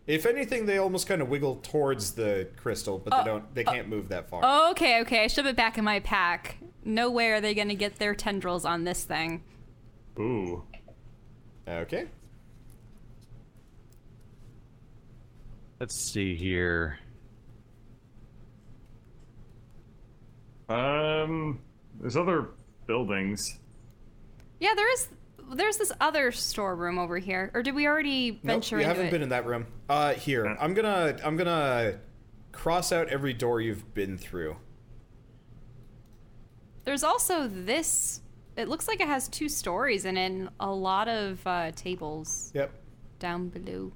Speaker 1: If anything, they almost kind of wiggle towards the crystal, but
Speaker 5: Oh,
Speaker 1: they don't. They can't move that far.
Speaker 5: Okay, okay. I shove it back in my pack. No way are they going to get their tendrils on this thing.
Speaker 2: Ooh.
Speaker 5: Oh.
Speaker 1: Okay.
Speaker 3: Let's see here.
Speaker 2: Um, there's other buildings.
Speaker 5: Yeah, there is. There's this other storeroom over here. Or did we already venture
Speaker 1: nope, you
Speaker 5: into
Speaker 1: haven't
Speaker 5: it?
Speaker 1: been in that room. Uh, here, I'm gonna, I'm gonna cross out every door you've been through.
Speaker 5: There's also this. It looks like it has two stories in it and a lot of uh, tables
Speaker 1: Yep.
Speaker 5: down below.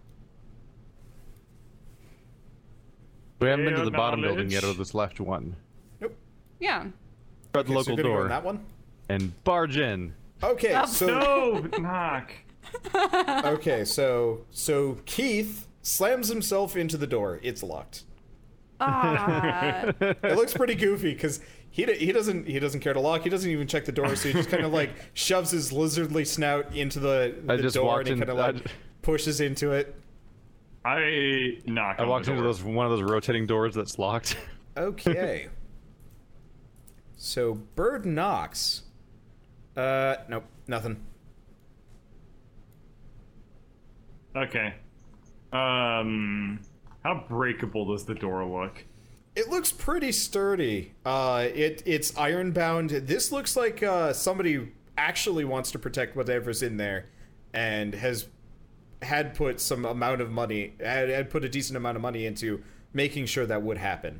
Speaker 3: We haven't been
Speaker 2: Hey,
Speaker 3: to the bottom building yet, or
Speaker 2: knowledge.
Speaker 3: this left one.
Speaker 1: Nope.
Speaker 5: Yeah.
Speaker 3: We're at
Speaker 1: Okay, so
Speaker 3: the local
Speaker 1: you're gonna go in
Speaker 3: door
Speaker 1: that one.
Speaker 3: and barge in.
Speaker 1: Okay. so
Speaker 2: No, knock.
Speaker 1: okay, so so Keith slams himself into the door. It's locked.
Speaker 5: Ah.
Speaker 1: It looks pretty goofy because he d- he doesn't he doesn't care to lock. He doesn't even check the door, so he just kind of like shoves his lizardly snout into the,
Speaker 3: I
Speaker 1: the
Speaker 3: just
Speaker 1: door and
Speaker 3: walked
Speaker 1: he
Speaker 3: in-
Speaker 1: kind of
Speaker 3: I
Speaker 1: like
Speaker 3: j-
Speaker 1: pushes into it.
Speaker 2: I knock.
Speaker 3: I
Speaker 2: on
Speaker 3: walked
Speaker 2: the
Speaker 3: into
Speaker 2: door.
Speaker 3: those one of those rotating doors that's locked.
Speaker 1: Okay. so Bird knocks. Uh, nope, nothing.
Speaker 2: Okay. Um, how breakable does the door look?
Speaker 1: It looks pretty sturdy. Uh, it it's iron bound. This looks like uh, somebody actually wants to protect whatever's in there, and has had put some amount of money had, had put a decent amount of money into making sure that would happen.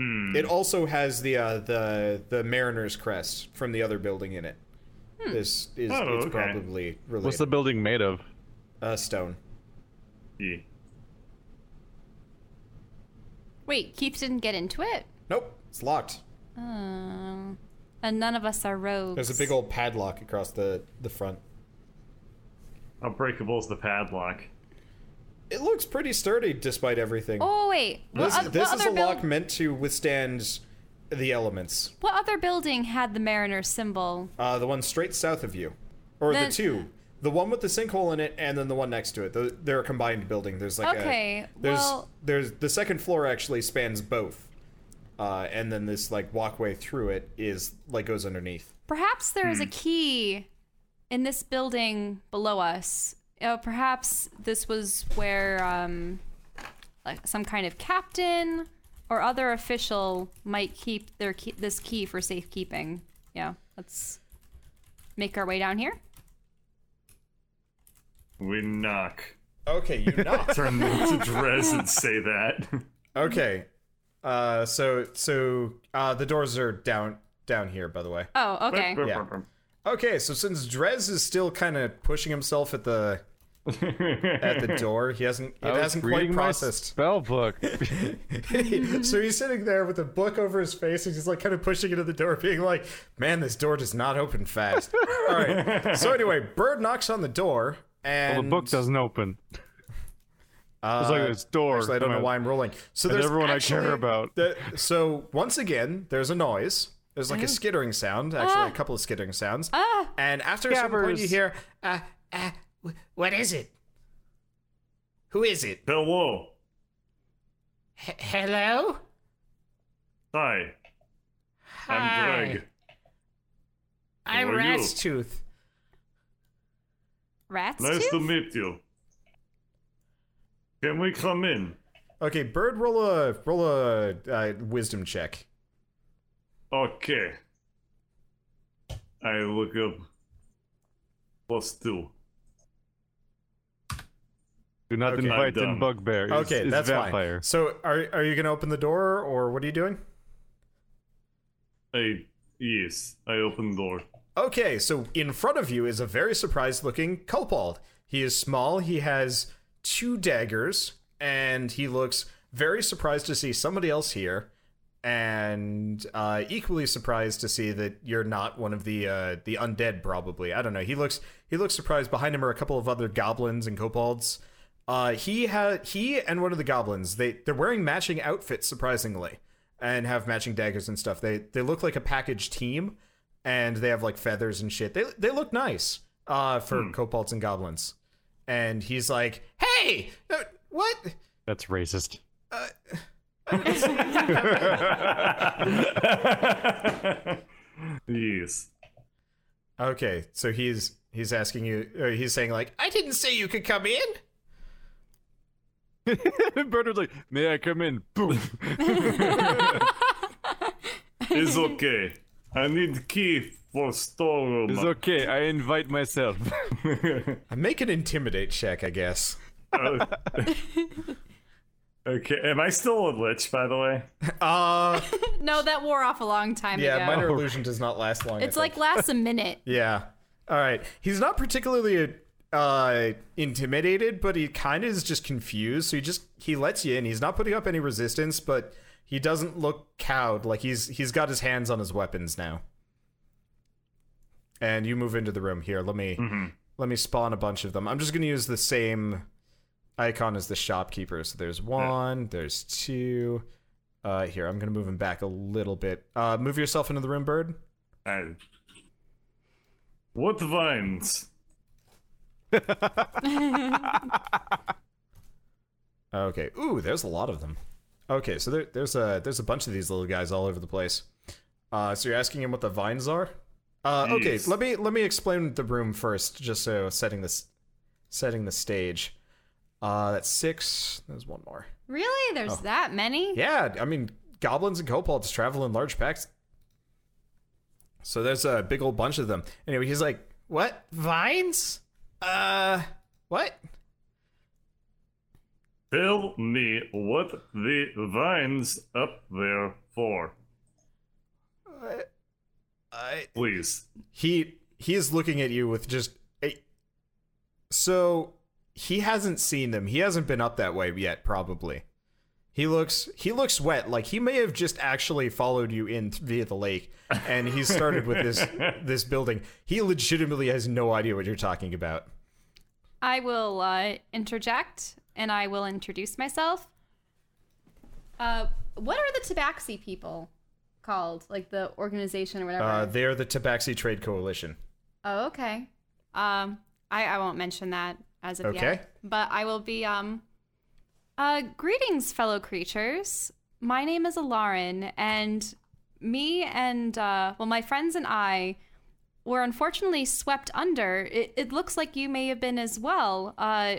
Speaker 2: Hmm.
Speaker 1: It also has the uh, the the Mariner's crest from the other building in it. This is
Speaker 2: Oh,
Speaker 1: it's
Speaker 2: okay.
Speaker 1: probably related.
Speaker 3: What's the building made of?
Speaker 1: uh, stone?
Speaker 2: Yeah.
Speaker 5: Wait, Keith didn't get into it?
Speaker 1: Nope, it's locked.
Speaker 5: Oh. And none of us are rogues.
Speaker 1: There's a big old padlock across the the front.
Speaker 2: How breakable is the padlock?
Speaker 1: It looks pretty sturdy despite everything.
Speaker 5: Oh, wait. What,
Speaker 1: This,
Speaker 5: oth-
Speaker 1: this
Speaker 5: what
Speaker 1: is
Speaker 5: other
Speaker 1: a
Speaker 5: buil-
Speaker 1: lock meant to withstand the elements.
Speaker 5: What other building had the Mariner symbol?
Speaker 1: Uh, the one straight south of you, or the
Speaker 5: Then-
Speaker 1: two, the one with the sinkhole in it, and then the one next to it. Tho- They're a combined building. There's like
Speaker 5: Okay,
Speaker 1: a, there's
Speaker 5: well-
Speaker 1: there's the second floor actually spans both, uh, and then this like walkway through it is like goes underneath.
Speaker 5: Perhaps there is a key in this building below us. Uh, perhaps this was where um, like some kind of captain or other official might keep their key- this key for safekeeping. Yeah, let's make our way down here.
Speaker 2: We knock.
Speaker 1: Okay, you knock.
Speaker 2: Turn to Drez and say that.
Speaker 1: okay, uh, so so uh, the doors are down down here by the way.
Speaker 5: Oh, okay.
Speaker 1: Okay, so since Drez is still kind of pushing himself at the at the door, he hasn't it
Speaker 3: I was
Speaker 1: hasn't
Speaker 3: reading
Speaker 1: quite
Speaker 3: my
Speaker 1: processed.
Speaker 3: spell book.
Speaker 1: so he's sitting there with a book over his face, and he's like kind of pushing into the door, being like, "Man, this door does not open fast." All right. So anyway, Bird knocks on the door, and uh,
Speaker 3: the book doesn't open. it's like this door.
Speaker 1: Actually, I don't know why I'm rolling. So
Speaker 3: And
Speaker 1: there's
Speaker 3: everyone I care
Speaker 1: actually-
Speaker 3: about.
Speaker 1: the- so once again, there's a noise. There's like a skittering sound. Actually, a couple of skittering sounds.
Speaker 5: Ah.
Speaker 1: and after some point,
Speaker 3: Scabbers.
Speaker 1: you hear, uh, uh, wh- "What is it? Who is it?
Speaker 2: Hello.
Speaker 1: H- hello?
Speaker 2: Hi.
Speaker 1: Hi.
Speaker 2: I'm Greg.
Speaker 1: I'm
Speaker 2: Who are you?
Speaker 1: Ratstooth.
Speaker 5: Rats
Speaker 2: Nice
Speaker 5: too?
Speaker 2: to meet you. Can we come in?
Speaker 1: Okay, bird, roll a roll a uh, wisdom check.
Speaker 2: Okay. I look up. Plus two.
Speaker 3: Do not
Speaker 1: Okay.
Speaker 3: invite
Speaker 2: I'm
Speaker 3: in
Speaker 2: dumb.
Speaker 3: bugbear. It's,
Speaker 1: okay,
Speaker 3: it's
Speaker 1: that's
Speaker 3: vampire.
Speaker 1: fine. So, are are you gonna open the door, or what are you doing?
Speaker 2: I yes. I open door.
Speaker 1: Okay, so in front of you is a very surprised looking Culpald. He is small, he has two daggers, and he looks very surprised to see somebody else here, and uh, equally surprised to see that you're not one of the uh, the undead. Probably, I don't know. He looks he looks surprised. Behind him are a couple of other goblins and kobolds. Uh, he ha- he and one of the goblins they they're wearing matching outfits surprisingly, and have matching daggers and stuff. They they look like a package team and they have like feathers and shit. They they look nice uh, for kobolds and goblins. And he's like, "Hey, uh, what?
Speaker 15: That's racist.
Speaker 2: Yes.
Speaker 1: Okay, so he's he's asking you. Uh, he's saying like, "I didn't say you could come in."
Speaker 3: Bird was like, "May I come in?" Boom.
Speaker 2: It's okay. I need key for storeroom.
Speaker 3: It's okay. I invite myself.
Speaker 1: I make an intimidate check, I guess.
Speaker 2: okay. Am I still a lich, by the way?
Speaker 1: Uh,
Speaker 5: No, that wore off a long time
Speaker 1: yeah,
Speaker 5: ago.
Speaker 1: minor illusion does not last long. I
Speaker 5: it's like lasts a minute.
Speaker 1: Yeah. All right. He's not particularly uh intimidated, but he kind of is just confused. So he just he lets you in. He's not putting up any resistance, but he doesn't look cowed. Like he's he's got his hands on his weapons now. And you move into the room here. Let me let me spawn a bunch of them. I'm just going to use the same icon as the shopkeeper. So there's one, there's two. Uh here, I'm going to move him back a little bit. Uh move yourself into the room, bird.
Speaker 2: I... What vines?
Speaker 1: Okay. Ooh, there's a lot of them. Okay, so there, there's a there's a bunch of these little guys all over the place. Uh, so you're asking him what the vines are? Uh, okay,
Speaker 2: Yes.
Speaker 1: let me let me explain the room first, just so setting this setting the stage. Uh, that's six. There's one more.
Speaker 5: Really? There's that many?
Speaker 1: Yeah, I mean goblins and kobolds travel in large packs. So there's a big old bunch of them. Anyway, he's like, "What vines? Uh, what?"
Speaker 2: Tell me what the vines up there for,
Speaker 1: Uh, I
Speaker 2: please.
Speaker 1: he he is looking at you with just a so he hasn't seen them he hasn't been up that way yet probably he looks he looks wet like he may have just actually followed you in th- via the lake and he started with this this building he legitimately has no idea what you're talking about
Speaker 5: I will uh, interject and I will introduce myself.
Speaker 16: Uh, what are the Tabaxi people called? Like the organization or whatever.
Speaker 1: uh, they're the tabaxi trade coalition
Speaker 16: oh, okay.
Speaker 5: Um, I, I won't mention that as of
Speaker 1: Okay.
Speaker 5: yet. But I will be um uh greetings, fellow creatures. My name is Alarin, and me and uh well my friends and I were unfortunately swept under. It, it looks like you may have been as well. Uh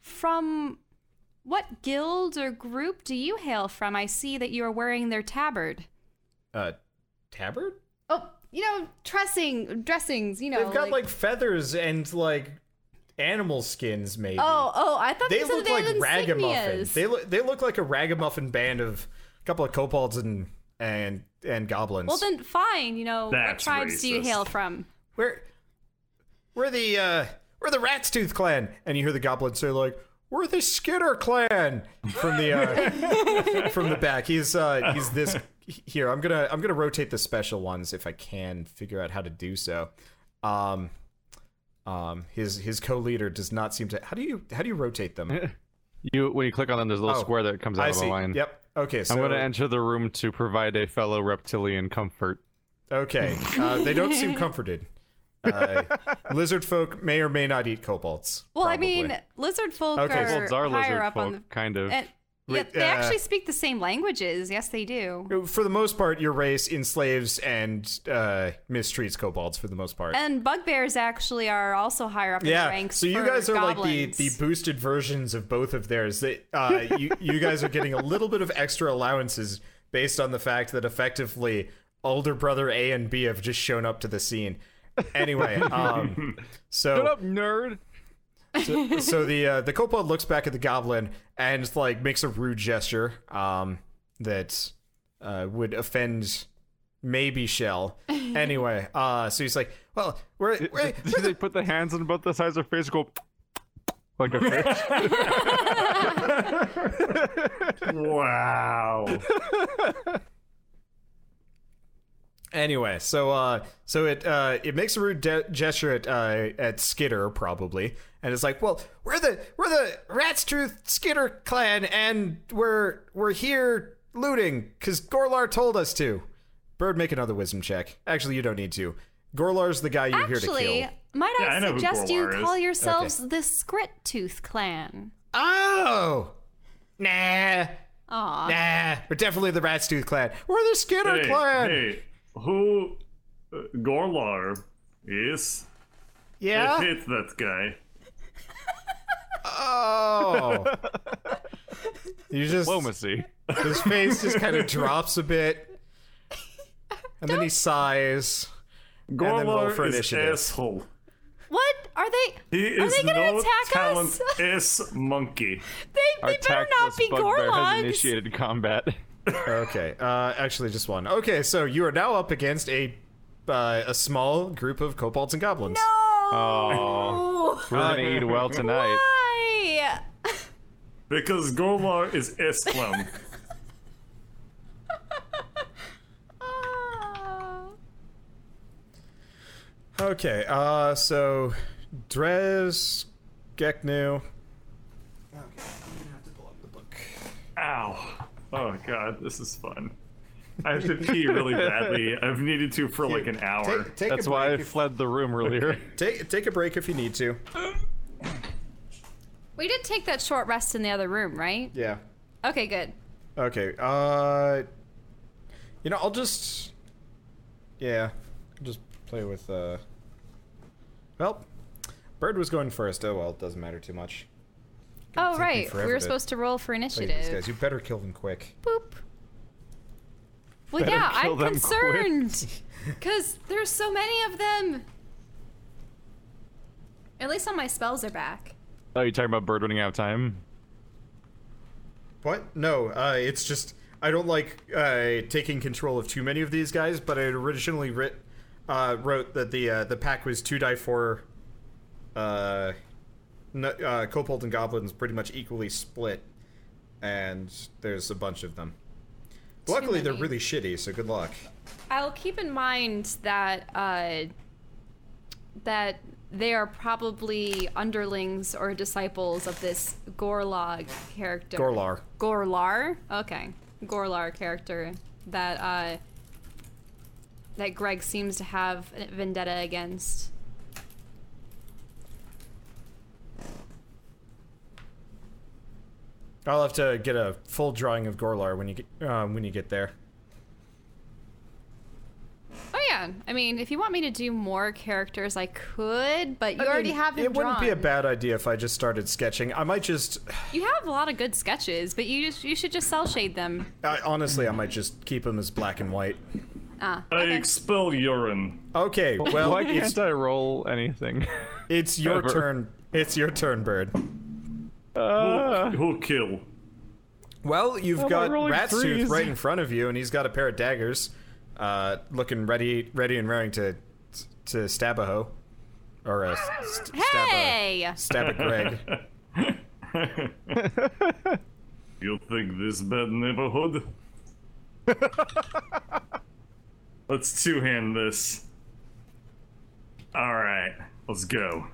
Speaker 5: from what guild or group do you hail from? I see that you are wearing their tabard.
Speaker 1: uh tabard
Speaker 16: Oh, you know, dressing, dressings. You know,
Speaker 1: they've got like, feathers and like animal skins maybe
Speaker 16: Oh, oh, I thought
Speaker 1: they
Speaker 16: said
Speaker 1: look
Speaker 16: they
Speaker 1: like
Speaker 16: had
Speaker 1: ragamuffins.
Speaker 16: insignias.
Speaker 1: They look they look like a ragamuffin band of a couple of kobolds and and and goblins.
Speaker 5: Well then fine, you know, what
Speaker 2: That's
Speaker 5: tribes do you hail
Speaker 2: racist.
Speaker 5: from?
Speaker 1: we're we're the uh, we're the Rat's Tooth clan, and you hear the goblins say like. We're the Skinner clan from the uh, from the back. He's uh, he's this here. I'm gonna I'm gonna rotate the special ones if I can figure out how to do so. Um, um, his his co-leader does not seem to. How do you how do you rotate them?
Speaker 3: You when you click on them, there's a little
Speaker 1: Oh,
Speaker 3: square that comes out
Speaker 1: I
Speaker 3: of
Speaker 1: see.
Speaker 3: a line.
Speaker 1: Yep. Okay. So
Speaker 3: I'm gonna enter the room to provide a fellow reptilian comfort.
Speaker 1: Okay. Uh, they don't seem comforted. Uh, lizard folk may or may not eat kobolds.
Speaker 5: Well, I
Speaker 1: probably.
Speaker 5: mean, lizard folk
Speaker 1: Okay,
Speaker 5: are
Speaker 1: Kobolds
Speaker 3: Kobolds are
Speaker 5: higher
Speaker 3: lizard
Speaker 5: up on
Speaker 3: folk,
Speaker 5: the.
Speaker 3: kind of.
Speaker 5: And, yeah,
Speaker 1: Wait,
Speaker 5: they
Speaker 1: uh,
Speaker 5: actually speak the same languages. Yes, they do.
Speaker 1: for the most part, your race enslaves and uh, mistreats kobolds for the most part.
Speaker 5: And bugbears actually are also higher up in the
Speaker 1: yeah.
Speaker 5: ranks.
Speaker 1: So you
Speaker 5: for
Speaker 1: guys are like
Speaker 5: goblins.
Speaker 1: the, the boosted versions of both of theirs. They, uh, you you guys are getting a little bit of extra allowances based on the fact that effectively older brother A and B have just shown up to the scene. Anyway, um, so
Speaker 3: Shut up, nerd.
Speaker 1: so, so the uh, the kobold looks back at the goblin and like makes a rude gesture um, that uh, would offend maybe Shell. Anyway, uh, so he's like, "Well, we're, we're,
Speaker 3: Did they put the hands on both the sides of their face and go like a fish?
Speaker 2: Wow.
Speaker 1: anyway." So uh, so it uh, it makes a rude de- gesture at uh, at Skitter probably, and it's like, "Well, we're the we're the Rat's Truth Skitter clan, and we're we're here looting because Gorlar told us to." Bird, make another wisdom check. Actually, you don't need to. Gorlar's the guy you're here to
Speaker 5: Actually,
Speaker 1: kill.
Speaker 5: might
Speaker 2: Yeah,
Speaker 5: I
Speaker 2: I know who
Speaker 5: suggest you
Speaker 2: Gorlar is.
Speaker 5: call yourselves the Skrit Tooth Clan?
Speaker 1: Oh! Nah.
Speaker 5: Aw.
Speaker 1: Nah. We're definitely the Rat's Tooth clan. We're the Skinner
Speaker 2: Hey,
Speaker 1: clan.
Speaker 2: hey, who uh, Gorlar is? I
Speaker 1: Yeah?
Speaker 2: hate that guy.
Speaker 1: Oh. you just.
Speaker 3: Diplomacy.
Speaker 1: His face just kind of drops a bit. And then he sighs. then roll for
Speaker 2: Gorlar is
Speaker 1: initiative.
Speaker 2: asshole.
Speaker 5: What are they?
Speaker 2: He
Speaker 5: Are
Speaker 2: is
Speaker 5: they gonna
Speaker 2: no
Speaker 5: attack
Speaker 2: talent
Speaker 5: us?
Speaker 2: ass monkey.
Speaker 5: They, they better not
Speaker 3: tactless
Speaker 5: be
Speaker 3: bugbear has
Speaker 5: Gorlogs.
Speaker 3: initiated combat.
Speaker 1: Okay. Uh, actually, just one. Okay, so you are now up against a uh, a small group of kobolds and goblins.
Speaker 3: Oh, we're gonna eat well tonight.
Speaker 5: Why?
Speaker 2: Because Gorlar is ass clown.
Speaker 5: Ah.
Speaker 1: Okay. Uh, so Drez, Geknu.
Speaker 2: Ow. Oh god, this is fun. I have to pee really badly. I've needed to for like an hour.
Speaker 1: Take, take
Speaker 3: That's
Speaker 1: a
Speaker 3: why I
Speaker 1: break if,
Speaker 3: fled the room earlier.
Speaker 1: take take a break if you need to.
Speaker 5: We did take that short rest in the other room, right?
Speaker 1: Yeah.
Speaker 5: Okay, good.
Speaker 1: Okay. Uh, you know, I'll just yeah, I'll just play with uh. Well, Bird was going first. Oh well, it doesn't matter too much.
Speaker 5: Oh
Speaker 1: take me
Speaker 5: right, we
Speaker 1: forever
Speaker 5: were
Speaker 1: to
Speaker 5: supposed to roll for
Speaker 1: Look at these
Speaker 5: initiative.
Speaker 1: guys, you better kill them quick.
Speaker 5: Boop. Well, yeah,
Speaker 3: kill them
Speaker 5: I'm
Speaker 3: quick.
Speaker 5: concerned because there's so many of them. At least all my spells are back.
Speaker 3: Oh, you're talking about bird running out of time?
Speaker 1: What? No, uh, it's just I don't like uh, taking control of too many of these guys. But I had originally writ, uh, wrote that the uh, the pack was two die four. Uh, n- uh, kobold and goblins pretty much equally split, and there's a bunch of them. Luckily, they're
Speaker 5: many.
Speaker 1: really shitty, so good luck.
Speaker 5: I'll keep in mind that uh, that they are probably underlings or disciples of this Gorlog character.
Speaker 1: Gorlar.
Speaker 5: Gorlar. Okay, Gorlar character that uh, that Greg seems to have a vendetta against.
Speaker 1: I'll have to get a full drawing of Gorlar when you get uh, when you get there.
Speaker 5: Oh yeah, I mean, if you want me to do more characters, I could, but you
Speaker 1: I
Speaker 5: already
Speaker 1: mean,
Speaker 5: have them
Speaker 1: It wouldn't be a
Speaker 5: drawn.
Speaker 1: bad idea if I just started sketching. I might just
Speaker 5: You have a lot of good sketches, but you just you should just cell shade them.
Speaker 1: I, honestly, I might just keep them as black and white.
Speaker 5: Ah,
Speaker 2: I
Speaker 5: okay.
Speaker 2: expel urine.
Speaker 1: Okay, well,
Speaker 3: Why
Speaker 1: it's,
Speaker 3: can't I roll anything?
Speaker 1: it's your
Speaker 3: ever?
Speaker 1: turn. It's your turn, Bird.
Speaker 3: Uh,
Speaker 2: Who kill?
Speaker 1: Well, you've
Speaker 3: am I
Speaker 1: got
Speaker 3: rolling
Speaker 1: Ratstooth
Speaker 3: threes?
Speaker 1: right in front of you, and he's got a pair of daggers, uh, looking ready, ready and raring to to stab a hoe, or a st-
Speaker 5: hey,
Speaker 1: stab a stab a Greg.
Speaker 2: You think this bad neighborhood? let's two hand this. Alright, let's go.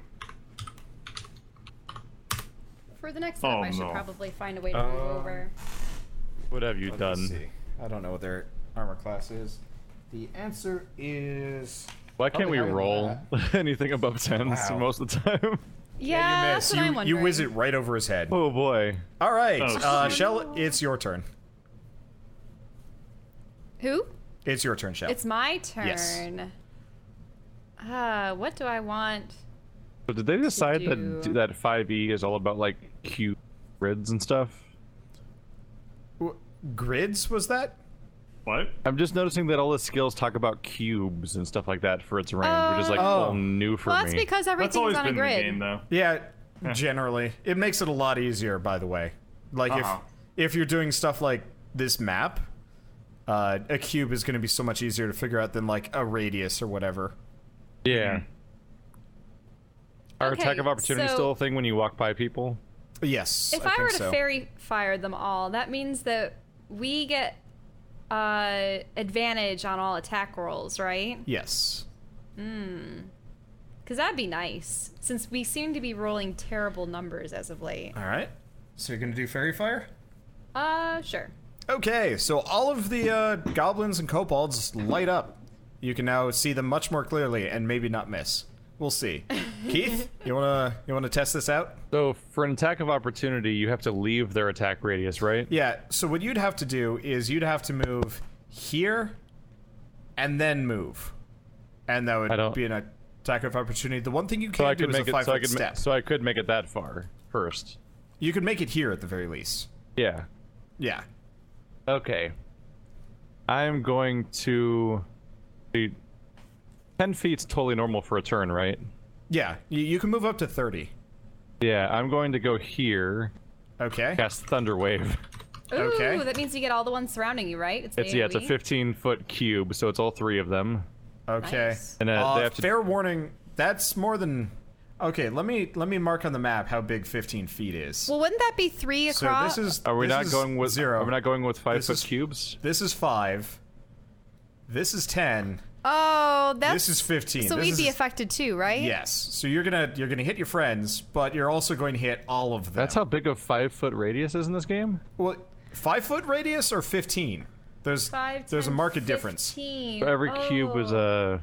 Speaker 5: for the next
Speaker 2: Oh,
Speaker 5: time I should
Speaker 2: no.
Speaker 5: probably find a way to move over.
Speaker 1: Um,
Speaker 3: what have you
Speaker 1: Let's
Speaker 3: done?
Speaker 1: see. I don't know what their armor class is. The answer is
Speaker 3: Why can't
Speaker 1: Probably
Speaker 3: we
Speaker 1: higher than
Speaker 3: roll anything above tens
Speaker 1: Wow.
Speaker 3: most of the time?
Speaker 5: Yeah,
Speaker 1: you
Speaker 5: Uh, that's
Speaker 1: miss.
Speaker 5: what I'm
Speaker 1: You,
Speaker 5: wondering.
Speaker 1: you whiz it right over his head.
Speaker 3: Oh boy.
Speaker 1: All right,
Speaker 2: Oh,
Speaker 1: uh, Shell, it's your turn.
Speaker 5: Who?
Speaker 1: It's your turn, Shell.
Speaker 5: It's my turn.
Speaker 1: Yes.
Speaker 5: Uh, what do I want?
Speaker 3: But did they decide that
Speaker 5: do-
Speaker 3: that 5e is all about like cube grids and stuff?
Speaker 1: W- Grids was that?
Speaker 2: What?
Speaker 3: I'm just noticing that all the skills talk about cubes and stuff like that for its range, which is like
Speaker 1: Oh.
Speaker 3: all new for
Speaker 5: Well, that's
Speaker 3: me.
Speaker 5: because
Speaker 2: That's
Speaker 5: everything's
Speaker 2: always
Speaker 5: on a
Speaker 2: been the
Speaker 5: grid.
Speaker 2: game though.
Speaker 1: Yeah, generally. It makes it a lot easier, by the way. Like
Speaker 2: Uh-huh.
Speaker 1: if if you're doing stuff like this map, uh, a cube is going to be so much easier to figure out than like a radius or whatever.
Speaker 3: yeah. Are attack
Speaker 5: Okay,
Speaker 3: of opportunity
Speaker 5: so-
Speaker 3: still a thing when you walk by people?
Speaker 1: Yes,
Speaker 5: If
Speaker 1: I,
Speaker 5: I,
Speaker 1: think
Speaker 5: were to
Speaker 1: so.
Speaker 5: fairy fire them all, that means that we get uh, advantage on all attack rolls, right?
Speaker 1: yes.
Speaker 5: Because that'd be nice, since we seem to be rolling terrible numbers as of late.
Speaker 1: All right. So you're going to do fairy fire?
Speaker 5: Uh, sure.
Speaker 1: Okay, so all of the uh, goblins and kobolds light up. You can now see them much more clearly and maybe not miss. We'll see. Keith, you wanna you wanna test this out?
Speaker 3: So for an attack of opportunity, you have to leave their attack radius, right?
Speaker 1: Yeah. So what you'd have to do is you'd have to move here, and then move, and that
Speaker 3: I
Speaker 1: would
Speaker 3: don't-
Speaker 1: be an attack of opportunity. The one thing you
Speaker 3: So
Speaker 1: can
Speaker 3: I
Speaker 1: not do
Speaker 3: could
Speaker 1: is a
Speaker 3: make
Speaker 1: five
Speaker 3: it. So I
Speaker 1: foot
Speaker 3: could. Ma-
Speaker 1: step.
Speaker 3: so I could make it that far first.
Speaker 1: you could make it here at the very least.
Speaker 3: Yeah.
Speaker 1: Yeah.
Speaker 3: Okay. I'm going to. the- Ten feet's totally normal for a turn, right?
Speaker 1: Yeah. You, you can move up to thirty.
Speaker 3: Yeah. I'm going to go here,
Speaker 1: Okay.
Speaker 3: cast Thunder Wave.
Speaker 5: Ooh,
Speaker 1: Okay.
Speaker 5: that means you get all the ones surrounding you, right?
Speaker 3: It's yeah, it's a
Speaker 5: AoE?
Speaker 3: 15 foot cube, so it's all three of them.
Speaker 1: Okay.
Speaker 5: Nice.
Speaker 3: And uh,
Speaker 1: Uh,
Speaker 3: they have to.
Speaker 1: fair warning. That's more than. Okay, let me let me mark on the map how big 15 feet is.
Speaker 5: Well, wouldn't that be three
Speaker 1: so
Speaker 5: across?
Speaker 1: this is.
Speaker 3: Are we
Speaker 1: this
Speaker 3: not
Speaker 1: is
Speaker 3: going with
Speaker 1: zero?
Speaker 3: Are we not going with five
Speaker 1: This
Speaker 3: foot
Speaker 1: is-
Speaker 3: cubes?
Speaker 1: This is five. This is 10.
Speaker 5: oh, that's
Speaker 1: This is 15.
Speaker 5: so
Speaker 1: This
Speaker 5: we'd
Speaker 1: is-
Speaker 5: be affected too, right?
Speaker 1: Yes. So you're gonna you're gonna hit your friends, but you're also going to hit all of them.
Speaker 3: That's how big a five foot radius is in this game.
Speaker 1: Well, five foot radius or 15. There's
Speaker 17: Five.
Speaker 1: there's a
Speaker 17: 10,
Speaker 1: marked difference.
Speaker 17: 15.
Speaker 3: So every cube is
Speaker 17: Oh.
Speaker 3: a.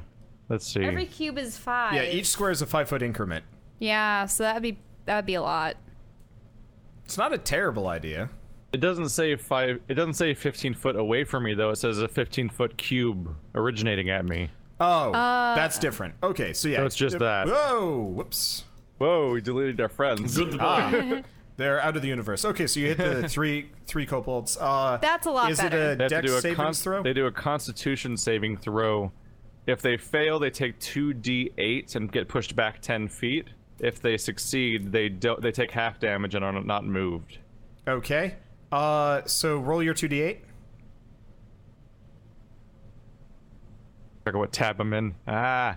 Speaker 3: Let's see.
Speaker 17: Every cube is five.
Speaker 1: Yeah, each square is a five foot increment.
Speaker 5: Yeah, so that'd be that'd be a lot.
Speaker 1: It's not a terrible idea.
Speaker 3: It doesn't say five. It doesn't say 15 foot away from me though. It says a 15 foot cube originating at me.
Speaker 1: Oh,
Speaker 5: Uh,
Speaker 1: that's different. Okay, so yeah.
Speaker 3: So it's just that.
Speaker 1: Whoa, whoops.
Speaker 3: Whoa! We deleted our friends.
Speaker 1: They're out of the universe. Okay, so you hit the three three kobolds. Uh,
Speaker 5: That's a lot
Speaker 1: is
Speaker 5: better.
Speaker 1: it a
Speaker 3: They have to
Speaker 1: dex
Speaker 3: do a
Speaker 1: savings
Speaker 3: con-
Speaker 1: throw?
Speaker 3: They do a Constitution saving throw. If they fail, they take two d8 and get pushed back 10 feet. If they succeed, they do- they take half damage and are not moved.
Speaker 1: Okay. Uh, so roll your two d eight.
Speaker 3: Check out what tab I'm in. Ah,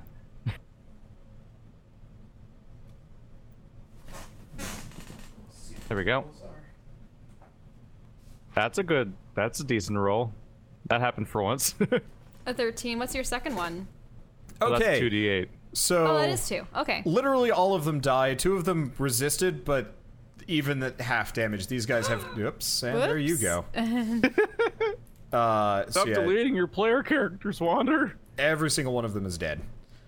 Speaker 3: there we go. That's a good. That's a decent roll. That happened for once. So
Speaker 5: A thirteen. What's your second one?
Speaker 3: That's
Speaker 1: Okay.
Speaker 3: two d8.
Speaker 1: So
Speaker 5: Oh, that is two. Okay.
Speaker 1: literally all of them die. Two of them resisted, but even at half damage, these guys have. Oops, and there you go. uh, so
Speaker 3: Stop
Speaker 1: yeah,
Speaker 3: deleting your player characters, Wander.
Speaker 1: every single one of them is dead.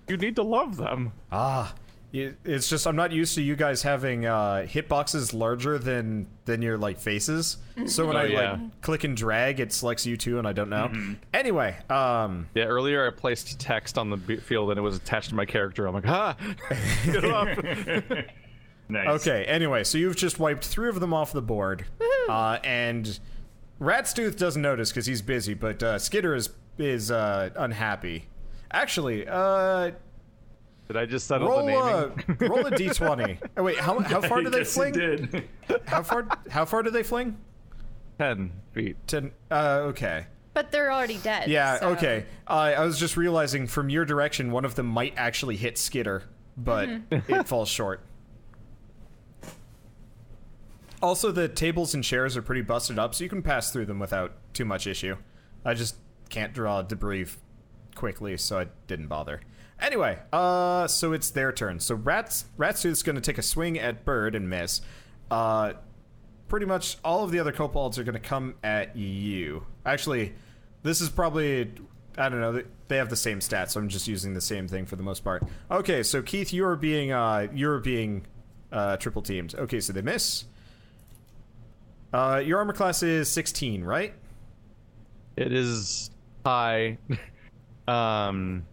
Speaker 3: You need to love them.
Speaker 1: Ah, it- it's just I'm not used to you guys having uh, hitboxes larger than than your like faces. So when
Speaker 3: Oh,
Speaker 1: I
Speaker 3: yeah. Mm-hmm.
Speaker 1: like click and drag, it selects you two, and I don't know. Anyway, um,
Speaker 3: Yeah, earlier I placed text on the b- field and it was attached to my character. I'm like, ah, get it off.
Speaker 2: Nice.
Speaker 1: okay. Anyway, so you've just wiped three of them off the board, uh, and Ratstooth doesn't notice because he's busy, but uh, Skitter is is uh, unhappy. Actually, uh,
Speaker 3: Did I just settle
Speaker 1: roll
Speaker 3: the
Speaker 1: a
Speaker 3: naming?
Speaker 1: roll a d20. Oh wait, how, how far do they
Speaker 2: Yes, you
Speaker 1: fling?
Speaker 2: did.
Speaker 1: How far how far do they fling?
Speaker 3: Ten feet.
Speaker 1: Ten. Uh, okay.
Speaker 5: But they're already dead.
Speaker 1: Yeah, okay. Uh, I was just realizing from your direction, one of them might actually hit Skitter, but it falls short. Also, the tables and chairs are pretty busted up, so you can pass through them without too much issue. I just can't draw debris quickly, so I didn't bother. Anyway, uh, so it's their turn. So Rats Ratsooth's going to take a swing at Bird and miss. Uh, pretty much all of the other kobolds are going to come at you. Actually, this is probably I don't know. they- They have the same stats, so I'm just using the same thing for the most part. Okay, so Keith, you are being uh, you are being uh, triple teamed. Okay, so they miss. Uh, your armor class is 16, right?
Speaker 3: It is high. um,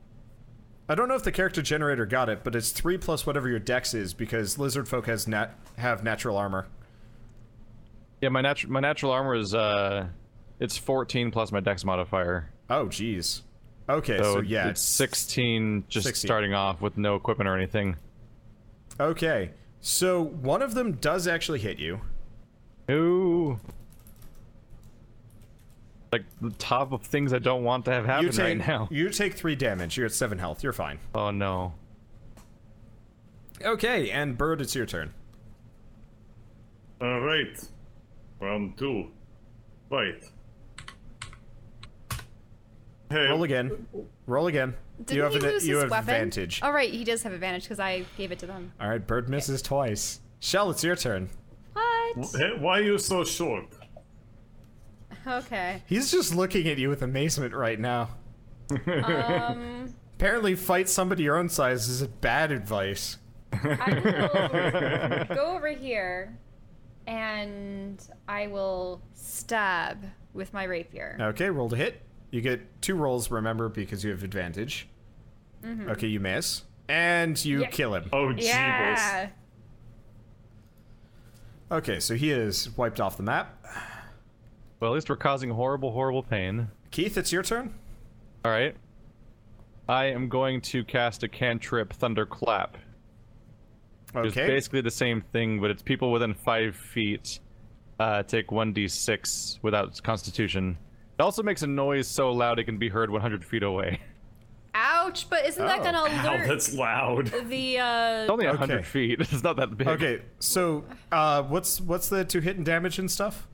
Speaker 1: I don't know if the character generator got it, but it's three plus whatever your dex is because lizard folk has nat have natural armor.
Speaker 3: yeah, my natural my natural armor is uh, it's 14 plus my dex modifier.
Speaker 1: Oh, jeez. Okay, so,
Speaker 3: So,
Speaker 1: yeah,
Speaker 3: it's 16 just
Speaker 1: 16.
Speaker 3: starting off with no equipment or anything.
Speaker 1: Okay, so one of them does actually hit you.
Speaker 3: Ooh. Like the top of things I don't want to have happen
Speaker 1: you take,
Speaker 3: right now.
Speaker 1: You take three damage. You're at seven health. You're fine.
Speaker 3: Oh no.
Speaker 1: Okay, and Bird, it's your turn.
Speaker 2: All right. Round two. Fight. Hey,
Speaker 1: Roll again. Roll again. you have,
Speaker 5: he
Speaker 1: an-
Speaker 5: lose
Speaker 1: you
Speaker 5: his
Speaker 1: have
Speaker 5: weapon? Oh.
Speaker 1: advantage.
Speaker 17: All Oh, right, he does have advantage because I gave it to them.
Speaker 1: All right, Bird misses twice. Shell, it's your turn.
Speaker 17: What?
Speaker 2: hey, why are you so short?
Speaker 5: Okay.
Speaker 1: He's just looking at you with amazement right now.
Speaker 5: Um,
Speaker 1: Apparently, fight somebody your own size is bad advice.
Speaker 5: I will go over here, and I will stab with my rapier.
Speaker 1: Okay, roll to hit. You get two rolls, remember, because you have advantage. Okay, you miss. And you
Speaker 5: Mm-hmm. Yeah.
Speaker 1: kill him.
Speaker 2: Oh,
Speaker 5: Yeah.
Speaker 1: Okay, so he is wiped off the map.
Speaker 3: Well, at least we're causing horrible, horrible pain.
Speaker 1: Keith, it's your turn.
Speaker 3: All right. I am going to cast a cantrip thunderclap. It's
Speaker 1: Okay.
Speaker 3: basically the same thing, but it's people within five feet uh, take 1d6 without constitution. It also makes a noise so loud it can be heard 100 feet away.
Speaker 5: Ouch! But isn't that
Speaker 1: Oh.
Speaker 5: gonna
Speaker 2: Wow,
Speaker 5: alert
Speaker 2: that's loud.
Speaker 5: the? Uh,
Speaker 3: It's only 100
Speaker 1: Okay.
Speaker 3: feet. It's not that big.
Speaker 1: Okay, so uh, what's what's the to hit and damage and stuff?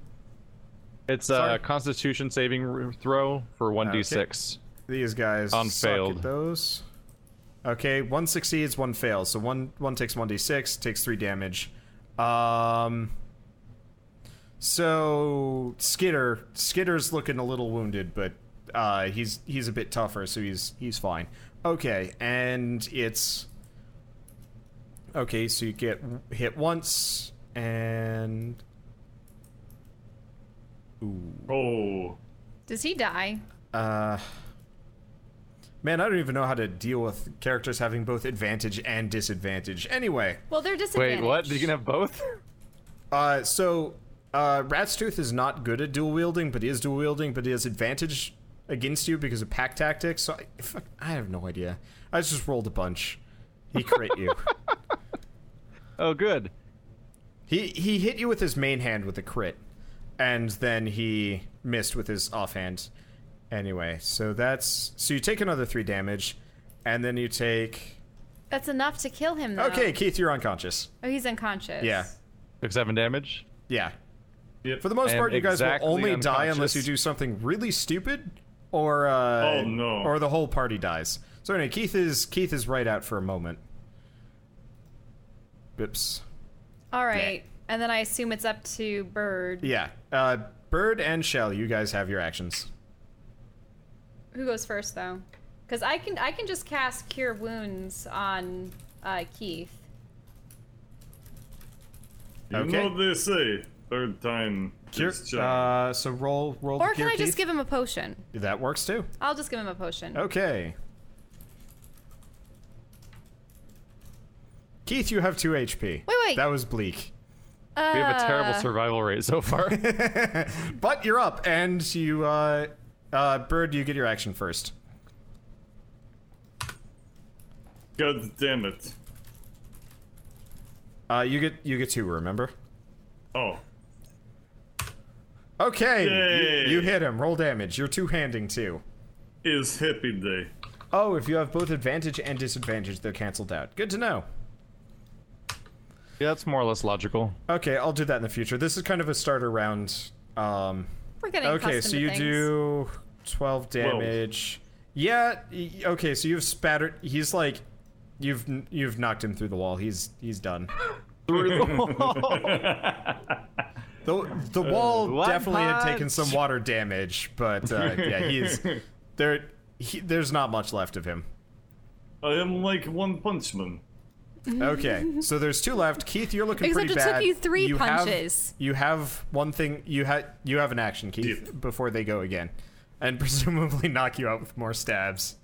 Speaker 3: It's
Speaker 1: Sorry.
Speaker 3: a constitution saving r- throw for 1d6.
Speaker 1: These guys
Speaker 3: On
Speaker 1: suck at
Speaker 3: failed.
Speaker 1: those. Okay, one succeeds, one fails. So one one takes one d six, takes three damage. Um. So Skitter Skitter's looking a little wounded, but uh, he's he's a bit tougher, so he's he's fine. Okay, and it's okay. So you get hit once, and
Speaker 2: Oh,
Speaker 5: does he die?
Speaker 1: Uh, man, I don't even know how to deal with characters having both advantage and disadvantage. Anyway,
Speaker 5: Well, they're
Speaker 3: Wait,
Speaker 5: disadvantaged.
Speaker 3: what? You can have both?
Speaker 1: uh, so uh, Ratstooth is not good at dual wielding, but he is dual wielding, but he has advantage against you because of pack tactics. So I, fuck, I have no idea. I just rolled a bunch. He crit you.
Speaker 3: Oh, good.
Speaker 1: He he hit you with his main hand with a crit, and then he missed with his offhand. Anyway, so that's so you take another three damage, and then you take
Speaker 5: That's enough to kill him. Though.
Speaker 1: Okay, Keith, you're unconscious.
Speaker 5: Oh, he's unconscious.
Speaker 1: Yeah,
Speaker 3: Took seven damage.
Speaker 1: yeah.
Speaker 2: Yep.
Speaker 1: For the most
Speaker 3: And
Speaker 1: part, you guys
Speaker 3: exactly
Speaker 1: will only die unless
Speaker 3: unconscious.
Speaker 1: you do something really stupid, or uh,
Speaker 2: Oh, no.
Speaker 1: or the whole party dies. So anyway, Keith is Keith is right out for a moment. Bips.
Speaker 5: All right. And then I assume it's up to Bird.
Speaker 1: Yeah. Uh, Bird and Shell, you guys have your actions.
Speaker 5: Who goes first though? Because I can I can just cast Cure Wounds on uh, Keith.
Speaker 2: you
Speaker 1: Okay.
Speaker 2: know what they say. Third time.
Speaker 1: Cure-
Speaker 2: is charm.
Speaker 1: uh, so roll roll.
Speaker 5: Or
Speaker 1: to
Speaker 5: can
Speaker 1: cure
Speaker 5: I just
Speaker 1: Keith. Oh,
Speaker 5: give him a potion?
Speaker 1: That works too.
Speaker 5: I'll just give him a potion.
Speaker 1: Okay. Keith, you have two HP. Wait,
Speaker 5: wait.
Speaker 1: That was bleak.
Speaker 3: We have a terrible
Speaker 5: Uh,
Speaker 3: survival rate so far.
Speaker 1: But you're up, and you, uh, uh, Bird, you get your action first.
Speaker 2: God damn it.
Speaker 1: Uh, you get you get two. Remember?
Speaker 2: Oh,
Speaker 1: Okay,
Speaker 2: Yay.
Speaker 1: you, you hit him. Roll damage. You're two handing too.
Speaker 2: is hippie day.
Speaker 1: Oh, if you have both advantage and disadvantage, they're canceled out. Good to know.
Speaker 3: yeah, that's more or less logical.
Speaker 1: Okay, I'll do that in the future. This is kind of a starter round. Um,
Speaker 5: We're getting
Speaker 1: okay,
Speaker 5: accustomed
Speaker 1: so
Speaker 5: to
Speaker 1: you
Speaker 5: things.
Speaker 1: do twelve damage. Yeah. y- Okay, so you've spattered. He's like, you've you've knocked him through the wall. He's he's done. The, the wall
Speaker 3: Uh, One
Speaker 1: definitely had taken
Speaker 3: punch.
Speaker 1: some water damage, but uh, yeah, he's there. He, there's not much left of him.
Speaker 2: I am like One Punch Man.
Speaker 1: Okay, so there's two left. Keith, you're looking
Speaker 18: Except
Speaker 1: pretty
Speaker 18: it took
Speaker 1: bad.
Speaker 18: you three
Speaker 1: have-
Speaker 18: punches.
Speaker 1: you have one thing. You had you have an action, Keith,
Speaker 2: Yep.
Speaker 1: before they go again, and presumably knock you out with more stabs.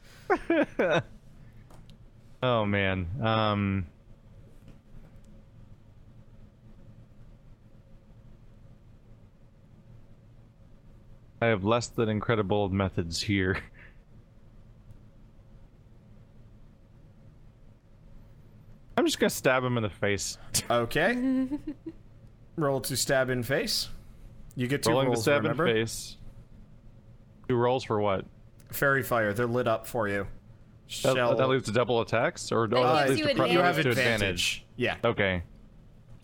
Speaker 3: Oh man. Um. I have less than incredible methods here. I'm just gonna stab him in the face.
Speaker 1: Okay. Roll to stab in face. You get two
Speaker 3: Rolling
Speaker 1: rolls.
Speaker 3: the stab
Speaker 1: remember,
Speaker 3: in face. Two rolls for what?
Speaker 1: fairy fire. They're lit up for you.
Speaker 3: That,
Speaker 1: Shell.
Speaker 3: that leads to double attacks, or or
Speaker 5: gives
Speaker 3: at least
Speaker 5: you
Speaker 3: to pro-
Speaker 1: you have
Speaker 3: to
Speaker 1: advantage.
Speaker 3: advantage.
Speaker 1: Yeah.
Speaker 3: Okay.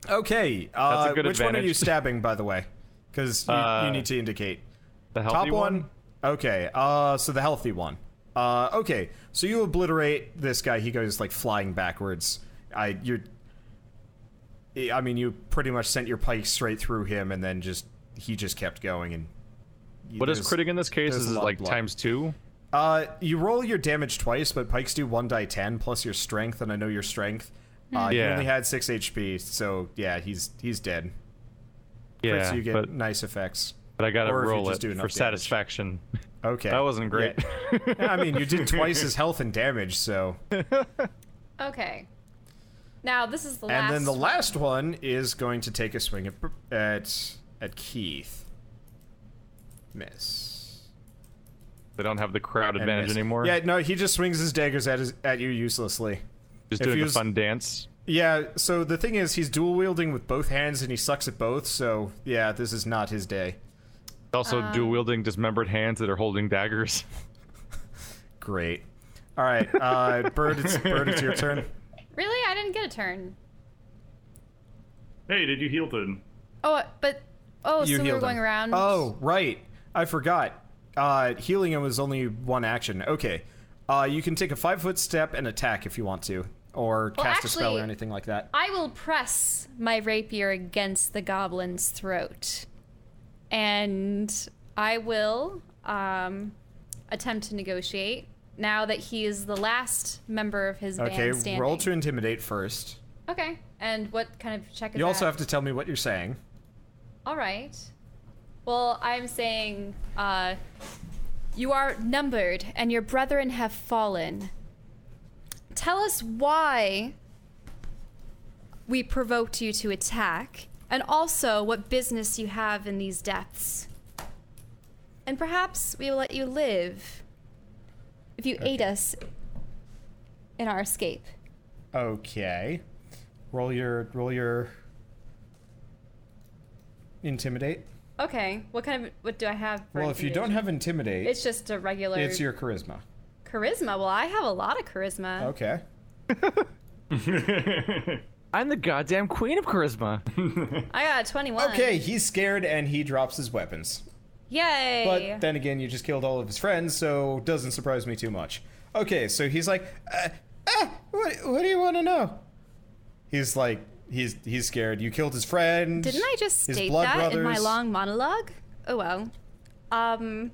Speaker 1: Okay. Uh,
Speaker 3: a good
Speaker 1: which one are you
Speaker 3: advantage.
Speaker 1: stabbing, by the way? Because you,
Speaker 3: Uh,
Speaker 1: you need to indicate.
Speaker 3: The healthy
Speaker 1: Top one. Okay. Uh, so the healthy one. Uh, okay. So you obliterate this guy. He goes like flying backwards. I you're. I mean, you pretty much sent your pike straight through him, and then just he just kept going and
Speaker 3: What is
Speaker 1: there's-
Speaker 3: critting in this case?
Speaker 1: there's a
Speaker 3: Is it
Speaker 1: lot of
Speaker 3: like
Speaker 1: blood.
Speaker 3: times two?
Speaker 1: Uh, you roll your damage twice, but pikes do one die ten plus your strength, and I know your strength. Uh, He
Speaker 3: Hmm. Yeah.
Speaker 1: only had six HP, so yeah, he's he's dead.
Speaker 3: Yeah,
Speaker 1: so you get
Speaker 3: but,
Speaker 1: nice effects.
Speaker 3: but I gotta
Speaker 1: or if you
Speaker 3: roll
Speaker 1: just
Speaker 3: it
Speaker 1: do enough
Speaker 3: for
Speaker 1: damage.
Speaker 3: satisfaction.
Speaker 1: Okay,
Speaker 3: That wasn't great.
Speaker 1: Yeah. I mean, you did twice his health and damage, so.
Speaker 5: Okay. Now this is the last.
Speaker 1: And then the last one is going to take a swing at at, at Keith. Miss.
Speaker 3: They don't have the crowd
Speaker 1: And
Speaker 3: advantage
Speaker 1: miss.
Speaker 3: anymore.
Speaker 1: Yeah, no, he just swings his daggers at his, at you uselessly.
Speaker 3: just
Speaker 1: if
Speaker 3: doing
Speaker 1: he
Speaker 3: a
Speaker 1: was-
Speaker 3: fun dance.
Speaker 1: Yeah, so the thing is, he's dual wielding with both hands and he sucks at both, so yeah, this is not his day.
Speaker 3: Also,
Speaker 5: Uh,
Speaker 3: dual wielding dismembered hands that are holding daggers.
Speaker 1: Great. All right, uh, Bird, it's, Bird, it's your turn.
Speaker 5: really, I didn't get a turn.
Speaker 2: Hey, did you heal them?
Speaker 5: Oh, but oh,
Speaker 1: You
Speaker 5: so we were
Speaker 1: healed him.
Speaker 5: going around.
Speaker 1: Oh, right. I forgot. Uh, healing him was only one action. Okay. Uh, you can take a five foot step and attack if you want to, or
Speaker 5: Well,
Speaker 1: cast a spell
Speaker 5: actually-
Speaker 1: or anything like that.
Speaker 5: I will press my rapier against the goblin's throat, and I will um, attempt to negotiate. Now that he is the last member of his
Speaker 1: Okay,
Speaker 5: band standing.
Speaker 1: roll to intimidate first.
Speaker 5: Okay, and what kind of check is
Speaker 1: You also
Speaker 5: that?
Speaker 1: have to tell me what you're saying.
Speaker 5: All right. Well, I'm saying uh, you are numbered and your brethren have fallen. Tell us why we provoked you to attack, and also what business you have in these depths. And perhaps we will let you live if you aid us in our escape.
Speaker 1: Okay. Roll your roll your intimidate.
Speaker 5: Okay. What kind of what do I have? For
Speaker 1: Well, if you don't have intimidate,
Speaker 5: it's just a regular.
Speaker 1: it's your charisma.
Speaker 5: Charisma. Well, I have a lot of charisma.
Speaker 1: Okay.
Speaker 19: I'm the goddamn queen of charisma.
Speaker 5: I got a 21.
Speaker 1: Okay, he's scared and he drops his weapons.
Speaker 5: Yay.
Speaker 1: But then again, you just killed all of his friends, so doesn't surprise me too much. Okay, so he's like, uh, ah, what, what do you want to know? He's like, he's he's scared. You killed his friend.
Speaker 5: Didn't I just
Speaker 1: his
Speaker 5: state
Speaker 1: blood
Speaker 5: that in my
Speaker 1: brothers.
Speaker 5: long monologue? Oh well. Um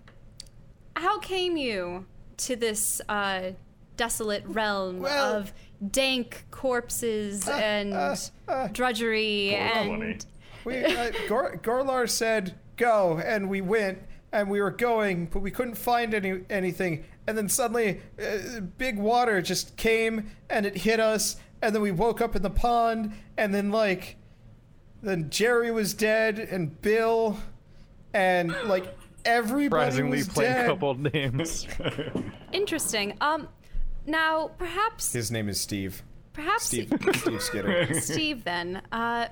Speaker 5: how came you to this uh desolate realm
Speaker 1: Well-
Speaker 5: of dank corpses and
Speaker 1: uh, uh.
Speaker 5: drudgery
Speaker 2: Funny.
Speaker 5: and
Speaker 1: We, uh, Gor- Gorlar said go, and we went, and we were going, but we couldn't find any anything. And then suddenly, uh, big water just came and it hit us, and then we woke up in the pond, and then like, then Jerry was dead, and Bill, and like everybody
Speaker 3: Surprisingly,
Speaker 1: was
Speaker 3: playing
Speaker 1: dead.
Speaker 3: coupled names.
Speaker 5: interesting. Um now perhaps
Speaker 1: His name is Steve.
Speaker 5: perhaps
Speaker 1: Steve Skitter.
Speaker 5: Steve, then. Uh,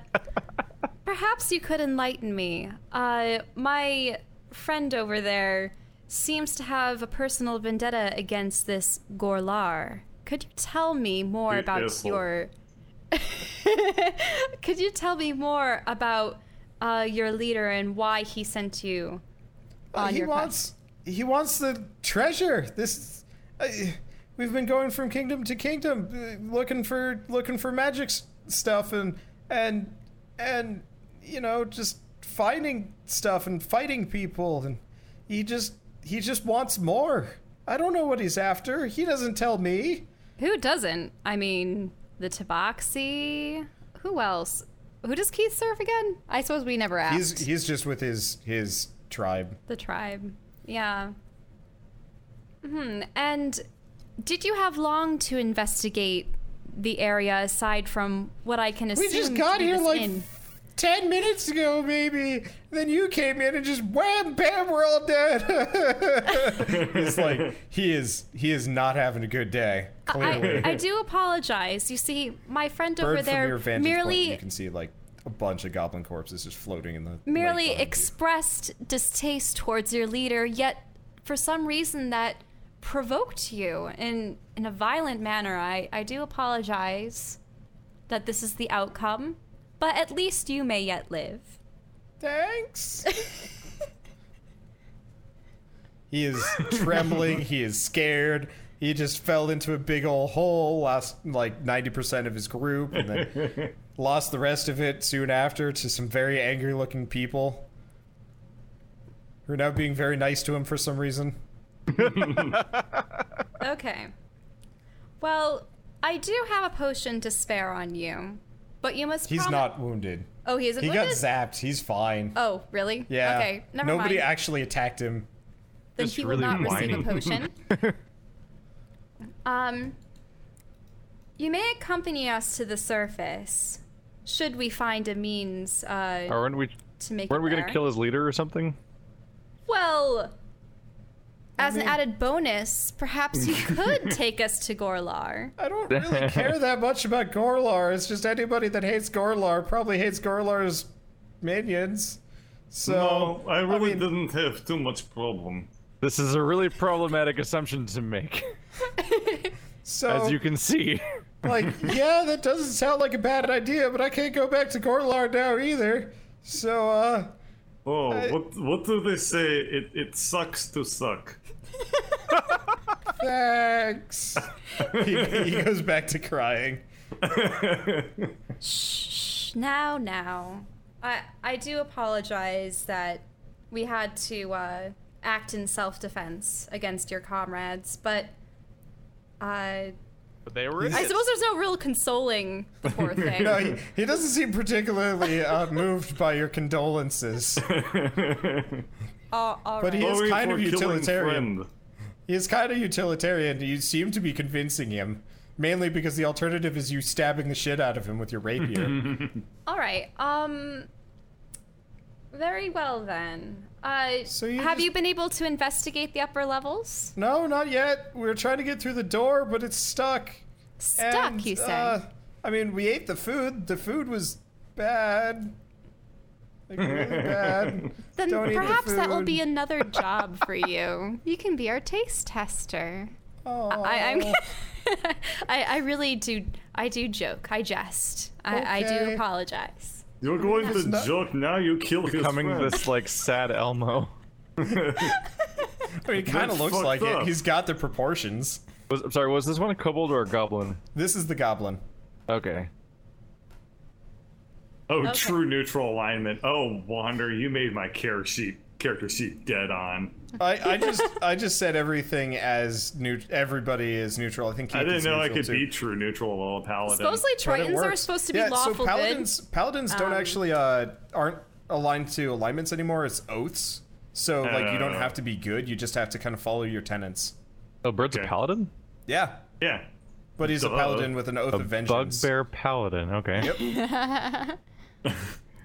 Speaker 5: perhaps you could enlighten me. Uh, my friend over there seems to have a personal vendetta against this Gorlar. Could you tell me more
Speaker 2: You
Speaker 5: about
Speaker 2: asshole.
Speaker 5: your. could you tell me more about uh, your leader and why he sent you on
Speaker 1: he
Speaker 5: your
Speaker 1: wants he wants the treasure this uh, we've been going from kingdom to kingdom uh, looking for looking for magic s- stuff and and and you know just finding stuff and fighting people and he just he just wants more i don't know what he's after he doesn't tell me
Speaker 5: Who doesn't? I mean, the Tabaxi. Who else? Who does Keith serve again? I suppose we never asked.
Speaker 1: he's just with his his tribe
Speaker 5: The tribe. Yeah. Hmm. And did you have long to investigate the area aside from what I can assume?
Speaker 1: we just got
Speaker 5: through
Speaker 1: here
Speaker 5: this
Speaker 1: like
Speaker 5: inn?
Speaker 1: 10 minutes ago maybe then you came in and just wham bam we're all dead he's like he is he is not having a good day
Speaker 5: I, I do apologize. You see, my friend over there merely
Speaker 1: see like a bunch of goblin corpses just floating in the
Speaker 5: merely expressed distaste towards your leader, yet for some reason that provoked you in in a violent manner. I, I do apologize that this is the outcome, but at least you may yet live.
Speaker 1: thanks he is trembling he is scared he just fell into a big old hole lost like 90% of his group and then lost the rest of it soon after to some very angry looking people who are now being very nice to him for some reason.
Speaker 5: Okay. Well, I do have a potion to spare on you, but you must.
Speaker 1: He's
Speaker 5: promi-
Speaker 1: not wounded.
Speaker 5: Oh, he isn't.
Speaker 1: He got
Speaker 5: wounded?
Speaker 1: zapped. He's fine.
Speaker 5: Oh, really?
Speaker 1: yeah.
Speaker 5: Okay. Never
Speaker 1: Nobody
Speaker 5: mind.
Speaker 1: actually attacked him.
Speaker 5: then
Speaker 3: Just
Speaker 5: he will
Speaker 3: really
Speaker 5: not receive a
Speaker 3: whiny.
Speaker 5: potion. um, you may accompany us to the surface, should we find a means uh,
Speaker 3: Aren't we?
Speaker 5: to make.
Speaker 3: Weren't
Speaker 5: it
Speaker 3: we gonna
Speaker 5: there.
Speaker 3: kill his leader or something?
Speaker 5: Well, as an added bonus, perhaps you could take us to Gorlar.
Speaker 1: I don't really care that much about Gorlar. It's just anybody that hates Gorlar probably hates Gorlar's minions. So
Speaker 2: no, I really
Speaker 1: mean-
Speaker 2: didn't have too much problem.
Speaker 3: This is a really problematic assumption to make,
Speaker 1: so
Speaker 3: as you can see.
Speaker 1: like yeah, that doesn't sound like a bad idea, but I can't go back to Gorlar now either. So uh
Speaker 2: Oh, what what do they say? It it sucks to suck.
Speaker 1: thanks. he, he goes back to crying.
Speaker 5: Now, now. I I do apologize that we had to uh, act in self-defense against your comrades, but uh,
Speaker 3: But they were.
Speaker 5: I suppose there's no real consoling the poor thing.
Speaker 1: No, he, he doesn't seem particularly uh, moved by your condolences.
Speaker 5: All- all
Speaker 1: But he
Speaker 5: right.
Speaker 1: is
Speaker 2: Sorry
Speaker 1: kind
Speaker 2: for
Speaker 1: of
Speaker 2: killing
Speaker 1: utilitarian.
Speaker 2: friend.
Speaker 1: He is kind of utilitarian. You seem to be convincing him, mainly because the alternative is you stabbing the shit out of him with your rapier.
Speaker 5: all right. Um. Very well then. Uh,
Speaker 1: So you
Speaker 5: have
Speaker 1: just-
Speaker 5: you been able to investigate the upper levels?
Speaker 1: no, not yet. We were trying to get through the door, but it's stuck.
Speaker 5: Stuck,
Speaker 1: And,
Speaker 5: you say?
Speaker 1: uh, I mean, we ate the food. The food was bad. Like, really bad.
Speaker 5: Then
Speaker 1: Don't eat the
Speaker 5: perhaps that will
Speaker 1: food.
Speaker 5: be another job for you. You can be our taste tester.
Speaker 1: Oh.
Speaker 5: I, I'm. Oh. I, I really do. I do joke. I jest. I, I do
Speaker 1: Okay.
Speaker 5: apologize.
Speaker 2: You're going to
Speaker 1: not-
Speaker 2: joke now. You killed his
Speaker 3: Coming
Speaker 2: friend.
Speaker 3: this like sad Elmo.
Speaker 1: I mean, it kind of
Speaker 2: That's
Speaker 1: looks
Speaker 2: fucked
Speaker 1: like
Speaker 2: up.
Speaker 1: it. He's got the proportions.
Speaker 3: Was, I'm sorry. Was this one a kobold or a goblin?
Speaker 1: This is the goblin.
Speaker 3: Okay.
Speaker 2: Oh, true neutral alignment. Oh, Wander, you made my character sheet character sheet dead on.
Speaker 1: I, I just I just said everything as new. Everybody is neutral. I think Keith
Speaker 2: I didn't
Speaker 1: is
Speaker 2: know I
Speaker 1: neutral,
Speaker 2: could
Speaker 1: too.
Speaker 2: be true neutral while a paladin.
Speaker 5: Supposedly,
Speaker 1: But it
Speaker 5: Troyans are
Speaker 1: works.
Speaker 5: supposed to be
Speaker 1: yeah,
Speaker 5: lawful Um,
Speaker 1: so paladins paladins don't actually uh aren't aligned to alignments anymore. It's oaths. So like you don't
Speaker 2: Oh.
Speaker 1: have to be good. You just have to kind of follow your tenets.
Speaker 3: Oh, Bird's
Speaker 2: Okay.
Speaker 3: a paladin.
Speaker 1: Yeah,
Speaker 2: yeah.
Speaker 1: but he's a
Speaker 2: Duh.
Speaker 1: paladin with an oath
Speaker 3: A
Speaker 1: of vengeance.
Speaker 3: bugbear paladin. Okay.
Speaker 1: Yep.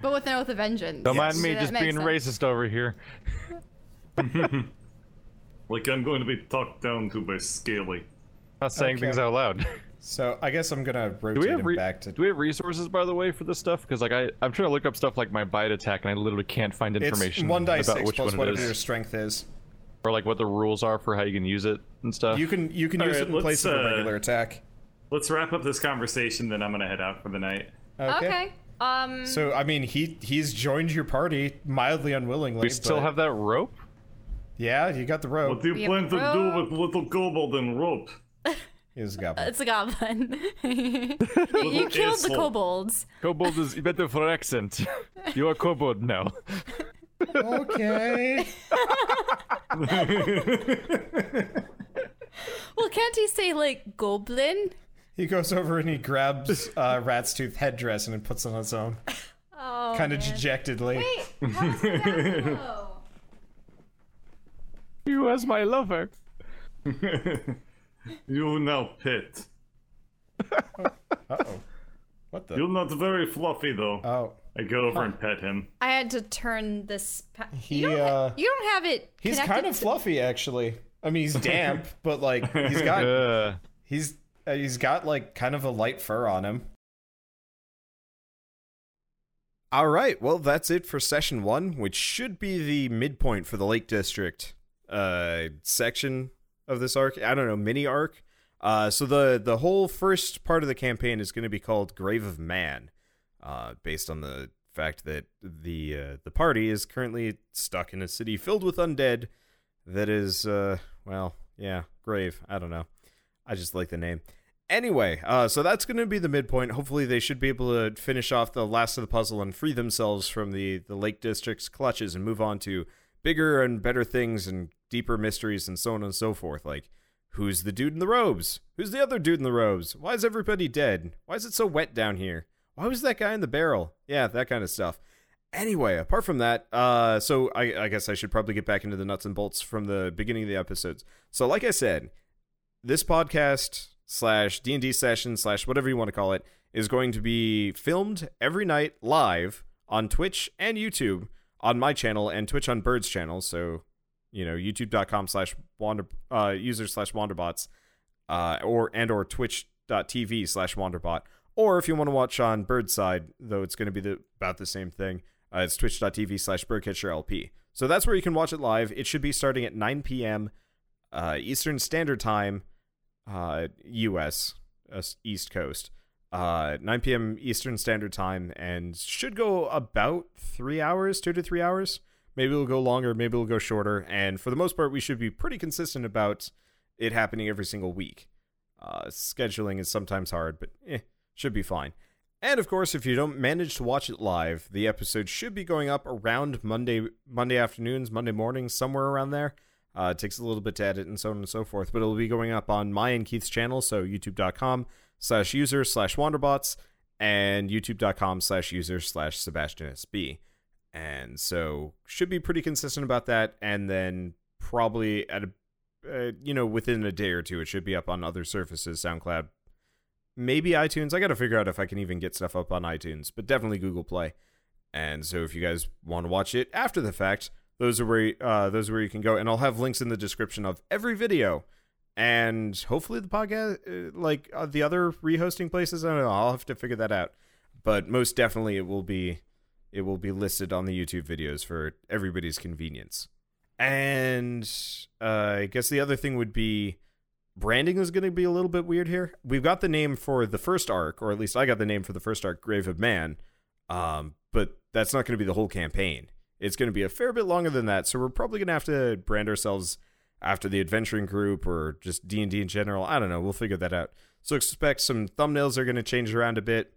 Speaker 20: But with an oath of vengeance.
Speaker 3: Don't mind
Speaker 20: So
Speaker 3: me
Speaker 20: that
Speaker 3: just
Speaker 20: makes
Speaker 3: being
Speaker 20: sense.
Speaker 3: racist over here.
Speaker 2: Like I'm going to be talked down to by Scaly.
Speaker 3: Not saying
Speaker 1: Okay.
Speaker 3: things out loud.
Speaker 1: So I guess I'm gonna rotate
Speaker 3: Do we have
Speaker 1: him
Speaker 3: re-
Speaker 1: back to.
Speaker 3: do we have resources by the way for this stuff? Because like I I'm trying to look up stuff like my bite attack and I literally can't find
Speaker 1: it's
Speaker 3: information
Speaker 1: one die
Speaker 3: about
Speaker 1: six
Speaker 3: which
Speaker 1: plus
Speaker 3: one it
Speaker 1: whatever your
Speaker 3: is
Speaker 1: strength is.
Speaker 3: or like what the rules are for how you can use it and stuff.
Speaker 1: You can you can
Speaker 2: All
Speaker 1: use
Speaker 2: right,
Speaker 1: it in
Speaker 2: let's,
Speaker 1: place of a
Speaker 2: uh,
Speaker 1: regular attack.
Speaker 2: Let's wrap up this conversation, then I'm gonna head out for the night.
Speaker 5: Okay. Um.
Speaker 1: So I mean he he's joined your party mildly unwillingly.
Speaker 3: we still
Speaker 1: but-
Speaker 3: have that rope?
Speaker 1: yeah you got the rope.
Speaker 2: What do you
Speaker 5: We
Speaker 2: plan to do
Speaker 5: approve.
Speaker 2: with little kobold and rope?
Speaker 1: He's a goblin.
Speaker 5: it's a goblin. you you killed the
Speaker 2: asshole.
Speaker 5: kobolds.
Speaker 3: Kobold is better for accent. You are kobold now.
Speaker 1: okay.
Speaker 5: Well, can't he say like goblin?
Speaker 1: He goes over and he grabs uh, Rat's tooth headdress and puts it on his own,
Speaker 5: Oh.
Speaker 1: kind of dejectedly.
Speaker 5: Wait, how is that though?
Speaker 3: you as my lover.
Speaker 2: You now pet.
Speaker 1: Uh-oh. What the?
Speaker 2: You're not very fluffy though.
Speaker 1: Oh.
Speaker 2: I go over and pet him.
Speaker 5: I had to turn this. Pa-
Speaker 1: He,
Speaker 5: you, don't ha-
Speaker 1: uh,
Speaker 5: you don't have it.
Speaker 1: He's
Speaker 5: connected
Speaker 1: kind of
Speaker 5: to-
Speaker 1: fluffy, actually. I mean, he's damp, but like he's got
Speaker 3: Uh,
Speaker 1: he's uh, he's got like kind of a light fur on him.
Speaker 21: All right. Well, that's it for session one, which should be the midpoint for the Lake District uh, section of this arc. I don't know, mini arc. Uh, so the the whole first part of the campaign is going to be called Grave of Man, uh, based on the fact that the uh, the party is currently stuck in a city filled with undead. That is, uh, well, yeah, grave. I don't know. I just like the name. Anyway, uh, so that's going to be the midpoint. Hopefully, they should be able to finish off the last of the puzzle and free themselves from the, the Lake District's clutches and move on to
Speaker 1: bigger and better things and deeper mysteries and so on and so forth. Like, who's the dude in the robes? Who's the other dude in the robes? Why is everybody dead? Why is it so wet down here? Why was that guy in the barrel? Yeah, that kind of stuff. Anyway, apart from that, uh, so I, I guess I should probably get back into the nuts and bolts from the beginning of the episodes. So, like I said, this podcast slash D and D session slash whatever you want to call it is going to be filmed every night live on Twitch and YouTube on my channel and Twitch on Bird's channel. So, you know, youtube.com slash wander uh, user slash wanderbots uh, or and or twitch.tv slash wanderbot. Or if you want to watch on Bird's side, though it's going to be the, about the same thing, uh, it's twitch.tv slash birdcatcherlp. So that's where you can watch it live. It should be starting at 9 p.m. Uh, Eastern Standard Time, uh, U.S. uh, East Coast, uh, 9 p.m. Eastern Standard Time, and should go about three hours, two to three hours. Maybe it'll go longer, maybe it'll go shorter. And for the most part, we should be pretty consistent about it happening every single week. Uh, scheduling is sometimes hard, but eh, should be fine. And of course, if you don't manage to watch it live, the episode should be going up around Monday, Monday afternoons, Monday mornings, somewhere around there. Uh, it takes a little bit to edit and so on and so forth, but it'll be going up on my and Keith's channel, so youtube.com slash user slash wanderbots and youtube.com slash user slash sebastiansb. And so should be pretty consistent about that. And then probably at a, uh, you know, within a day or two, it should be up on other surfaces, SoundCloud, maybe iTunes. I got to figure out if I can even get stuff up on iTunes, but definitely Google Play. And so if you guys want to watch it after the fact, those are where uh, those are where you can go. And I'll have links in the description of every video. And hopefully the podcast, uh, like uh, the other rehosting places, I don't know. I'll have to figure that out. But most definitely, it will be it will be listed on the YouTube videos for everybody's convenience. And uh, I guess the other thing would be branding is going to be a little bit weird here. We've got the name for the first arc, or at least I got the name for the first arc, Grave of Man. Um, but that's not going to be the whole campaign. It's going to be a fair bit longer than that, so we're probably going to have to brand ourselves after the adventuring group or just D and D in general. I don't know. We'll figure that out. So expect some thumbnails are going to change around a bit.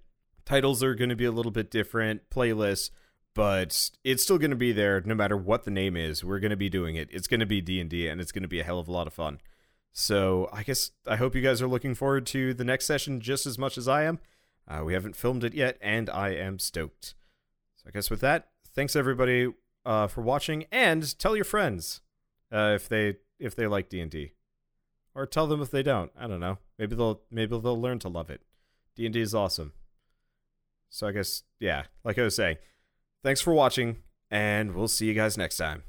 Speaker 1: Titles are going to be a little bit different. Playlists, but it's still going to be there no matter what the name is. We're going to be doing it. It's going to be D and D, and it's going to be a hell of a lot of fun. So I guess I hope you guys are looking forward to the next session just as much as I am. Uh, we haven't filmed it yet, and I am stoked. So I guess with that, thanks everybody uh, for watching, and tell your friends uh, if they if they like D and D, or tell them if they don't. I don't know. Maybe they'll maybe they'll learn to love it. D and D is awesome. So I guess yeah, like I was saying, thanks for watching, and we'll see you guys next time.